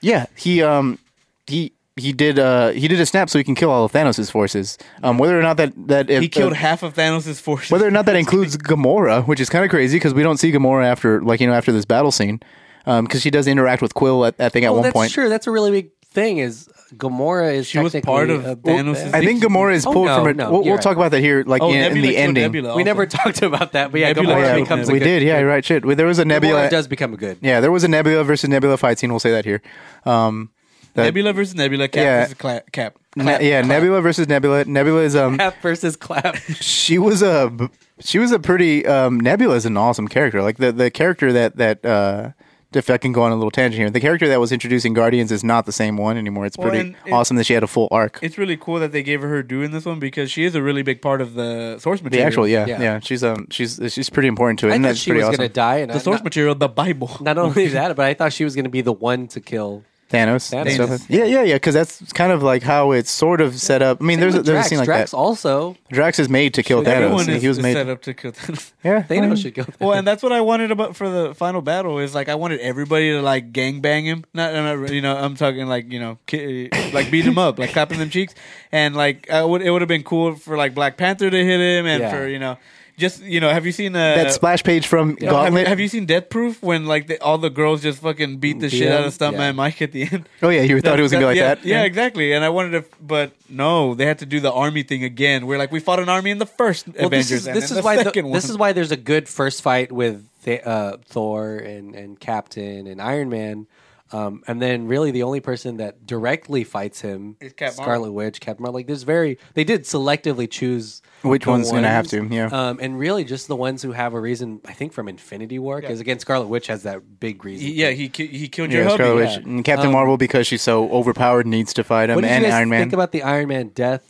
[SPEAKER 5] yeah, he um, he. He did. Uh, he did a snap so he can kill all of Thanos' forces. Um, whether or not that that uh,
[SPEAKER 4] he killed half of Thanos' forces.
[SPEAKER 5] Whether or not that includes Gamora, which is kind of crazy because we don't see Gamora after, like you know, after this battle scene, because she does interact with Quill. At, I think at
[SPEAKER 1] Well,
[SPEAKER 5] one
[SPEAKER 1] Oh, that's
[SPEAKER 5] point,
[SPEAKER 1] true. That's a really big thing. Is Gamora is
[SPEAKER 4] She was
[SPEAKER 1] technically
[SPEAKER 4] part of
[SPEAKER 1] a big
[SPEAKER 4] Thanos'
[SPEAKER 1] bad-
[SPEAKER 5] I think Gamora is
[SPEAKER 1] Oh,
[SPEAKER 5] pulled
[SPEAKER 1] no,
[SPEAKER 5] from it.
[SPEAKER 1] no,
[SPEAKER 5] we'll
[SPEAKER 1] you're
[SPEAKER 5] we'll
[SPEAKER 1] right.
[SPEAKER 5] talk about that here, like
[SPEAKER 4] oh,
[SPEAKER 5] in, in
[SPEAKER 4] Nebula
[SPEAKER 5] the
[SPEAKER 4] killed
[SPEAKER 5] ending.
[SPEAKER 4] Nebula
[SPEAKER 1] we
[SPEAKER 4] also.
[SPEAKER 1] never talked about that, but yeah,
[SPEAKER 4] Nebula
[SPEAKER 1] Gamora
[SPEAKER 5] Yeah,
[SPEAKER 1] becomes
[SPEAKER 5] we
[SPEAKER 1] a good,
[SPEAKER 5] did. Yeah, right. Shit. Well, There was a Nebula.
[SPEAKER 1] Gamora does become a good.
[SPEAKER 5] Yeah, there was a Nebula versus Nebula fight scene. We'll say that here. Um, that-
[SPEAKER 4] Nebula versus Nebula, Cap
[SPEAKER 5] Yeah.
[SPEAKER 4] versus Cla- Cap.
[SPEAKER 5] Ne- yeah, Nebula versus Nebula. Nebula is um,
[SPEAKER 1] Clap versus clap.
[SPEAKER 5] she was a b- she was a pretty um, Nebula is an awesome character. Like the the character that that uh, if I can go on a little tangent here, the character that was introduced in Guardians is not the same one anymore. It's
[SPEAKER 4] Well,
[SPEAKER 5] pretty
[SPEAKER 4] and it-
[SPEAKER 5] awesome that she had a full arc.
[SPEAKER 4] It's really cool that they gave her her due in this one because she is a really big part of the source
[SPEAKER 5] the
[SPEAKER 4] material.
[SPEAKER 5] actual, yeah,
[SPEAKER 1] Yeah.
[SPEAKER 5] yeah, she's um, she's she's pretty important to it,
[SPEAKER 1] I
[SPEAKER 5] and
[SPEAKER 1] thought
[SPEAKER 5] that's
[SPEAKER 1] she
[SPEAKER 5] pretty
[SPEAKER 1] was
[SPEAKER 5] awesome.
[SPEAKER 1] gonna die, and
[SPEAKER 4] the
[SPEAKER 1] I-
[SPEAKER 4] source
[SPEAKER 1] not,
[SPEAKER 4] material, the Bible.
[SPEAKER 1] not only that, but I thought she was gonna be the one to kill.
[SPEAKER 5] Thanos, and
[SPEAKER 1] Thanos.
[SPEAKER 5] stuff like- yeah, yeah, yeah, because that's kind of like how it's sort of set up. I mean, there's a,
[SPEAKER 1] With
[SPEAKER 5] there's
[SPEAKER 1] Drax.
[SPEAKER 5] a scene like
[SPEAKER 1] Drax
[SPEAKER 5] that.
[SPEAKER 1] also.
[SPEAKER 5] Drax is made to kill Thanos.
[SPEAKER 4] Everyone
[SPEAKER 5] and
[SPEAKER 4] is,
[SPEAKER 5] He was
[SPEAKER 4] is
[SPEAKER 5] made,
[SPEAKER 4] set up to kill Thanos.
[SPEAKER 5] yeah.
[SPEAKER 1] Thanos should kill.
[SPEAKER 4] Well, and that's what I wanted about for the final battle is like I wanted everybody to like gangbang him. Not, I'm not, you know, I'm talking like you know, ki- like beat him up, like clapping them cheeks, and like I would, it would have been cool for like Black Panther to hit him, and
[SPEAKER 1] Yeah.
[SPEAKER 4] for you know, just you know, have you seen uh,
[SPEAKER 5] that splash page from
[SPEAKER 4] have- have,
[SPEAKER 5] Gauntlet.
[SPEAKER 4] you- have you seen Death Proof when like the, all the girls just fucking beat the
[SPEAKER 1] Beat
[SPEAKER 4] shit out
[SPEAKER 1] him?
[SPEAKER 4] of Stuntman
[SPEAKER 1] Yeah.
[SPEAKER 4] Mike at the end?
[SPEAKER 5] oh yeah, you thought it was gonna be like
[SPEAKER 4] yeah,
[SPEAKER 5] that.
[SPEAKER 4] Yeah, exactly. And I wanted to, but no, they had to do the army thing again. We're like, we fought an army in the first Avengers.
[SPEAKER 1] This is,
[SPEAKER 4] and
[SPEAKER 1] this
[SPEAKER 4] in
[SPEAKER 1] is
[SPEAKER 4] the
[SPEAKER 1] why the-
[SPEAKER 4] second one.
[SPEAKER 1] this is why there's a good first fight with Th- uh, Thor and and Captain and Iron Man. Um, and then really the only person that directly fights him
[SPEAKER 4] Is Cap
[SPEAKER 1] Scarlet
[SPEAKER 4] Marvel.
[SPEAKER 1] Witch, Captain Marvel. Like there's very they did selectively choose
[SPEAKER 5] Which
[SPEAKER 1] the
[SPEAKER 5] one's gonna have to, yeah.
[SPEAKER 1] Um, and really just the ones who have a reason I think from Infinity War because again Scarlet Witch has that big reason.
[SPEAKER 4] He- yeah, he ki- he killed your
[SPEAKER 5] Yeah,
[SPEAKER 4] hubby.
[SPEAKER 5] Scarlet
[SPEAKER 1] yeah. Um,
[SPEAKER 5] Witch and Captain Marvel because she's so overpowered needs to fight him
[SPEAKER 1] What did
[SPEAKER 5] and
[SPEAKER 1] you guys
[SPEAKER 5] Iron Man.
[SPEAKER 1] think about the Iron Man death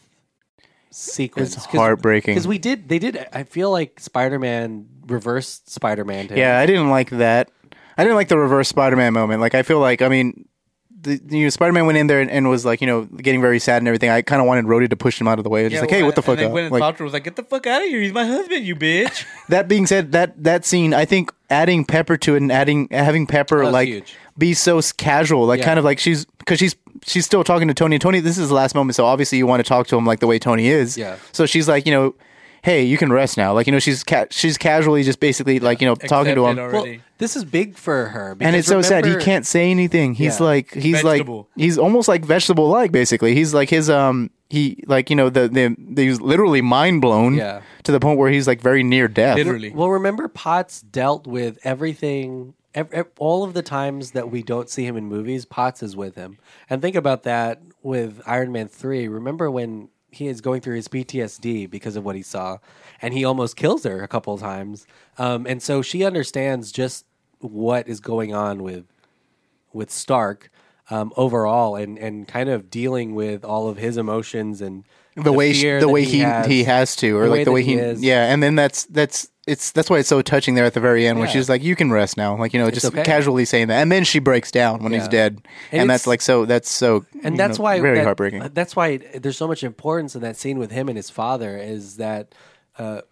[SPEAKER 1] sequence?
[SPEAKER 5] It's heartbreaking.
[SPEAKER 1] because we did they did I feel like Spider Man reversed Spider Man.
[SPEAKER 5] yeah, I didn't like that. I didn't like the reverse Spider-Man moment. Like I feel like I mean, the, you know, Spider-Man went in there and, and was like you know getting very sad and everything. I kind of wanted Rhodey to push him out of the way, just like hey, what the fuck?
[SPEAKER 4] And
[SPEAKER 5] up?
[SPEAKER 4] then Gwyneth
[SPEAKER 5] Like,
[SPEAKER 4] Paltrow was like, "Get the fuck out of here! He's my husband, you bitch."
[SPEAKER 5] that being said, that that scene, I think adding Pepper to it and adding having Pepper
[SPEAKER 1] That's
[SPEAKER 5] like
[SPEAKER 1] huge.
[SPEAKER 5] be so s- casual, like
[SPEAKER 1] Yeah.
[SPEAKER 5] kind of like she's because she's she's still talking to Tony. Tony, this is the last moment, so obviously you want to talk to him like the way Tony is.
[SPEAKER 1] Yeah.
[SPEAKER 5] So she's like, you know, hey, you can rest now. Like you know, she's ca- she's casually just basically like you know talking to
[SPEAKER 4] Accepted
[SPEAKER 5] him.
[SPEAKER 4] already.
[SPEAKER 1] Well, this is big for her.
[SPEAKER 5] And it's so
[SPEAKER 1] because
[SPEAKER 5] sad. He
[SPEAKER 1] remember-
[SPEAKER 5] can't say anything. He's
[SPEAKER 1] Yeah.
[SPEAKER 5] like he's
[SPEAKER 4] Vegetable.
[SPEAKER 5] like he's almost like vegetable like basically. He's like his um he like you know the the, the he's literally mind blown
[SPEAKER 1] Yeah.
[SPEAKER 5] to the point where he's like very near death.
[SPEAKER 4] Literally.
[SPEAKER 1] Well, remember Potts dealt with everything, ev- ev- all of the times that we don't see him in movies, Potts is with him. And think about that with Iron Man 3. Remember when he is going through his PTSD because of what he saw, and he almost kills her a couple of times. Um, and so she understands just what is going on with with Stark um, overall and, and kind of dealing with all of his emotions and
[SPEAKER 5] the way sh-
[SPEAKER 1] fear
[SPEAKER 5] the
[SPEAKER 1] that
[SPEAKER 5] way he
[SPEAKER 1] has.
[SPEAKER 5] he has to or
[SPEAKER 1] the
[SPEAKER 5] like
[SPEAKER 1] way
[SPEAKER 5] the
[SPEAKER 1] that
[SPEAKER 5] way
[SPEAKER 1] he
[SPEAKER 5] he,
[SPEAKER 1] is.
[SPEAKER 5] yeah and then that's that's it's that's why it's so touching there at the very end when
[SPEAKER 1] Yeah.
[SPEAKER 5] she's like you can rest now like you know just
[SPEAKER 1] okay.
[SPEAKER 5] casually saying that and then she breaks down when he's
[SPEAKER 1] Yeah.
[SPEAKER 5] dead
[SPEAKER 1] And
[SPEAKER 5] and,
[SPEAKER 1] it's-
[SPEAKER 5] that's like so that's so
[SPEAKER 1] and
[SPEAKER 5] you
[SPEAKER 1] that's
[SPEAKER 5] know,
[SPEAKER 1] why
[SPEAKER 5] very
[SPEAKER 1] that- uh,
[SPEAKER 5] heartbreaking
[SPEAKER 1] That's why there's so much importance in that scene with him and his father is that uh,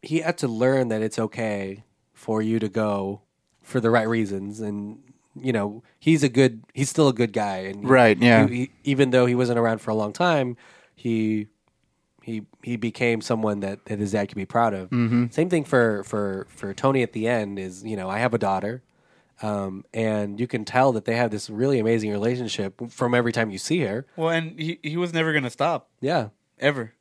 [SPEAKER 1] he had to learn that it's okay for you to go for the right reasons, and you know he's a good, he's still a good guy, and
[SPEAKER 5] Right, yeah.
[SPEAKER 1] he- he- even though he wasn't around for a long time, he he he became someone that, that his dad could be proud of.
[SPEAKER 5] Mm-hmm.
[SPEAKER 1] Same thing for for for Tony at the end is you know I have a daughter, um, and you can tell that they have this really amazing relationship from every time you see her.
[SPEAKER 4] Well, and he, he was never gonna stop
[SPEAKER 1] Yeah,
[SPEAKER 4] ever.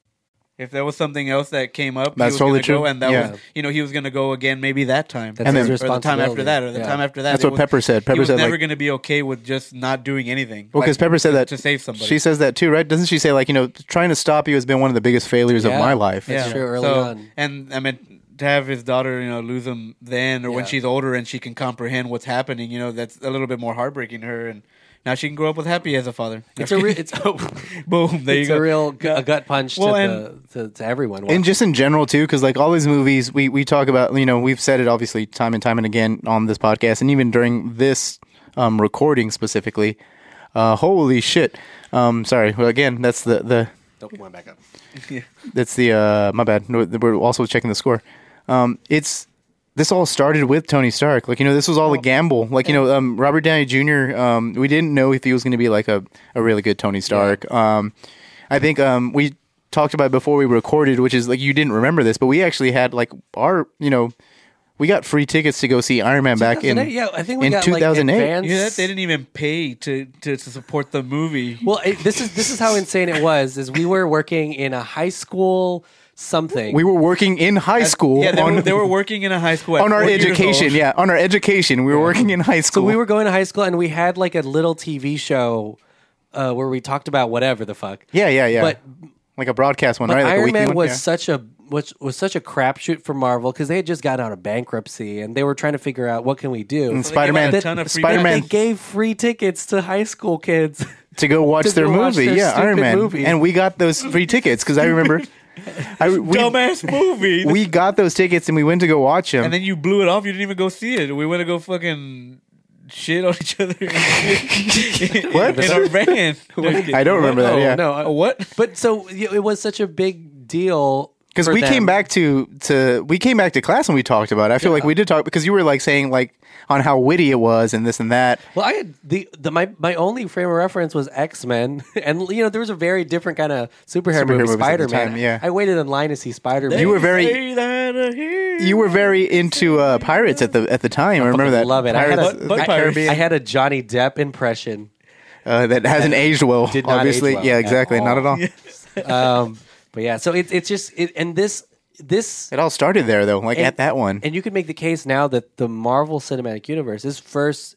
[SPEAKER 4] If there was something else that came up,
[SPEAKER 5] That's
[SPEAKER 4] he was
[SPEAKER 5] totally
[SPEAKER 4] gonna go,
[SPEAKER 5] true.
[SPEAKER 4] and that
[SPEAKER 5] Yeah.
[SPEAKER 4] was you know he was gonna go again maybe that time.
[SPEAKER 1] that's
[SPEAKER 5] And
[SPEAKER 1] his
[SPEAKER 5] then-
[SPEAKER 4] or the time
[SPEAKER 1] responsibility.
[SPEAKER 4] after that, or the
[SPEAKER 1] Yeah.
[SPEAKER 4] time after that.
[SPEAKER 5] That's
[SPEAKER 4] It
[SPEAKER 5] what Pepper said. Pepper
[SPEAKER 4] he was
[SPEAKER 5] said,
[SPEAKER 4] never
[SPEAKER 5] like-
[SPEAKER 4] going to be okay with just not doing anything.
[SPEAKER 5] well because
[SPEAKER 4] Like,
[SPEAKER 5] Pepper said that
[SPEAKER 4] to save somebody.
[SPEAKER 5] she says that too right doesn't she say like you know trying to stop you has been one of the biggest failures
[SPEAKER 1] Yeah.
[SPEAKER 5] of my life
[SPEAKER 1] That's true, early on.
[SPEAKER 4] And I mean, to have his daughter, you know, lose him then, or when
[SPEAKER 1] Yeah.
[SPEAKER 4] she's older and she can comprehend what's happening, you know, that's a little bit more heartbreaking to her. And now she can grow up with happy as a father.
[SPEAKER 1] It's a re- it's
[SPEAKER 4] boom. There you
[SPEAKER 1] it's
[SPEAKER 4] go.
[SPEAKER 1] a real gu- a gut punch
[SPEAKER 4] Well,
[SPEAKER 1] to,
[SPEAKER 4] and-
[SPEAKER 1] the, to to everyone.
[SPEAKER 5] Uh, and just in general too because like all these movies we, we talk about you know we've said it obviously time and time and again on this podcast and even during this um, recording specifically uh, holy shit um, sorry well again that's the, the
[SPEAKER 1] Don't come on back up.
[SPEAKER 5] that's the uh, my bad No, we're also checking the score um, it's this all started with Tony Stark. Like you know, this was all a gamble. Like you know, um, Robert Downey Jr. Um, we didn't know if he was going to be like a, a really good Tony Stark. Um, I think um, we talked about it before we recorded, which is like you didn't remember this, but we actually had like our you know we got free tickets to go see Iron Man back in
[SPEAKER 1] 2008, yeah, I think we
[SPEAKER 5] in
[SPEAKER 1] got, like,
[SPEAKER 5] 2008.
[SPEAKER 1] advanced-
[SPEAKER 4] You know that they didn't even pay to, to, to support the movie.
[SPEAKER 1] Well, it, this is this is how insane it was. Is we were working in a high school something.
[SPEAKER 5] we were working in high school
[SPEAKER 4] yeah, they,
[SPEAKER 5] on,
[SPEAKER 4] were, they were working in a high school at
[SPEAKER 5] on our
[SPEAKER 4] 40 years
[SPEAKER 5] education.
[SPEAKER 4] old.
[SPEAKER 5] Yeah, on our education, we were working in high school.
[SPEAKER 1] we were going to high school and we had like a little TV show uh, where we talked about whatever the fuck.
[SPEAKER 5] yeah, yeah, yeah.
[SPEAKER 1] But
[SPEAKER 5] like a broadcast one,
[SPEAKER 1] but
[SPEAKER 5] right? Like a
[SPEAKER 1] Iron
[SPEAKER 5] weekly
[SPEAKER 1] Man
[SPEAKER 5] one?
[SPEAKER 1] was
[SPEAKER 5] Yeah.
[SPEAKER 1] such a was, was such a crapshoot for Marvel because they had just gotten out of bankruptcy and they were trying to figure out what can we do.
[SPEAKER 5] And
[SPEAKER 1] So
[SPEAKER 4] They gave out
[SPEAKER 5] Spider-Man-
[SPEAKER 4] a ton of free
[SPEAKER 5] Spider-Man-
[SPEAKER 1] they gave free tickets to high school kids.
[SPEAKER 5] to go watch
[SPEAKER 1] To
[SPEAKER 5] their
[SPEAKER 1] go watch
[SPEAKER 5] movie.
[SPEAKER 1] their
[SPEAKER 5] yeah, Iron
[SPEAKER 1] stupid
[SPEAKER 5] Man,
[SPEAKER 1] movie.
[SPEAKER 5] and we got those free tickets because I remember, I, we,
[SPEAKER 4] dumbass movie.
[SPEAKER 5] we got those tickets and we went to go watch them.
[SPEAKER 4] and then you blew it off. You didn't even go see it. We went to go fucking shit on each other.
[SPEAKER 5] What?
[SPEAKER 4] In our van.
[SPEAKER 5] I don't remember that.
[SPEAKER 1] Oh,
[SPEAKER 5] Yeah,
[SPEAKER 1] no, I-
[SPEAKER 4] Uh, What?
[SPEAKER 1] but so it it was such a big deal
[SPEAKER 5] because
[SPEAKER 1] for
[SPEAKER 5] we
[SPEAKER 1] them.
[SPEAKER 5] came back to to we came back to class and we talked about. it. I feel like we did talk because you were like saying like on how witty it was and this and that.
[SPEAKER 1] Well, I had the, the my my only frame of reference was X Men, and you know there was a very different kind of superhero, movie,
[SPEAKER 5] movies at the
[SPEAKER 1] Spider Man.
[SPEAKER 5] time, yeah.
[SPEAKER 1] I waited in line to see Spider Man.
[SPEAKER 5] You were very-
[SPEAKER 4] Say that I hear
[SPEAKER 5] You were very into uh, pirates at the at the time. I, remember that.
[SPEAKER 1] love it. I had,
[SPEAKER 5] Pirates,
[SPEAKER 1] a,
[SPEAKER 5] of
[SPEAKER 4] But- but
[SPEAKER 5] the
[SPEAKER 1] I-
[SPEAKER 5] Caribbean,
[SPEAKER 1] I had a Johnny Depp impression,
[SPEAKER 5] uh, that hasn't aged well.
[SPEAKER 1] did not age
[SPEAKER 5] obviously,
[SPEAKER 1] well
[SPEAKER 5] yeah,
[SPEAKER 1] at
[SPEAKER 5] exactly, not
[SPEAKER 1] all.
[SPEAKER 5] at all.
[SPEAKER 1] um, but yeah. So it's it's just it, and this this
[SPEAKER 5] It all started there though, like at that one.
[SPEAKER 1] and you could make the case now that the Marvel Cinematic Universe is first.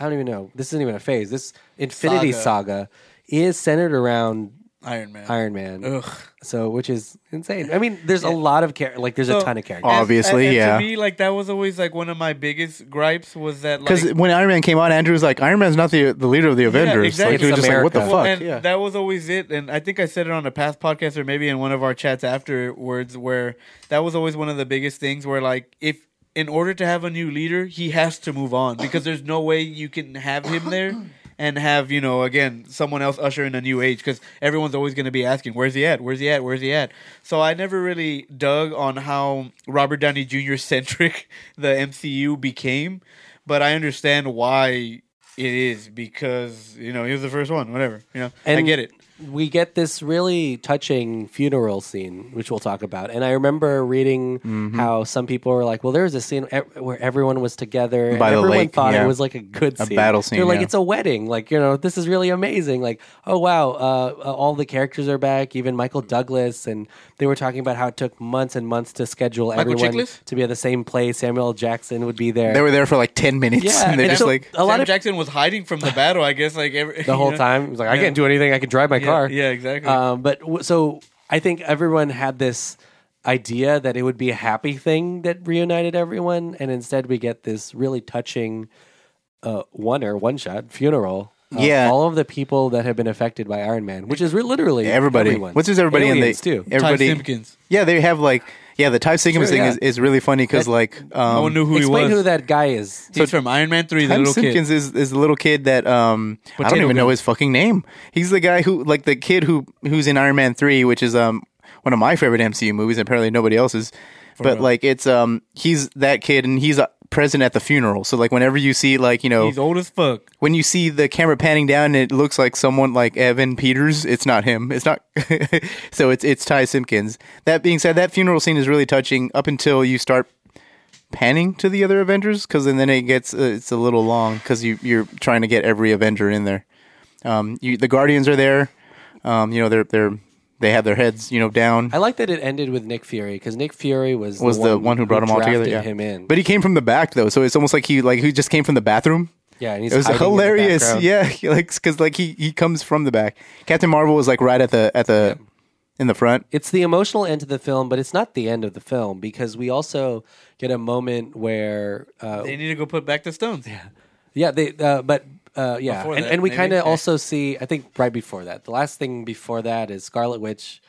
[SPEAKER 1] I don't even know. This isn't even a phase. This Infinity Saga, is centered around
[SPEAKER 4] Iron Man.
[SPEAKER 1] Iron Man.
[SPEAKER 4] Ugh.
[SPEAKER 1] So, which is insane. I mean, there's a lot of character. Like, there's a
[SPEAKER 4] So-
[SPEAKER 1] ton of characters.
[SPEAKER 5] Oh, Obviously,
[SPEAKER 4] and, and
[SPEAKER 5] yeah.
[SPEAKER 4] To me, like that was always like one of my biggest gripes was that like
[SPEAKER 5] Because when Iron Man came on, Andrew was like, "Iron Man's not the the leader of the Avengers."
[SPEAKER 4] exactly.
[SPEAKER 5] Like, he was
[SPEAKER 1] It's
[SPEAKER 5] just like, "What the
[SPEAKER 1] America.
[SPEAKER 5] fuck?"
[SPEAKER 4] Well, and
[SPEAKER 5] yeah.
[SPEAKER 4] that was always it. And I think I said it on a past podcast or maybe in one of our chats afterwards, where that was always one of the biggest things. Where like if in order to have a new leader, he has to move on because there's no way you can have him there and have you know again someone else usher in a new age because everyone's always going to be asking where's he at where's he at where's he at so i never really dug on how robert downey jr centric the mcu became but i understand why it is because you know he was the first one whatever you know i
[SPEAKER 1] And-
[SPEAKER 4] get it
[SPEAKER 1] we get this really touching funeral scene, which we'll talk about. And I remember reading
[SPEAKER 5] Mm-hmm.
[SPEAKER 1] how some people were like, "Well, there was a scene ev- where everyone was together, and
[SPEAKER 5] By the
[SPEAKER 1] everyone
[SPEAKER 5] lake,
[SPEAKER 1] thought
[SPEAKER 5] yeah.
[SPEAKER 1] it was like a good
[SPEAKER 5] A
[SPEAKER 1] scene.
[SPEAKER 5] battle scene,
[SPEAKER 1] They're like,
[SPEAKER 5] yeah.
[SPEAKER 1] "It's a wedding. Like, you know, this is really amazing. Like, oh wow, uh, uh, all the characters are back, even Michael Douglas." And they were talking about how it took months and months to schedule everyone
[SPEAKER 4] Chiklis?
[SPEAKER 1] to be at the same place. Samuel L. Jackson would be there.
[SPEAKER 5] They were there for like ten minutes,
[SPEAKER 1] Yeah,
[SPEAKER 5] and they're
[SPEAKER 1] and
[SPEAKER 5] just
[SPEAKER 1] so
[SPEAKER 5] like,
[SPEAKER 1] a lot
[SPEAKER 4] Sam
[SPEAKER 1] of
[SPEAKER 4] jackson was hiding from the battle i guess like every
[SPEAKER 1] the
[SPEAKER 4] you
[SPEAKER 1] whole
[SPEAKER 4] know?
[SPEAKER 1] time. He was like, I
[SPEAKER 4] Yeah.
[SPEAKER 1] can't do anything. I can drive my
[SPEAKER 4] yeah,
[SPEAKER 1] car.
[SPEAKER 4] yeah exactly
[SPEAKER 1] Um, but w- so I think everyone had this idea that it would be a happy thing that reunited everyone, and instead we get this really touching uh, one or one shot funeral. of
[SPEAKER 5] Yeah.
[SPEAKER 1] all of the people that have been affected by Iron Man, which is re- literally
[SPEAKER 5] everybody.
[SPEAKER 1] Everyone.
[SPEAKER 5] What's is everybody
[SPEAKER 1] Aliens,
[SPEAKER 5] in the
[SPEAKER 1] too?
[SPEAKER 4] Ty
[SPEAKER 5] Everybody.
[SPEAKER 4] Simpkins.
[SPEAKER 5] Yeah, they have like yeah the Ty Simpkins thing
[SPEAKER 1] yeah.
[SPEAKER 5] is, is really funny because like um,
[SPEAKER 4] no one knew who
[SPEAKER 1] Explain
[SPEAKER 4] he was
[SPEAKER 1] who that guy is.
[SPEAKER 4] he's from iron man 3 the
[SPEAKER 5] Tom
[SPEAKER 4] little kid
[SPEAKER 5] Simpkins is is the little kid that um I don't
[SPEAKER 4] Potato
[SPEAKER 5] even know
[SPEAKER 4] gun.
[SPEAKER 5] his fucking name. He's the guy who like the kid who who's in Iron Man three, which is um one of my favorite MCU movies. And apparently nobody else's, but like it's um he's that kid and he's uh, present at the funeral. So like whenever you see like you know
[SPEAKER 4] he's old as fuck
[SPEAKER 5] when you see the camera panning down and it looks like someone like Evan Peters, it's not him. It's not. so it's it's Ty Simpkins. That being said, that funeral scene is really touching up until you start panning to the other Avengers because then, then it gets uh, it's a little long because you you're trying to get every Avenger in there. Um, you, the Guardians are there. Um, you know they're they're they have their heads you know down.
[SPEAKER 1] I like that it ended with Nick Fury because Nick Fury was
[SPEAKER 5] was the one who brought them all together.
[SPEAKER 1] drafted
[SPEAKER 5] Yeah,
[SPEAKER 1] him in.
[SPEAKER 5] but he came from the back though, so it's almost like he like he just came from the bathroom.
[SPEAKER 1] yeah, and he's
[SPEAKER 5] It was
[SPEAKER 1] hiding in the
[SPEAKER 5] hilarious.
[SPEAKER 1] background.
[SPEAKER 5] Yeah, he likes because like he he comes from the back. Captain Marvel was like right at the at the in the front.
[SPEAKER 1] it's the emotional end of the film, but it's not the end of the film because we also get a moment where, uh,
[SPEAKER 4] they need to go put back the stones
[SPEAKER 1] yeah, they, uh, but uh, yeah,
[SPEAKER 4] Before
[SPEAKER 1] and,
[SPEAKER 4] that,
[SPEAKER 1] and we
[SPEAKER 4] maybe?
[SPEAKER 1] kind
[SPEAKER 4] Yeah.
[SPEAKER 1] of also see, I think, right before that, the last thing before that is Scarlet Witch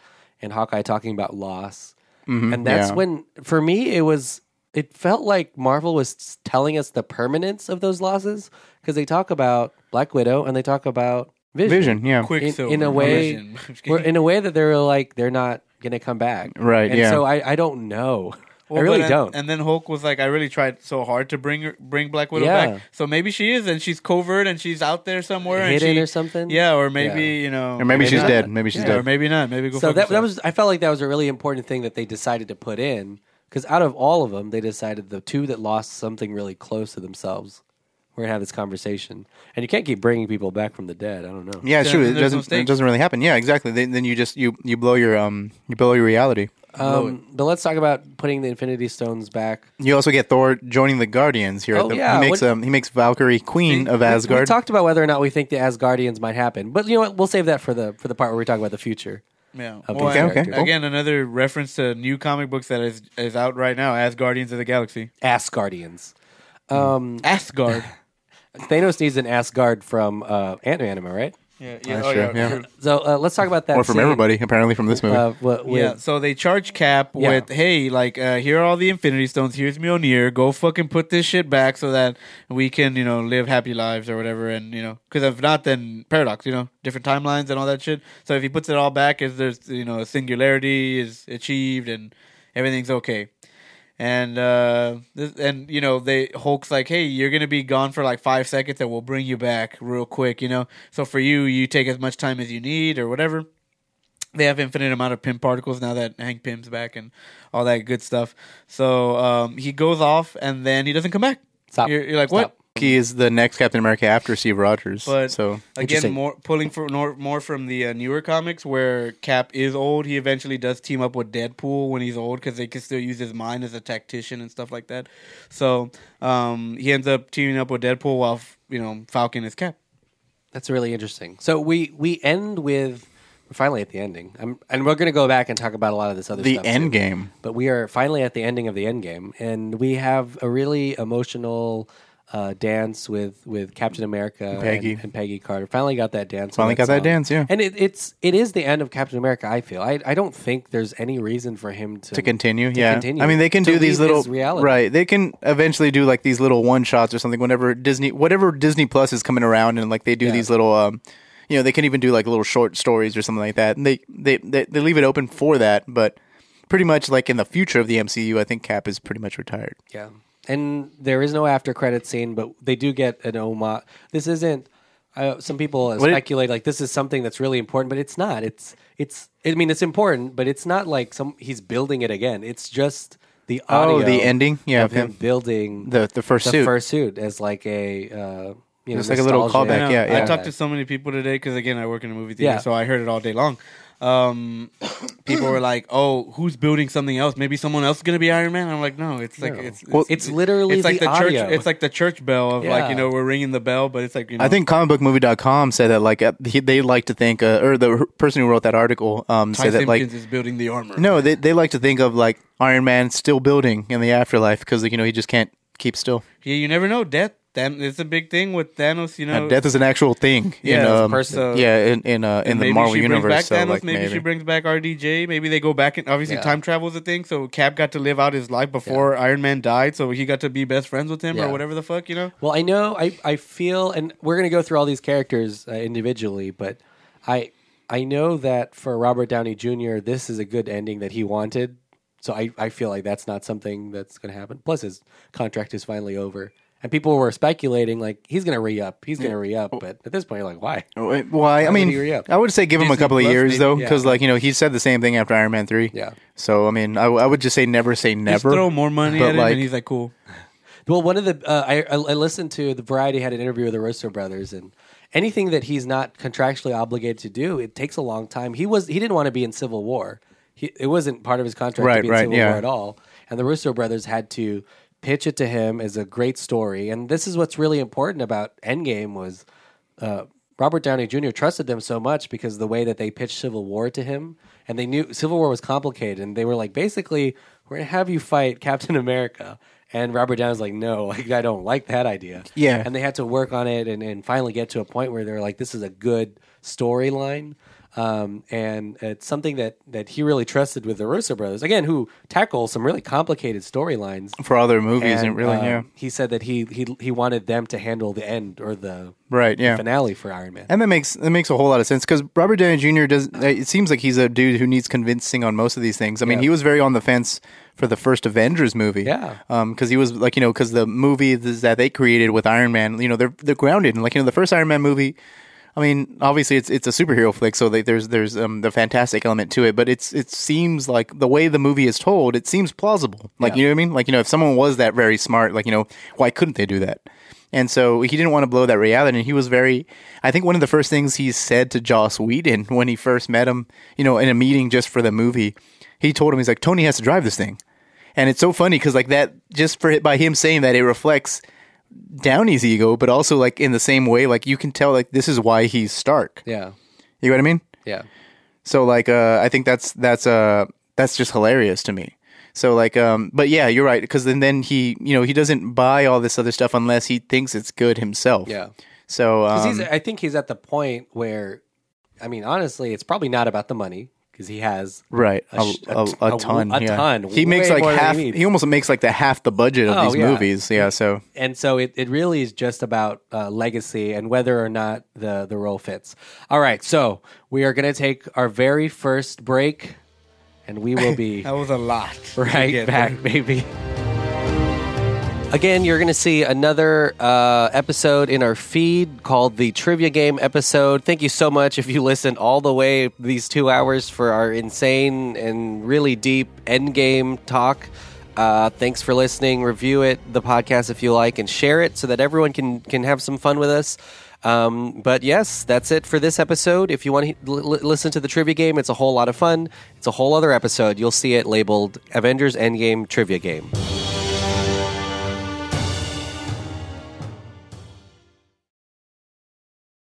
[SPEAKER 1] and Hawkeye talking about loss,
[SPEAKER 4] Mm-hmm.
[SPEAKER 1] and that's
[SPEAKER 5] yeah.
[SPEAKER 1] when, for me, it was. It felt like Marvel was telling us the permanence of those losses because they talk about Black Widow and they talk about
[SPEAKER 5] Vision. Yeah.
[SPEAKER 4] quick
[SPEAKER 1] in, in a way where- in a way that they're like they're not gonna come back
[SPEAKER 5] Right,
[SPEAKER 1] and
[SPEAKER 5] yeah.
[SPEAKER 1] so I, I don't know i
[SPEAKER 4] Well,
[SPEAKER 1] really
[SPEAKER 4] but-
[SPEAKER 1] don't
[SPEAKER 4] And then Hulk was like, "I really tried so hard to bring her, bring Black Widow
[SPEAKER 1] Yeah.
[SPEAKER 4] back. So maybe she is, and she's covert, and she's out there somewhere, and
[SPEAKER 1] Hidden
[SPEAKER 4] she-
[SPEAKER 1] or something?
[SPEAKER 4] Yeah, or maybe
[SPEAKER 1] Yeah.
[SPEAKER 4] you know,
[SPEAKER 5] Or maybe she's
[SPEAKER 4] not.
[SPEAKER 5] dead. Maybe she's
[SPEAKER 4] Yeah,
[SPEAKER 5] dead.
[SPEAKER 4] or maybe not. Maybe go.
[SPEAKER 1] so
[SPEAKER 4] fuck
[SPEAKER 1] that, that
[SPEAKER 4] yourself.
[SPEAKER 1] was i felt like that was a really important thing that they decided to put in because out of all of them they decided the two that lost something really close to themselves we're gonna have this conversation and you can't keep bringing people back from the dead i don't know
[SPEAKER 5] yeah, it's
[SPEAKER 4] Yeah,
[SPEAKER 5] true. It
[SPEAKER 4] there's no
[SPEAKER 5] doesn't.
[SPEAKER 4] stakes.
[SPEAKER 5] it doesn't really happen. Yeah, exactly. Then, then you just you you blow your um you blow your reality.
[SPEAKER 1] um, but let's talk about putting the infinity stones back
[SPEAKER 5] You also get Thor joining the Guardians here. at
[SPEAKER 1] Oh,
[SPEAKER 5] the-
[SPEAKER 1] yeah,
[SPEAKER 5] He makes
[SPEAKER 1] what-
[SPEAKER 5] um he makes Valkyrie queen of
[SPEAKER 1] We, we
[SPEAKER 5] Asgard.
[SPEAKER 1] talked about whether or not we think the Asgardians might happen, but you know what? We'll save that for the for the part where we talk about the future.
[SPEAKER 4] Yeah.
[SPEAKER 1] of
[SPEAKER 4] Well,
[SPEAKER 1] these
[SPEAKER 5] Okay, okay,
[SPEAKER 1] characters.
[SPEAKER 5] cool.
[SPEAKER 4] Again, another reference to new comic books that is is out right now as Guardians of the Galaxy.
[SPEAKER 1] Asgardians. Um,
[SPEAKER 4] Asgard.
[SPEAKER 1] Thanos needs an Asgard from uh, Ant Man, am I right?
[SPEAKER 4] yeah,
[SPEAKER 5] That's true, yeah.
[SPEAKER 1] So uh, let's talk about that.
[SPEAKER 5] or from
[SPEAKER 1] scene,
[SPEAKER 5] everybody apparently from this movie.
[SPEAKER 1] Uh, what, with,
[SPEAKER 4] Yeah, so they charge Cap
[SPEAKER 1] Yeah.
[SPEAKER 4] with, "Hey, like, uh, here are all the Infinity Stones. Here's Mjolnir. Go fucking put this shit back so that we can, you know, live happy lives or whatever." And you know, because if not, then Paradox, you know, different timelines and all that shit. So if he puts it all back, is there's you know, a singularity is achieved and everything's okay. And uh, this, and you know, they Hulk's like, "Hey, you're gonna be gone for like five seconds, and we'll bring you back real quick." You know, so for you, you take as much time as you need or whatever they have infinite amount of pim particles now that Hank Pym's back and all that good stuff. So um, he goes off and then he doesn't come back.
[SPEAKER 1] Stop.
[SPEAKER 4] You're, you're like
[SPEAKER 1] Stop.
[SPEAKER 4] what?
[SPEAKER 5] he is the next Captain America after Steve Rogers.
[SPEAKER 4] But
[SPEAKER 5] so
[SPEAKER 4] again,
[SPEAKER 1] Interesting.
[SPEAKER 4] more pulling for nor, more from the uh, newer comics where Cap is old. He eventually does team up with Deadpool when he's old because they can still use his mind as a tactician and stuff like that. So um, he ends up teaming up with Deadpool while f- you know Falcon is Cap.
[SPEAKER 1] That's really interesting. So we we end with we're finally at the ending, i and we're going to go back and talk about a lot of this other
[SPEAKER 5] the
[SPEAKER 1] stuff,
[SPEAKER 5] end
[SPEAKER 1] too.
[SPEAKER 5] game.
[SPEAKER 1] But we are finally at the ending of the end game, and we have a really emotional uh, dance with with Captain America and
[SPEAKER 5] Peggy.
[SPEAKER 1] and, Peggy Carter. Finally got that dance. on
[SPEAKER 5] Finally got that
[SPEAKER 1] song.
[SPEAKER 5] dance, yeah.
[SPEAKER 1] And it, it's it is the end of Captain America. I feel I I don't think there's any reason for him to
[SPEAKER 5] to continue.
[SPEAKER 1] to
[SPEAKER 5] yeah,
[SPEAKER 1] continue.
[SPEAKER 5] I mean they can
[SPEAKER 1] To
[SPEAKER 5] do these
[SPEAKER 1] leave
[SPEAKER 5] little
[SPEAKER 1] his reality.
[SPEAKER 5] right. They can eventually do like these little one shots or something. Whenever Disney, whatever Disney Plus is coming around, and like they do
[SPEAKER 1] Yeah.
[SPEAKER 5] these little, um, you know, they can even do like little short stories or something like that. And they they they, they leave it open for that, but. Pretty much like in the future of the MCU, I think Cap is pretty much retired.
[SPEAKER 1] Yeah, and there is no after credit scene, but they do get an homage. This isn't. Uh, some people
[SPEAKER 5] it-
[SPEAKER 1] speculate like this is something that's really important, but it's not. It's it's. I mean, it's important, but it's not like some he's building it again. It's just the audio.
[SPEAKER 5] Oh, the ending? Yeah,
[SPEAKER 1] of
[SPEAKER 5] of him.
[SPEAKER 1] him building
[SPEAKER 5] The- the first
[SPEAKER 1] the
[SPEAKER 5] suit.
[SPEAKER 1] first suit as like a uh, you know
[SPEAKER 5] Just like a little
[SPEAKER 1] nostalgia.
[SPEAKER 5] callback,
[SPEAKER 4] I know.
[SPEAKER 5] yeah, yeah.
[SPEAKER 4] I talked to so many people today because again, I work in a movie theater,
[SPEAKER 1] Yeah.
[SPEAKER 4] so I heard it all day long. Um, people were like, "Oh, who's building something else? Maybe someone else is gonna be Iron Man." I'm like, "No, it's like it's,
[SPEAKER 1] Well, it's literally
[SPEAKER 4] it's like
[SPEAKER 1] the
[SPEAKER 4] church.
[SPEAKER 1] audio.
[SPEAKER 4] It's like the church bell of
[SPEAKER 1] Yeah.
[SPEAKER 4] like you know we're ringing the bell, but it's like
[SPEAKER 1] Oh.
[SPEAKER 4] you know
[SPEAKER 5] I think comicbookmovie.com said that like uh, he, they like to think, uh, or the person who wrote that article um,
[SPEAKER 4] Ty
[SPEAKER 5] said that like
[SPEAKER 4] Simpkins is building the armor.
[SPEAKER 5] No, they they like to think of like Iron Man still building in the afterlife because you know he just can't keep still.
[SPEAKER 4] yeah, you never know. Death, Than- it's a big thing with Thanos. You know,
[SPEAKER 5] And death is an actual thing. In,
[SPEAKER 4] Yeah, it's a
[SPEAKER 5] um,
[SPEAKER 4] person. So-
[SPEAKER 5] yeah, in in, uh, in the
[SPEAKER 4] Maybe
[SPEAKER 5] Marvel
[SPEAKER 4] she brings
[SPEAKER 5] universe.
[SPEAKER 4] Back
[SPEAKER 5] so,
[SPEAKER 4] Thanos,
[SPEAKER 5] like,
[SPEAKER 4] maybe,
[SPEAKER 5] maybe,
[SPEAKER 4] she brings back RDJ. Maybe they go back and obviously time travel is a thing. So Cap got to live out his life before Iron Man died, so he got to be best friends with him
[SPEAKER 1] Yeah.
[SPEAKER 4] or whatever the fuck you know.
[SPEAKER 1] Well, I know I, I feel, and we're gonna go through all these characters uh, individually, but I I know that for Robert Downey Jr., this is a good ending that he wanted. So I, I feel like that's not something that's gonna happen. Plus, his contract is finally over, and people were speculating like he's gonna re up, he's gonna re up, but at this point, you're like, why?
[SPEAKER 5] Wait, Why? I
[SPEAKER 1] would
[SPEAKER 5] mean,
[SPEAKER 1] he re-up?
[SPEAKER 5] I would say give him a
[SPEAKER 4] Disney
[SPEAKER 5] couple of
[SPEAKER 4] Plus,
[SPEAKER 5] years
[SPEAKER 4] maybe,
[SPEAKER 5] though,
[SPEAKER 1] yeah.
[SPEAKER 5] because like you know he said the same thing after Iron Man three.
[SPEAKER 1] Yeah.
[SPEAKER 5] So I mean, I, w- I would just say never say
[SPEAKER 4] Just
[SPEAKER 5] never.
[SPEAKER 4] throw more money
[SPEAKER 5] but
[SPEAKER 4] at him,
[SPEAKER 5] like-
[SPEAKER 4] and he's like, "Cool."
[SPEAKER 1] Well, one of the uh, I, I I listened to the Variety had an interview with the Russo brothers, and anything that he's not contractually obligated to do, it takes a long time. He was he didn't want to be in Civil War. He, it wasn't part of his contract
[SPEAKER 5] Right,
[SPEAKER 1] to be in
[SPEAKER 5] right,
[SPEAKER 1] Civil
[SPEAKER 5] yeah.
[SPEAKER 1] War at all. And the Russo brothers had to pitch it to him as a great story. And this is what's really important about Endgame was uh, Robert Downey Jr. trusted them so much because the way that they pitched Civil War to him, and they knew Civil War was complicated, and they were like, basically, we're gonna have you fight Captain America, and Robert Downey's like, no, like, I don't like that idea.
[SPEAKER 5] Yeah.
[SPEAKER 1] and they had to work on it, and, and finally get to a point where they're like, this is a good storyline. Um, and it's something that, that he really trusted with the Russo brothers again, who tackle some really complicated storylines.
[SPEAKER 5] for other movies, and
[SPEAKER 1] And,
[SPEAKER 5] really,
[SPEAKER 4] uh,
[SPEAKER 1] um,
[SPEAKER 5] yeah.
[SPEAKER 1] He said that he, he he wanted them to handle the end or the
[SPEAKER 5] Right, yeah.
[SPEAKER 1] the finale for Iron Man.
[SPEAKER 5] And that makes that makes a whole lot of sense because Robert Downey Jr. does. It seems like he's a dude who needs convincing on most of these things. I mean,
[SPEAKER 1] Yeah.
[SPEAKER 5] he was very on the fence for the first Avengers movie.
[SPEAKER 1] Yeah.
[SPEAKER 5] because he was like you know because the movie th- that they created with Iron Man, you know, they're they're grounded and like you know the first Iron Man movie. I mean, obviously it's it's a superhero flick, so like, there's there's um, the fantastic element to it, but it's it seems like the way the movie is told, it seems plausible. Like you know what I mean? Like you know, if someone was that very smart, like you know, why couldn't they do that? And so he didn't want to blow that reality, and he was very. I think one of the first things he said to Joss Whedon when he first met him, you know, in a meeting just for the movie, he told him he's like, Tony has to drive this thing, and it's so funny because like that just for by him saying that it reflects Downey's ego, but also like in the same way, like you can tell like this is why he's Stark.
[SPEAKER 1] Yeah,
[SPEAKER 5] You know what I mean?
[SPEAKER 1] yeah,
[SPEAKER 5] So like uh, I think that's that's uh that's just hilarious to me. So like um but yeah, you're right because then then he you know he doesn't buy all this other stuff unless he thinks it's good himself.
[SPEAKER 1] yeah.
[SPEAKER 5] So
[SPEAKER 1] 'Cause
[SPEAKER 5] um,
[SPEAKER 1] he's, I think he's at the point where, I mean, honestly, it's probably not about the money because he has
[SPEAKER 5] right
[SPEAKER 1] a
[SPEAKER 5] a,
[SPEAKER 1] sh-
[SPEAKER 5] a,
[SPEAKER 1] a-
[SPEAKER 5] a
[SPEAKER 1] a-
[SPEAKER 5] ton
[SPEAKER 1] a
[SPEAKER 5] yeah.
[SPEAKER 1] ton,
[SPEAKER 5] He makes
[SPEAKER 1] way
[SPEAKER 5] like
[SPEAKER 1] more than he
[SPEAKER 5] half. He,
[SPEAKER 1] needs.
[SPEAKER 5] almost makes like the half the budget of
[SPEAKER 1] Oh,
[SPEAKER 5] these
[SPEAKER 1] yeah.
[SPEAKER 5] movies. Yeah. So
[SPEAKER 1] and so it, it really is just about uh, legacy and whether or not the, the role fits. All right, so we are going to take our very first break, and we will be
[SPEAKER 4] That was a lot.
[SPEAKER 1] right back, baby. Again, you're going to see another uh, episode in our feed called the Trivia Game episode. Thank you so much if you listened all the way these two hours for our insane and really deep endgame talk. Uh, thanks for listening. Review it, the podcast, if you like, and share it so that everyone can can have some fun with us. Um, but yes, that's it for this episode. If you want to l- l- listen to the trivia game, it's a whole lot of fun. It's a whole other episode. You'll see it labeled Avengers Endgame Trivia Game.